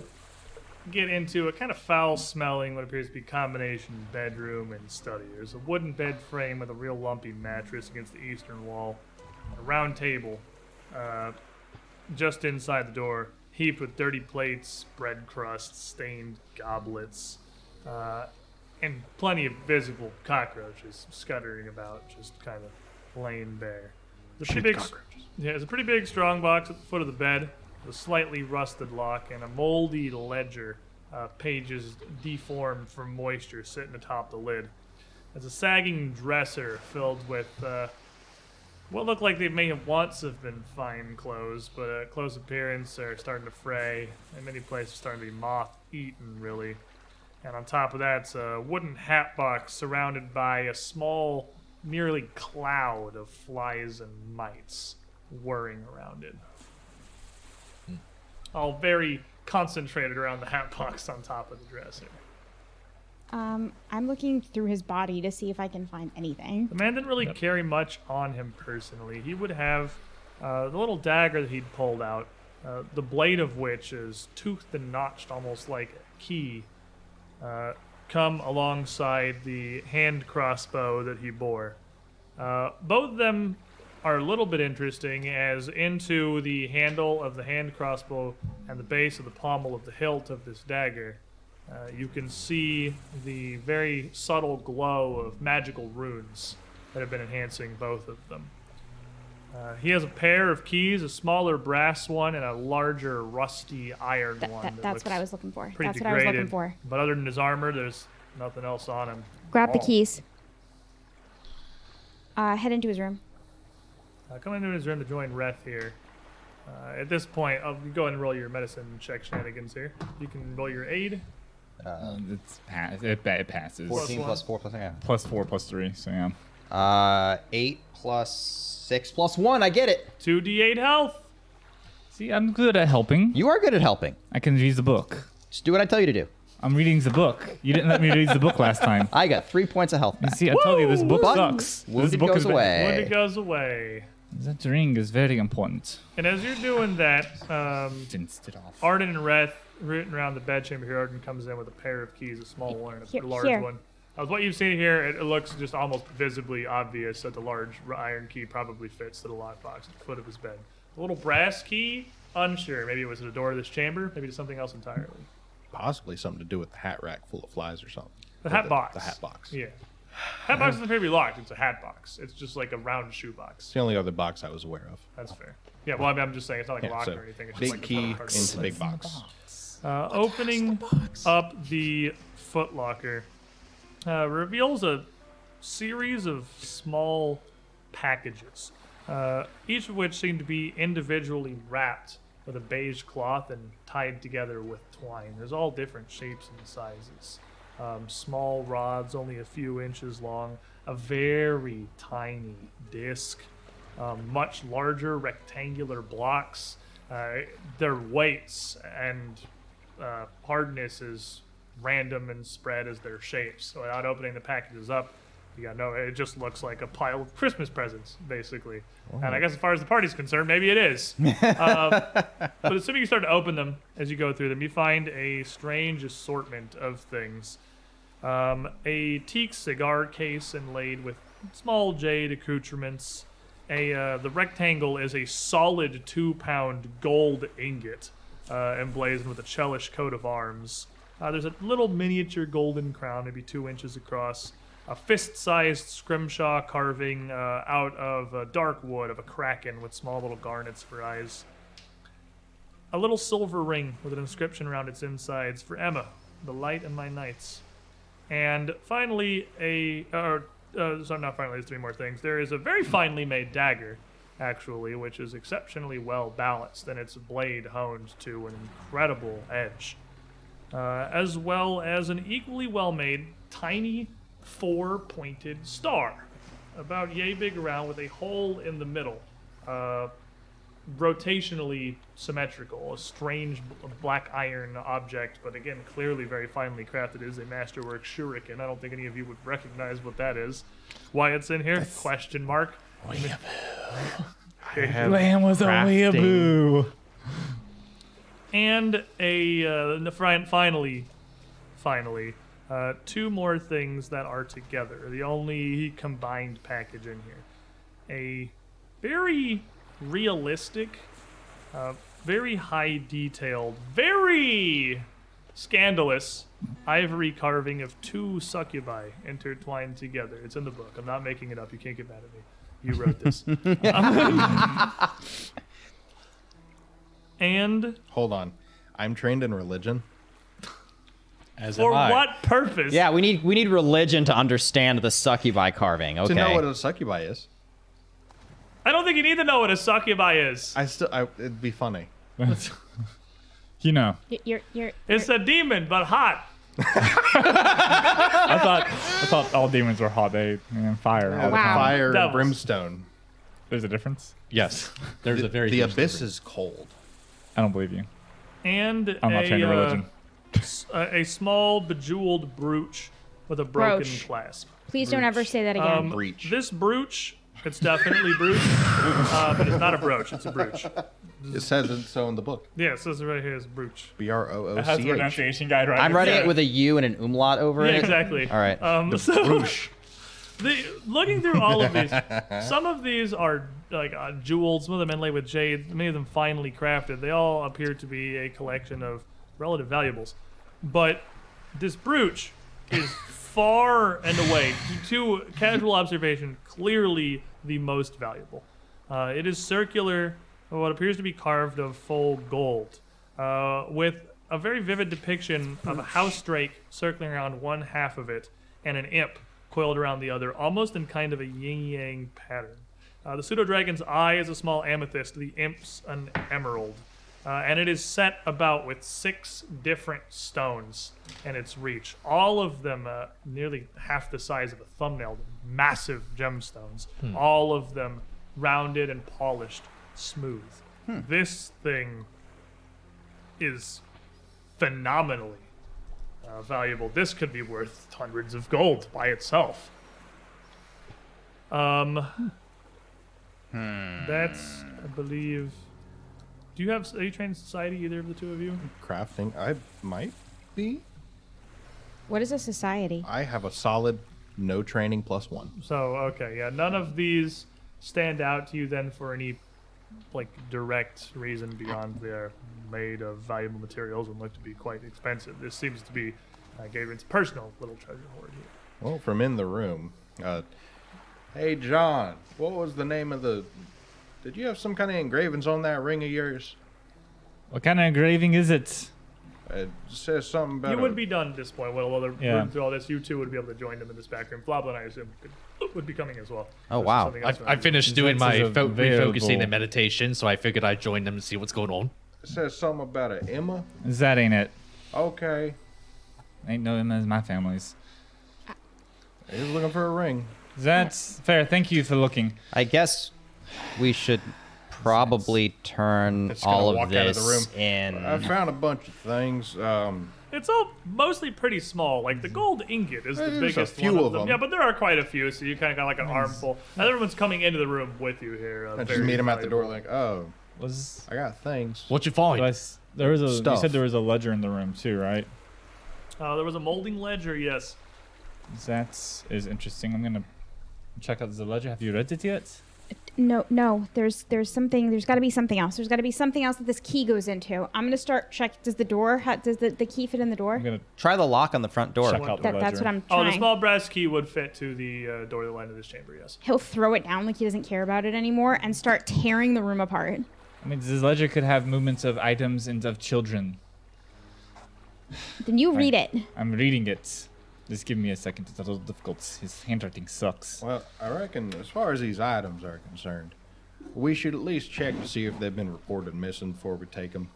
A: get into a kind of foul smelling, what appears to be combination bedroom and study. There's a wooden bed frame with a real lumpy mattress against the eastern wall, a round table uh, just inside the door, heaped with dirty plates, bread crusts, stained goblets, uh, and plenty of visible cockroaches scuttering about, just kind of laying bare. There's a pretty big, yeah, there's a pretty big strong box at the foot of the bed, with a slightly rusted lock and a moldy ledger, uh, pages deformed from moisture, sitting atop the lid. There's a sagging dresser filled with uh, what look like they may have once have been fine clothes, but uh, clothes appearance are starting to fray, and many places starting to be moth-eaten, really. And on top of that's a wooden hat box surrounded by a small, nearly cloud of flies and mites whirring around it. All very concentrated around the hat box on top of the dresser.
H: Um, I'm looking through his body to see if I can find anything.
A: The man didn't really carry much on him personally. He would have uh, the little dagger that he'd pulled out, uh, the blade of which is toothed and notched almost like a key, uh, come alongside the hand crossbow that he bore. Uh, both of them are a little bit interesting, as into the handle of the hand crossbow and the base of the pommel of the hilt of this dagger. Uh, you can see the very subtle glow of magical runes that have been enhancing both of them. Uh, he has a pair of keys, a smaller brass one, and a larger rusty iron
H: That,
A: one.
H: that,
A: that
H: that's what I
A: looks
H: was looking for.
A: pretty
H: That's what I was looking
A: degraded.
H: for.
A: But other than his armor, there's nothing else on him.
E: Grab the
A: Oh.
E: keys.
H: Uh, head into his room.
A: Uh, come into his room to join Reth here. Uh, at this point, I'll you go ahead and roll your medicine check shenanigans here. You can roll your aid.
D: Uh, It's pa- it, it passes.
B: 14
A: one.
B: plus 4 plus, yeah.
D: Plus four, plus three. So yeah.
B: Uh, 8 plus 6 plus 1. I get it.
A: 2d8 health.
D: See, I'm good at helping.
B: You are good at helping.
D: I can read the book.
B: Just do what I tell you to do.
D: I'm reading the book. You didn't let me read the book last time.
B: I got 3 points of health back.
D: See, I tell you, this book
B: But
D: sucks. This
B: Wounded
D: book
B: goes
D: is bad.
A: Wounded
B: away.
A: goes away.
D: That ring is very important.
A: And as you're doing that, um,
D: Rinsed it off.
A: Arden and Reth rooting around the bedchamber here. Arden comes in with a pair of keys, a small one and a
H: Here-
A: large
H: here.
A: one. As what you've seen here, it, it looks just almost visibly obvious that the large r- iron key probably fits to the lockbox at the foot of his bed. The little brass key, unsure. Maybe it was at the door of this chamber. Maybe to something else entirely.
F: Possibly something to do with the hat rack full of flies or something.
A: The
F: Or
A: hat box.
F: The hat box.
A: Yeah. Hat box doesn't appear to be locked. It's a hat box. It's just like a round shoe box.
F: It's the only other box I was aware of.
A: That's fair. Yeah, well, I mean, I'm just saying it's not like
F: Yeah,
A: locked
F: so
A: or anything. It's
F: big
A: just like a
F: key
A: card.
F: into big box.
A: Uh, opening up the footlocker uh, reveals a series of small packages, uh, each of which seem to be individually wrapped with a beige cloth and tied together with twine. There's all different shapes and sizes. Um, small rods, only a few inches long, a very tiny disc, um, much larger rectangular blocks. Uh, their weights and uh, hardness is random and spread as their shapes. So without opening the packages up, you got no. It just looks like a pile of Christmas presents, basically. And I guess as far as the party's concerned, maybe it is. Um, But assuming you start to open them as you go through them, you find a strange assortment of things. Um, a teak cigar case inlaid with small jade accoutrements. A uh, the rectangle is a solid two-pound gold ingot uh, emblazoned with a Chelish coat of arms. Uh, there's a little miniature golden crown, maybe two inches across. A fist-sized scrimshaw carving uh, out of uh, dark wood of a kraken with small little garnets for eyes a little silver ring with an inscription around its insides for Emma, the light in my nights. And finally, a or uh, sorry, not finally. There's three more things. There is a very finely made dagger, actually, which is exceptionally well balanced, and its blade honed to an incredible edge, uh, as well as an equally well made tiny four-pointed star, about yay big around, with a hole in the middle. Uh, rotationally symmetrical, a strange b- black iron object, but again, clearly very finely crafted. It is a masterwork shuriken. I don't think any of you would recognize what that is. Why it's in here? Question mark.
D: Lamb was a
F: Crafting.
D: weeaboo.
G: and a uh, n- fri- finally, finally, uh, two more things that are together. The only combined package in here. A very realistic, uh, very high detailed, very scandalous ivory carving of two succubi intertwined together. It's in the book. I'm not making it up. You can't get mad at me. You wrote this. and
F: Hold on. I'm trained in religion.
C: As
G: for
C: am I.
G: what purpose?
B: Yeah, we need we need religion to understand the succubi carving. Okay.
F: To know what a succubi is,
G: I don't think you need to know what a succubi is.
F: I still I, it'd be funny.
P: You know.
Q: You're, you're,
G: It's a demon, but hot.
P: I thought I thought all demons were hot. They man, fire. all the
Q: Wow.
P: time.
F: Fire
G: Devils.
F: and brimstone.
P: There's a difference.
C: Yes. There's a very
F: the
C: huge
F: abyss
C: difference.
F: is cold.
P: I don't believe you.
G: And
P: I'm not
G: a,
P: trained in
G: uh,
P: religion.
G: s- a, a small bejeweled brooch with a broken
Q: Brooch.
G: clasp.
Q: please don't ever say that again.
G: Um,
F: Breach.
G: This brooch, it's definitely brooch, uh, but it's not a brooch. It's a brooch.
F: It says it so in the book.
G: Yeah, it says right here is brooch.
F: B R O O
P: Has the
F: C H.
P: pronunciation guide right?
B: I'm writing
G: Yeah.
B: it with a U and an umlaut over
G: Yeah,
B: it.
G: exactly.
B: All right.
G: Um, so, the, looking through all of these, some of these are like uh, jeweled, some of them inlaid with jade, many of them finely crafted. They all appear to be a collection of relative valuables. But this brooch is far and away, to to casual observation, clearly the most valuable. Uh, it is circular, what appears to be carved of full gold, uh, with a very vivid depiction of a house drake circling around one half of it and an imp coiled around the other, almost in kind of a yin yang pattern. Uh, the pseudo dragon's eye is a small amethyst, the imp's an emerald. Uh, and it is set about with six different stones in its reach, all of them uh, nearly half the size of a thumbnail, massive gemstones, all of them rounded and polished, smooth. This thing is phenomenally uh, valuable. This could be worth hundreds of gold by itself. Um, that's I believe. Do you have are you trained in society? Either of the two of you?
F: Crafting. I might be.
Q: what is a society?
F: I have a solid no training plus one.
G: So okay, yeah. None of these stand out to you then for any like direct reason beyond they're made of valuable materials and look to be quite expensive. This seems to be uh, Gavin's personal little treasure hoard here.
F: Well, from in the room. Uh, hey, John. What was the name of the? Did you have some kind of engravings on that ring of yours?
I: What kind of engraving is it?
F: It says something about.
G: You
F: a-
G: would be done at this point. Well, while they're
I: Yeah.
G: rooting through all this, you two would be able to join them in this back room. Floblin, I assume, could, would be coming as well.
B: Oh,
G: Unless
B: wow.
G: something
C: I,
G: else
C: I
G: happens.
C: finished doing my
I: Senses
C: fo-
I: available.
C: refocusing and meditation, so I figured I'd join them to see what's going on.
F: It says something about an Emma.
I: That ain't it.
F: Okay.
I: Ain't no them as my family's.
F: He's looking for a ring.
I: That's fair. Thank you for looking.
B: I guess we should probably turn
F: It's gonna
B: all of
F: walk out of
B: this
F: the
B: in.
F: I found a bunch of things. Um,
G: It's all mostly pretty small. Like the gold ingot is the
F: There's a
G: biggest
F: few
G: one
F: of them.
G: Yeah, but there are quite a few, so you kind of got like an armful. And everyone's coming into the room with you here. Uh,
F: I just
G: very
F: meet him at the
G: valuable.
F: door, like, oh,
I: Was
F: I got things.
C: What you find?
P: Plus, there was a. You
F: Stuff.
P: said there was a ledger in the room too, right?
G: Uh, there was a molding ledger, yes.
P: That is interesting. I'm gonna check out the ledger. Have you read it yet?
E: No, no. There's there's something. There's got to be something else. There's got to be something else that this key goes into. I'm gonna start check. Does the door? How, does the, the key fit in the door?
P: I'm gonna
B: Try the lock on the front door.
P: check out the
E: That,
P: ledger.
E: that's what I'm
G: Oh,
E: trying.
G: the small brass key would fit to the uh, door that led into this chamber, yes.
E: He'll throw it down like he doesn't care about it anymore and start tearing the room apart.
I: I mean, this ledger could have movements of items and of children.
E: Then you read it.
I: I'm reading it. Just give me a second. It's a little difficult. His handwriting sucks.
F: Well, I reckon as far as these items are concerned, we should at least check to see if they've been reported missing before we take them.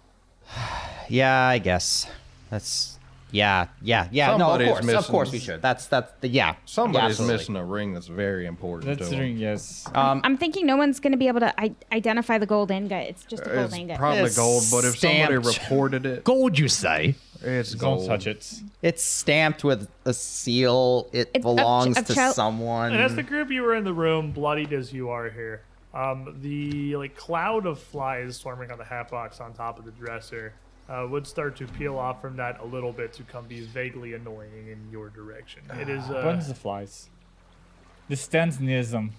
B: Yeah, I guess. That's yeah, yeah, yeah.
F: Somebody's
B: no, of course, of
F: missing.
B: cour's we should. That's that's the yeah. yeah,
F: Somebody's
B: absolutely.
F: missing a ring that's very important
I: That's
F: to
I: the ring,
F: them.
I: yes.
E: I'm thinking no one's gonna be able to I- identify the gold ingot. It's just a gold
F: Uh, It's
E: ingot.
F: probably
B: It's
F: gold, but if somebody
B: stamped.
F: reported it,
C: Gold, you say?
F: it's gold.
I: Don't touch it.
B: It's stamped with a seal. It
E: It's of-
B: belongs
E: of
B: to
E: child-
B: someone.
G: And as
F: Mm-hmm.
G: the group you were in the room, bloodied as you are here, um, the like cloud of flies swarming on the hat box on top of the dresser
A: uh, would start to peel off from that a little bit to come be vaguely annoying in your direction. It
F: Ah.
A: is uh,
I: Bunch of flies. This stands near them.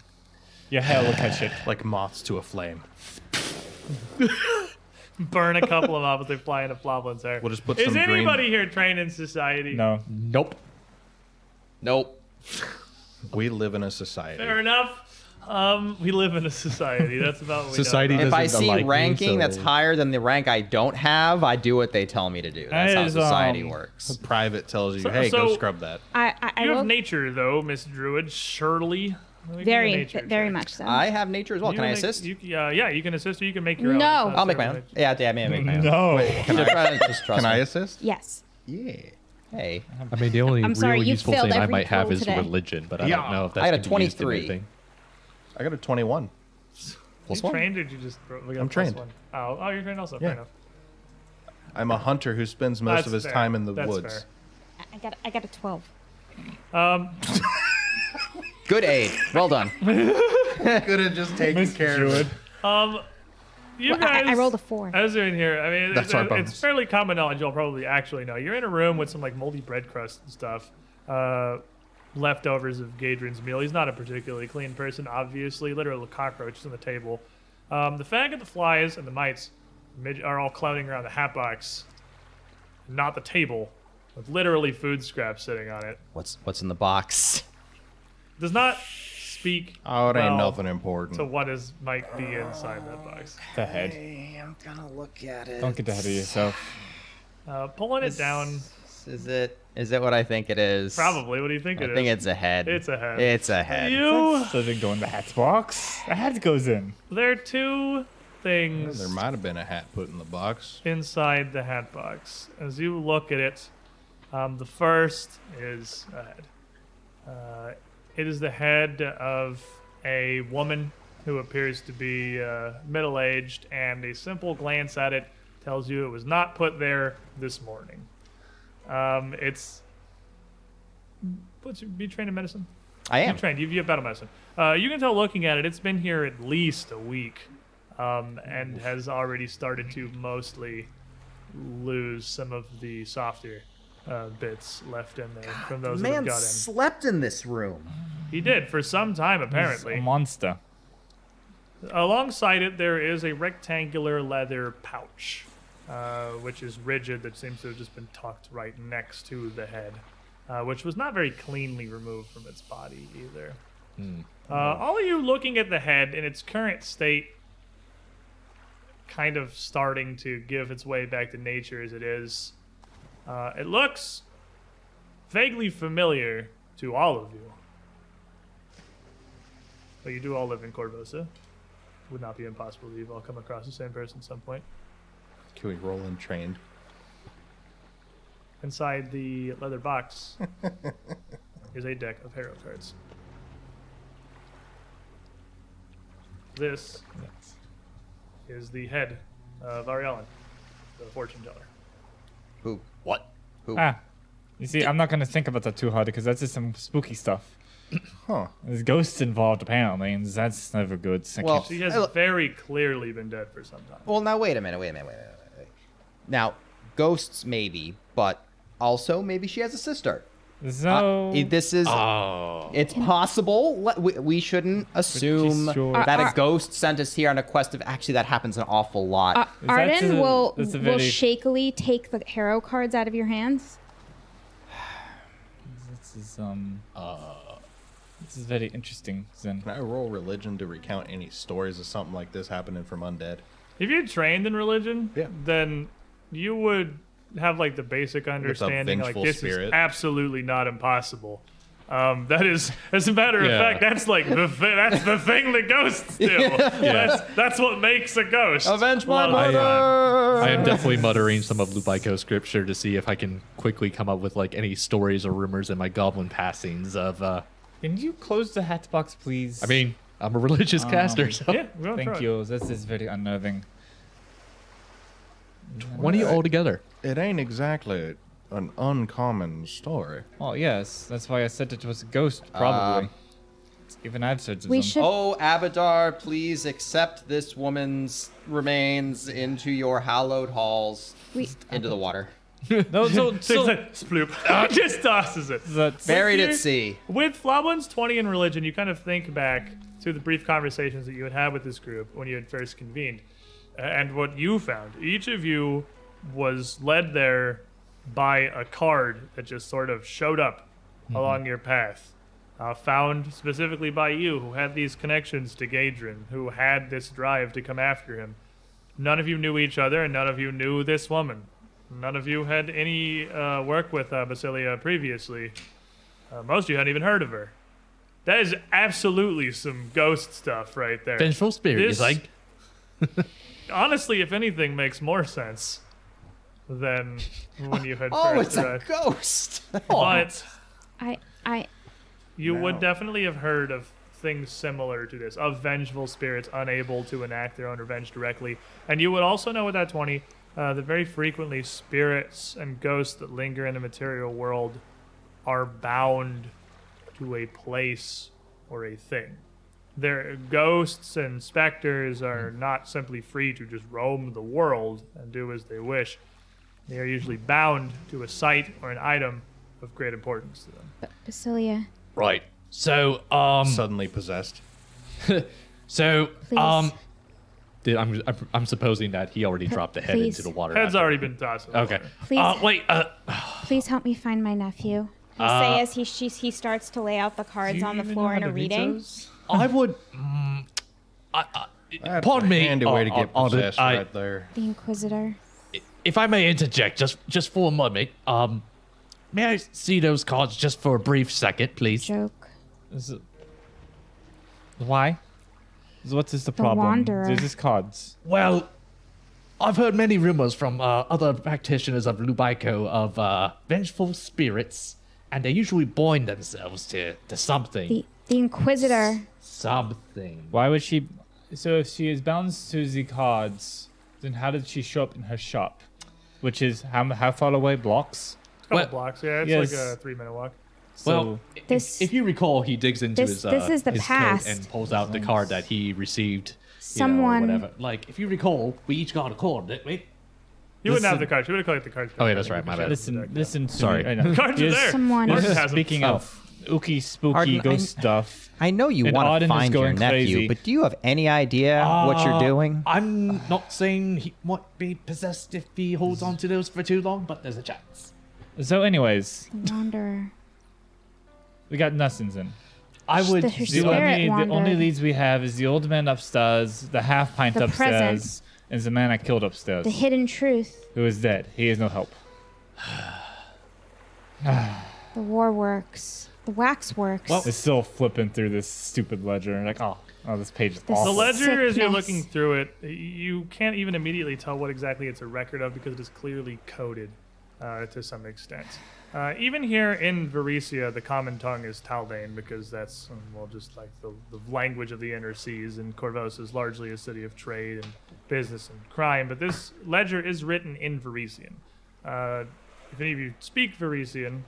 I: Your hair will catch it.
F: Like moths to a flame.
A: burn a couple of them off as they fly into Floblin's hair.
F: We'll just put
A: Is
F: some green-
A: anybody here trained in society?
I: No.
B: Nope. Nope.
F: We live in a society.
A: Fair enough. Um, we live in a society. That's about what we know
C: Society
A: about.
B: If I
C: doesn't
B: see
C: like me,
B: ranking that's
C: so-
B: higher than the rank I don't have, I do what they tell me to do. That's
D: That
B: how
D: is,
B: society
D: um,
B: works.
F: Private tells you,
A: So-
F: hey,
A: so-
F: go scrub that.
H: I, I, I
A: You have
H: will
A: nature though, Miss Druid. Surely. Let me give you a
H: very,
A: nature
H: very
A: check.
H: much so.
B: I have nature as well.
A: You
B: Can I
A: make-
B: assist?
A: You, c- uh, yeah, you can assist or you can make your own.
H: No.
A: It's not
B: I'll make my own.
A: certified.
B: Yeah, yeah, I may make my own.
D: No.
B: Should probably just trust
F: Can I
B: me.
F: assist?
H: yes.
B: Yeah. Hey,
C: I mean, the only
H: I'm
C: real
H: sorry, you
C: useful
H: failed
C: thing I
H: every
C: might have
H: roll
C: is
H: today.
C: religion, but I
F: Yeah.
C: don't know if that's
B: I had a
C: gonna be used in
B: 23.
C: anything.
F: I got a 21.
B: plus
A: you
B: one.
A: trained or did you just? throw- we got
F: I'm
A: plus
F: trained.
A: One. Oh, oh, you're trained also.
F: Yeah.
A: Fair enough.
F: I'm a hunter who spends most
A: That's
F: of his
A: fair.
F: time in the
A: That's
F: woods.
H: I- I got, I got a 12.
A: Um,
B: Good aid. Well done.
F: Could have just taken care of it.
A: um, you
H: Well, I,
A: guys.
H: I rolled a 4.
A: As you're in here, I mean,
F: That's
A: it's, uh,
F: our
A: it's
F: bonus.
A: fairly common knowledge. You'll probably actually know. You're in a room with some like moldy bread crust and stuff, uh, leftovers of Gadrin's meal. He's not a particularly clean person, obviously. Literal cockroaches on the table. Um, the faggot, the flies, and the mites mid- are all clowning around the hat box, not the table, with literally food scraps sitting on it.
B: What's what's in the box?
A: Does not speak
F: Oh, it ain't
A: well
F: nothing important.
A: to what is might be inside that box.
I: The head. I'm gonna look at it. Don't get ahead of yourself.
A: Uh, pulling it down,
B: Is it? Is it what I think it is?
A: probably. What do you think
B: I
A: it is?
B: think it's a head.
A: It's a head.
B: It's a head.
A: You.
I: So they go in the hat box. The hat goes in.
A: There are two things
F: There might have been a hat put in the box.
A: inside the hat box. As you look at it, um, the first is a head. Uh, it is the head of a woman who appears to be uh, middle aged, and a simple glance at it tells you it was not put there this morning. Um, it's. What's your, be trained in medicine?
B: I am.
A: You're trained. You've, you have battle medicine. Uh, you can tell looking at it, it's been here at least a week um, and has already started to mostly lose some of the softer uh, bits left in there from those that have got in.
B: slept in this room.
A: He did for some time,
I: It's a
A: apparently.
I: monster.
A: Alongside it, there is a rectangular leather pouch, uh, which is rigid, that seems to have just been tucked right next to the head, uh, which was not very cleanly removed from its body either. Uh, all of you looking at the head in its current state, kind of starting to give its way back to nature as it is, uh, it looks vaguely familiar to all of you. But you do all live in Corvosa would not be impossible that you've all come across the same person at some point.
F: Can we roll and train?
A: Inside the leather box is a deck of hero cards. This is the head of Arialan, the fortune teller.
B: Who? What? Who?
I: Ah. You see, I'm not gonna think about that too hard because that's just some spooky stuff.
F: Huh.
I: There's ghosts involved apparently, and that's never good. I
B: Well-
I: can't-
A: She has
B: Hey, look-
A: very clearly been dead for some time.
B: Well, now wait a minute. Wait a minute. Wait a minute. Wait a minute. Now, ghosts maybe, but also maybe she has a sister.
I: so
B: Uh, this is.
A: Ah.
C: Oh.
B: It's possible. Le- We, we shouldn't assume
I: sure.
B: that
H: Uh, uh,
B: a ghost sent us here on a quest of. Actually, that happens an awful lot.
H: Uh,
E: Ah.
I: Is that
H: Arden
I: to the-
H: will,
I: that's a
H: will
I: very-
H: shakily take the hero cards out of your hands.
I: this is um. This is very interesting, Zen.
F: Can I roll religion to recount any stories of something like this happening from undead?
A: If you trained in religion,
F: Yeah.
A: then you would have like the basic understanding like
F: vengeful
A: this is
F: spirit.
A: absolutely not impossible. Um, that is, as a matter of
C: Yeah.
A: fact, that's like the th- that's the thing the ghosts do. That's, that's what makes a ghost.
B: Avenge my
A: Well, I-
B: murder!
C: I am definitely muttering some of Lubico scripture to see if I can quickly come up with like any stories or rumors in my goblin passings of. uh
I: Can you close the hat box, please?
C: I mean, I'm a religious
F: Um,
C: caster, so
A: Yeah, we're on
I: Thank
A: track.
I: you. This is very unnerving.
C: twenty altogether.
F: It ain't exactly an uncommon story.
I: Oh, Well, yes, that's why I said it was a ghost, probably. Even I've surgeons.
E: We
I: on-
E: should.
B: Oh, Abadar, please accept this woman's remains into your hallowed halls,
E: We-
B: into the water.
I: No,
A: So,
I: so, so
A: sploop. just tosses it.
I: that's,
B: Buried at
A: you-
B: sea.
A: With Floblin's 20 in religion, you kind of think back to the brief conversations that you had had with this group when you had first convened uh, and what you found. Each of you was led there by a card that just sort of showed up
F: Mm-hmm.
A: along your path, uh, found specifically by you, who had these connections to Gadrin, who had this drive to come after him. None of you knew each other, and none of you knew this woman. None of you had any uh, work with uh, Basilia previously. Uh, most of you hadn't even heard of her. That is absolutely some ghost stuff right there.
C: Vengeful spirit
A: This-
C: is like
A: Honestly, if anything, makes more sense than when you had
B: Oh,
A: first
B: it's a
A: read.
B: ghost.
A: But
E: I. I.
A: you would definitely have heard of things similar to this, of vengeful spirits unable to enact their own revenge directly. And you would also know with that 20 uh, that very frequently spirits and ghosts that linger in the material world are bound to a place or a thing. Their ghosts and specters are not simply free to just roam the world and do as they wish. They are usually bound to a site or an item of great importance to them.
E: But Basilia,
C: right. So um
F: Suddenly possessed.
C: so
E: Please.
C: um did- I'm, I'm I'm supposing that he already dropped the head
E: please.
C: into the water.
A: Head's
C: after.
A: already been tossed. in the
C: Okay.
A: water.
E: Please.
C: Uh, wait. Uh,
E: please help me find my nephew.
H: I say as he she, he starts to lay out the cards on the floor in a reading.
C: I would. Mm, I, I,
F: That's
C: pardon
F: a
C: me.
F: Handy
C: uh,
F: way to
C: uh,
F: get
C: uh,
F: possessed
C: I-
F: right there.
E: The Inquisitor.
C: if I may interject, just just for a moment, um, may I see those cards just for a brief second, please?
E: Joke.
I: Is it- why? So What is the problem?
E: Wanderer.
I: This is cards.
C: Well, I've heard many rumors from uh, other practitioners of Lubaiko of uh, vengeful spirits, and they usually bind themselves to to something.
E: The the Inquisitor.
C: something.
I: Why would she? So if she is bound to the cards, then how did she show up in her shop? Which is how how far away blocks?
A: Couple
C: Well-
A: blocks. Yeah, it's
I: Yes.
A: like a three-minute walk.
I: So-
C: Well,
E: This-
C: this, if you recall, he digs into
E: this-
C: his uh,
E: this is the
C: his coat
E: past.
C: and pulls out the card that he received. you know, or
E: Someone-
C: whatever. Like, if you recall, we each got a card, didn't we?
A: You wouldn't have the
I: Listen-
A: cards. You would have collected the cards.
C: Oh, yeah, that's right. My bad.
I: Listen, listen to
C: Sorry.
I: me right now.
A: Cards are
I: Yes,
A: there.
E: Someone-
I: this
A: Martin
I: is
A: has 'em.
I: speaking
B: Oh.
I: of ooky spooky
B: Pardon,
I: ghost
B: I'm-
I: stuff.
B: I know you
I: And
B: want
I: Auden
B: to
I: is
B: find your
I: going
B: nephew,
I: crazy. Ah.
B: but do you have any idea what you're
C: Uh,
B: doing?
C: I'm not saying he might be possessed if he holds on to those for too long, but there's a chance.
I: So, anyways,
E: The Wanderer.
I: we got nothing then.
C: I would.
E: The- her
I: The
E: spirit
I: only, the only
E: wandered.
I: leads we have is the old man upstairs, the half pint
E: The
I: upstairs,
E: present.
I: and the man I killed upstairs,
E: The hidden truth.
I: who is dead. He is no help.
E: The war works. The waxworks.
I: It's still flipping through this stupid ledger. Like, oh, oh, this page is
E: The
I: awful.
A: The ledger, as you're
E: Sickness.
A: looking through it, you can't even immediately tell what exactly it's a record of because it is clearly coded uh, to some extent. Uh, even here in Varisia, the common tongue is Taldane because that's, um, well, just like the, the language of the inner seas, and Corvos is largely a city of trade and business and crime. But this ledger is written in Varisian. Uh, if any of you speak Varisian,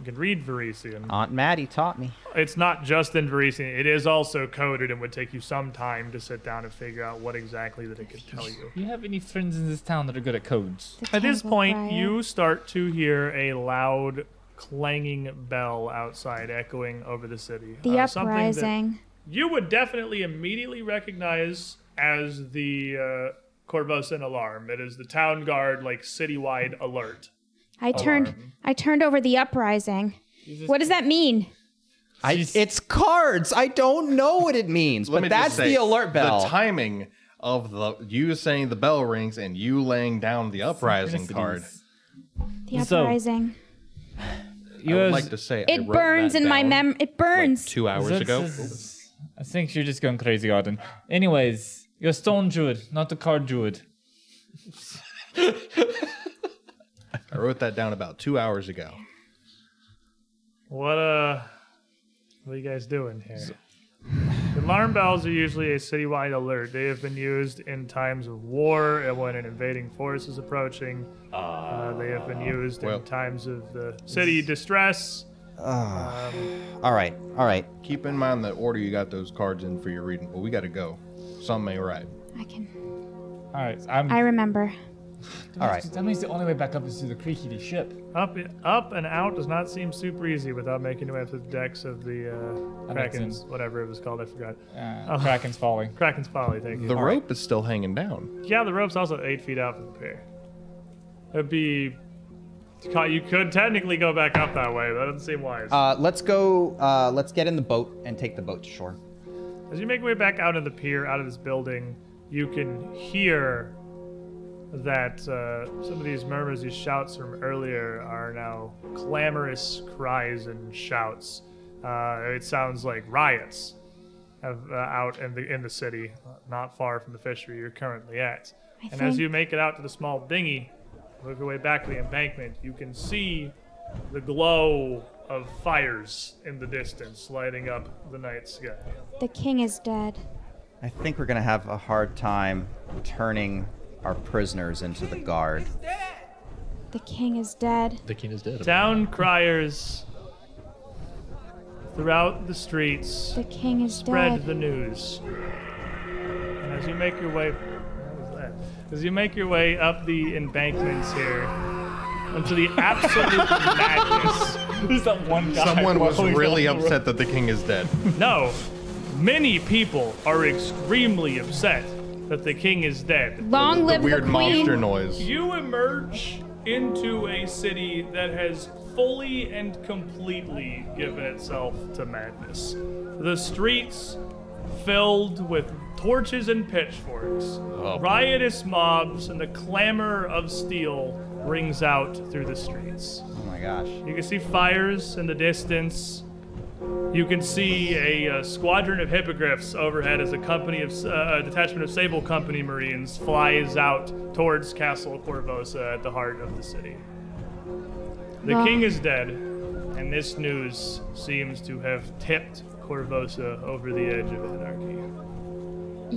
A: you can read Varisian.
B: Aunt Maddie taught me.
A: It's not just in Varisian. It is also coded and would take you some time to sit down and figure out what exactly that it could tell you.
I: Do you have any friends in this town that are good at codes?
E: The
A: At this
E: Tangled
A: point,
E: Briar.
A: you start to hear a loud clanging bell outside echoing over the city.
E: The
A: Uh, something that
E: uprising.
A: you would definitely immediately recognize as the uh, Corvosan alarm. It is the town guard, like citywide alert.
E: I turned. I turned over the uprising. What does that mean?
B: I, it's cards. I don't know what it means,
F: Let
B: but
F: me
B: that's
F: just say,
B: the alert bell.
F: The timing of the you saying the bell rings and you laying down the uprising card.
E: The
I: So-
E: uprising.
I: You
F: I would
I: guys-
F: like to say I
E: It
F: wrote
E: burns
F: that
E: in my
F: down,
E: mem. It
F: like,
E: burns.
F: two hours
I: That's-
F: ago.
I: I think you're just going crazy, Arden. Anyways, you're a stone druid, not a card druid.
F: I wrote that down about two hours ago.
A: What uh what are you guys doing here? The alarm bells are usually a citywide alert. They have been used in times of war and when an invading force is approaching. Uh, they have been used
F: Well-
A: in times of the city distress.
B: All right, all right.
F: Keep in mind the order you got those cards in for your reading, but we got to go. Some may arrive.
E: I can.
I: All right, I'm.
E: I remember.
B: All right.
I: That means the only way back up is through the creaky ship.
A: Up, up and out does not seem super easy without making your way up to the decks of the uh,
I: That makes
A: Kraken's,
I: sense.
A: whatever it was called, I forgot.
I: Uh,
B: Oh.
I: Kraken's falling.
A: Kraken's Folly, thank you.
F: The rope is still hanging down.
A: yeah, the rope's also eight feet out from the pier. It'd be. You could technically go back up that way, but that doesn't seem wise.
B: Uh, let's go. Uh, let's get in the boat and take the boat to shore.
A: As you make your way back out of the pier, out of this building, you can hear that uh, some of these murmurs, these shouts from earlier, are now clamorous cries and shouts. Uh, it sounds like riots of, uh, out in the in the city, not far from the fishery you're currently at. and as
E: think-
A: you make it out to the small dinghy, look your way back to the embankment, you can see the glow of fires in the distance lighting up the night sky.
E: The king is dead.
B: I think we're gonna have a hard time turning our prisoners into the guard.
E: The king is dead.
C: The king is dead.
A: Town criers throughout the streets
E: The king is
A: spread
E: dead.
A: the news. And as you make your way, what was that? as you make your way up the embankments here, into the absolute madness.
I: There's that one guy.
F: Someone was
I: rolling
F: really
I: down the
F: upset that the king is dead.
A: No, many people are extremely upset that the king is dead.
E: Long
F: The
E: live the
F: weird monster
E: queen.
F: noise.
A: You emerge into a city that has fully and completely given itself to madness. The streets filled with torches and pitchforks, riotous mobs, and the clamor of steel rings out through the streets.
B: Oh my gosh.
A: You can see fires in the distance. You can see a uh, squadron of hippogriffs overhead as a company of s- uh, a detachment of Sable Company Marines flies out towards Castle Corvosa at the heart of the city. The
E: Wow.
A: king is dead, and this news seems to have tipped Corvosa over the edge of anarchy.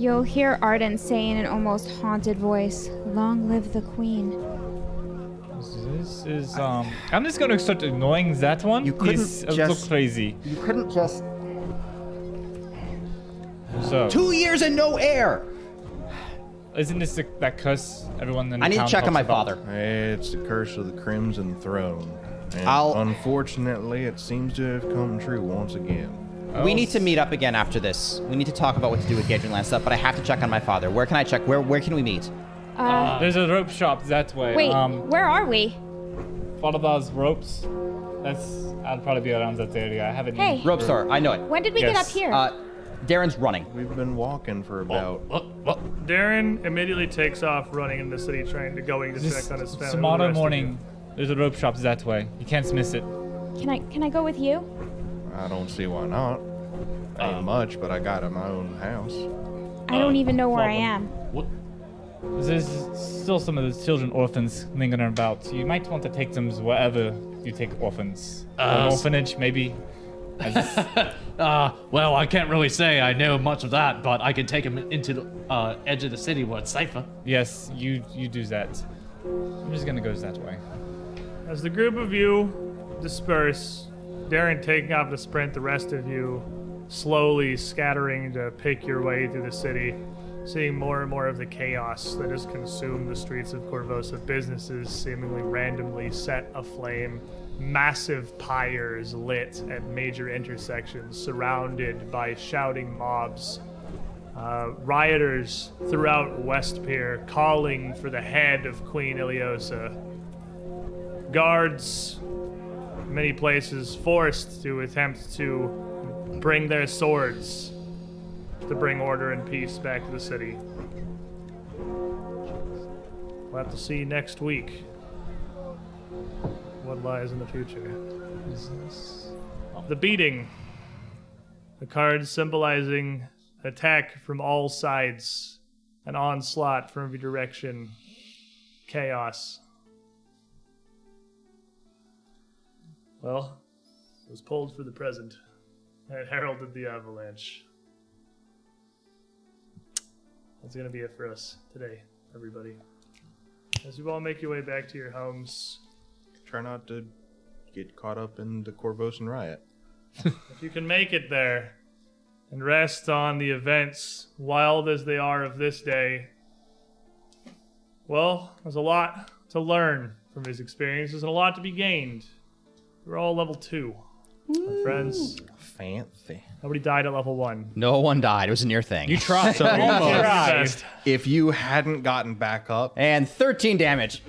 E: You'll hear Arden say in an almost haunted voice, Long live the queen.
I: This is um. I'm just gonna start ignoring that one.
B: You couldn't
I: He's a little
B: just-
I: crazy.
B: You couldn't just.
I: So
B: Two years and no heir.
I: isn't this the, that curse everyone in
B: I need to
I: town
B: check on
I: talks
B: my
I: about?
B: father.
F: It's the curse of the Crimson Throne. And
B: I'll-
F: unfortunately, it seems to have come true once again.
B: We need
I: Oh,
B: to meet up again after this. We need to talk about what to do with Gadrian Lance stuff, but I have to check on my father. Where can I check? Where where can we meet?
E: Uh,
I: There's a rope shop that way.
E: wait,
I: Um,
E: where are we?
I: follow those ropes. That's. I'd probably be around that area. I haven't.
E: Hey,
B: Rope store. I know it.
E: when did we get
I: Yes.
E: up here?
B: Uh, Darren's running.
F: We've been walking for about.
A: Darren immediately takes off running in the city, trying to going to
I: This
A: check on his family. The
I: tomorrow
A: rest of
I: morning. There's a rope shop that way. You can't miss it.
E: can I can I go with you?
F: I don't see why not.
E: Oh.
F: Ain't much, but I got in my own house.
E: I
F: uh,
E: don't even know where I
I: problem.
E: am.
I: There's still some of those children orphans lingering about. You might want to take them wherever you take orphans.
C: Uh,
I: An
C: s-
I: orphanage, maybe.
C: Uh, well, I can't really say I know much of that, but I can take him into the uh, edge of the city where it's safer.
I: Yes, you you do that. I'm just gonna go that way.
A: As the group of you disperse, Darren taking off the sprint, the rest of you slowly scattering to pick your way through the city, seeing more and more of the chaos that has consumed the streets of Corvosa. Businesses seemingly randomly set aflame, massive pyres lit at major intersections, surrounded by shouting mobs uh, rioters throughout West Pier calling for the head of Queen Iliosa. Guards, many places, forced to attempt to bring their swords to bring order and peace back to the city. We'll have to see next week what lies in the future. The beating. The cards symbolizing attack from all sides, an onslaught from every direction, chaos. Well, it was pulled for the present, and it heralded the avalanche. That's going to be it for us today, everybody. As you all make your way back to your homes,
F: Try not to get caught up in the Corvosan riot.
A: If you can make it there and rest on the events, wild as they are of this day, well, there's a lot to learn from these experiences and a lot to be gained. We're all level two, my friends.
F: Fancy.
A: Nobody died at level one.
B: No one died. It was a near thing.
C: You try so
B: Oh,
A: Best.
F: If you hadn't gotten back up,
B: and 13 damage.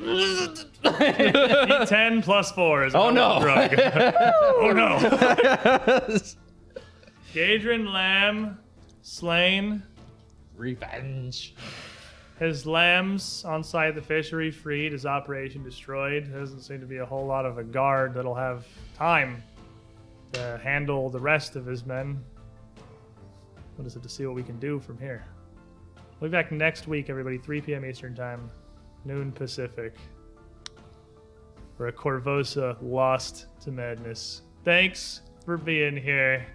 A: Ten plus four is
B: Oh,
A: another
B: no.
A: drug. oh no. Gadrin Lamb slain.
C: Revenge.
A: His lambs on site of the fishery freed, his operation destroyed. There doesn't seem to be a whole lot of a guard that'll have time to handle the rest of his men. We'll just have to see what we can do from here. We'll be back next week, everybody, 3 p.m. Eastern Time, noon Pacific, for a Corvosa Lost to Madness. Thanks for being here.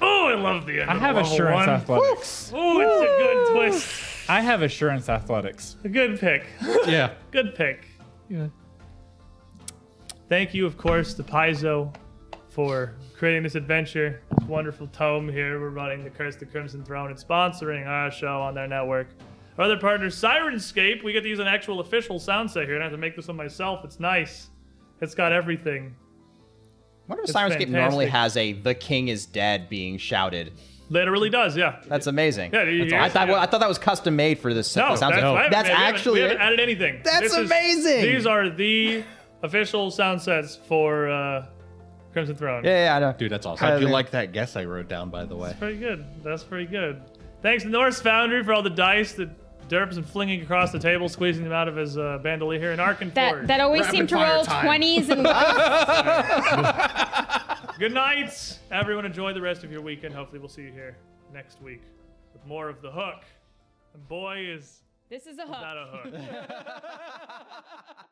A: Oh, I love the end.
D: I
A: of
D: have
A: level
D: assurance
A: one.
D: athletics.
A: Oh, it's a good twist.
D: I have assurance athletics.
A: A good pick.
C: Yeah.
A: Good pick. Thank you, of course, to Paizo for creating this adventure, this wonderful tome here. We're running the Curse of the Crimson Throne and sponsoring our show on their network. Our other partner, Sirenscape. We get to use an actual official sound set here. I don't have to make this one myself. It's nice. It's got everything.
B: wonder if
A: It's
B: Sirenscape normally
A: fantastic.
B: has a "The King is dead" being shouted.
A: Literally does, yeah.
B: That's amazing.
A: Yeah, you
B: That's
A: hear
B: aw- I
A: it?
B: thought
A: Yeah.
B: I thought that was custom made for this.
A: No,
B: that sounds
A: Oh, that's,
B: no.
A: I haven't-
B: that's
A: we haven't-
B: actually
A: we haven't
B: it.
A: added anything.
B: That's
A: This is-
B: amazing!
A: These are the official sound sets for uh, Crimson Throne.
B: Yeah, yeah, I know.
C: Dude, that's awesome.
F: how'd you like that guess I wrote down, by the way?
A: Pretty good. That's pretty good. Thanks to Norse Foundry for all the dice that Derp's been flinging across the table, squeezing them out of his uh, bandolier here. And Arkin
E: That,
A: Forge.
E: that always seemed to roll 20s and
A: Good night, everyone. Enjoy the rest of your weekend. Hopefully, we'll see you here next week with more of the hook. And boy, is
E: This is a hook.
A: that a hook.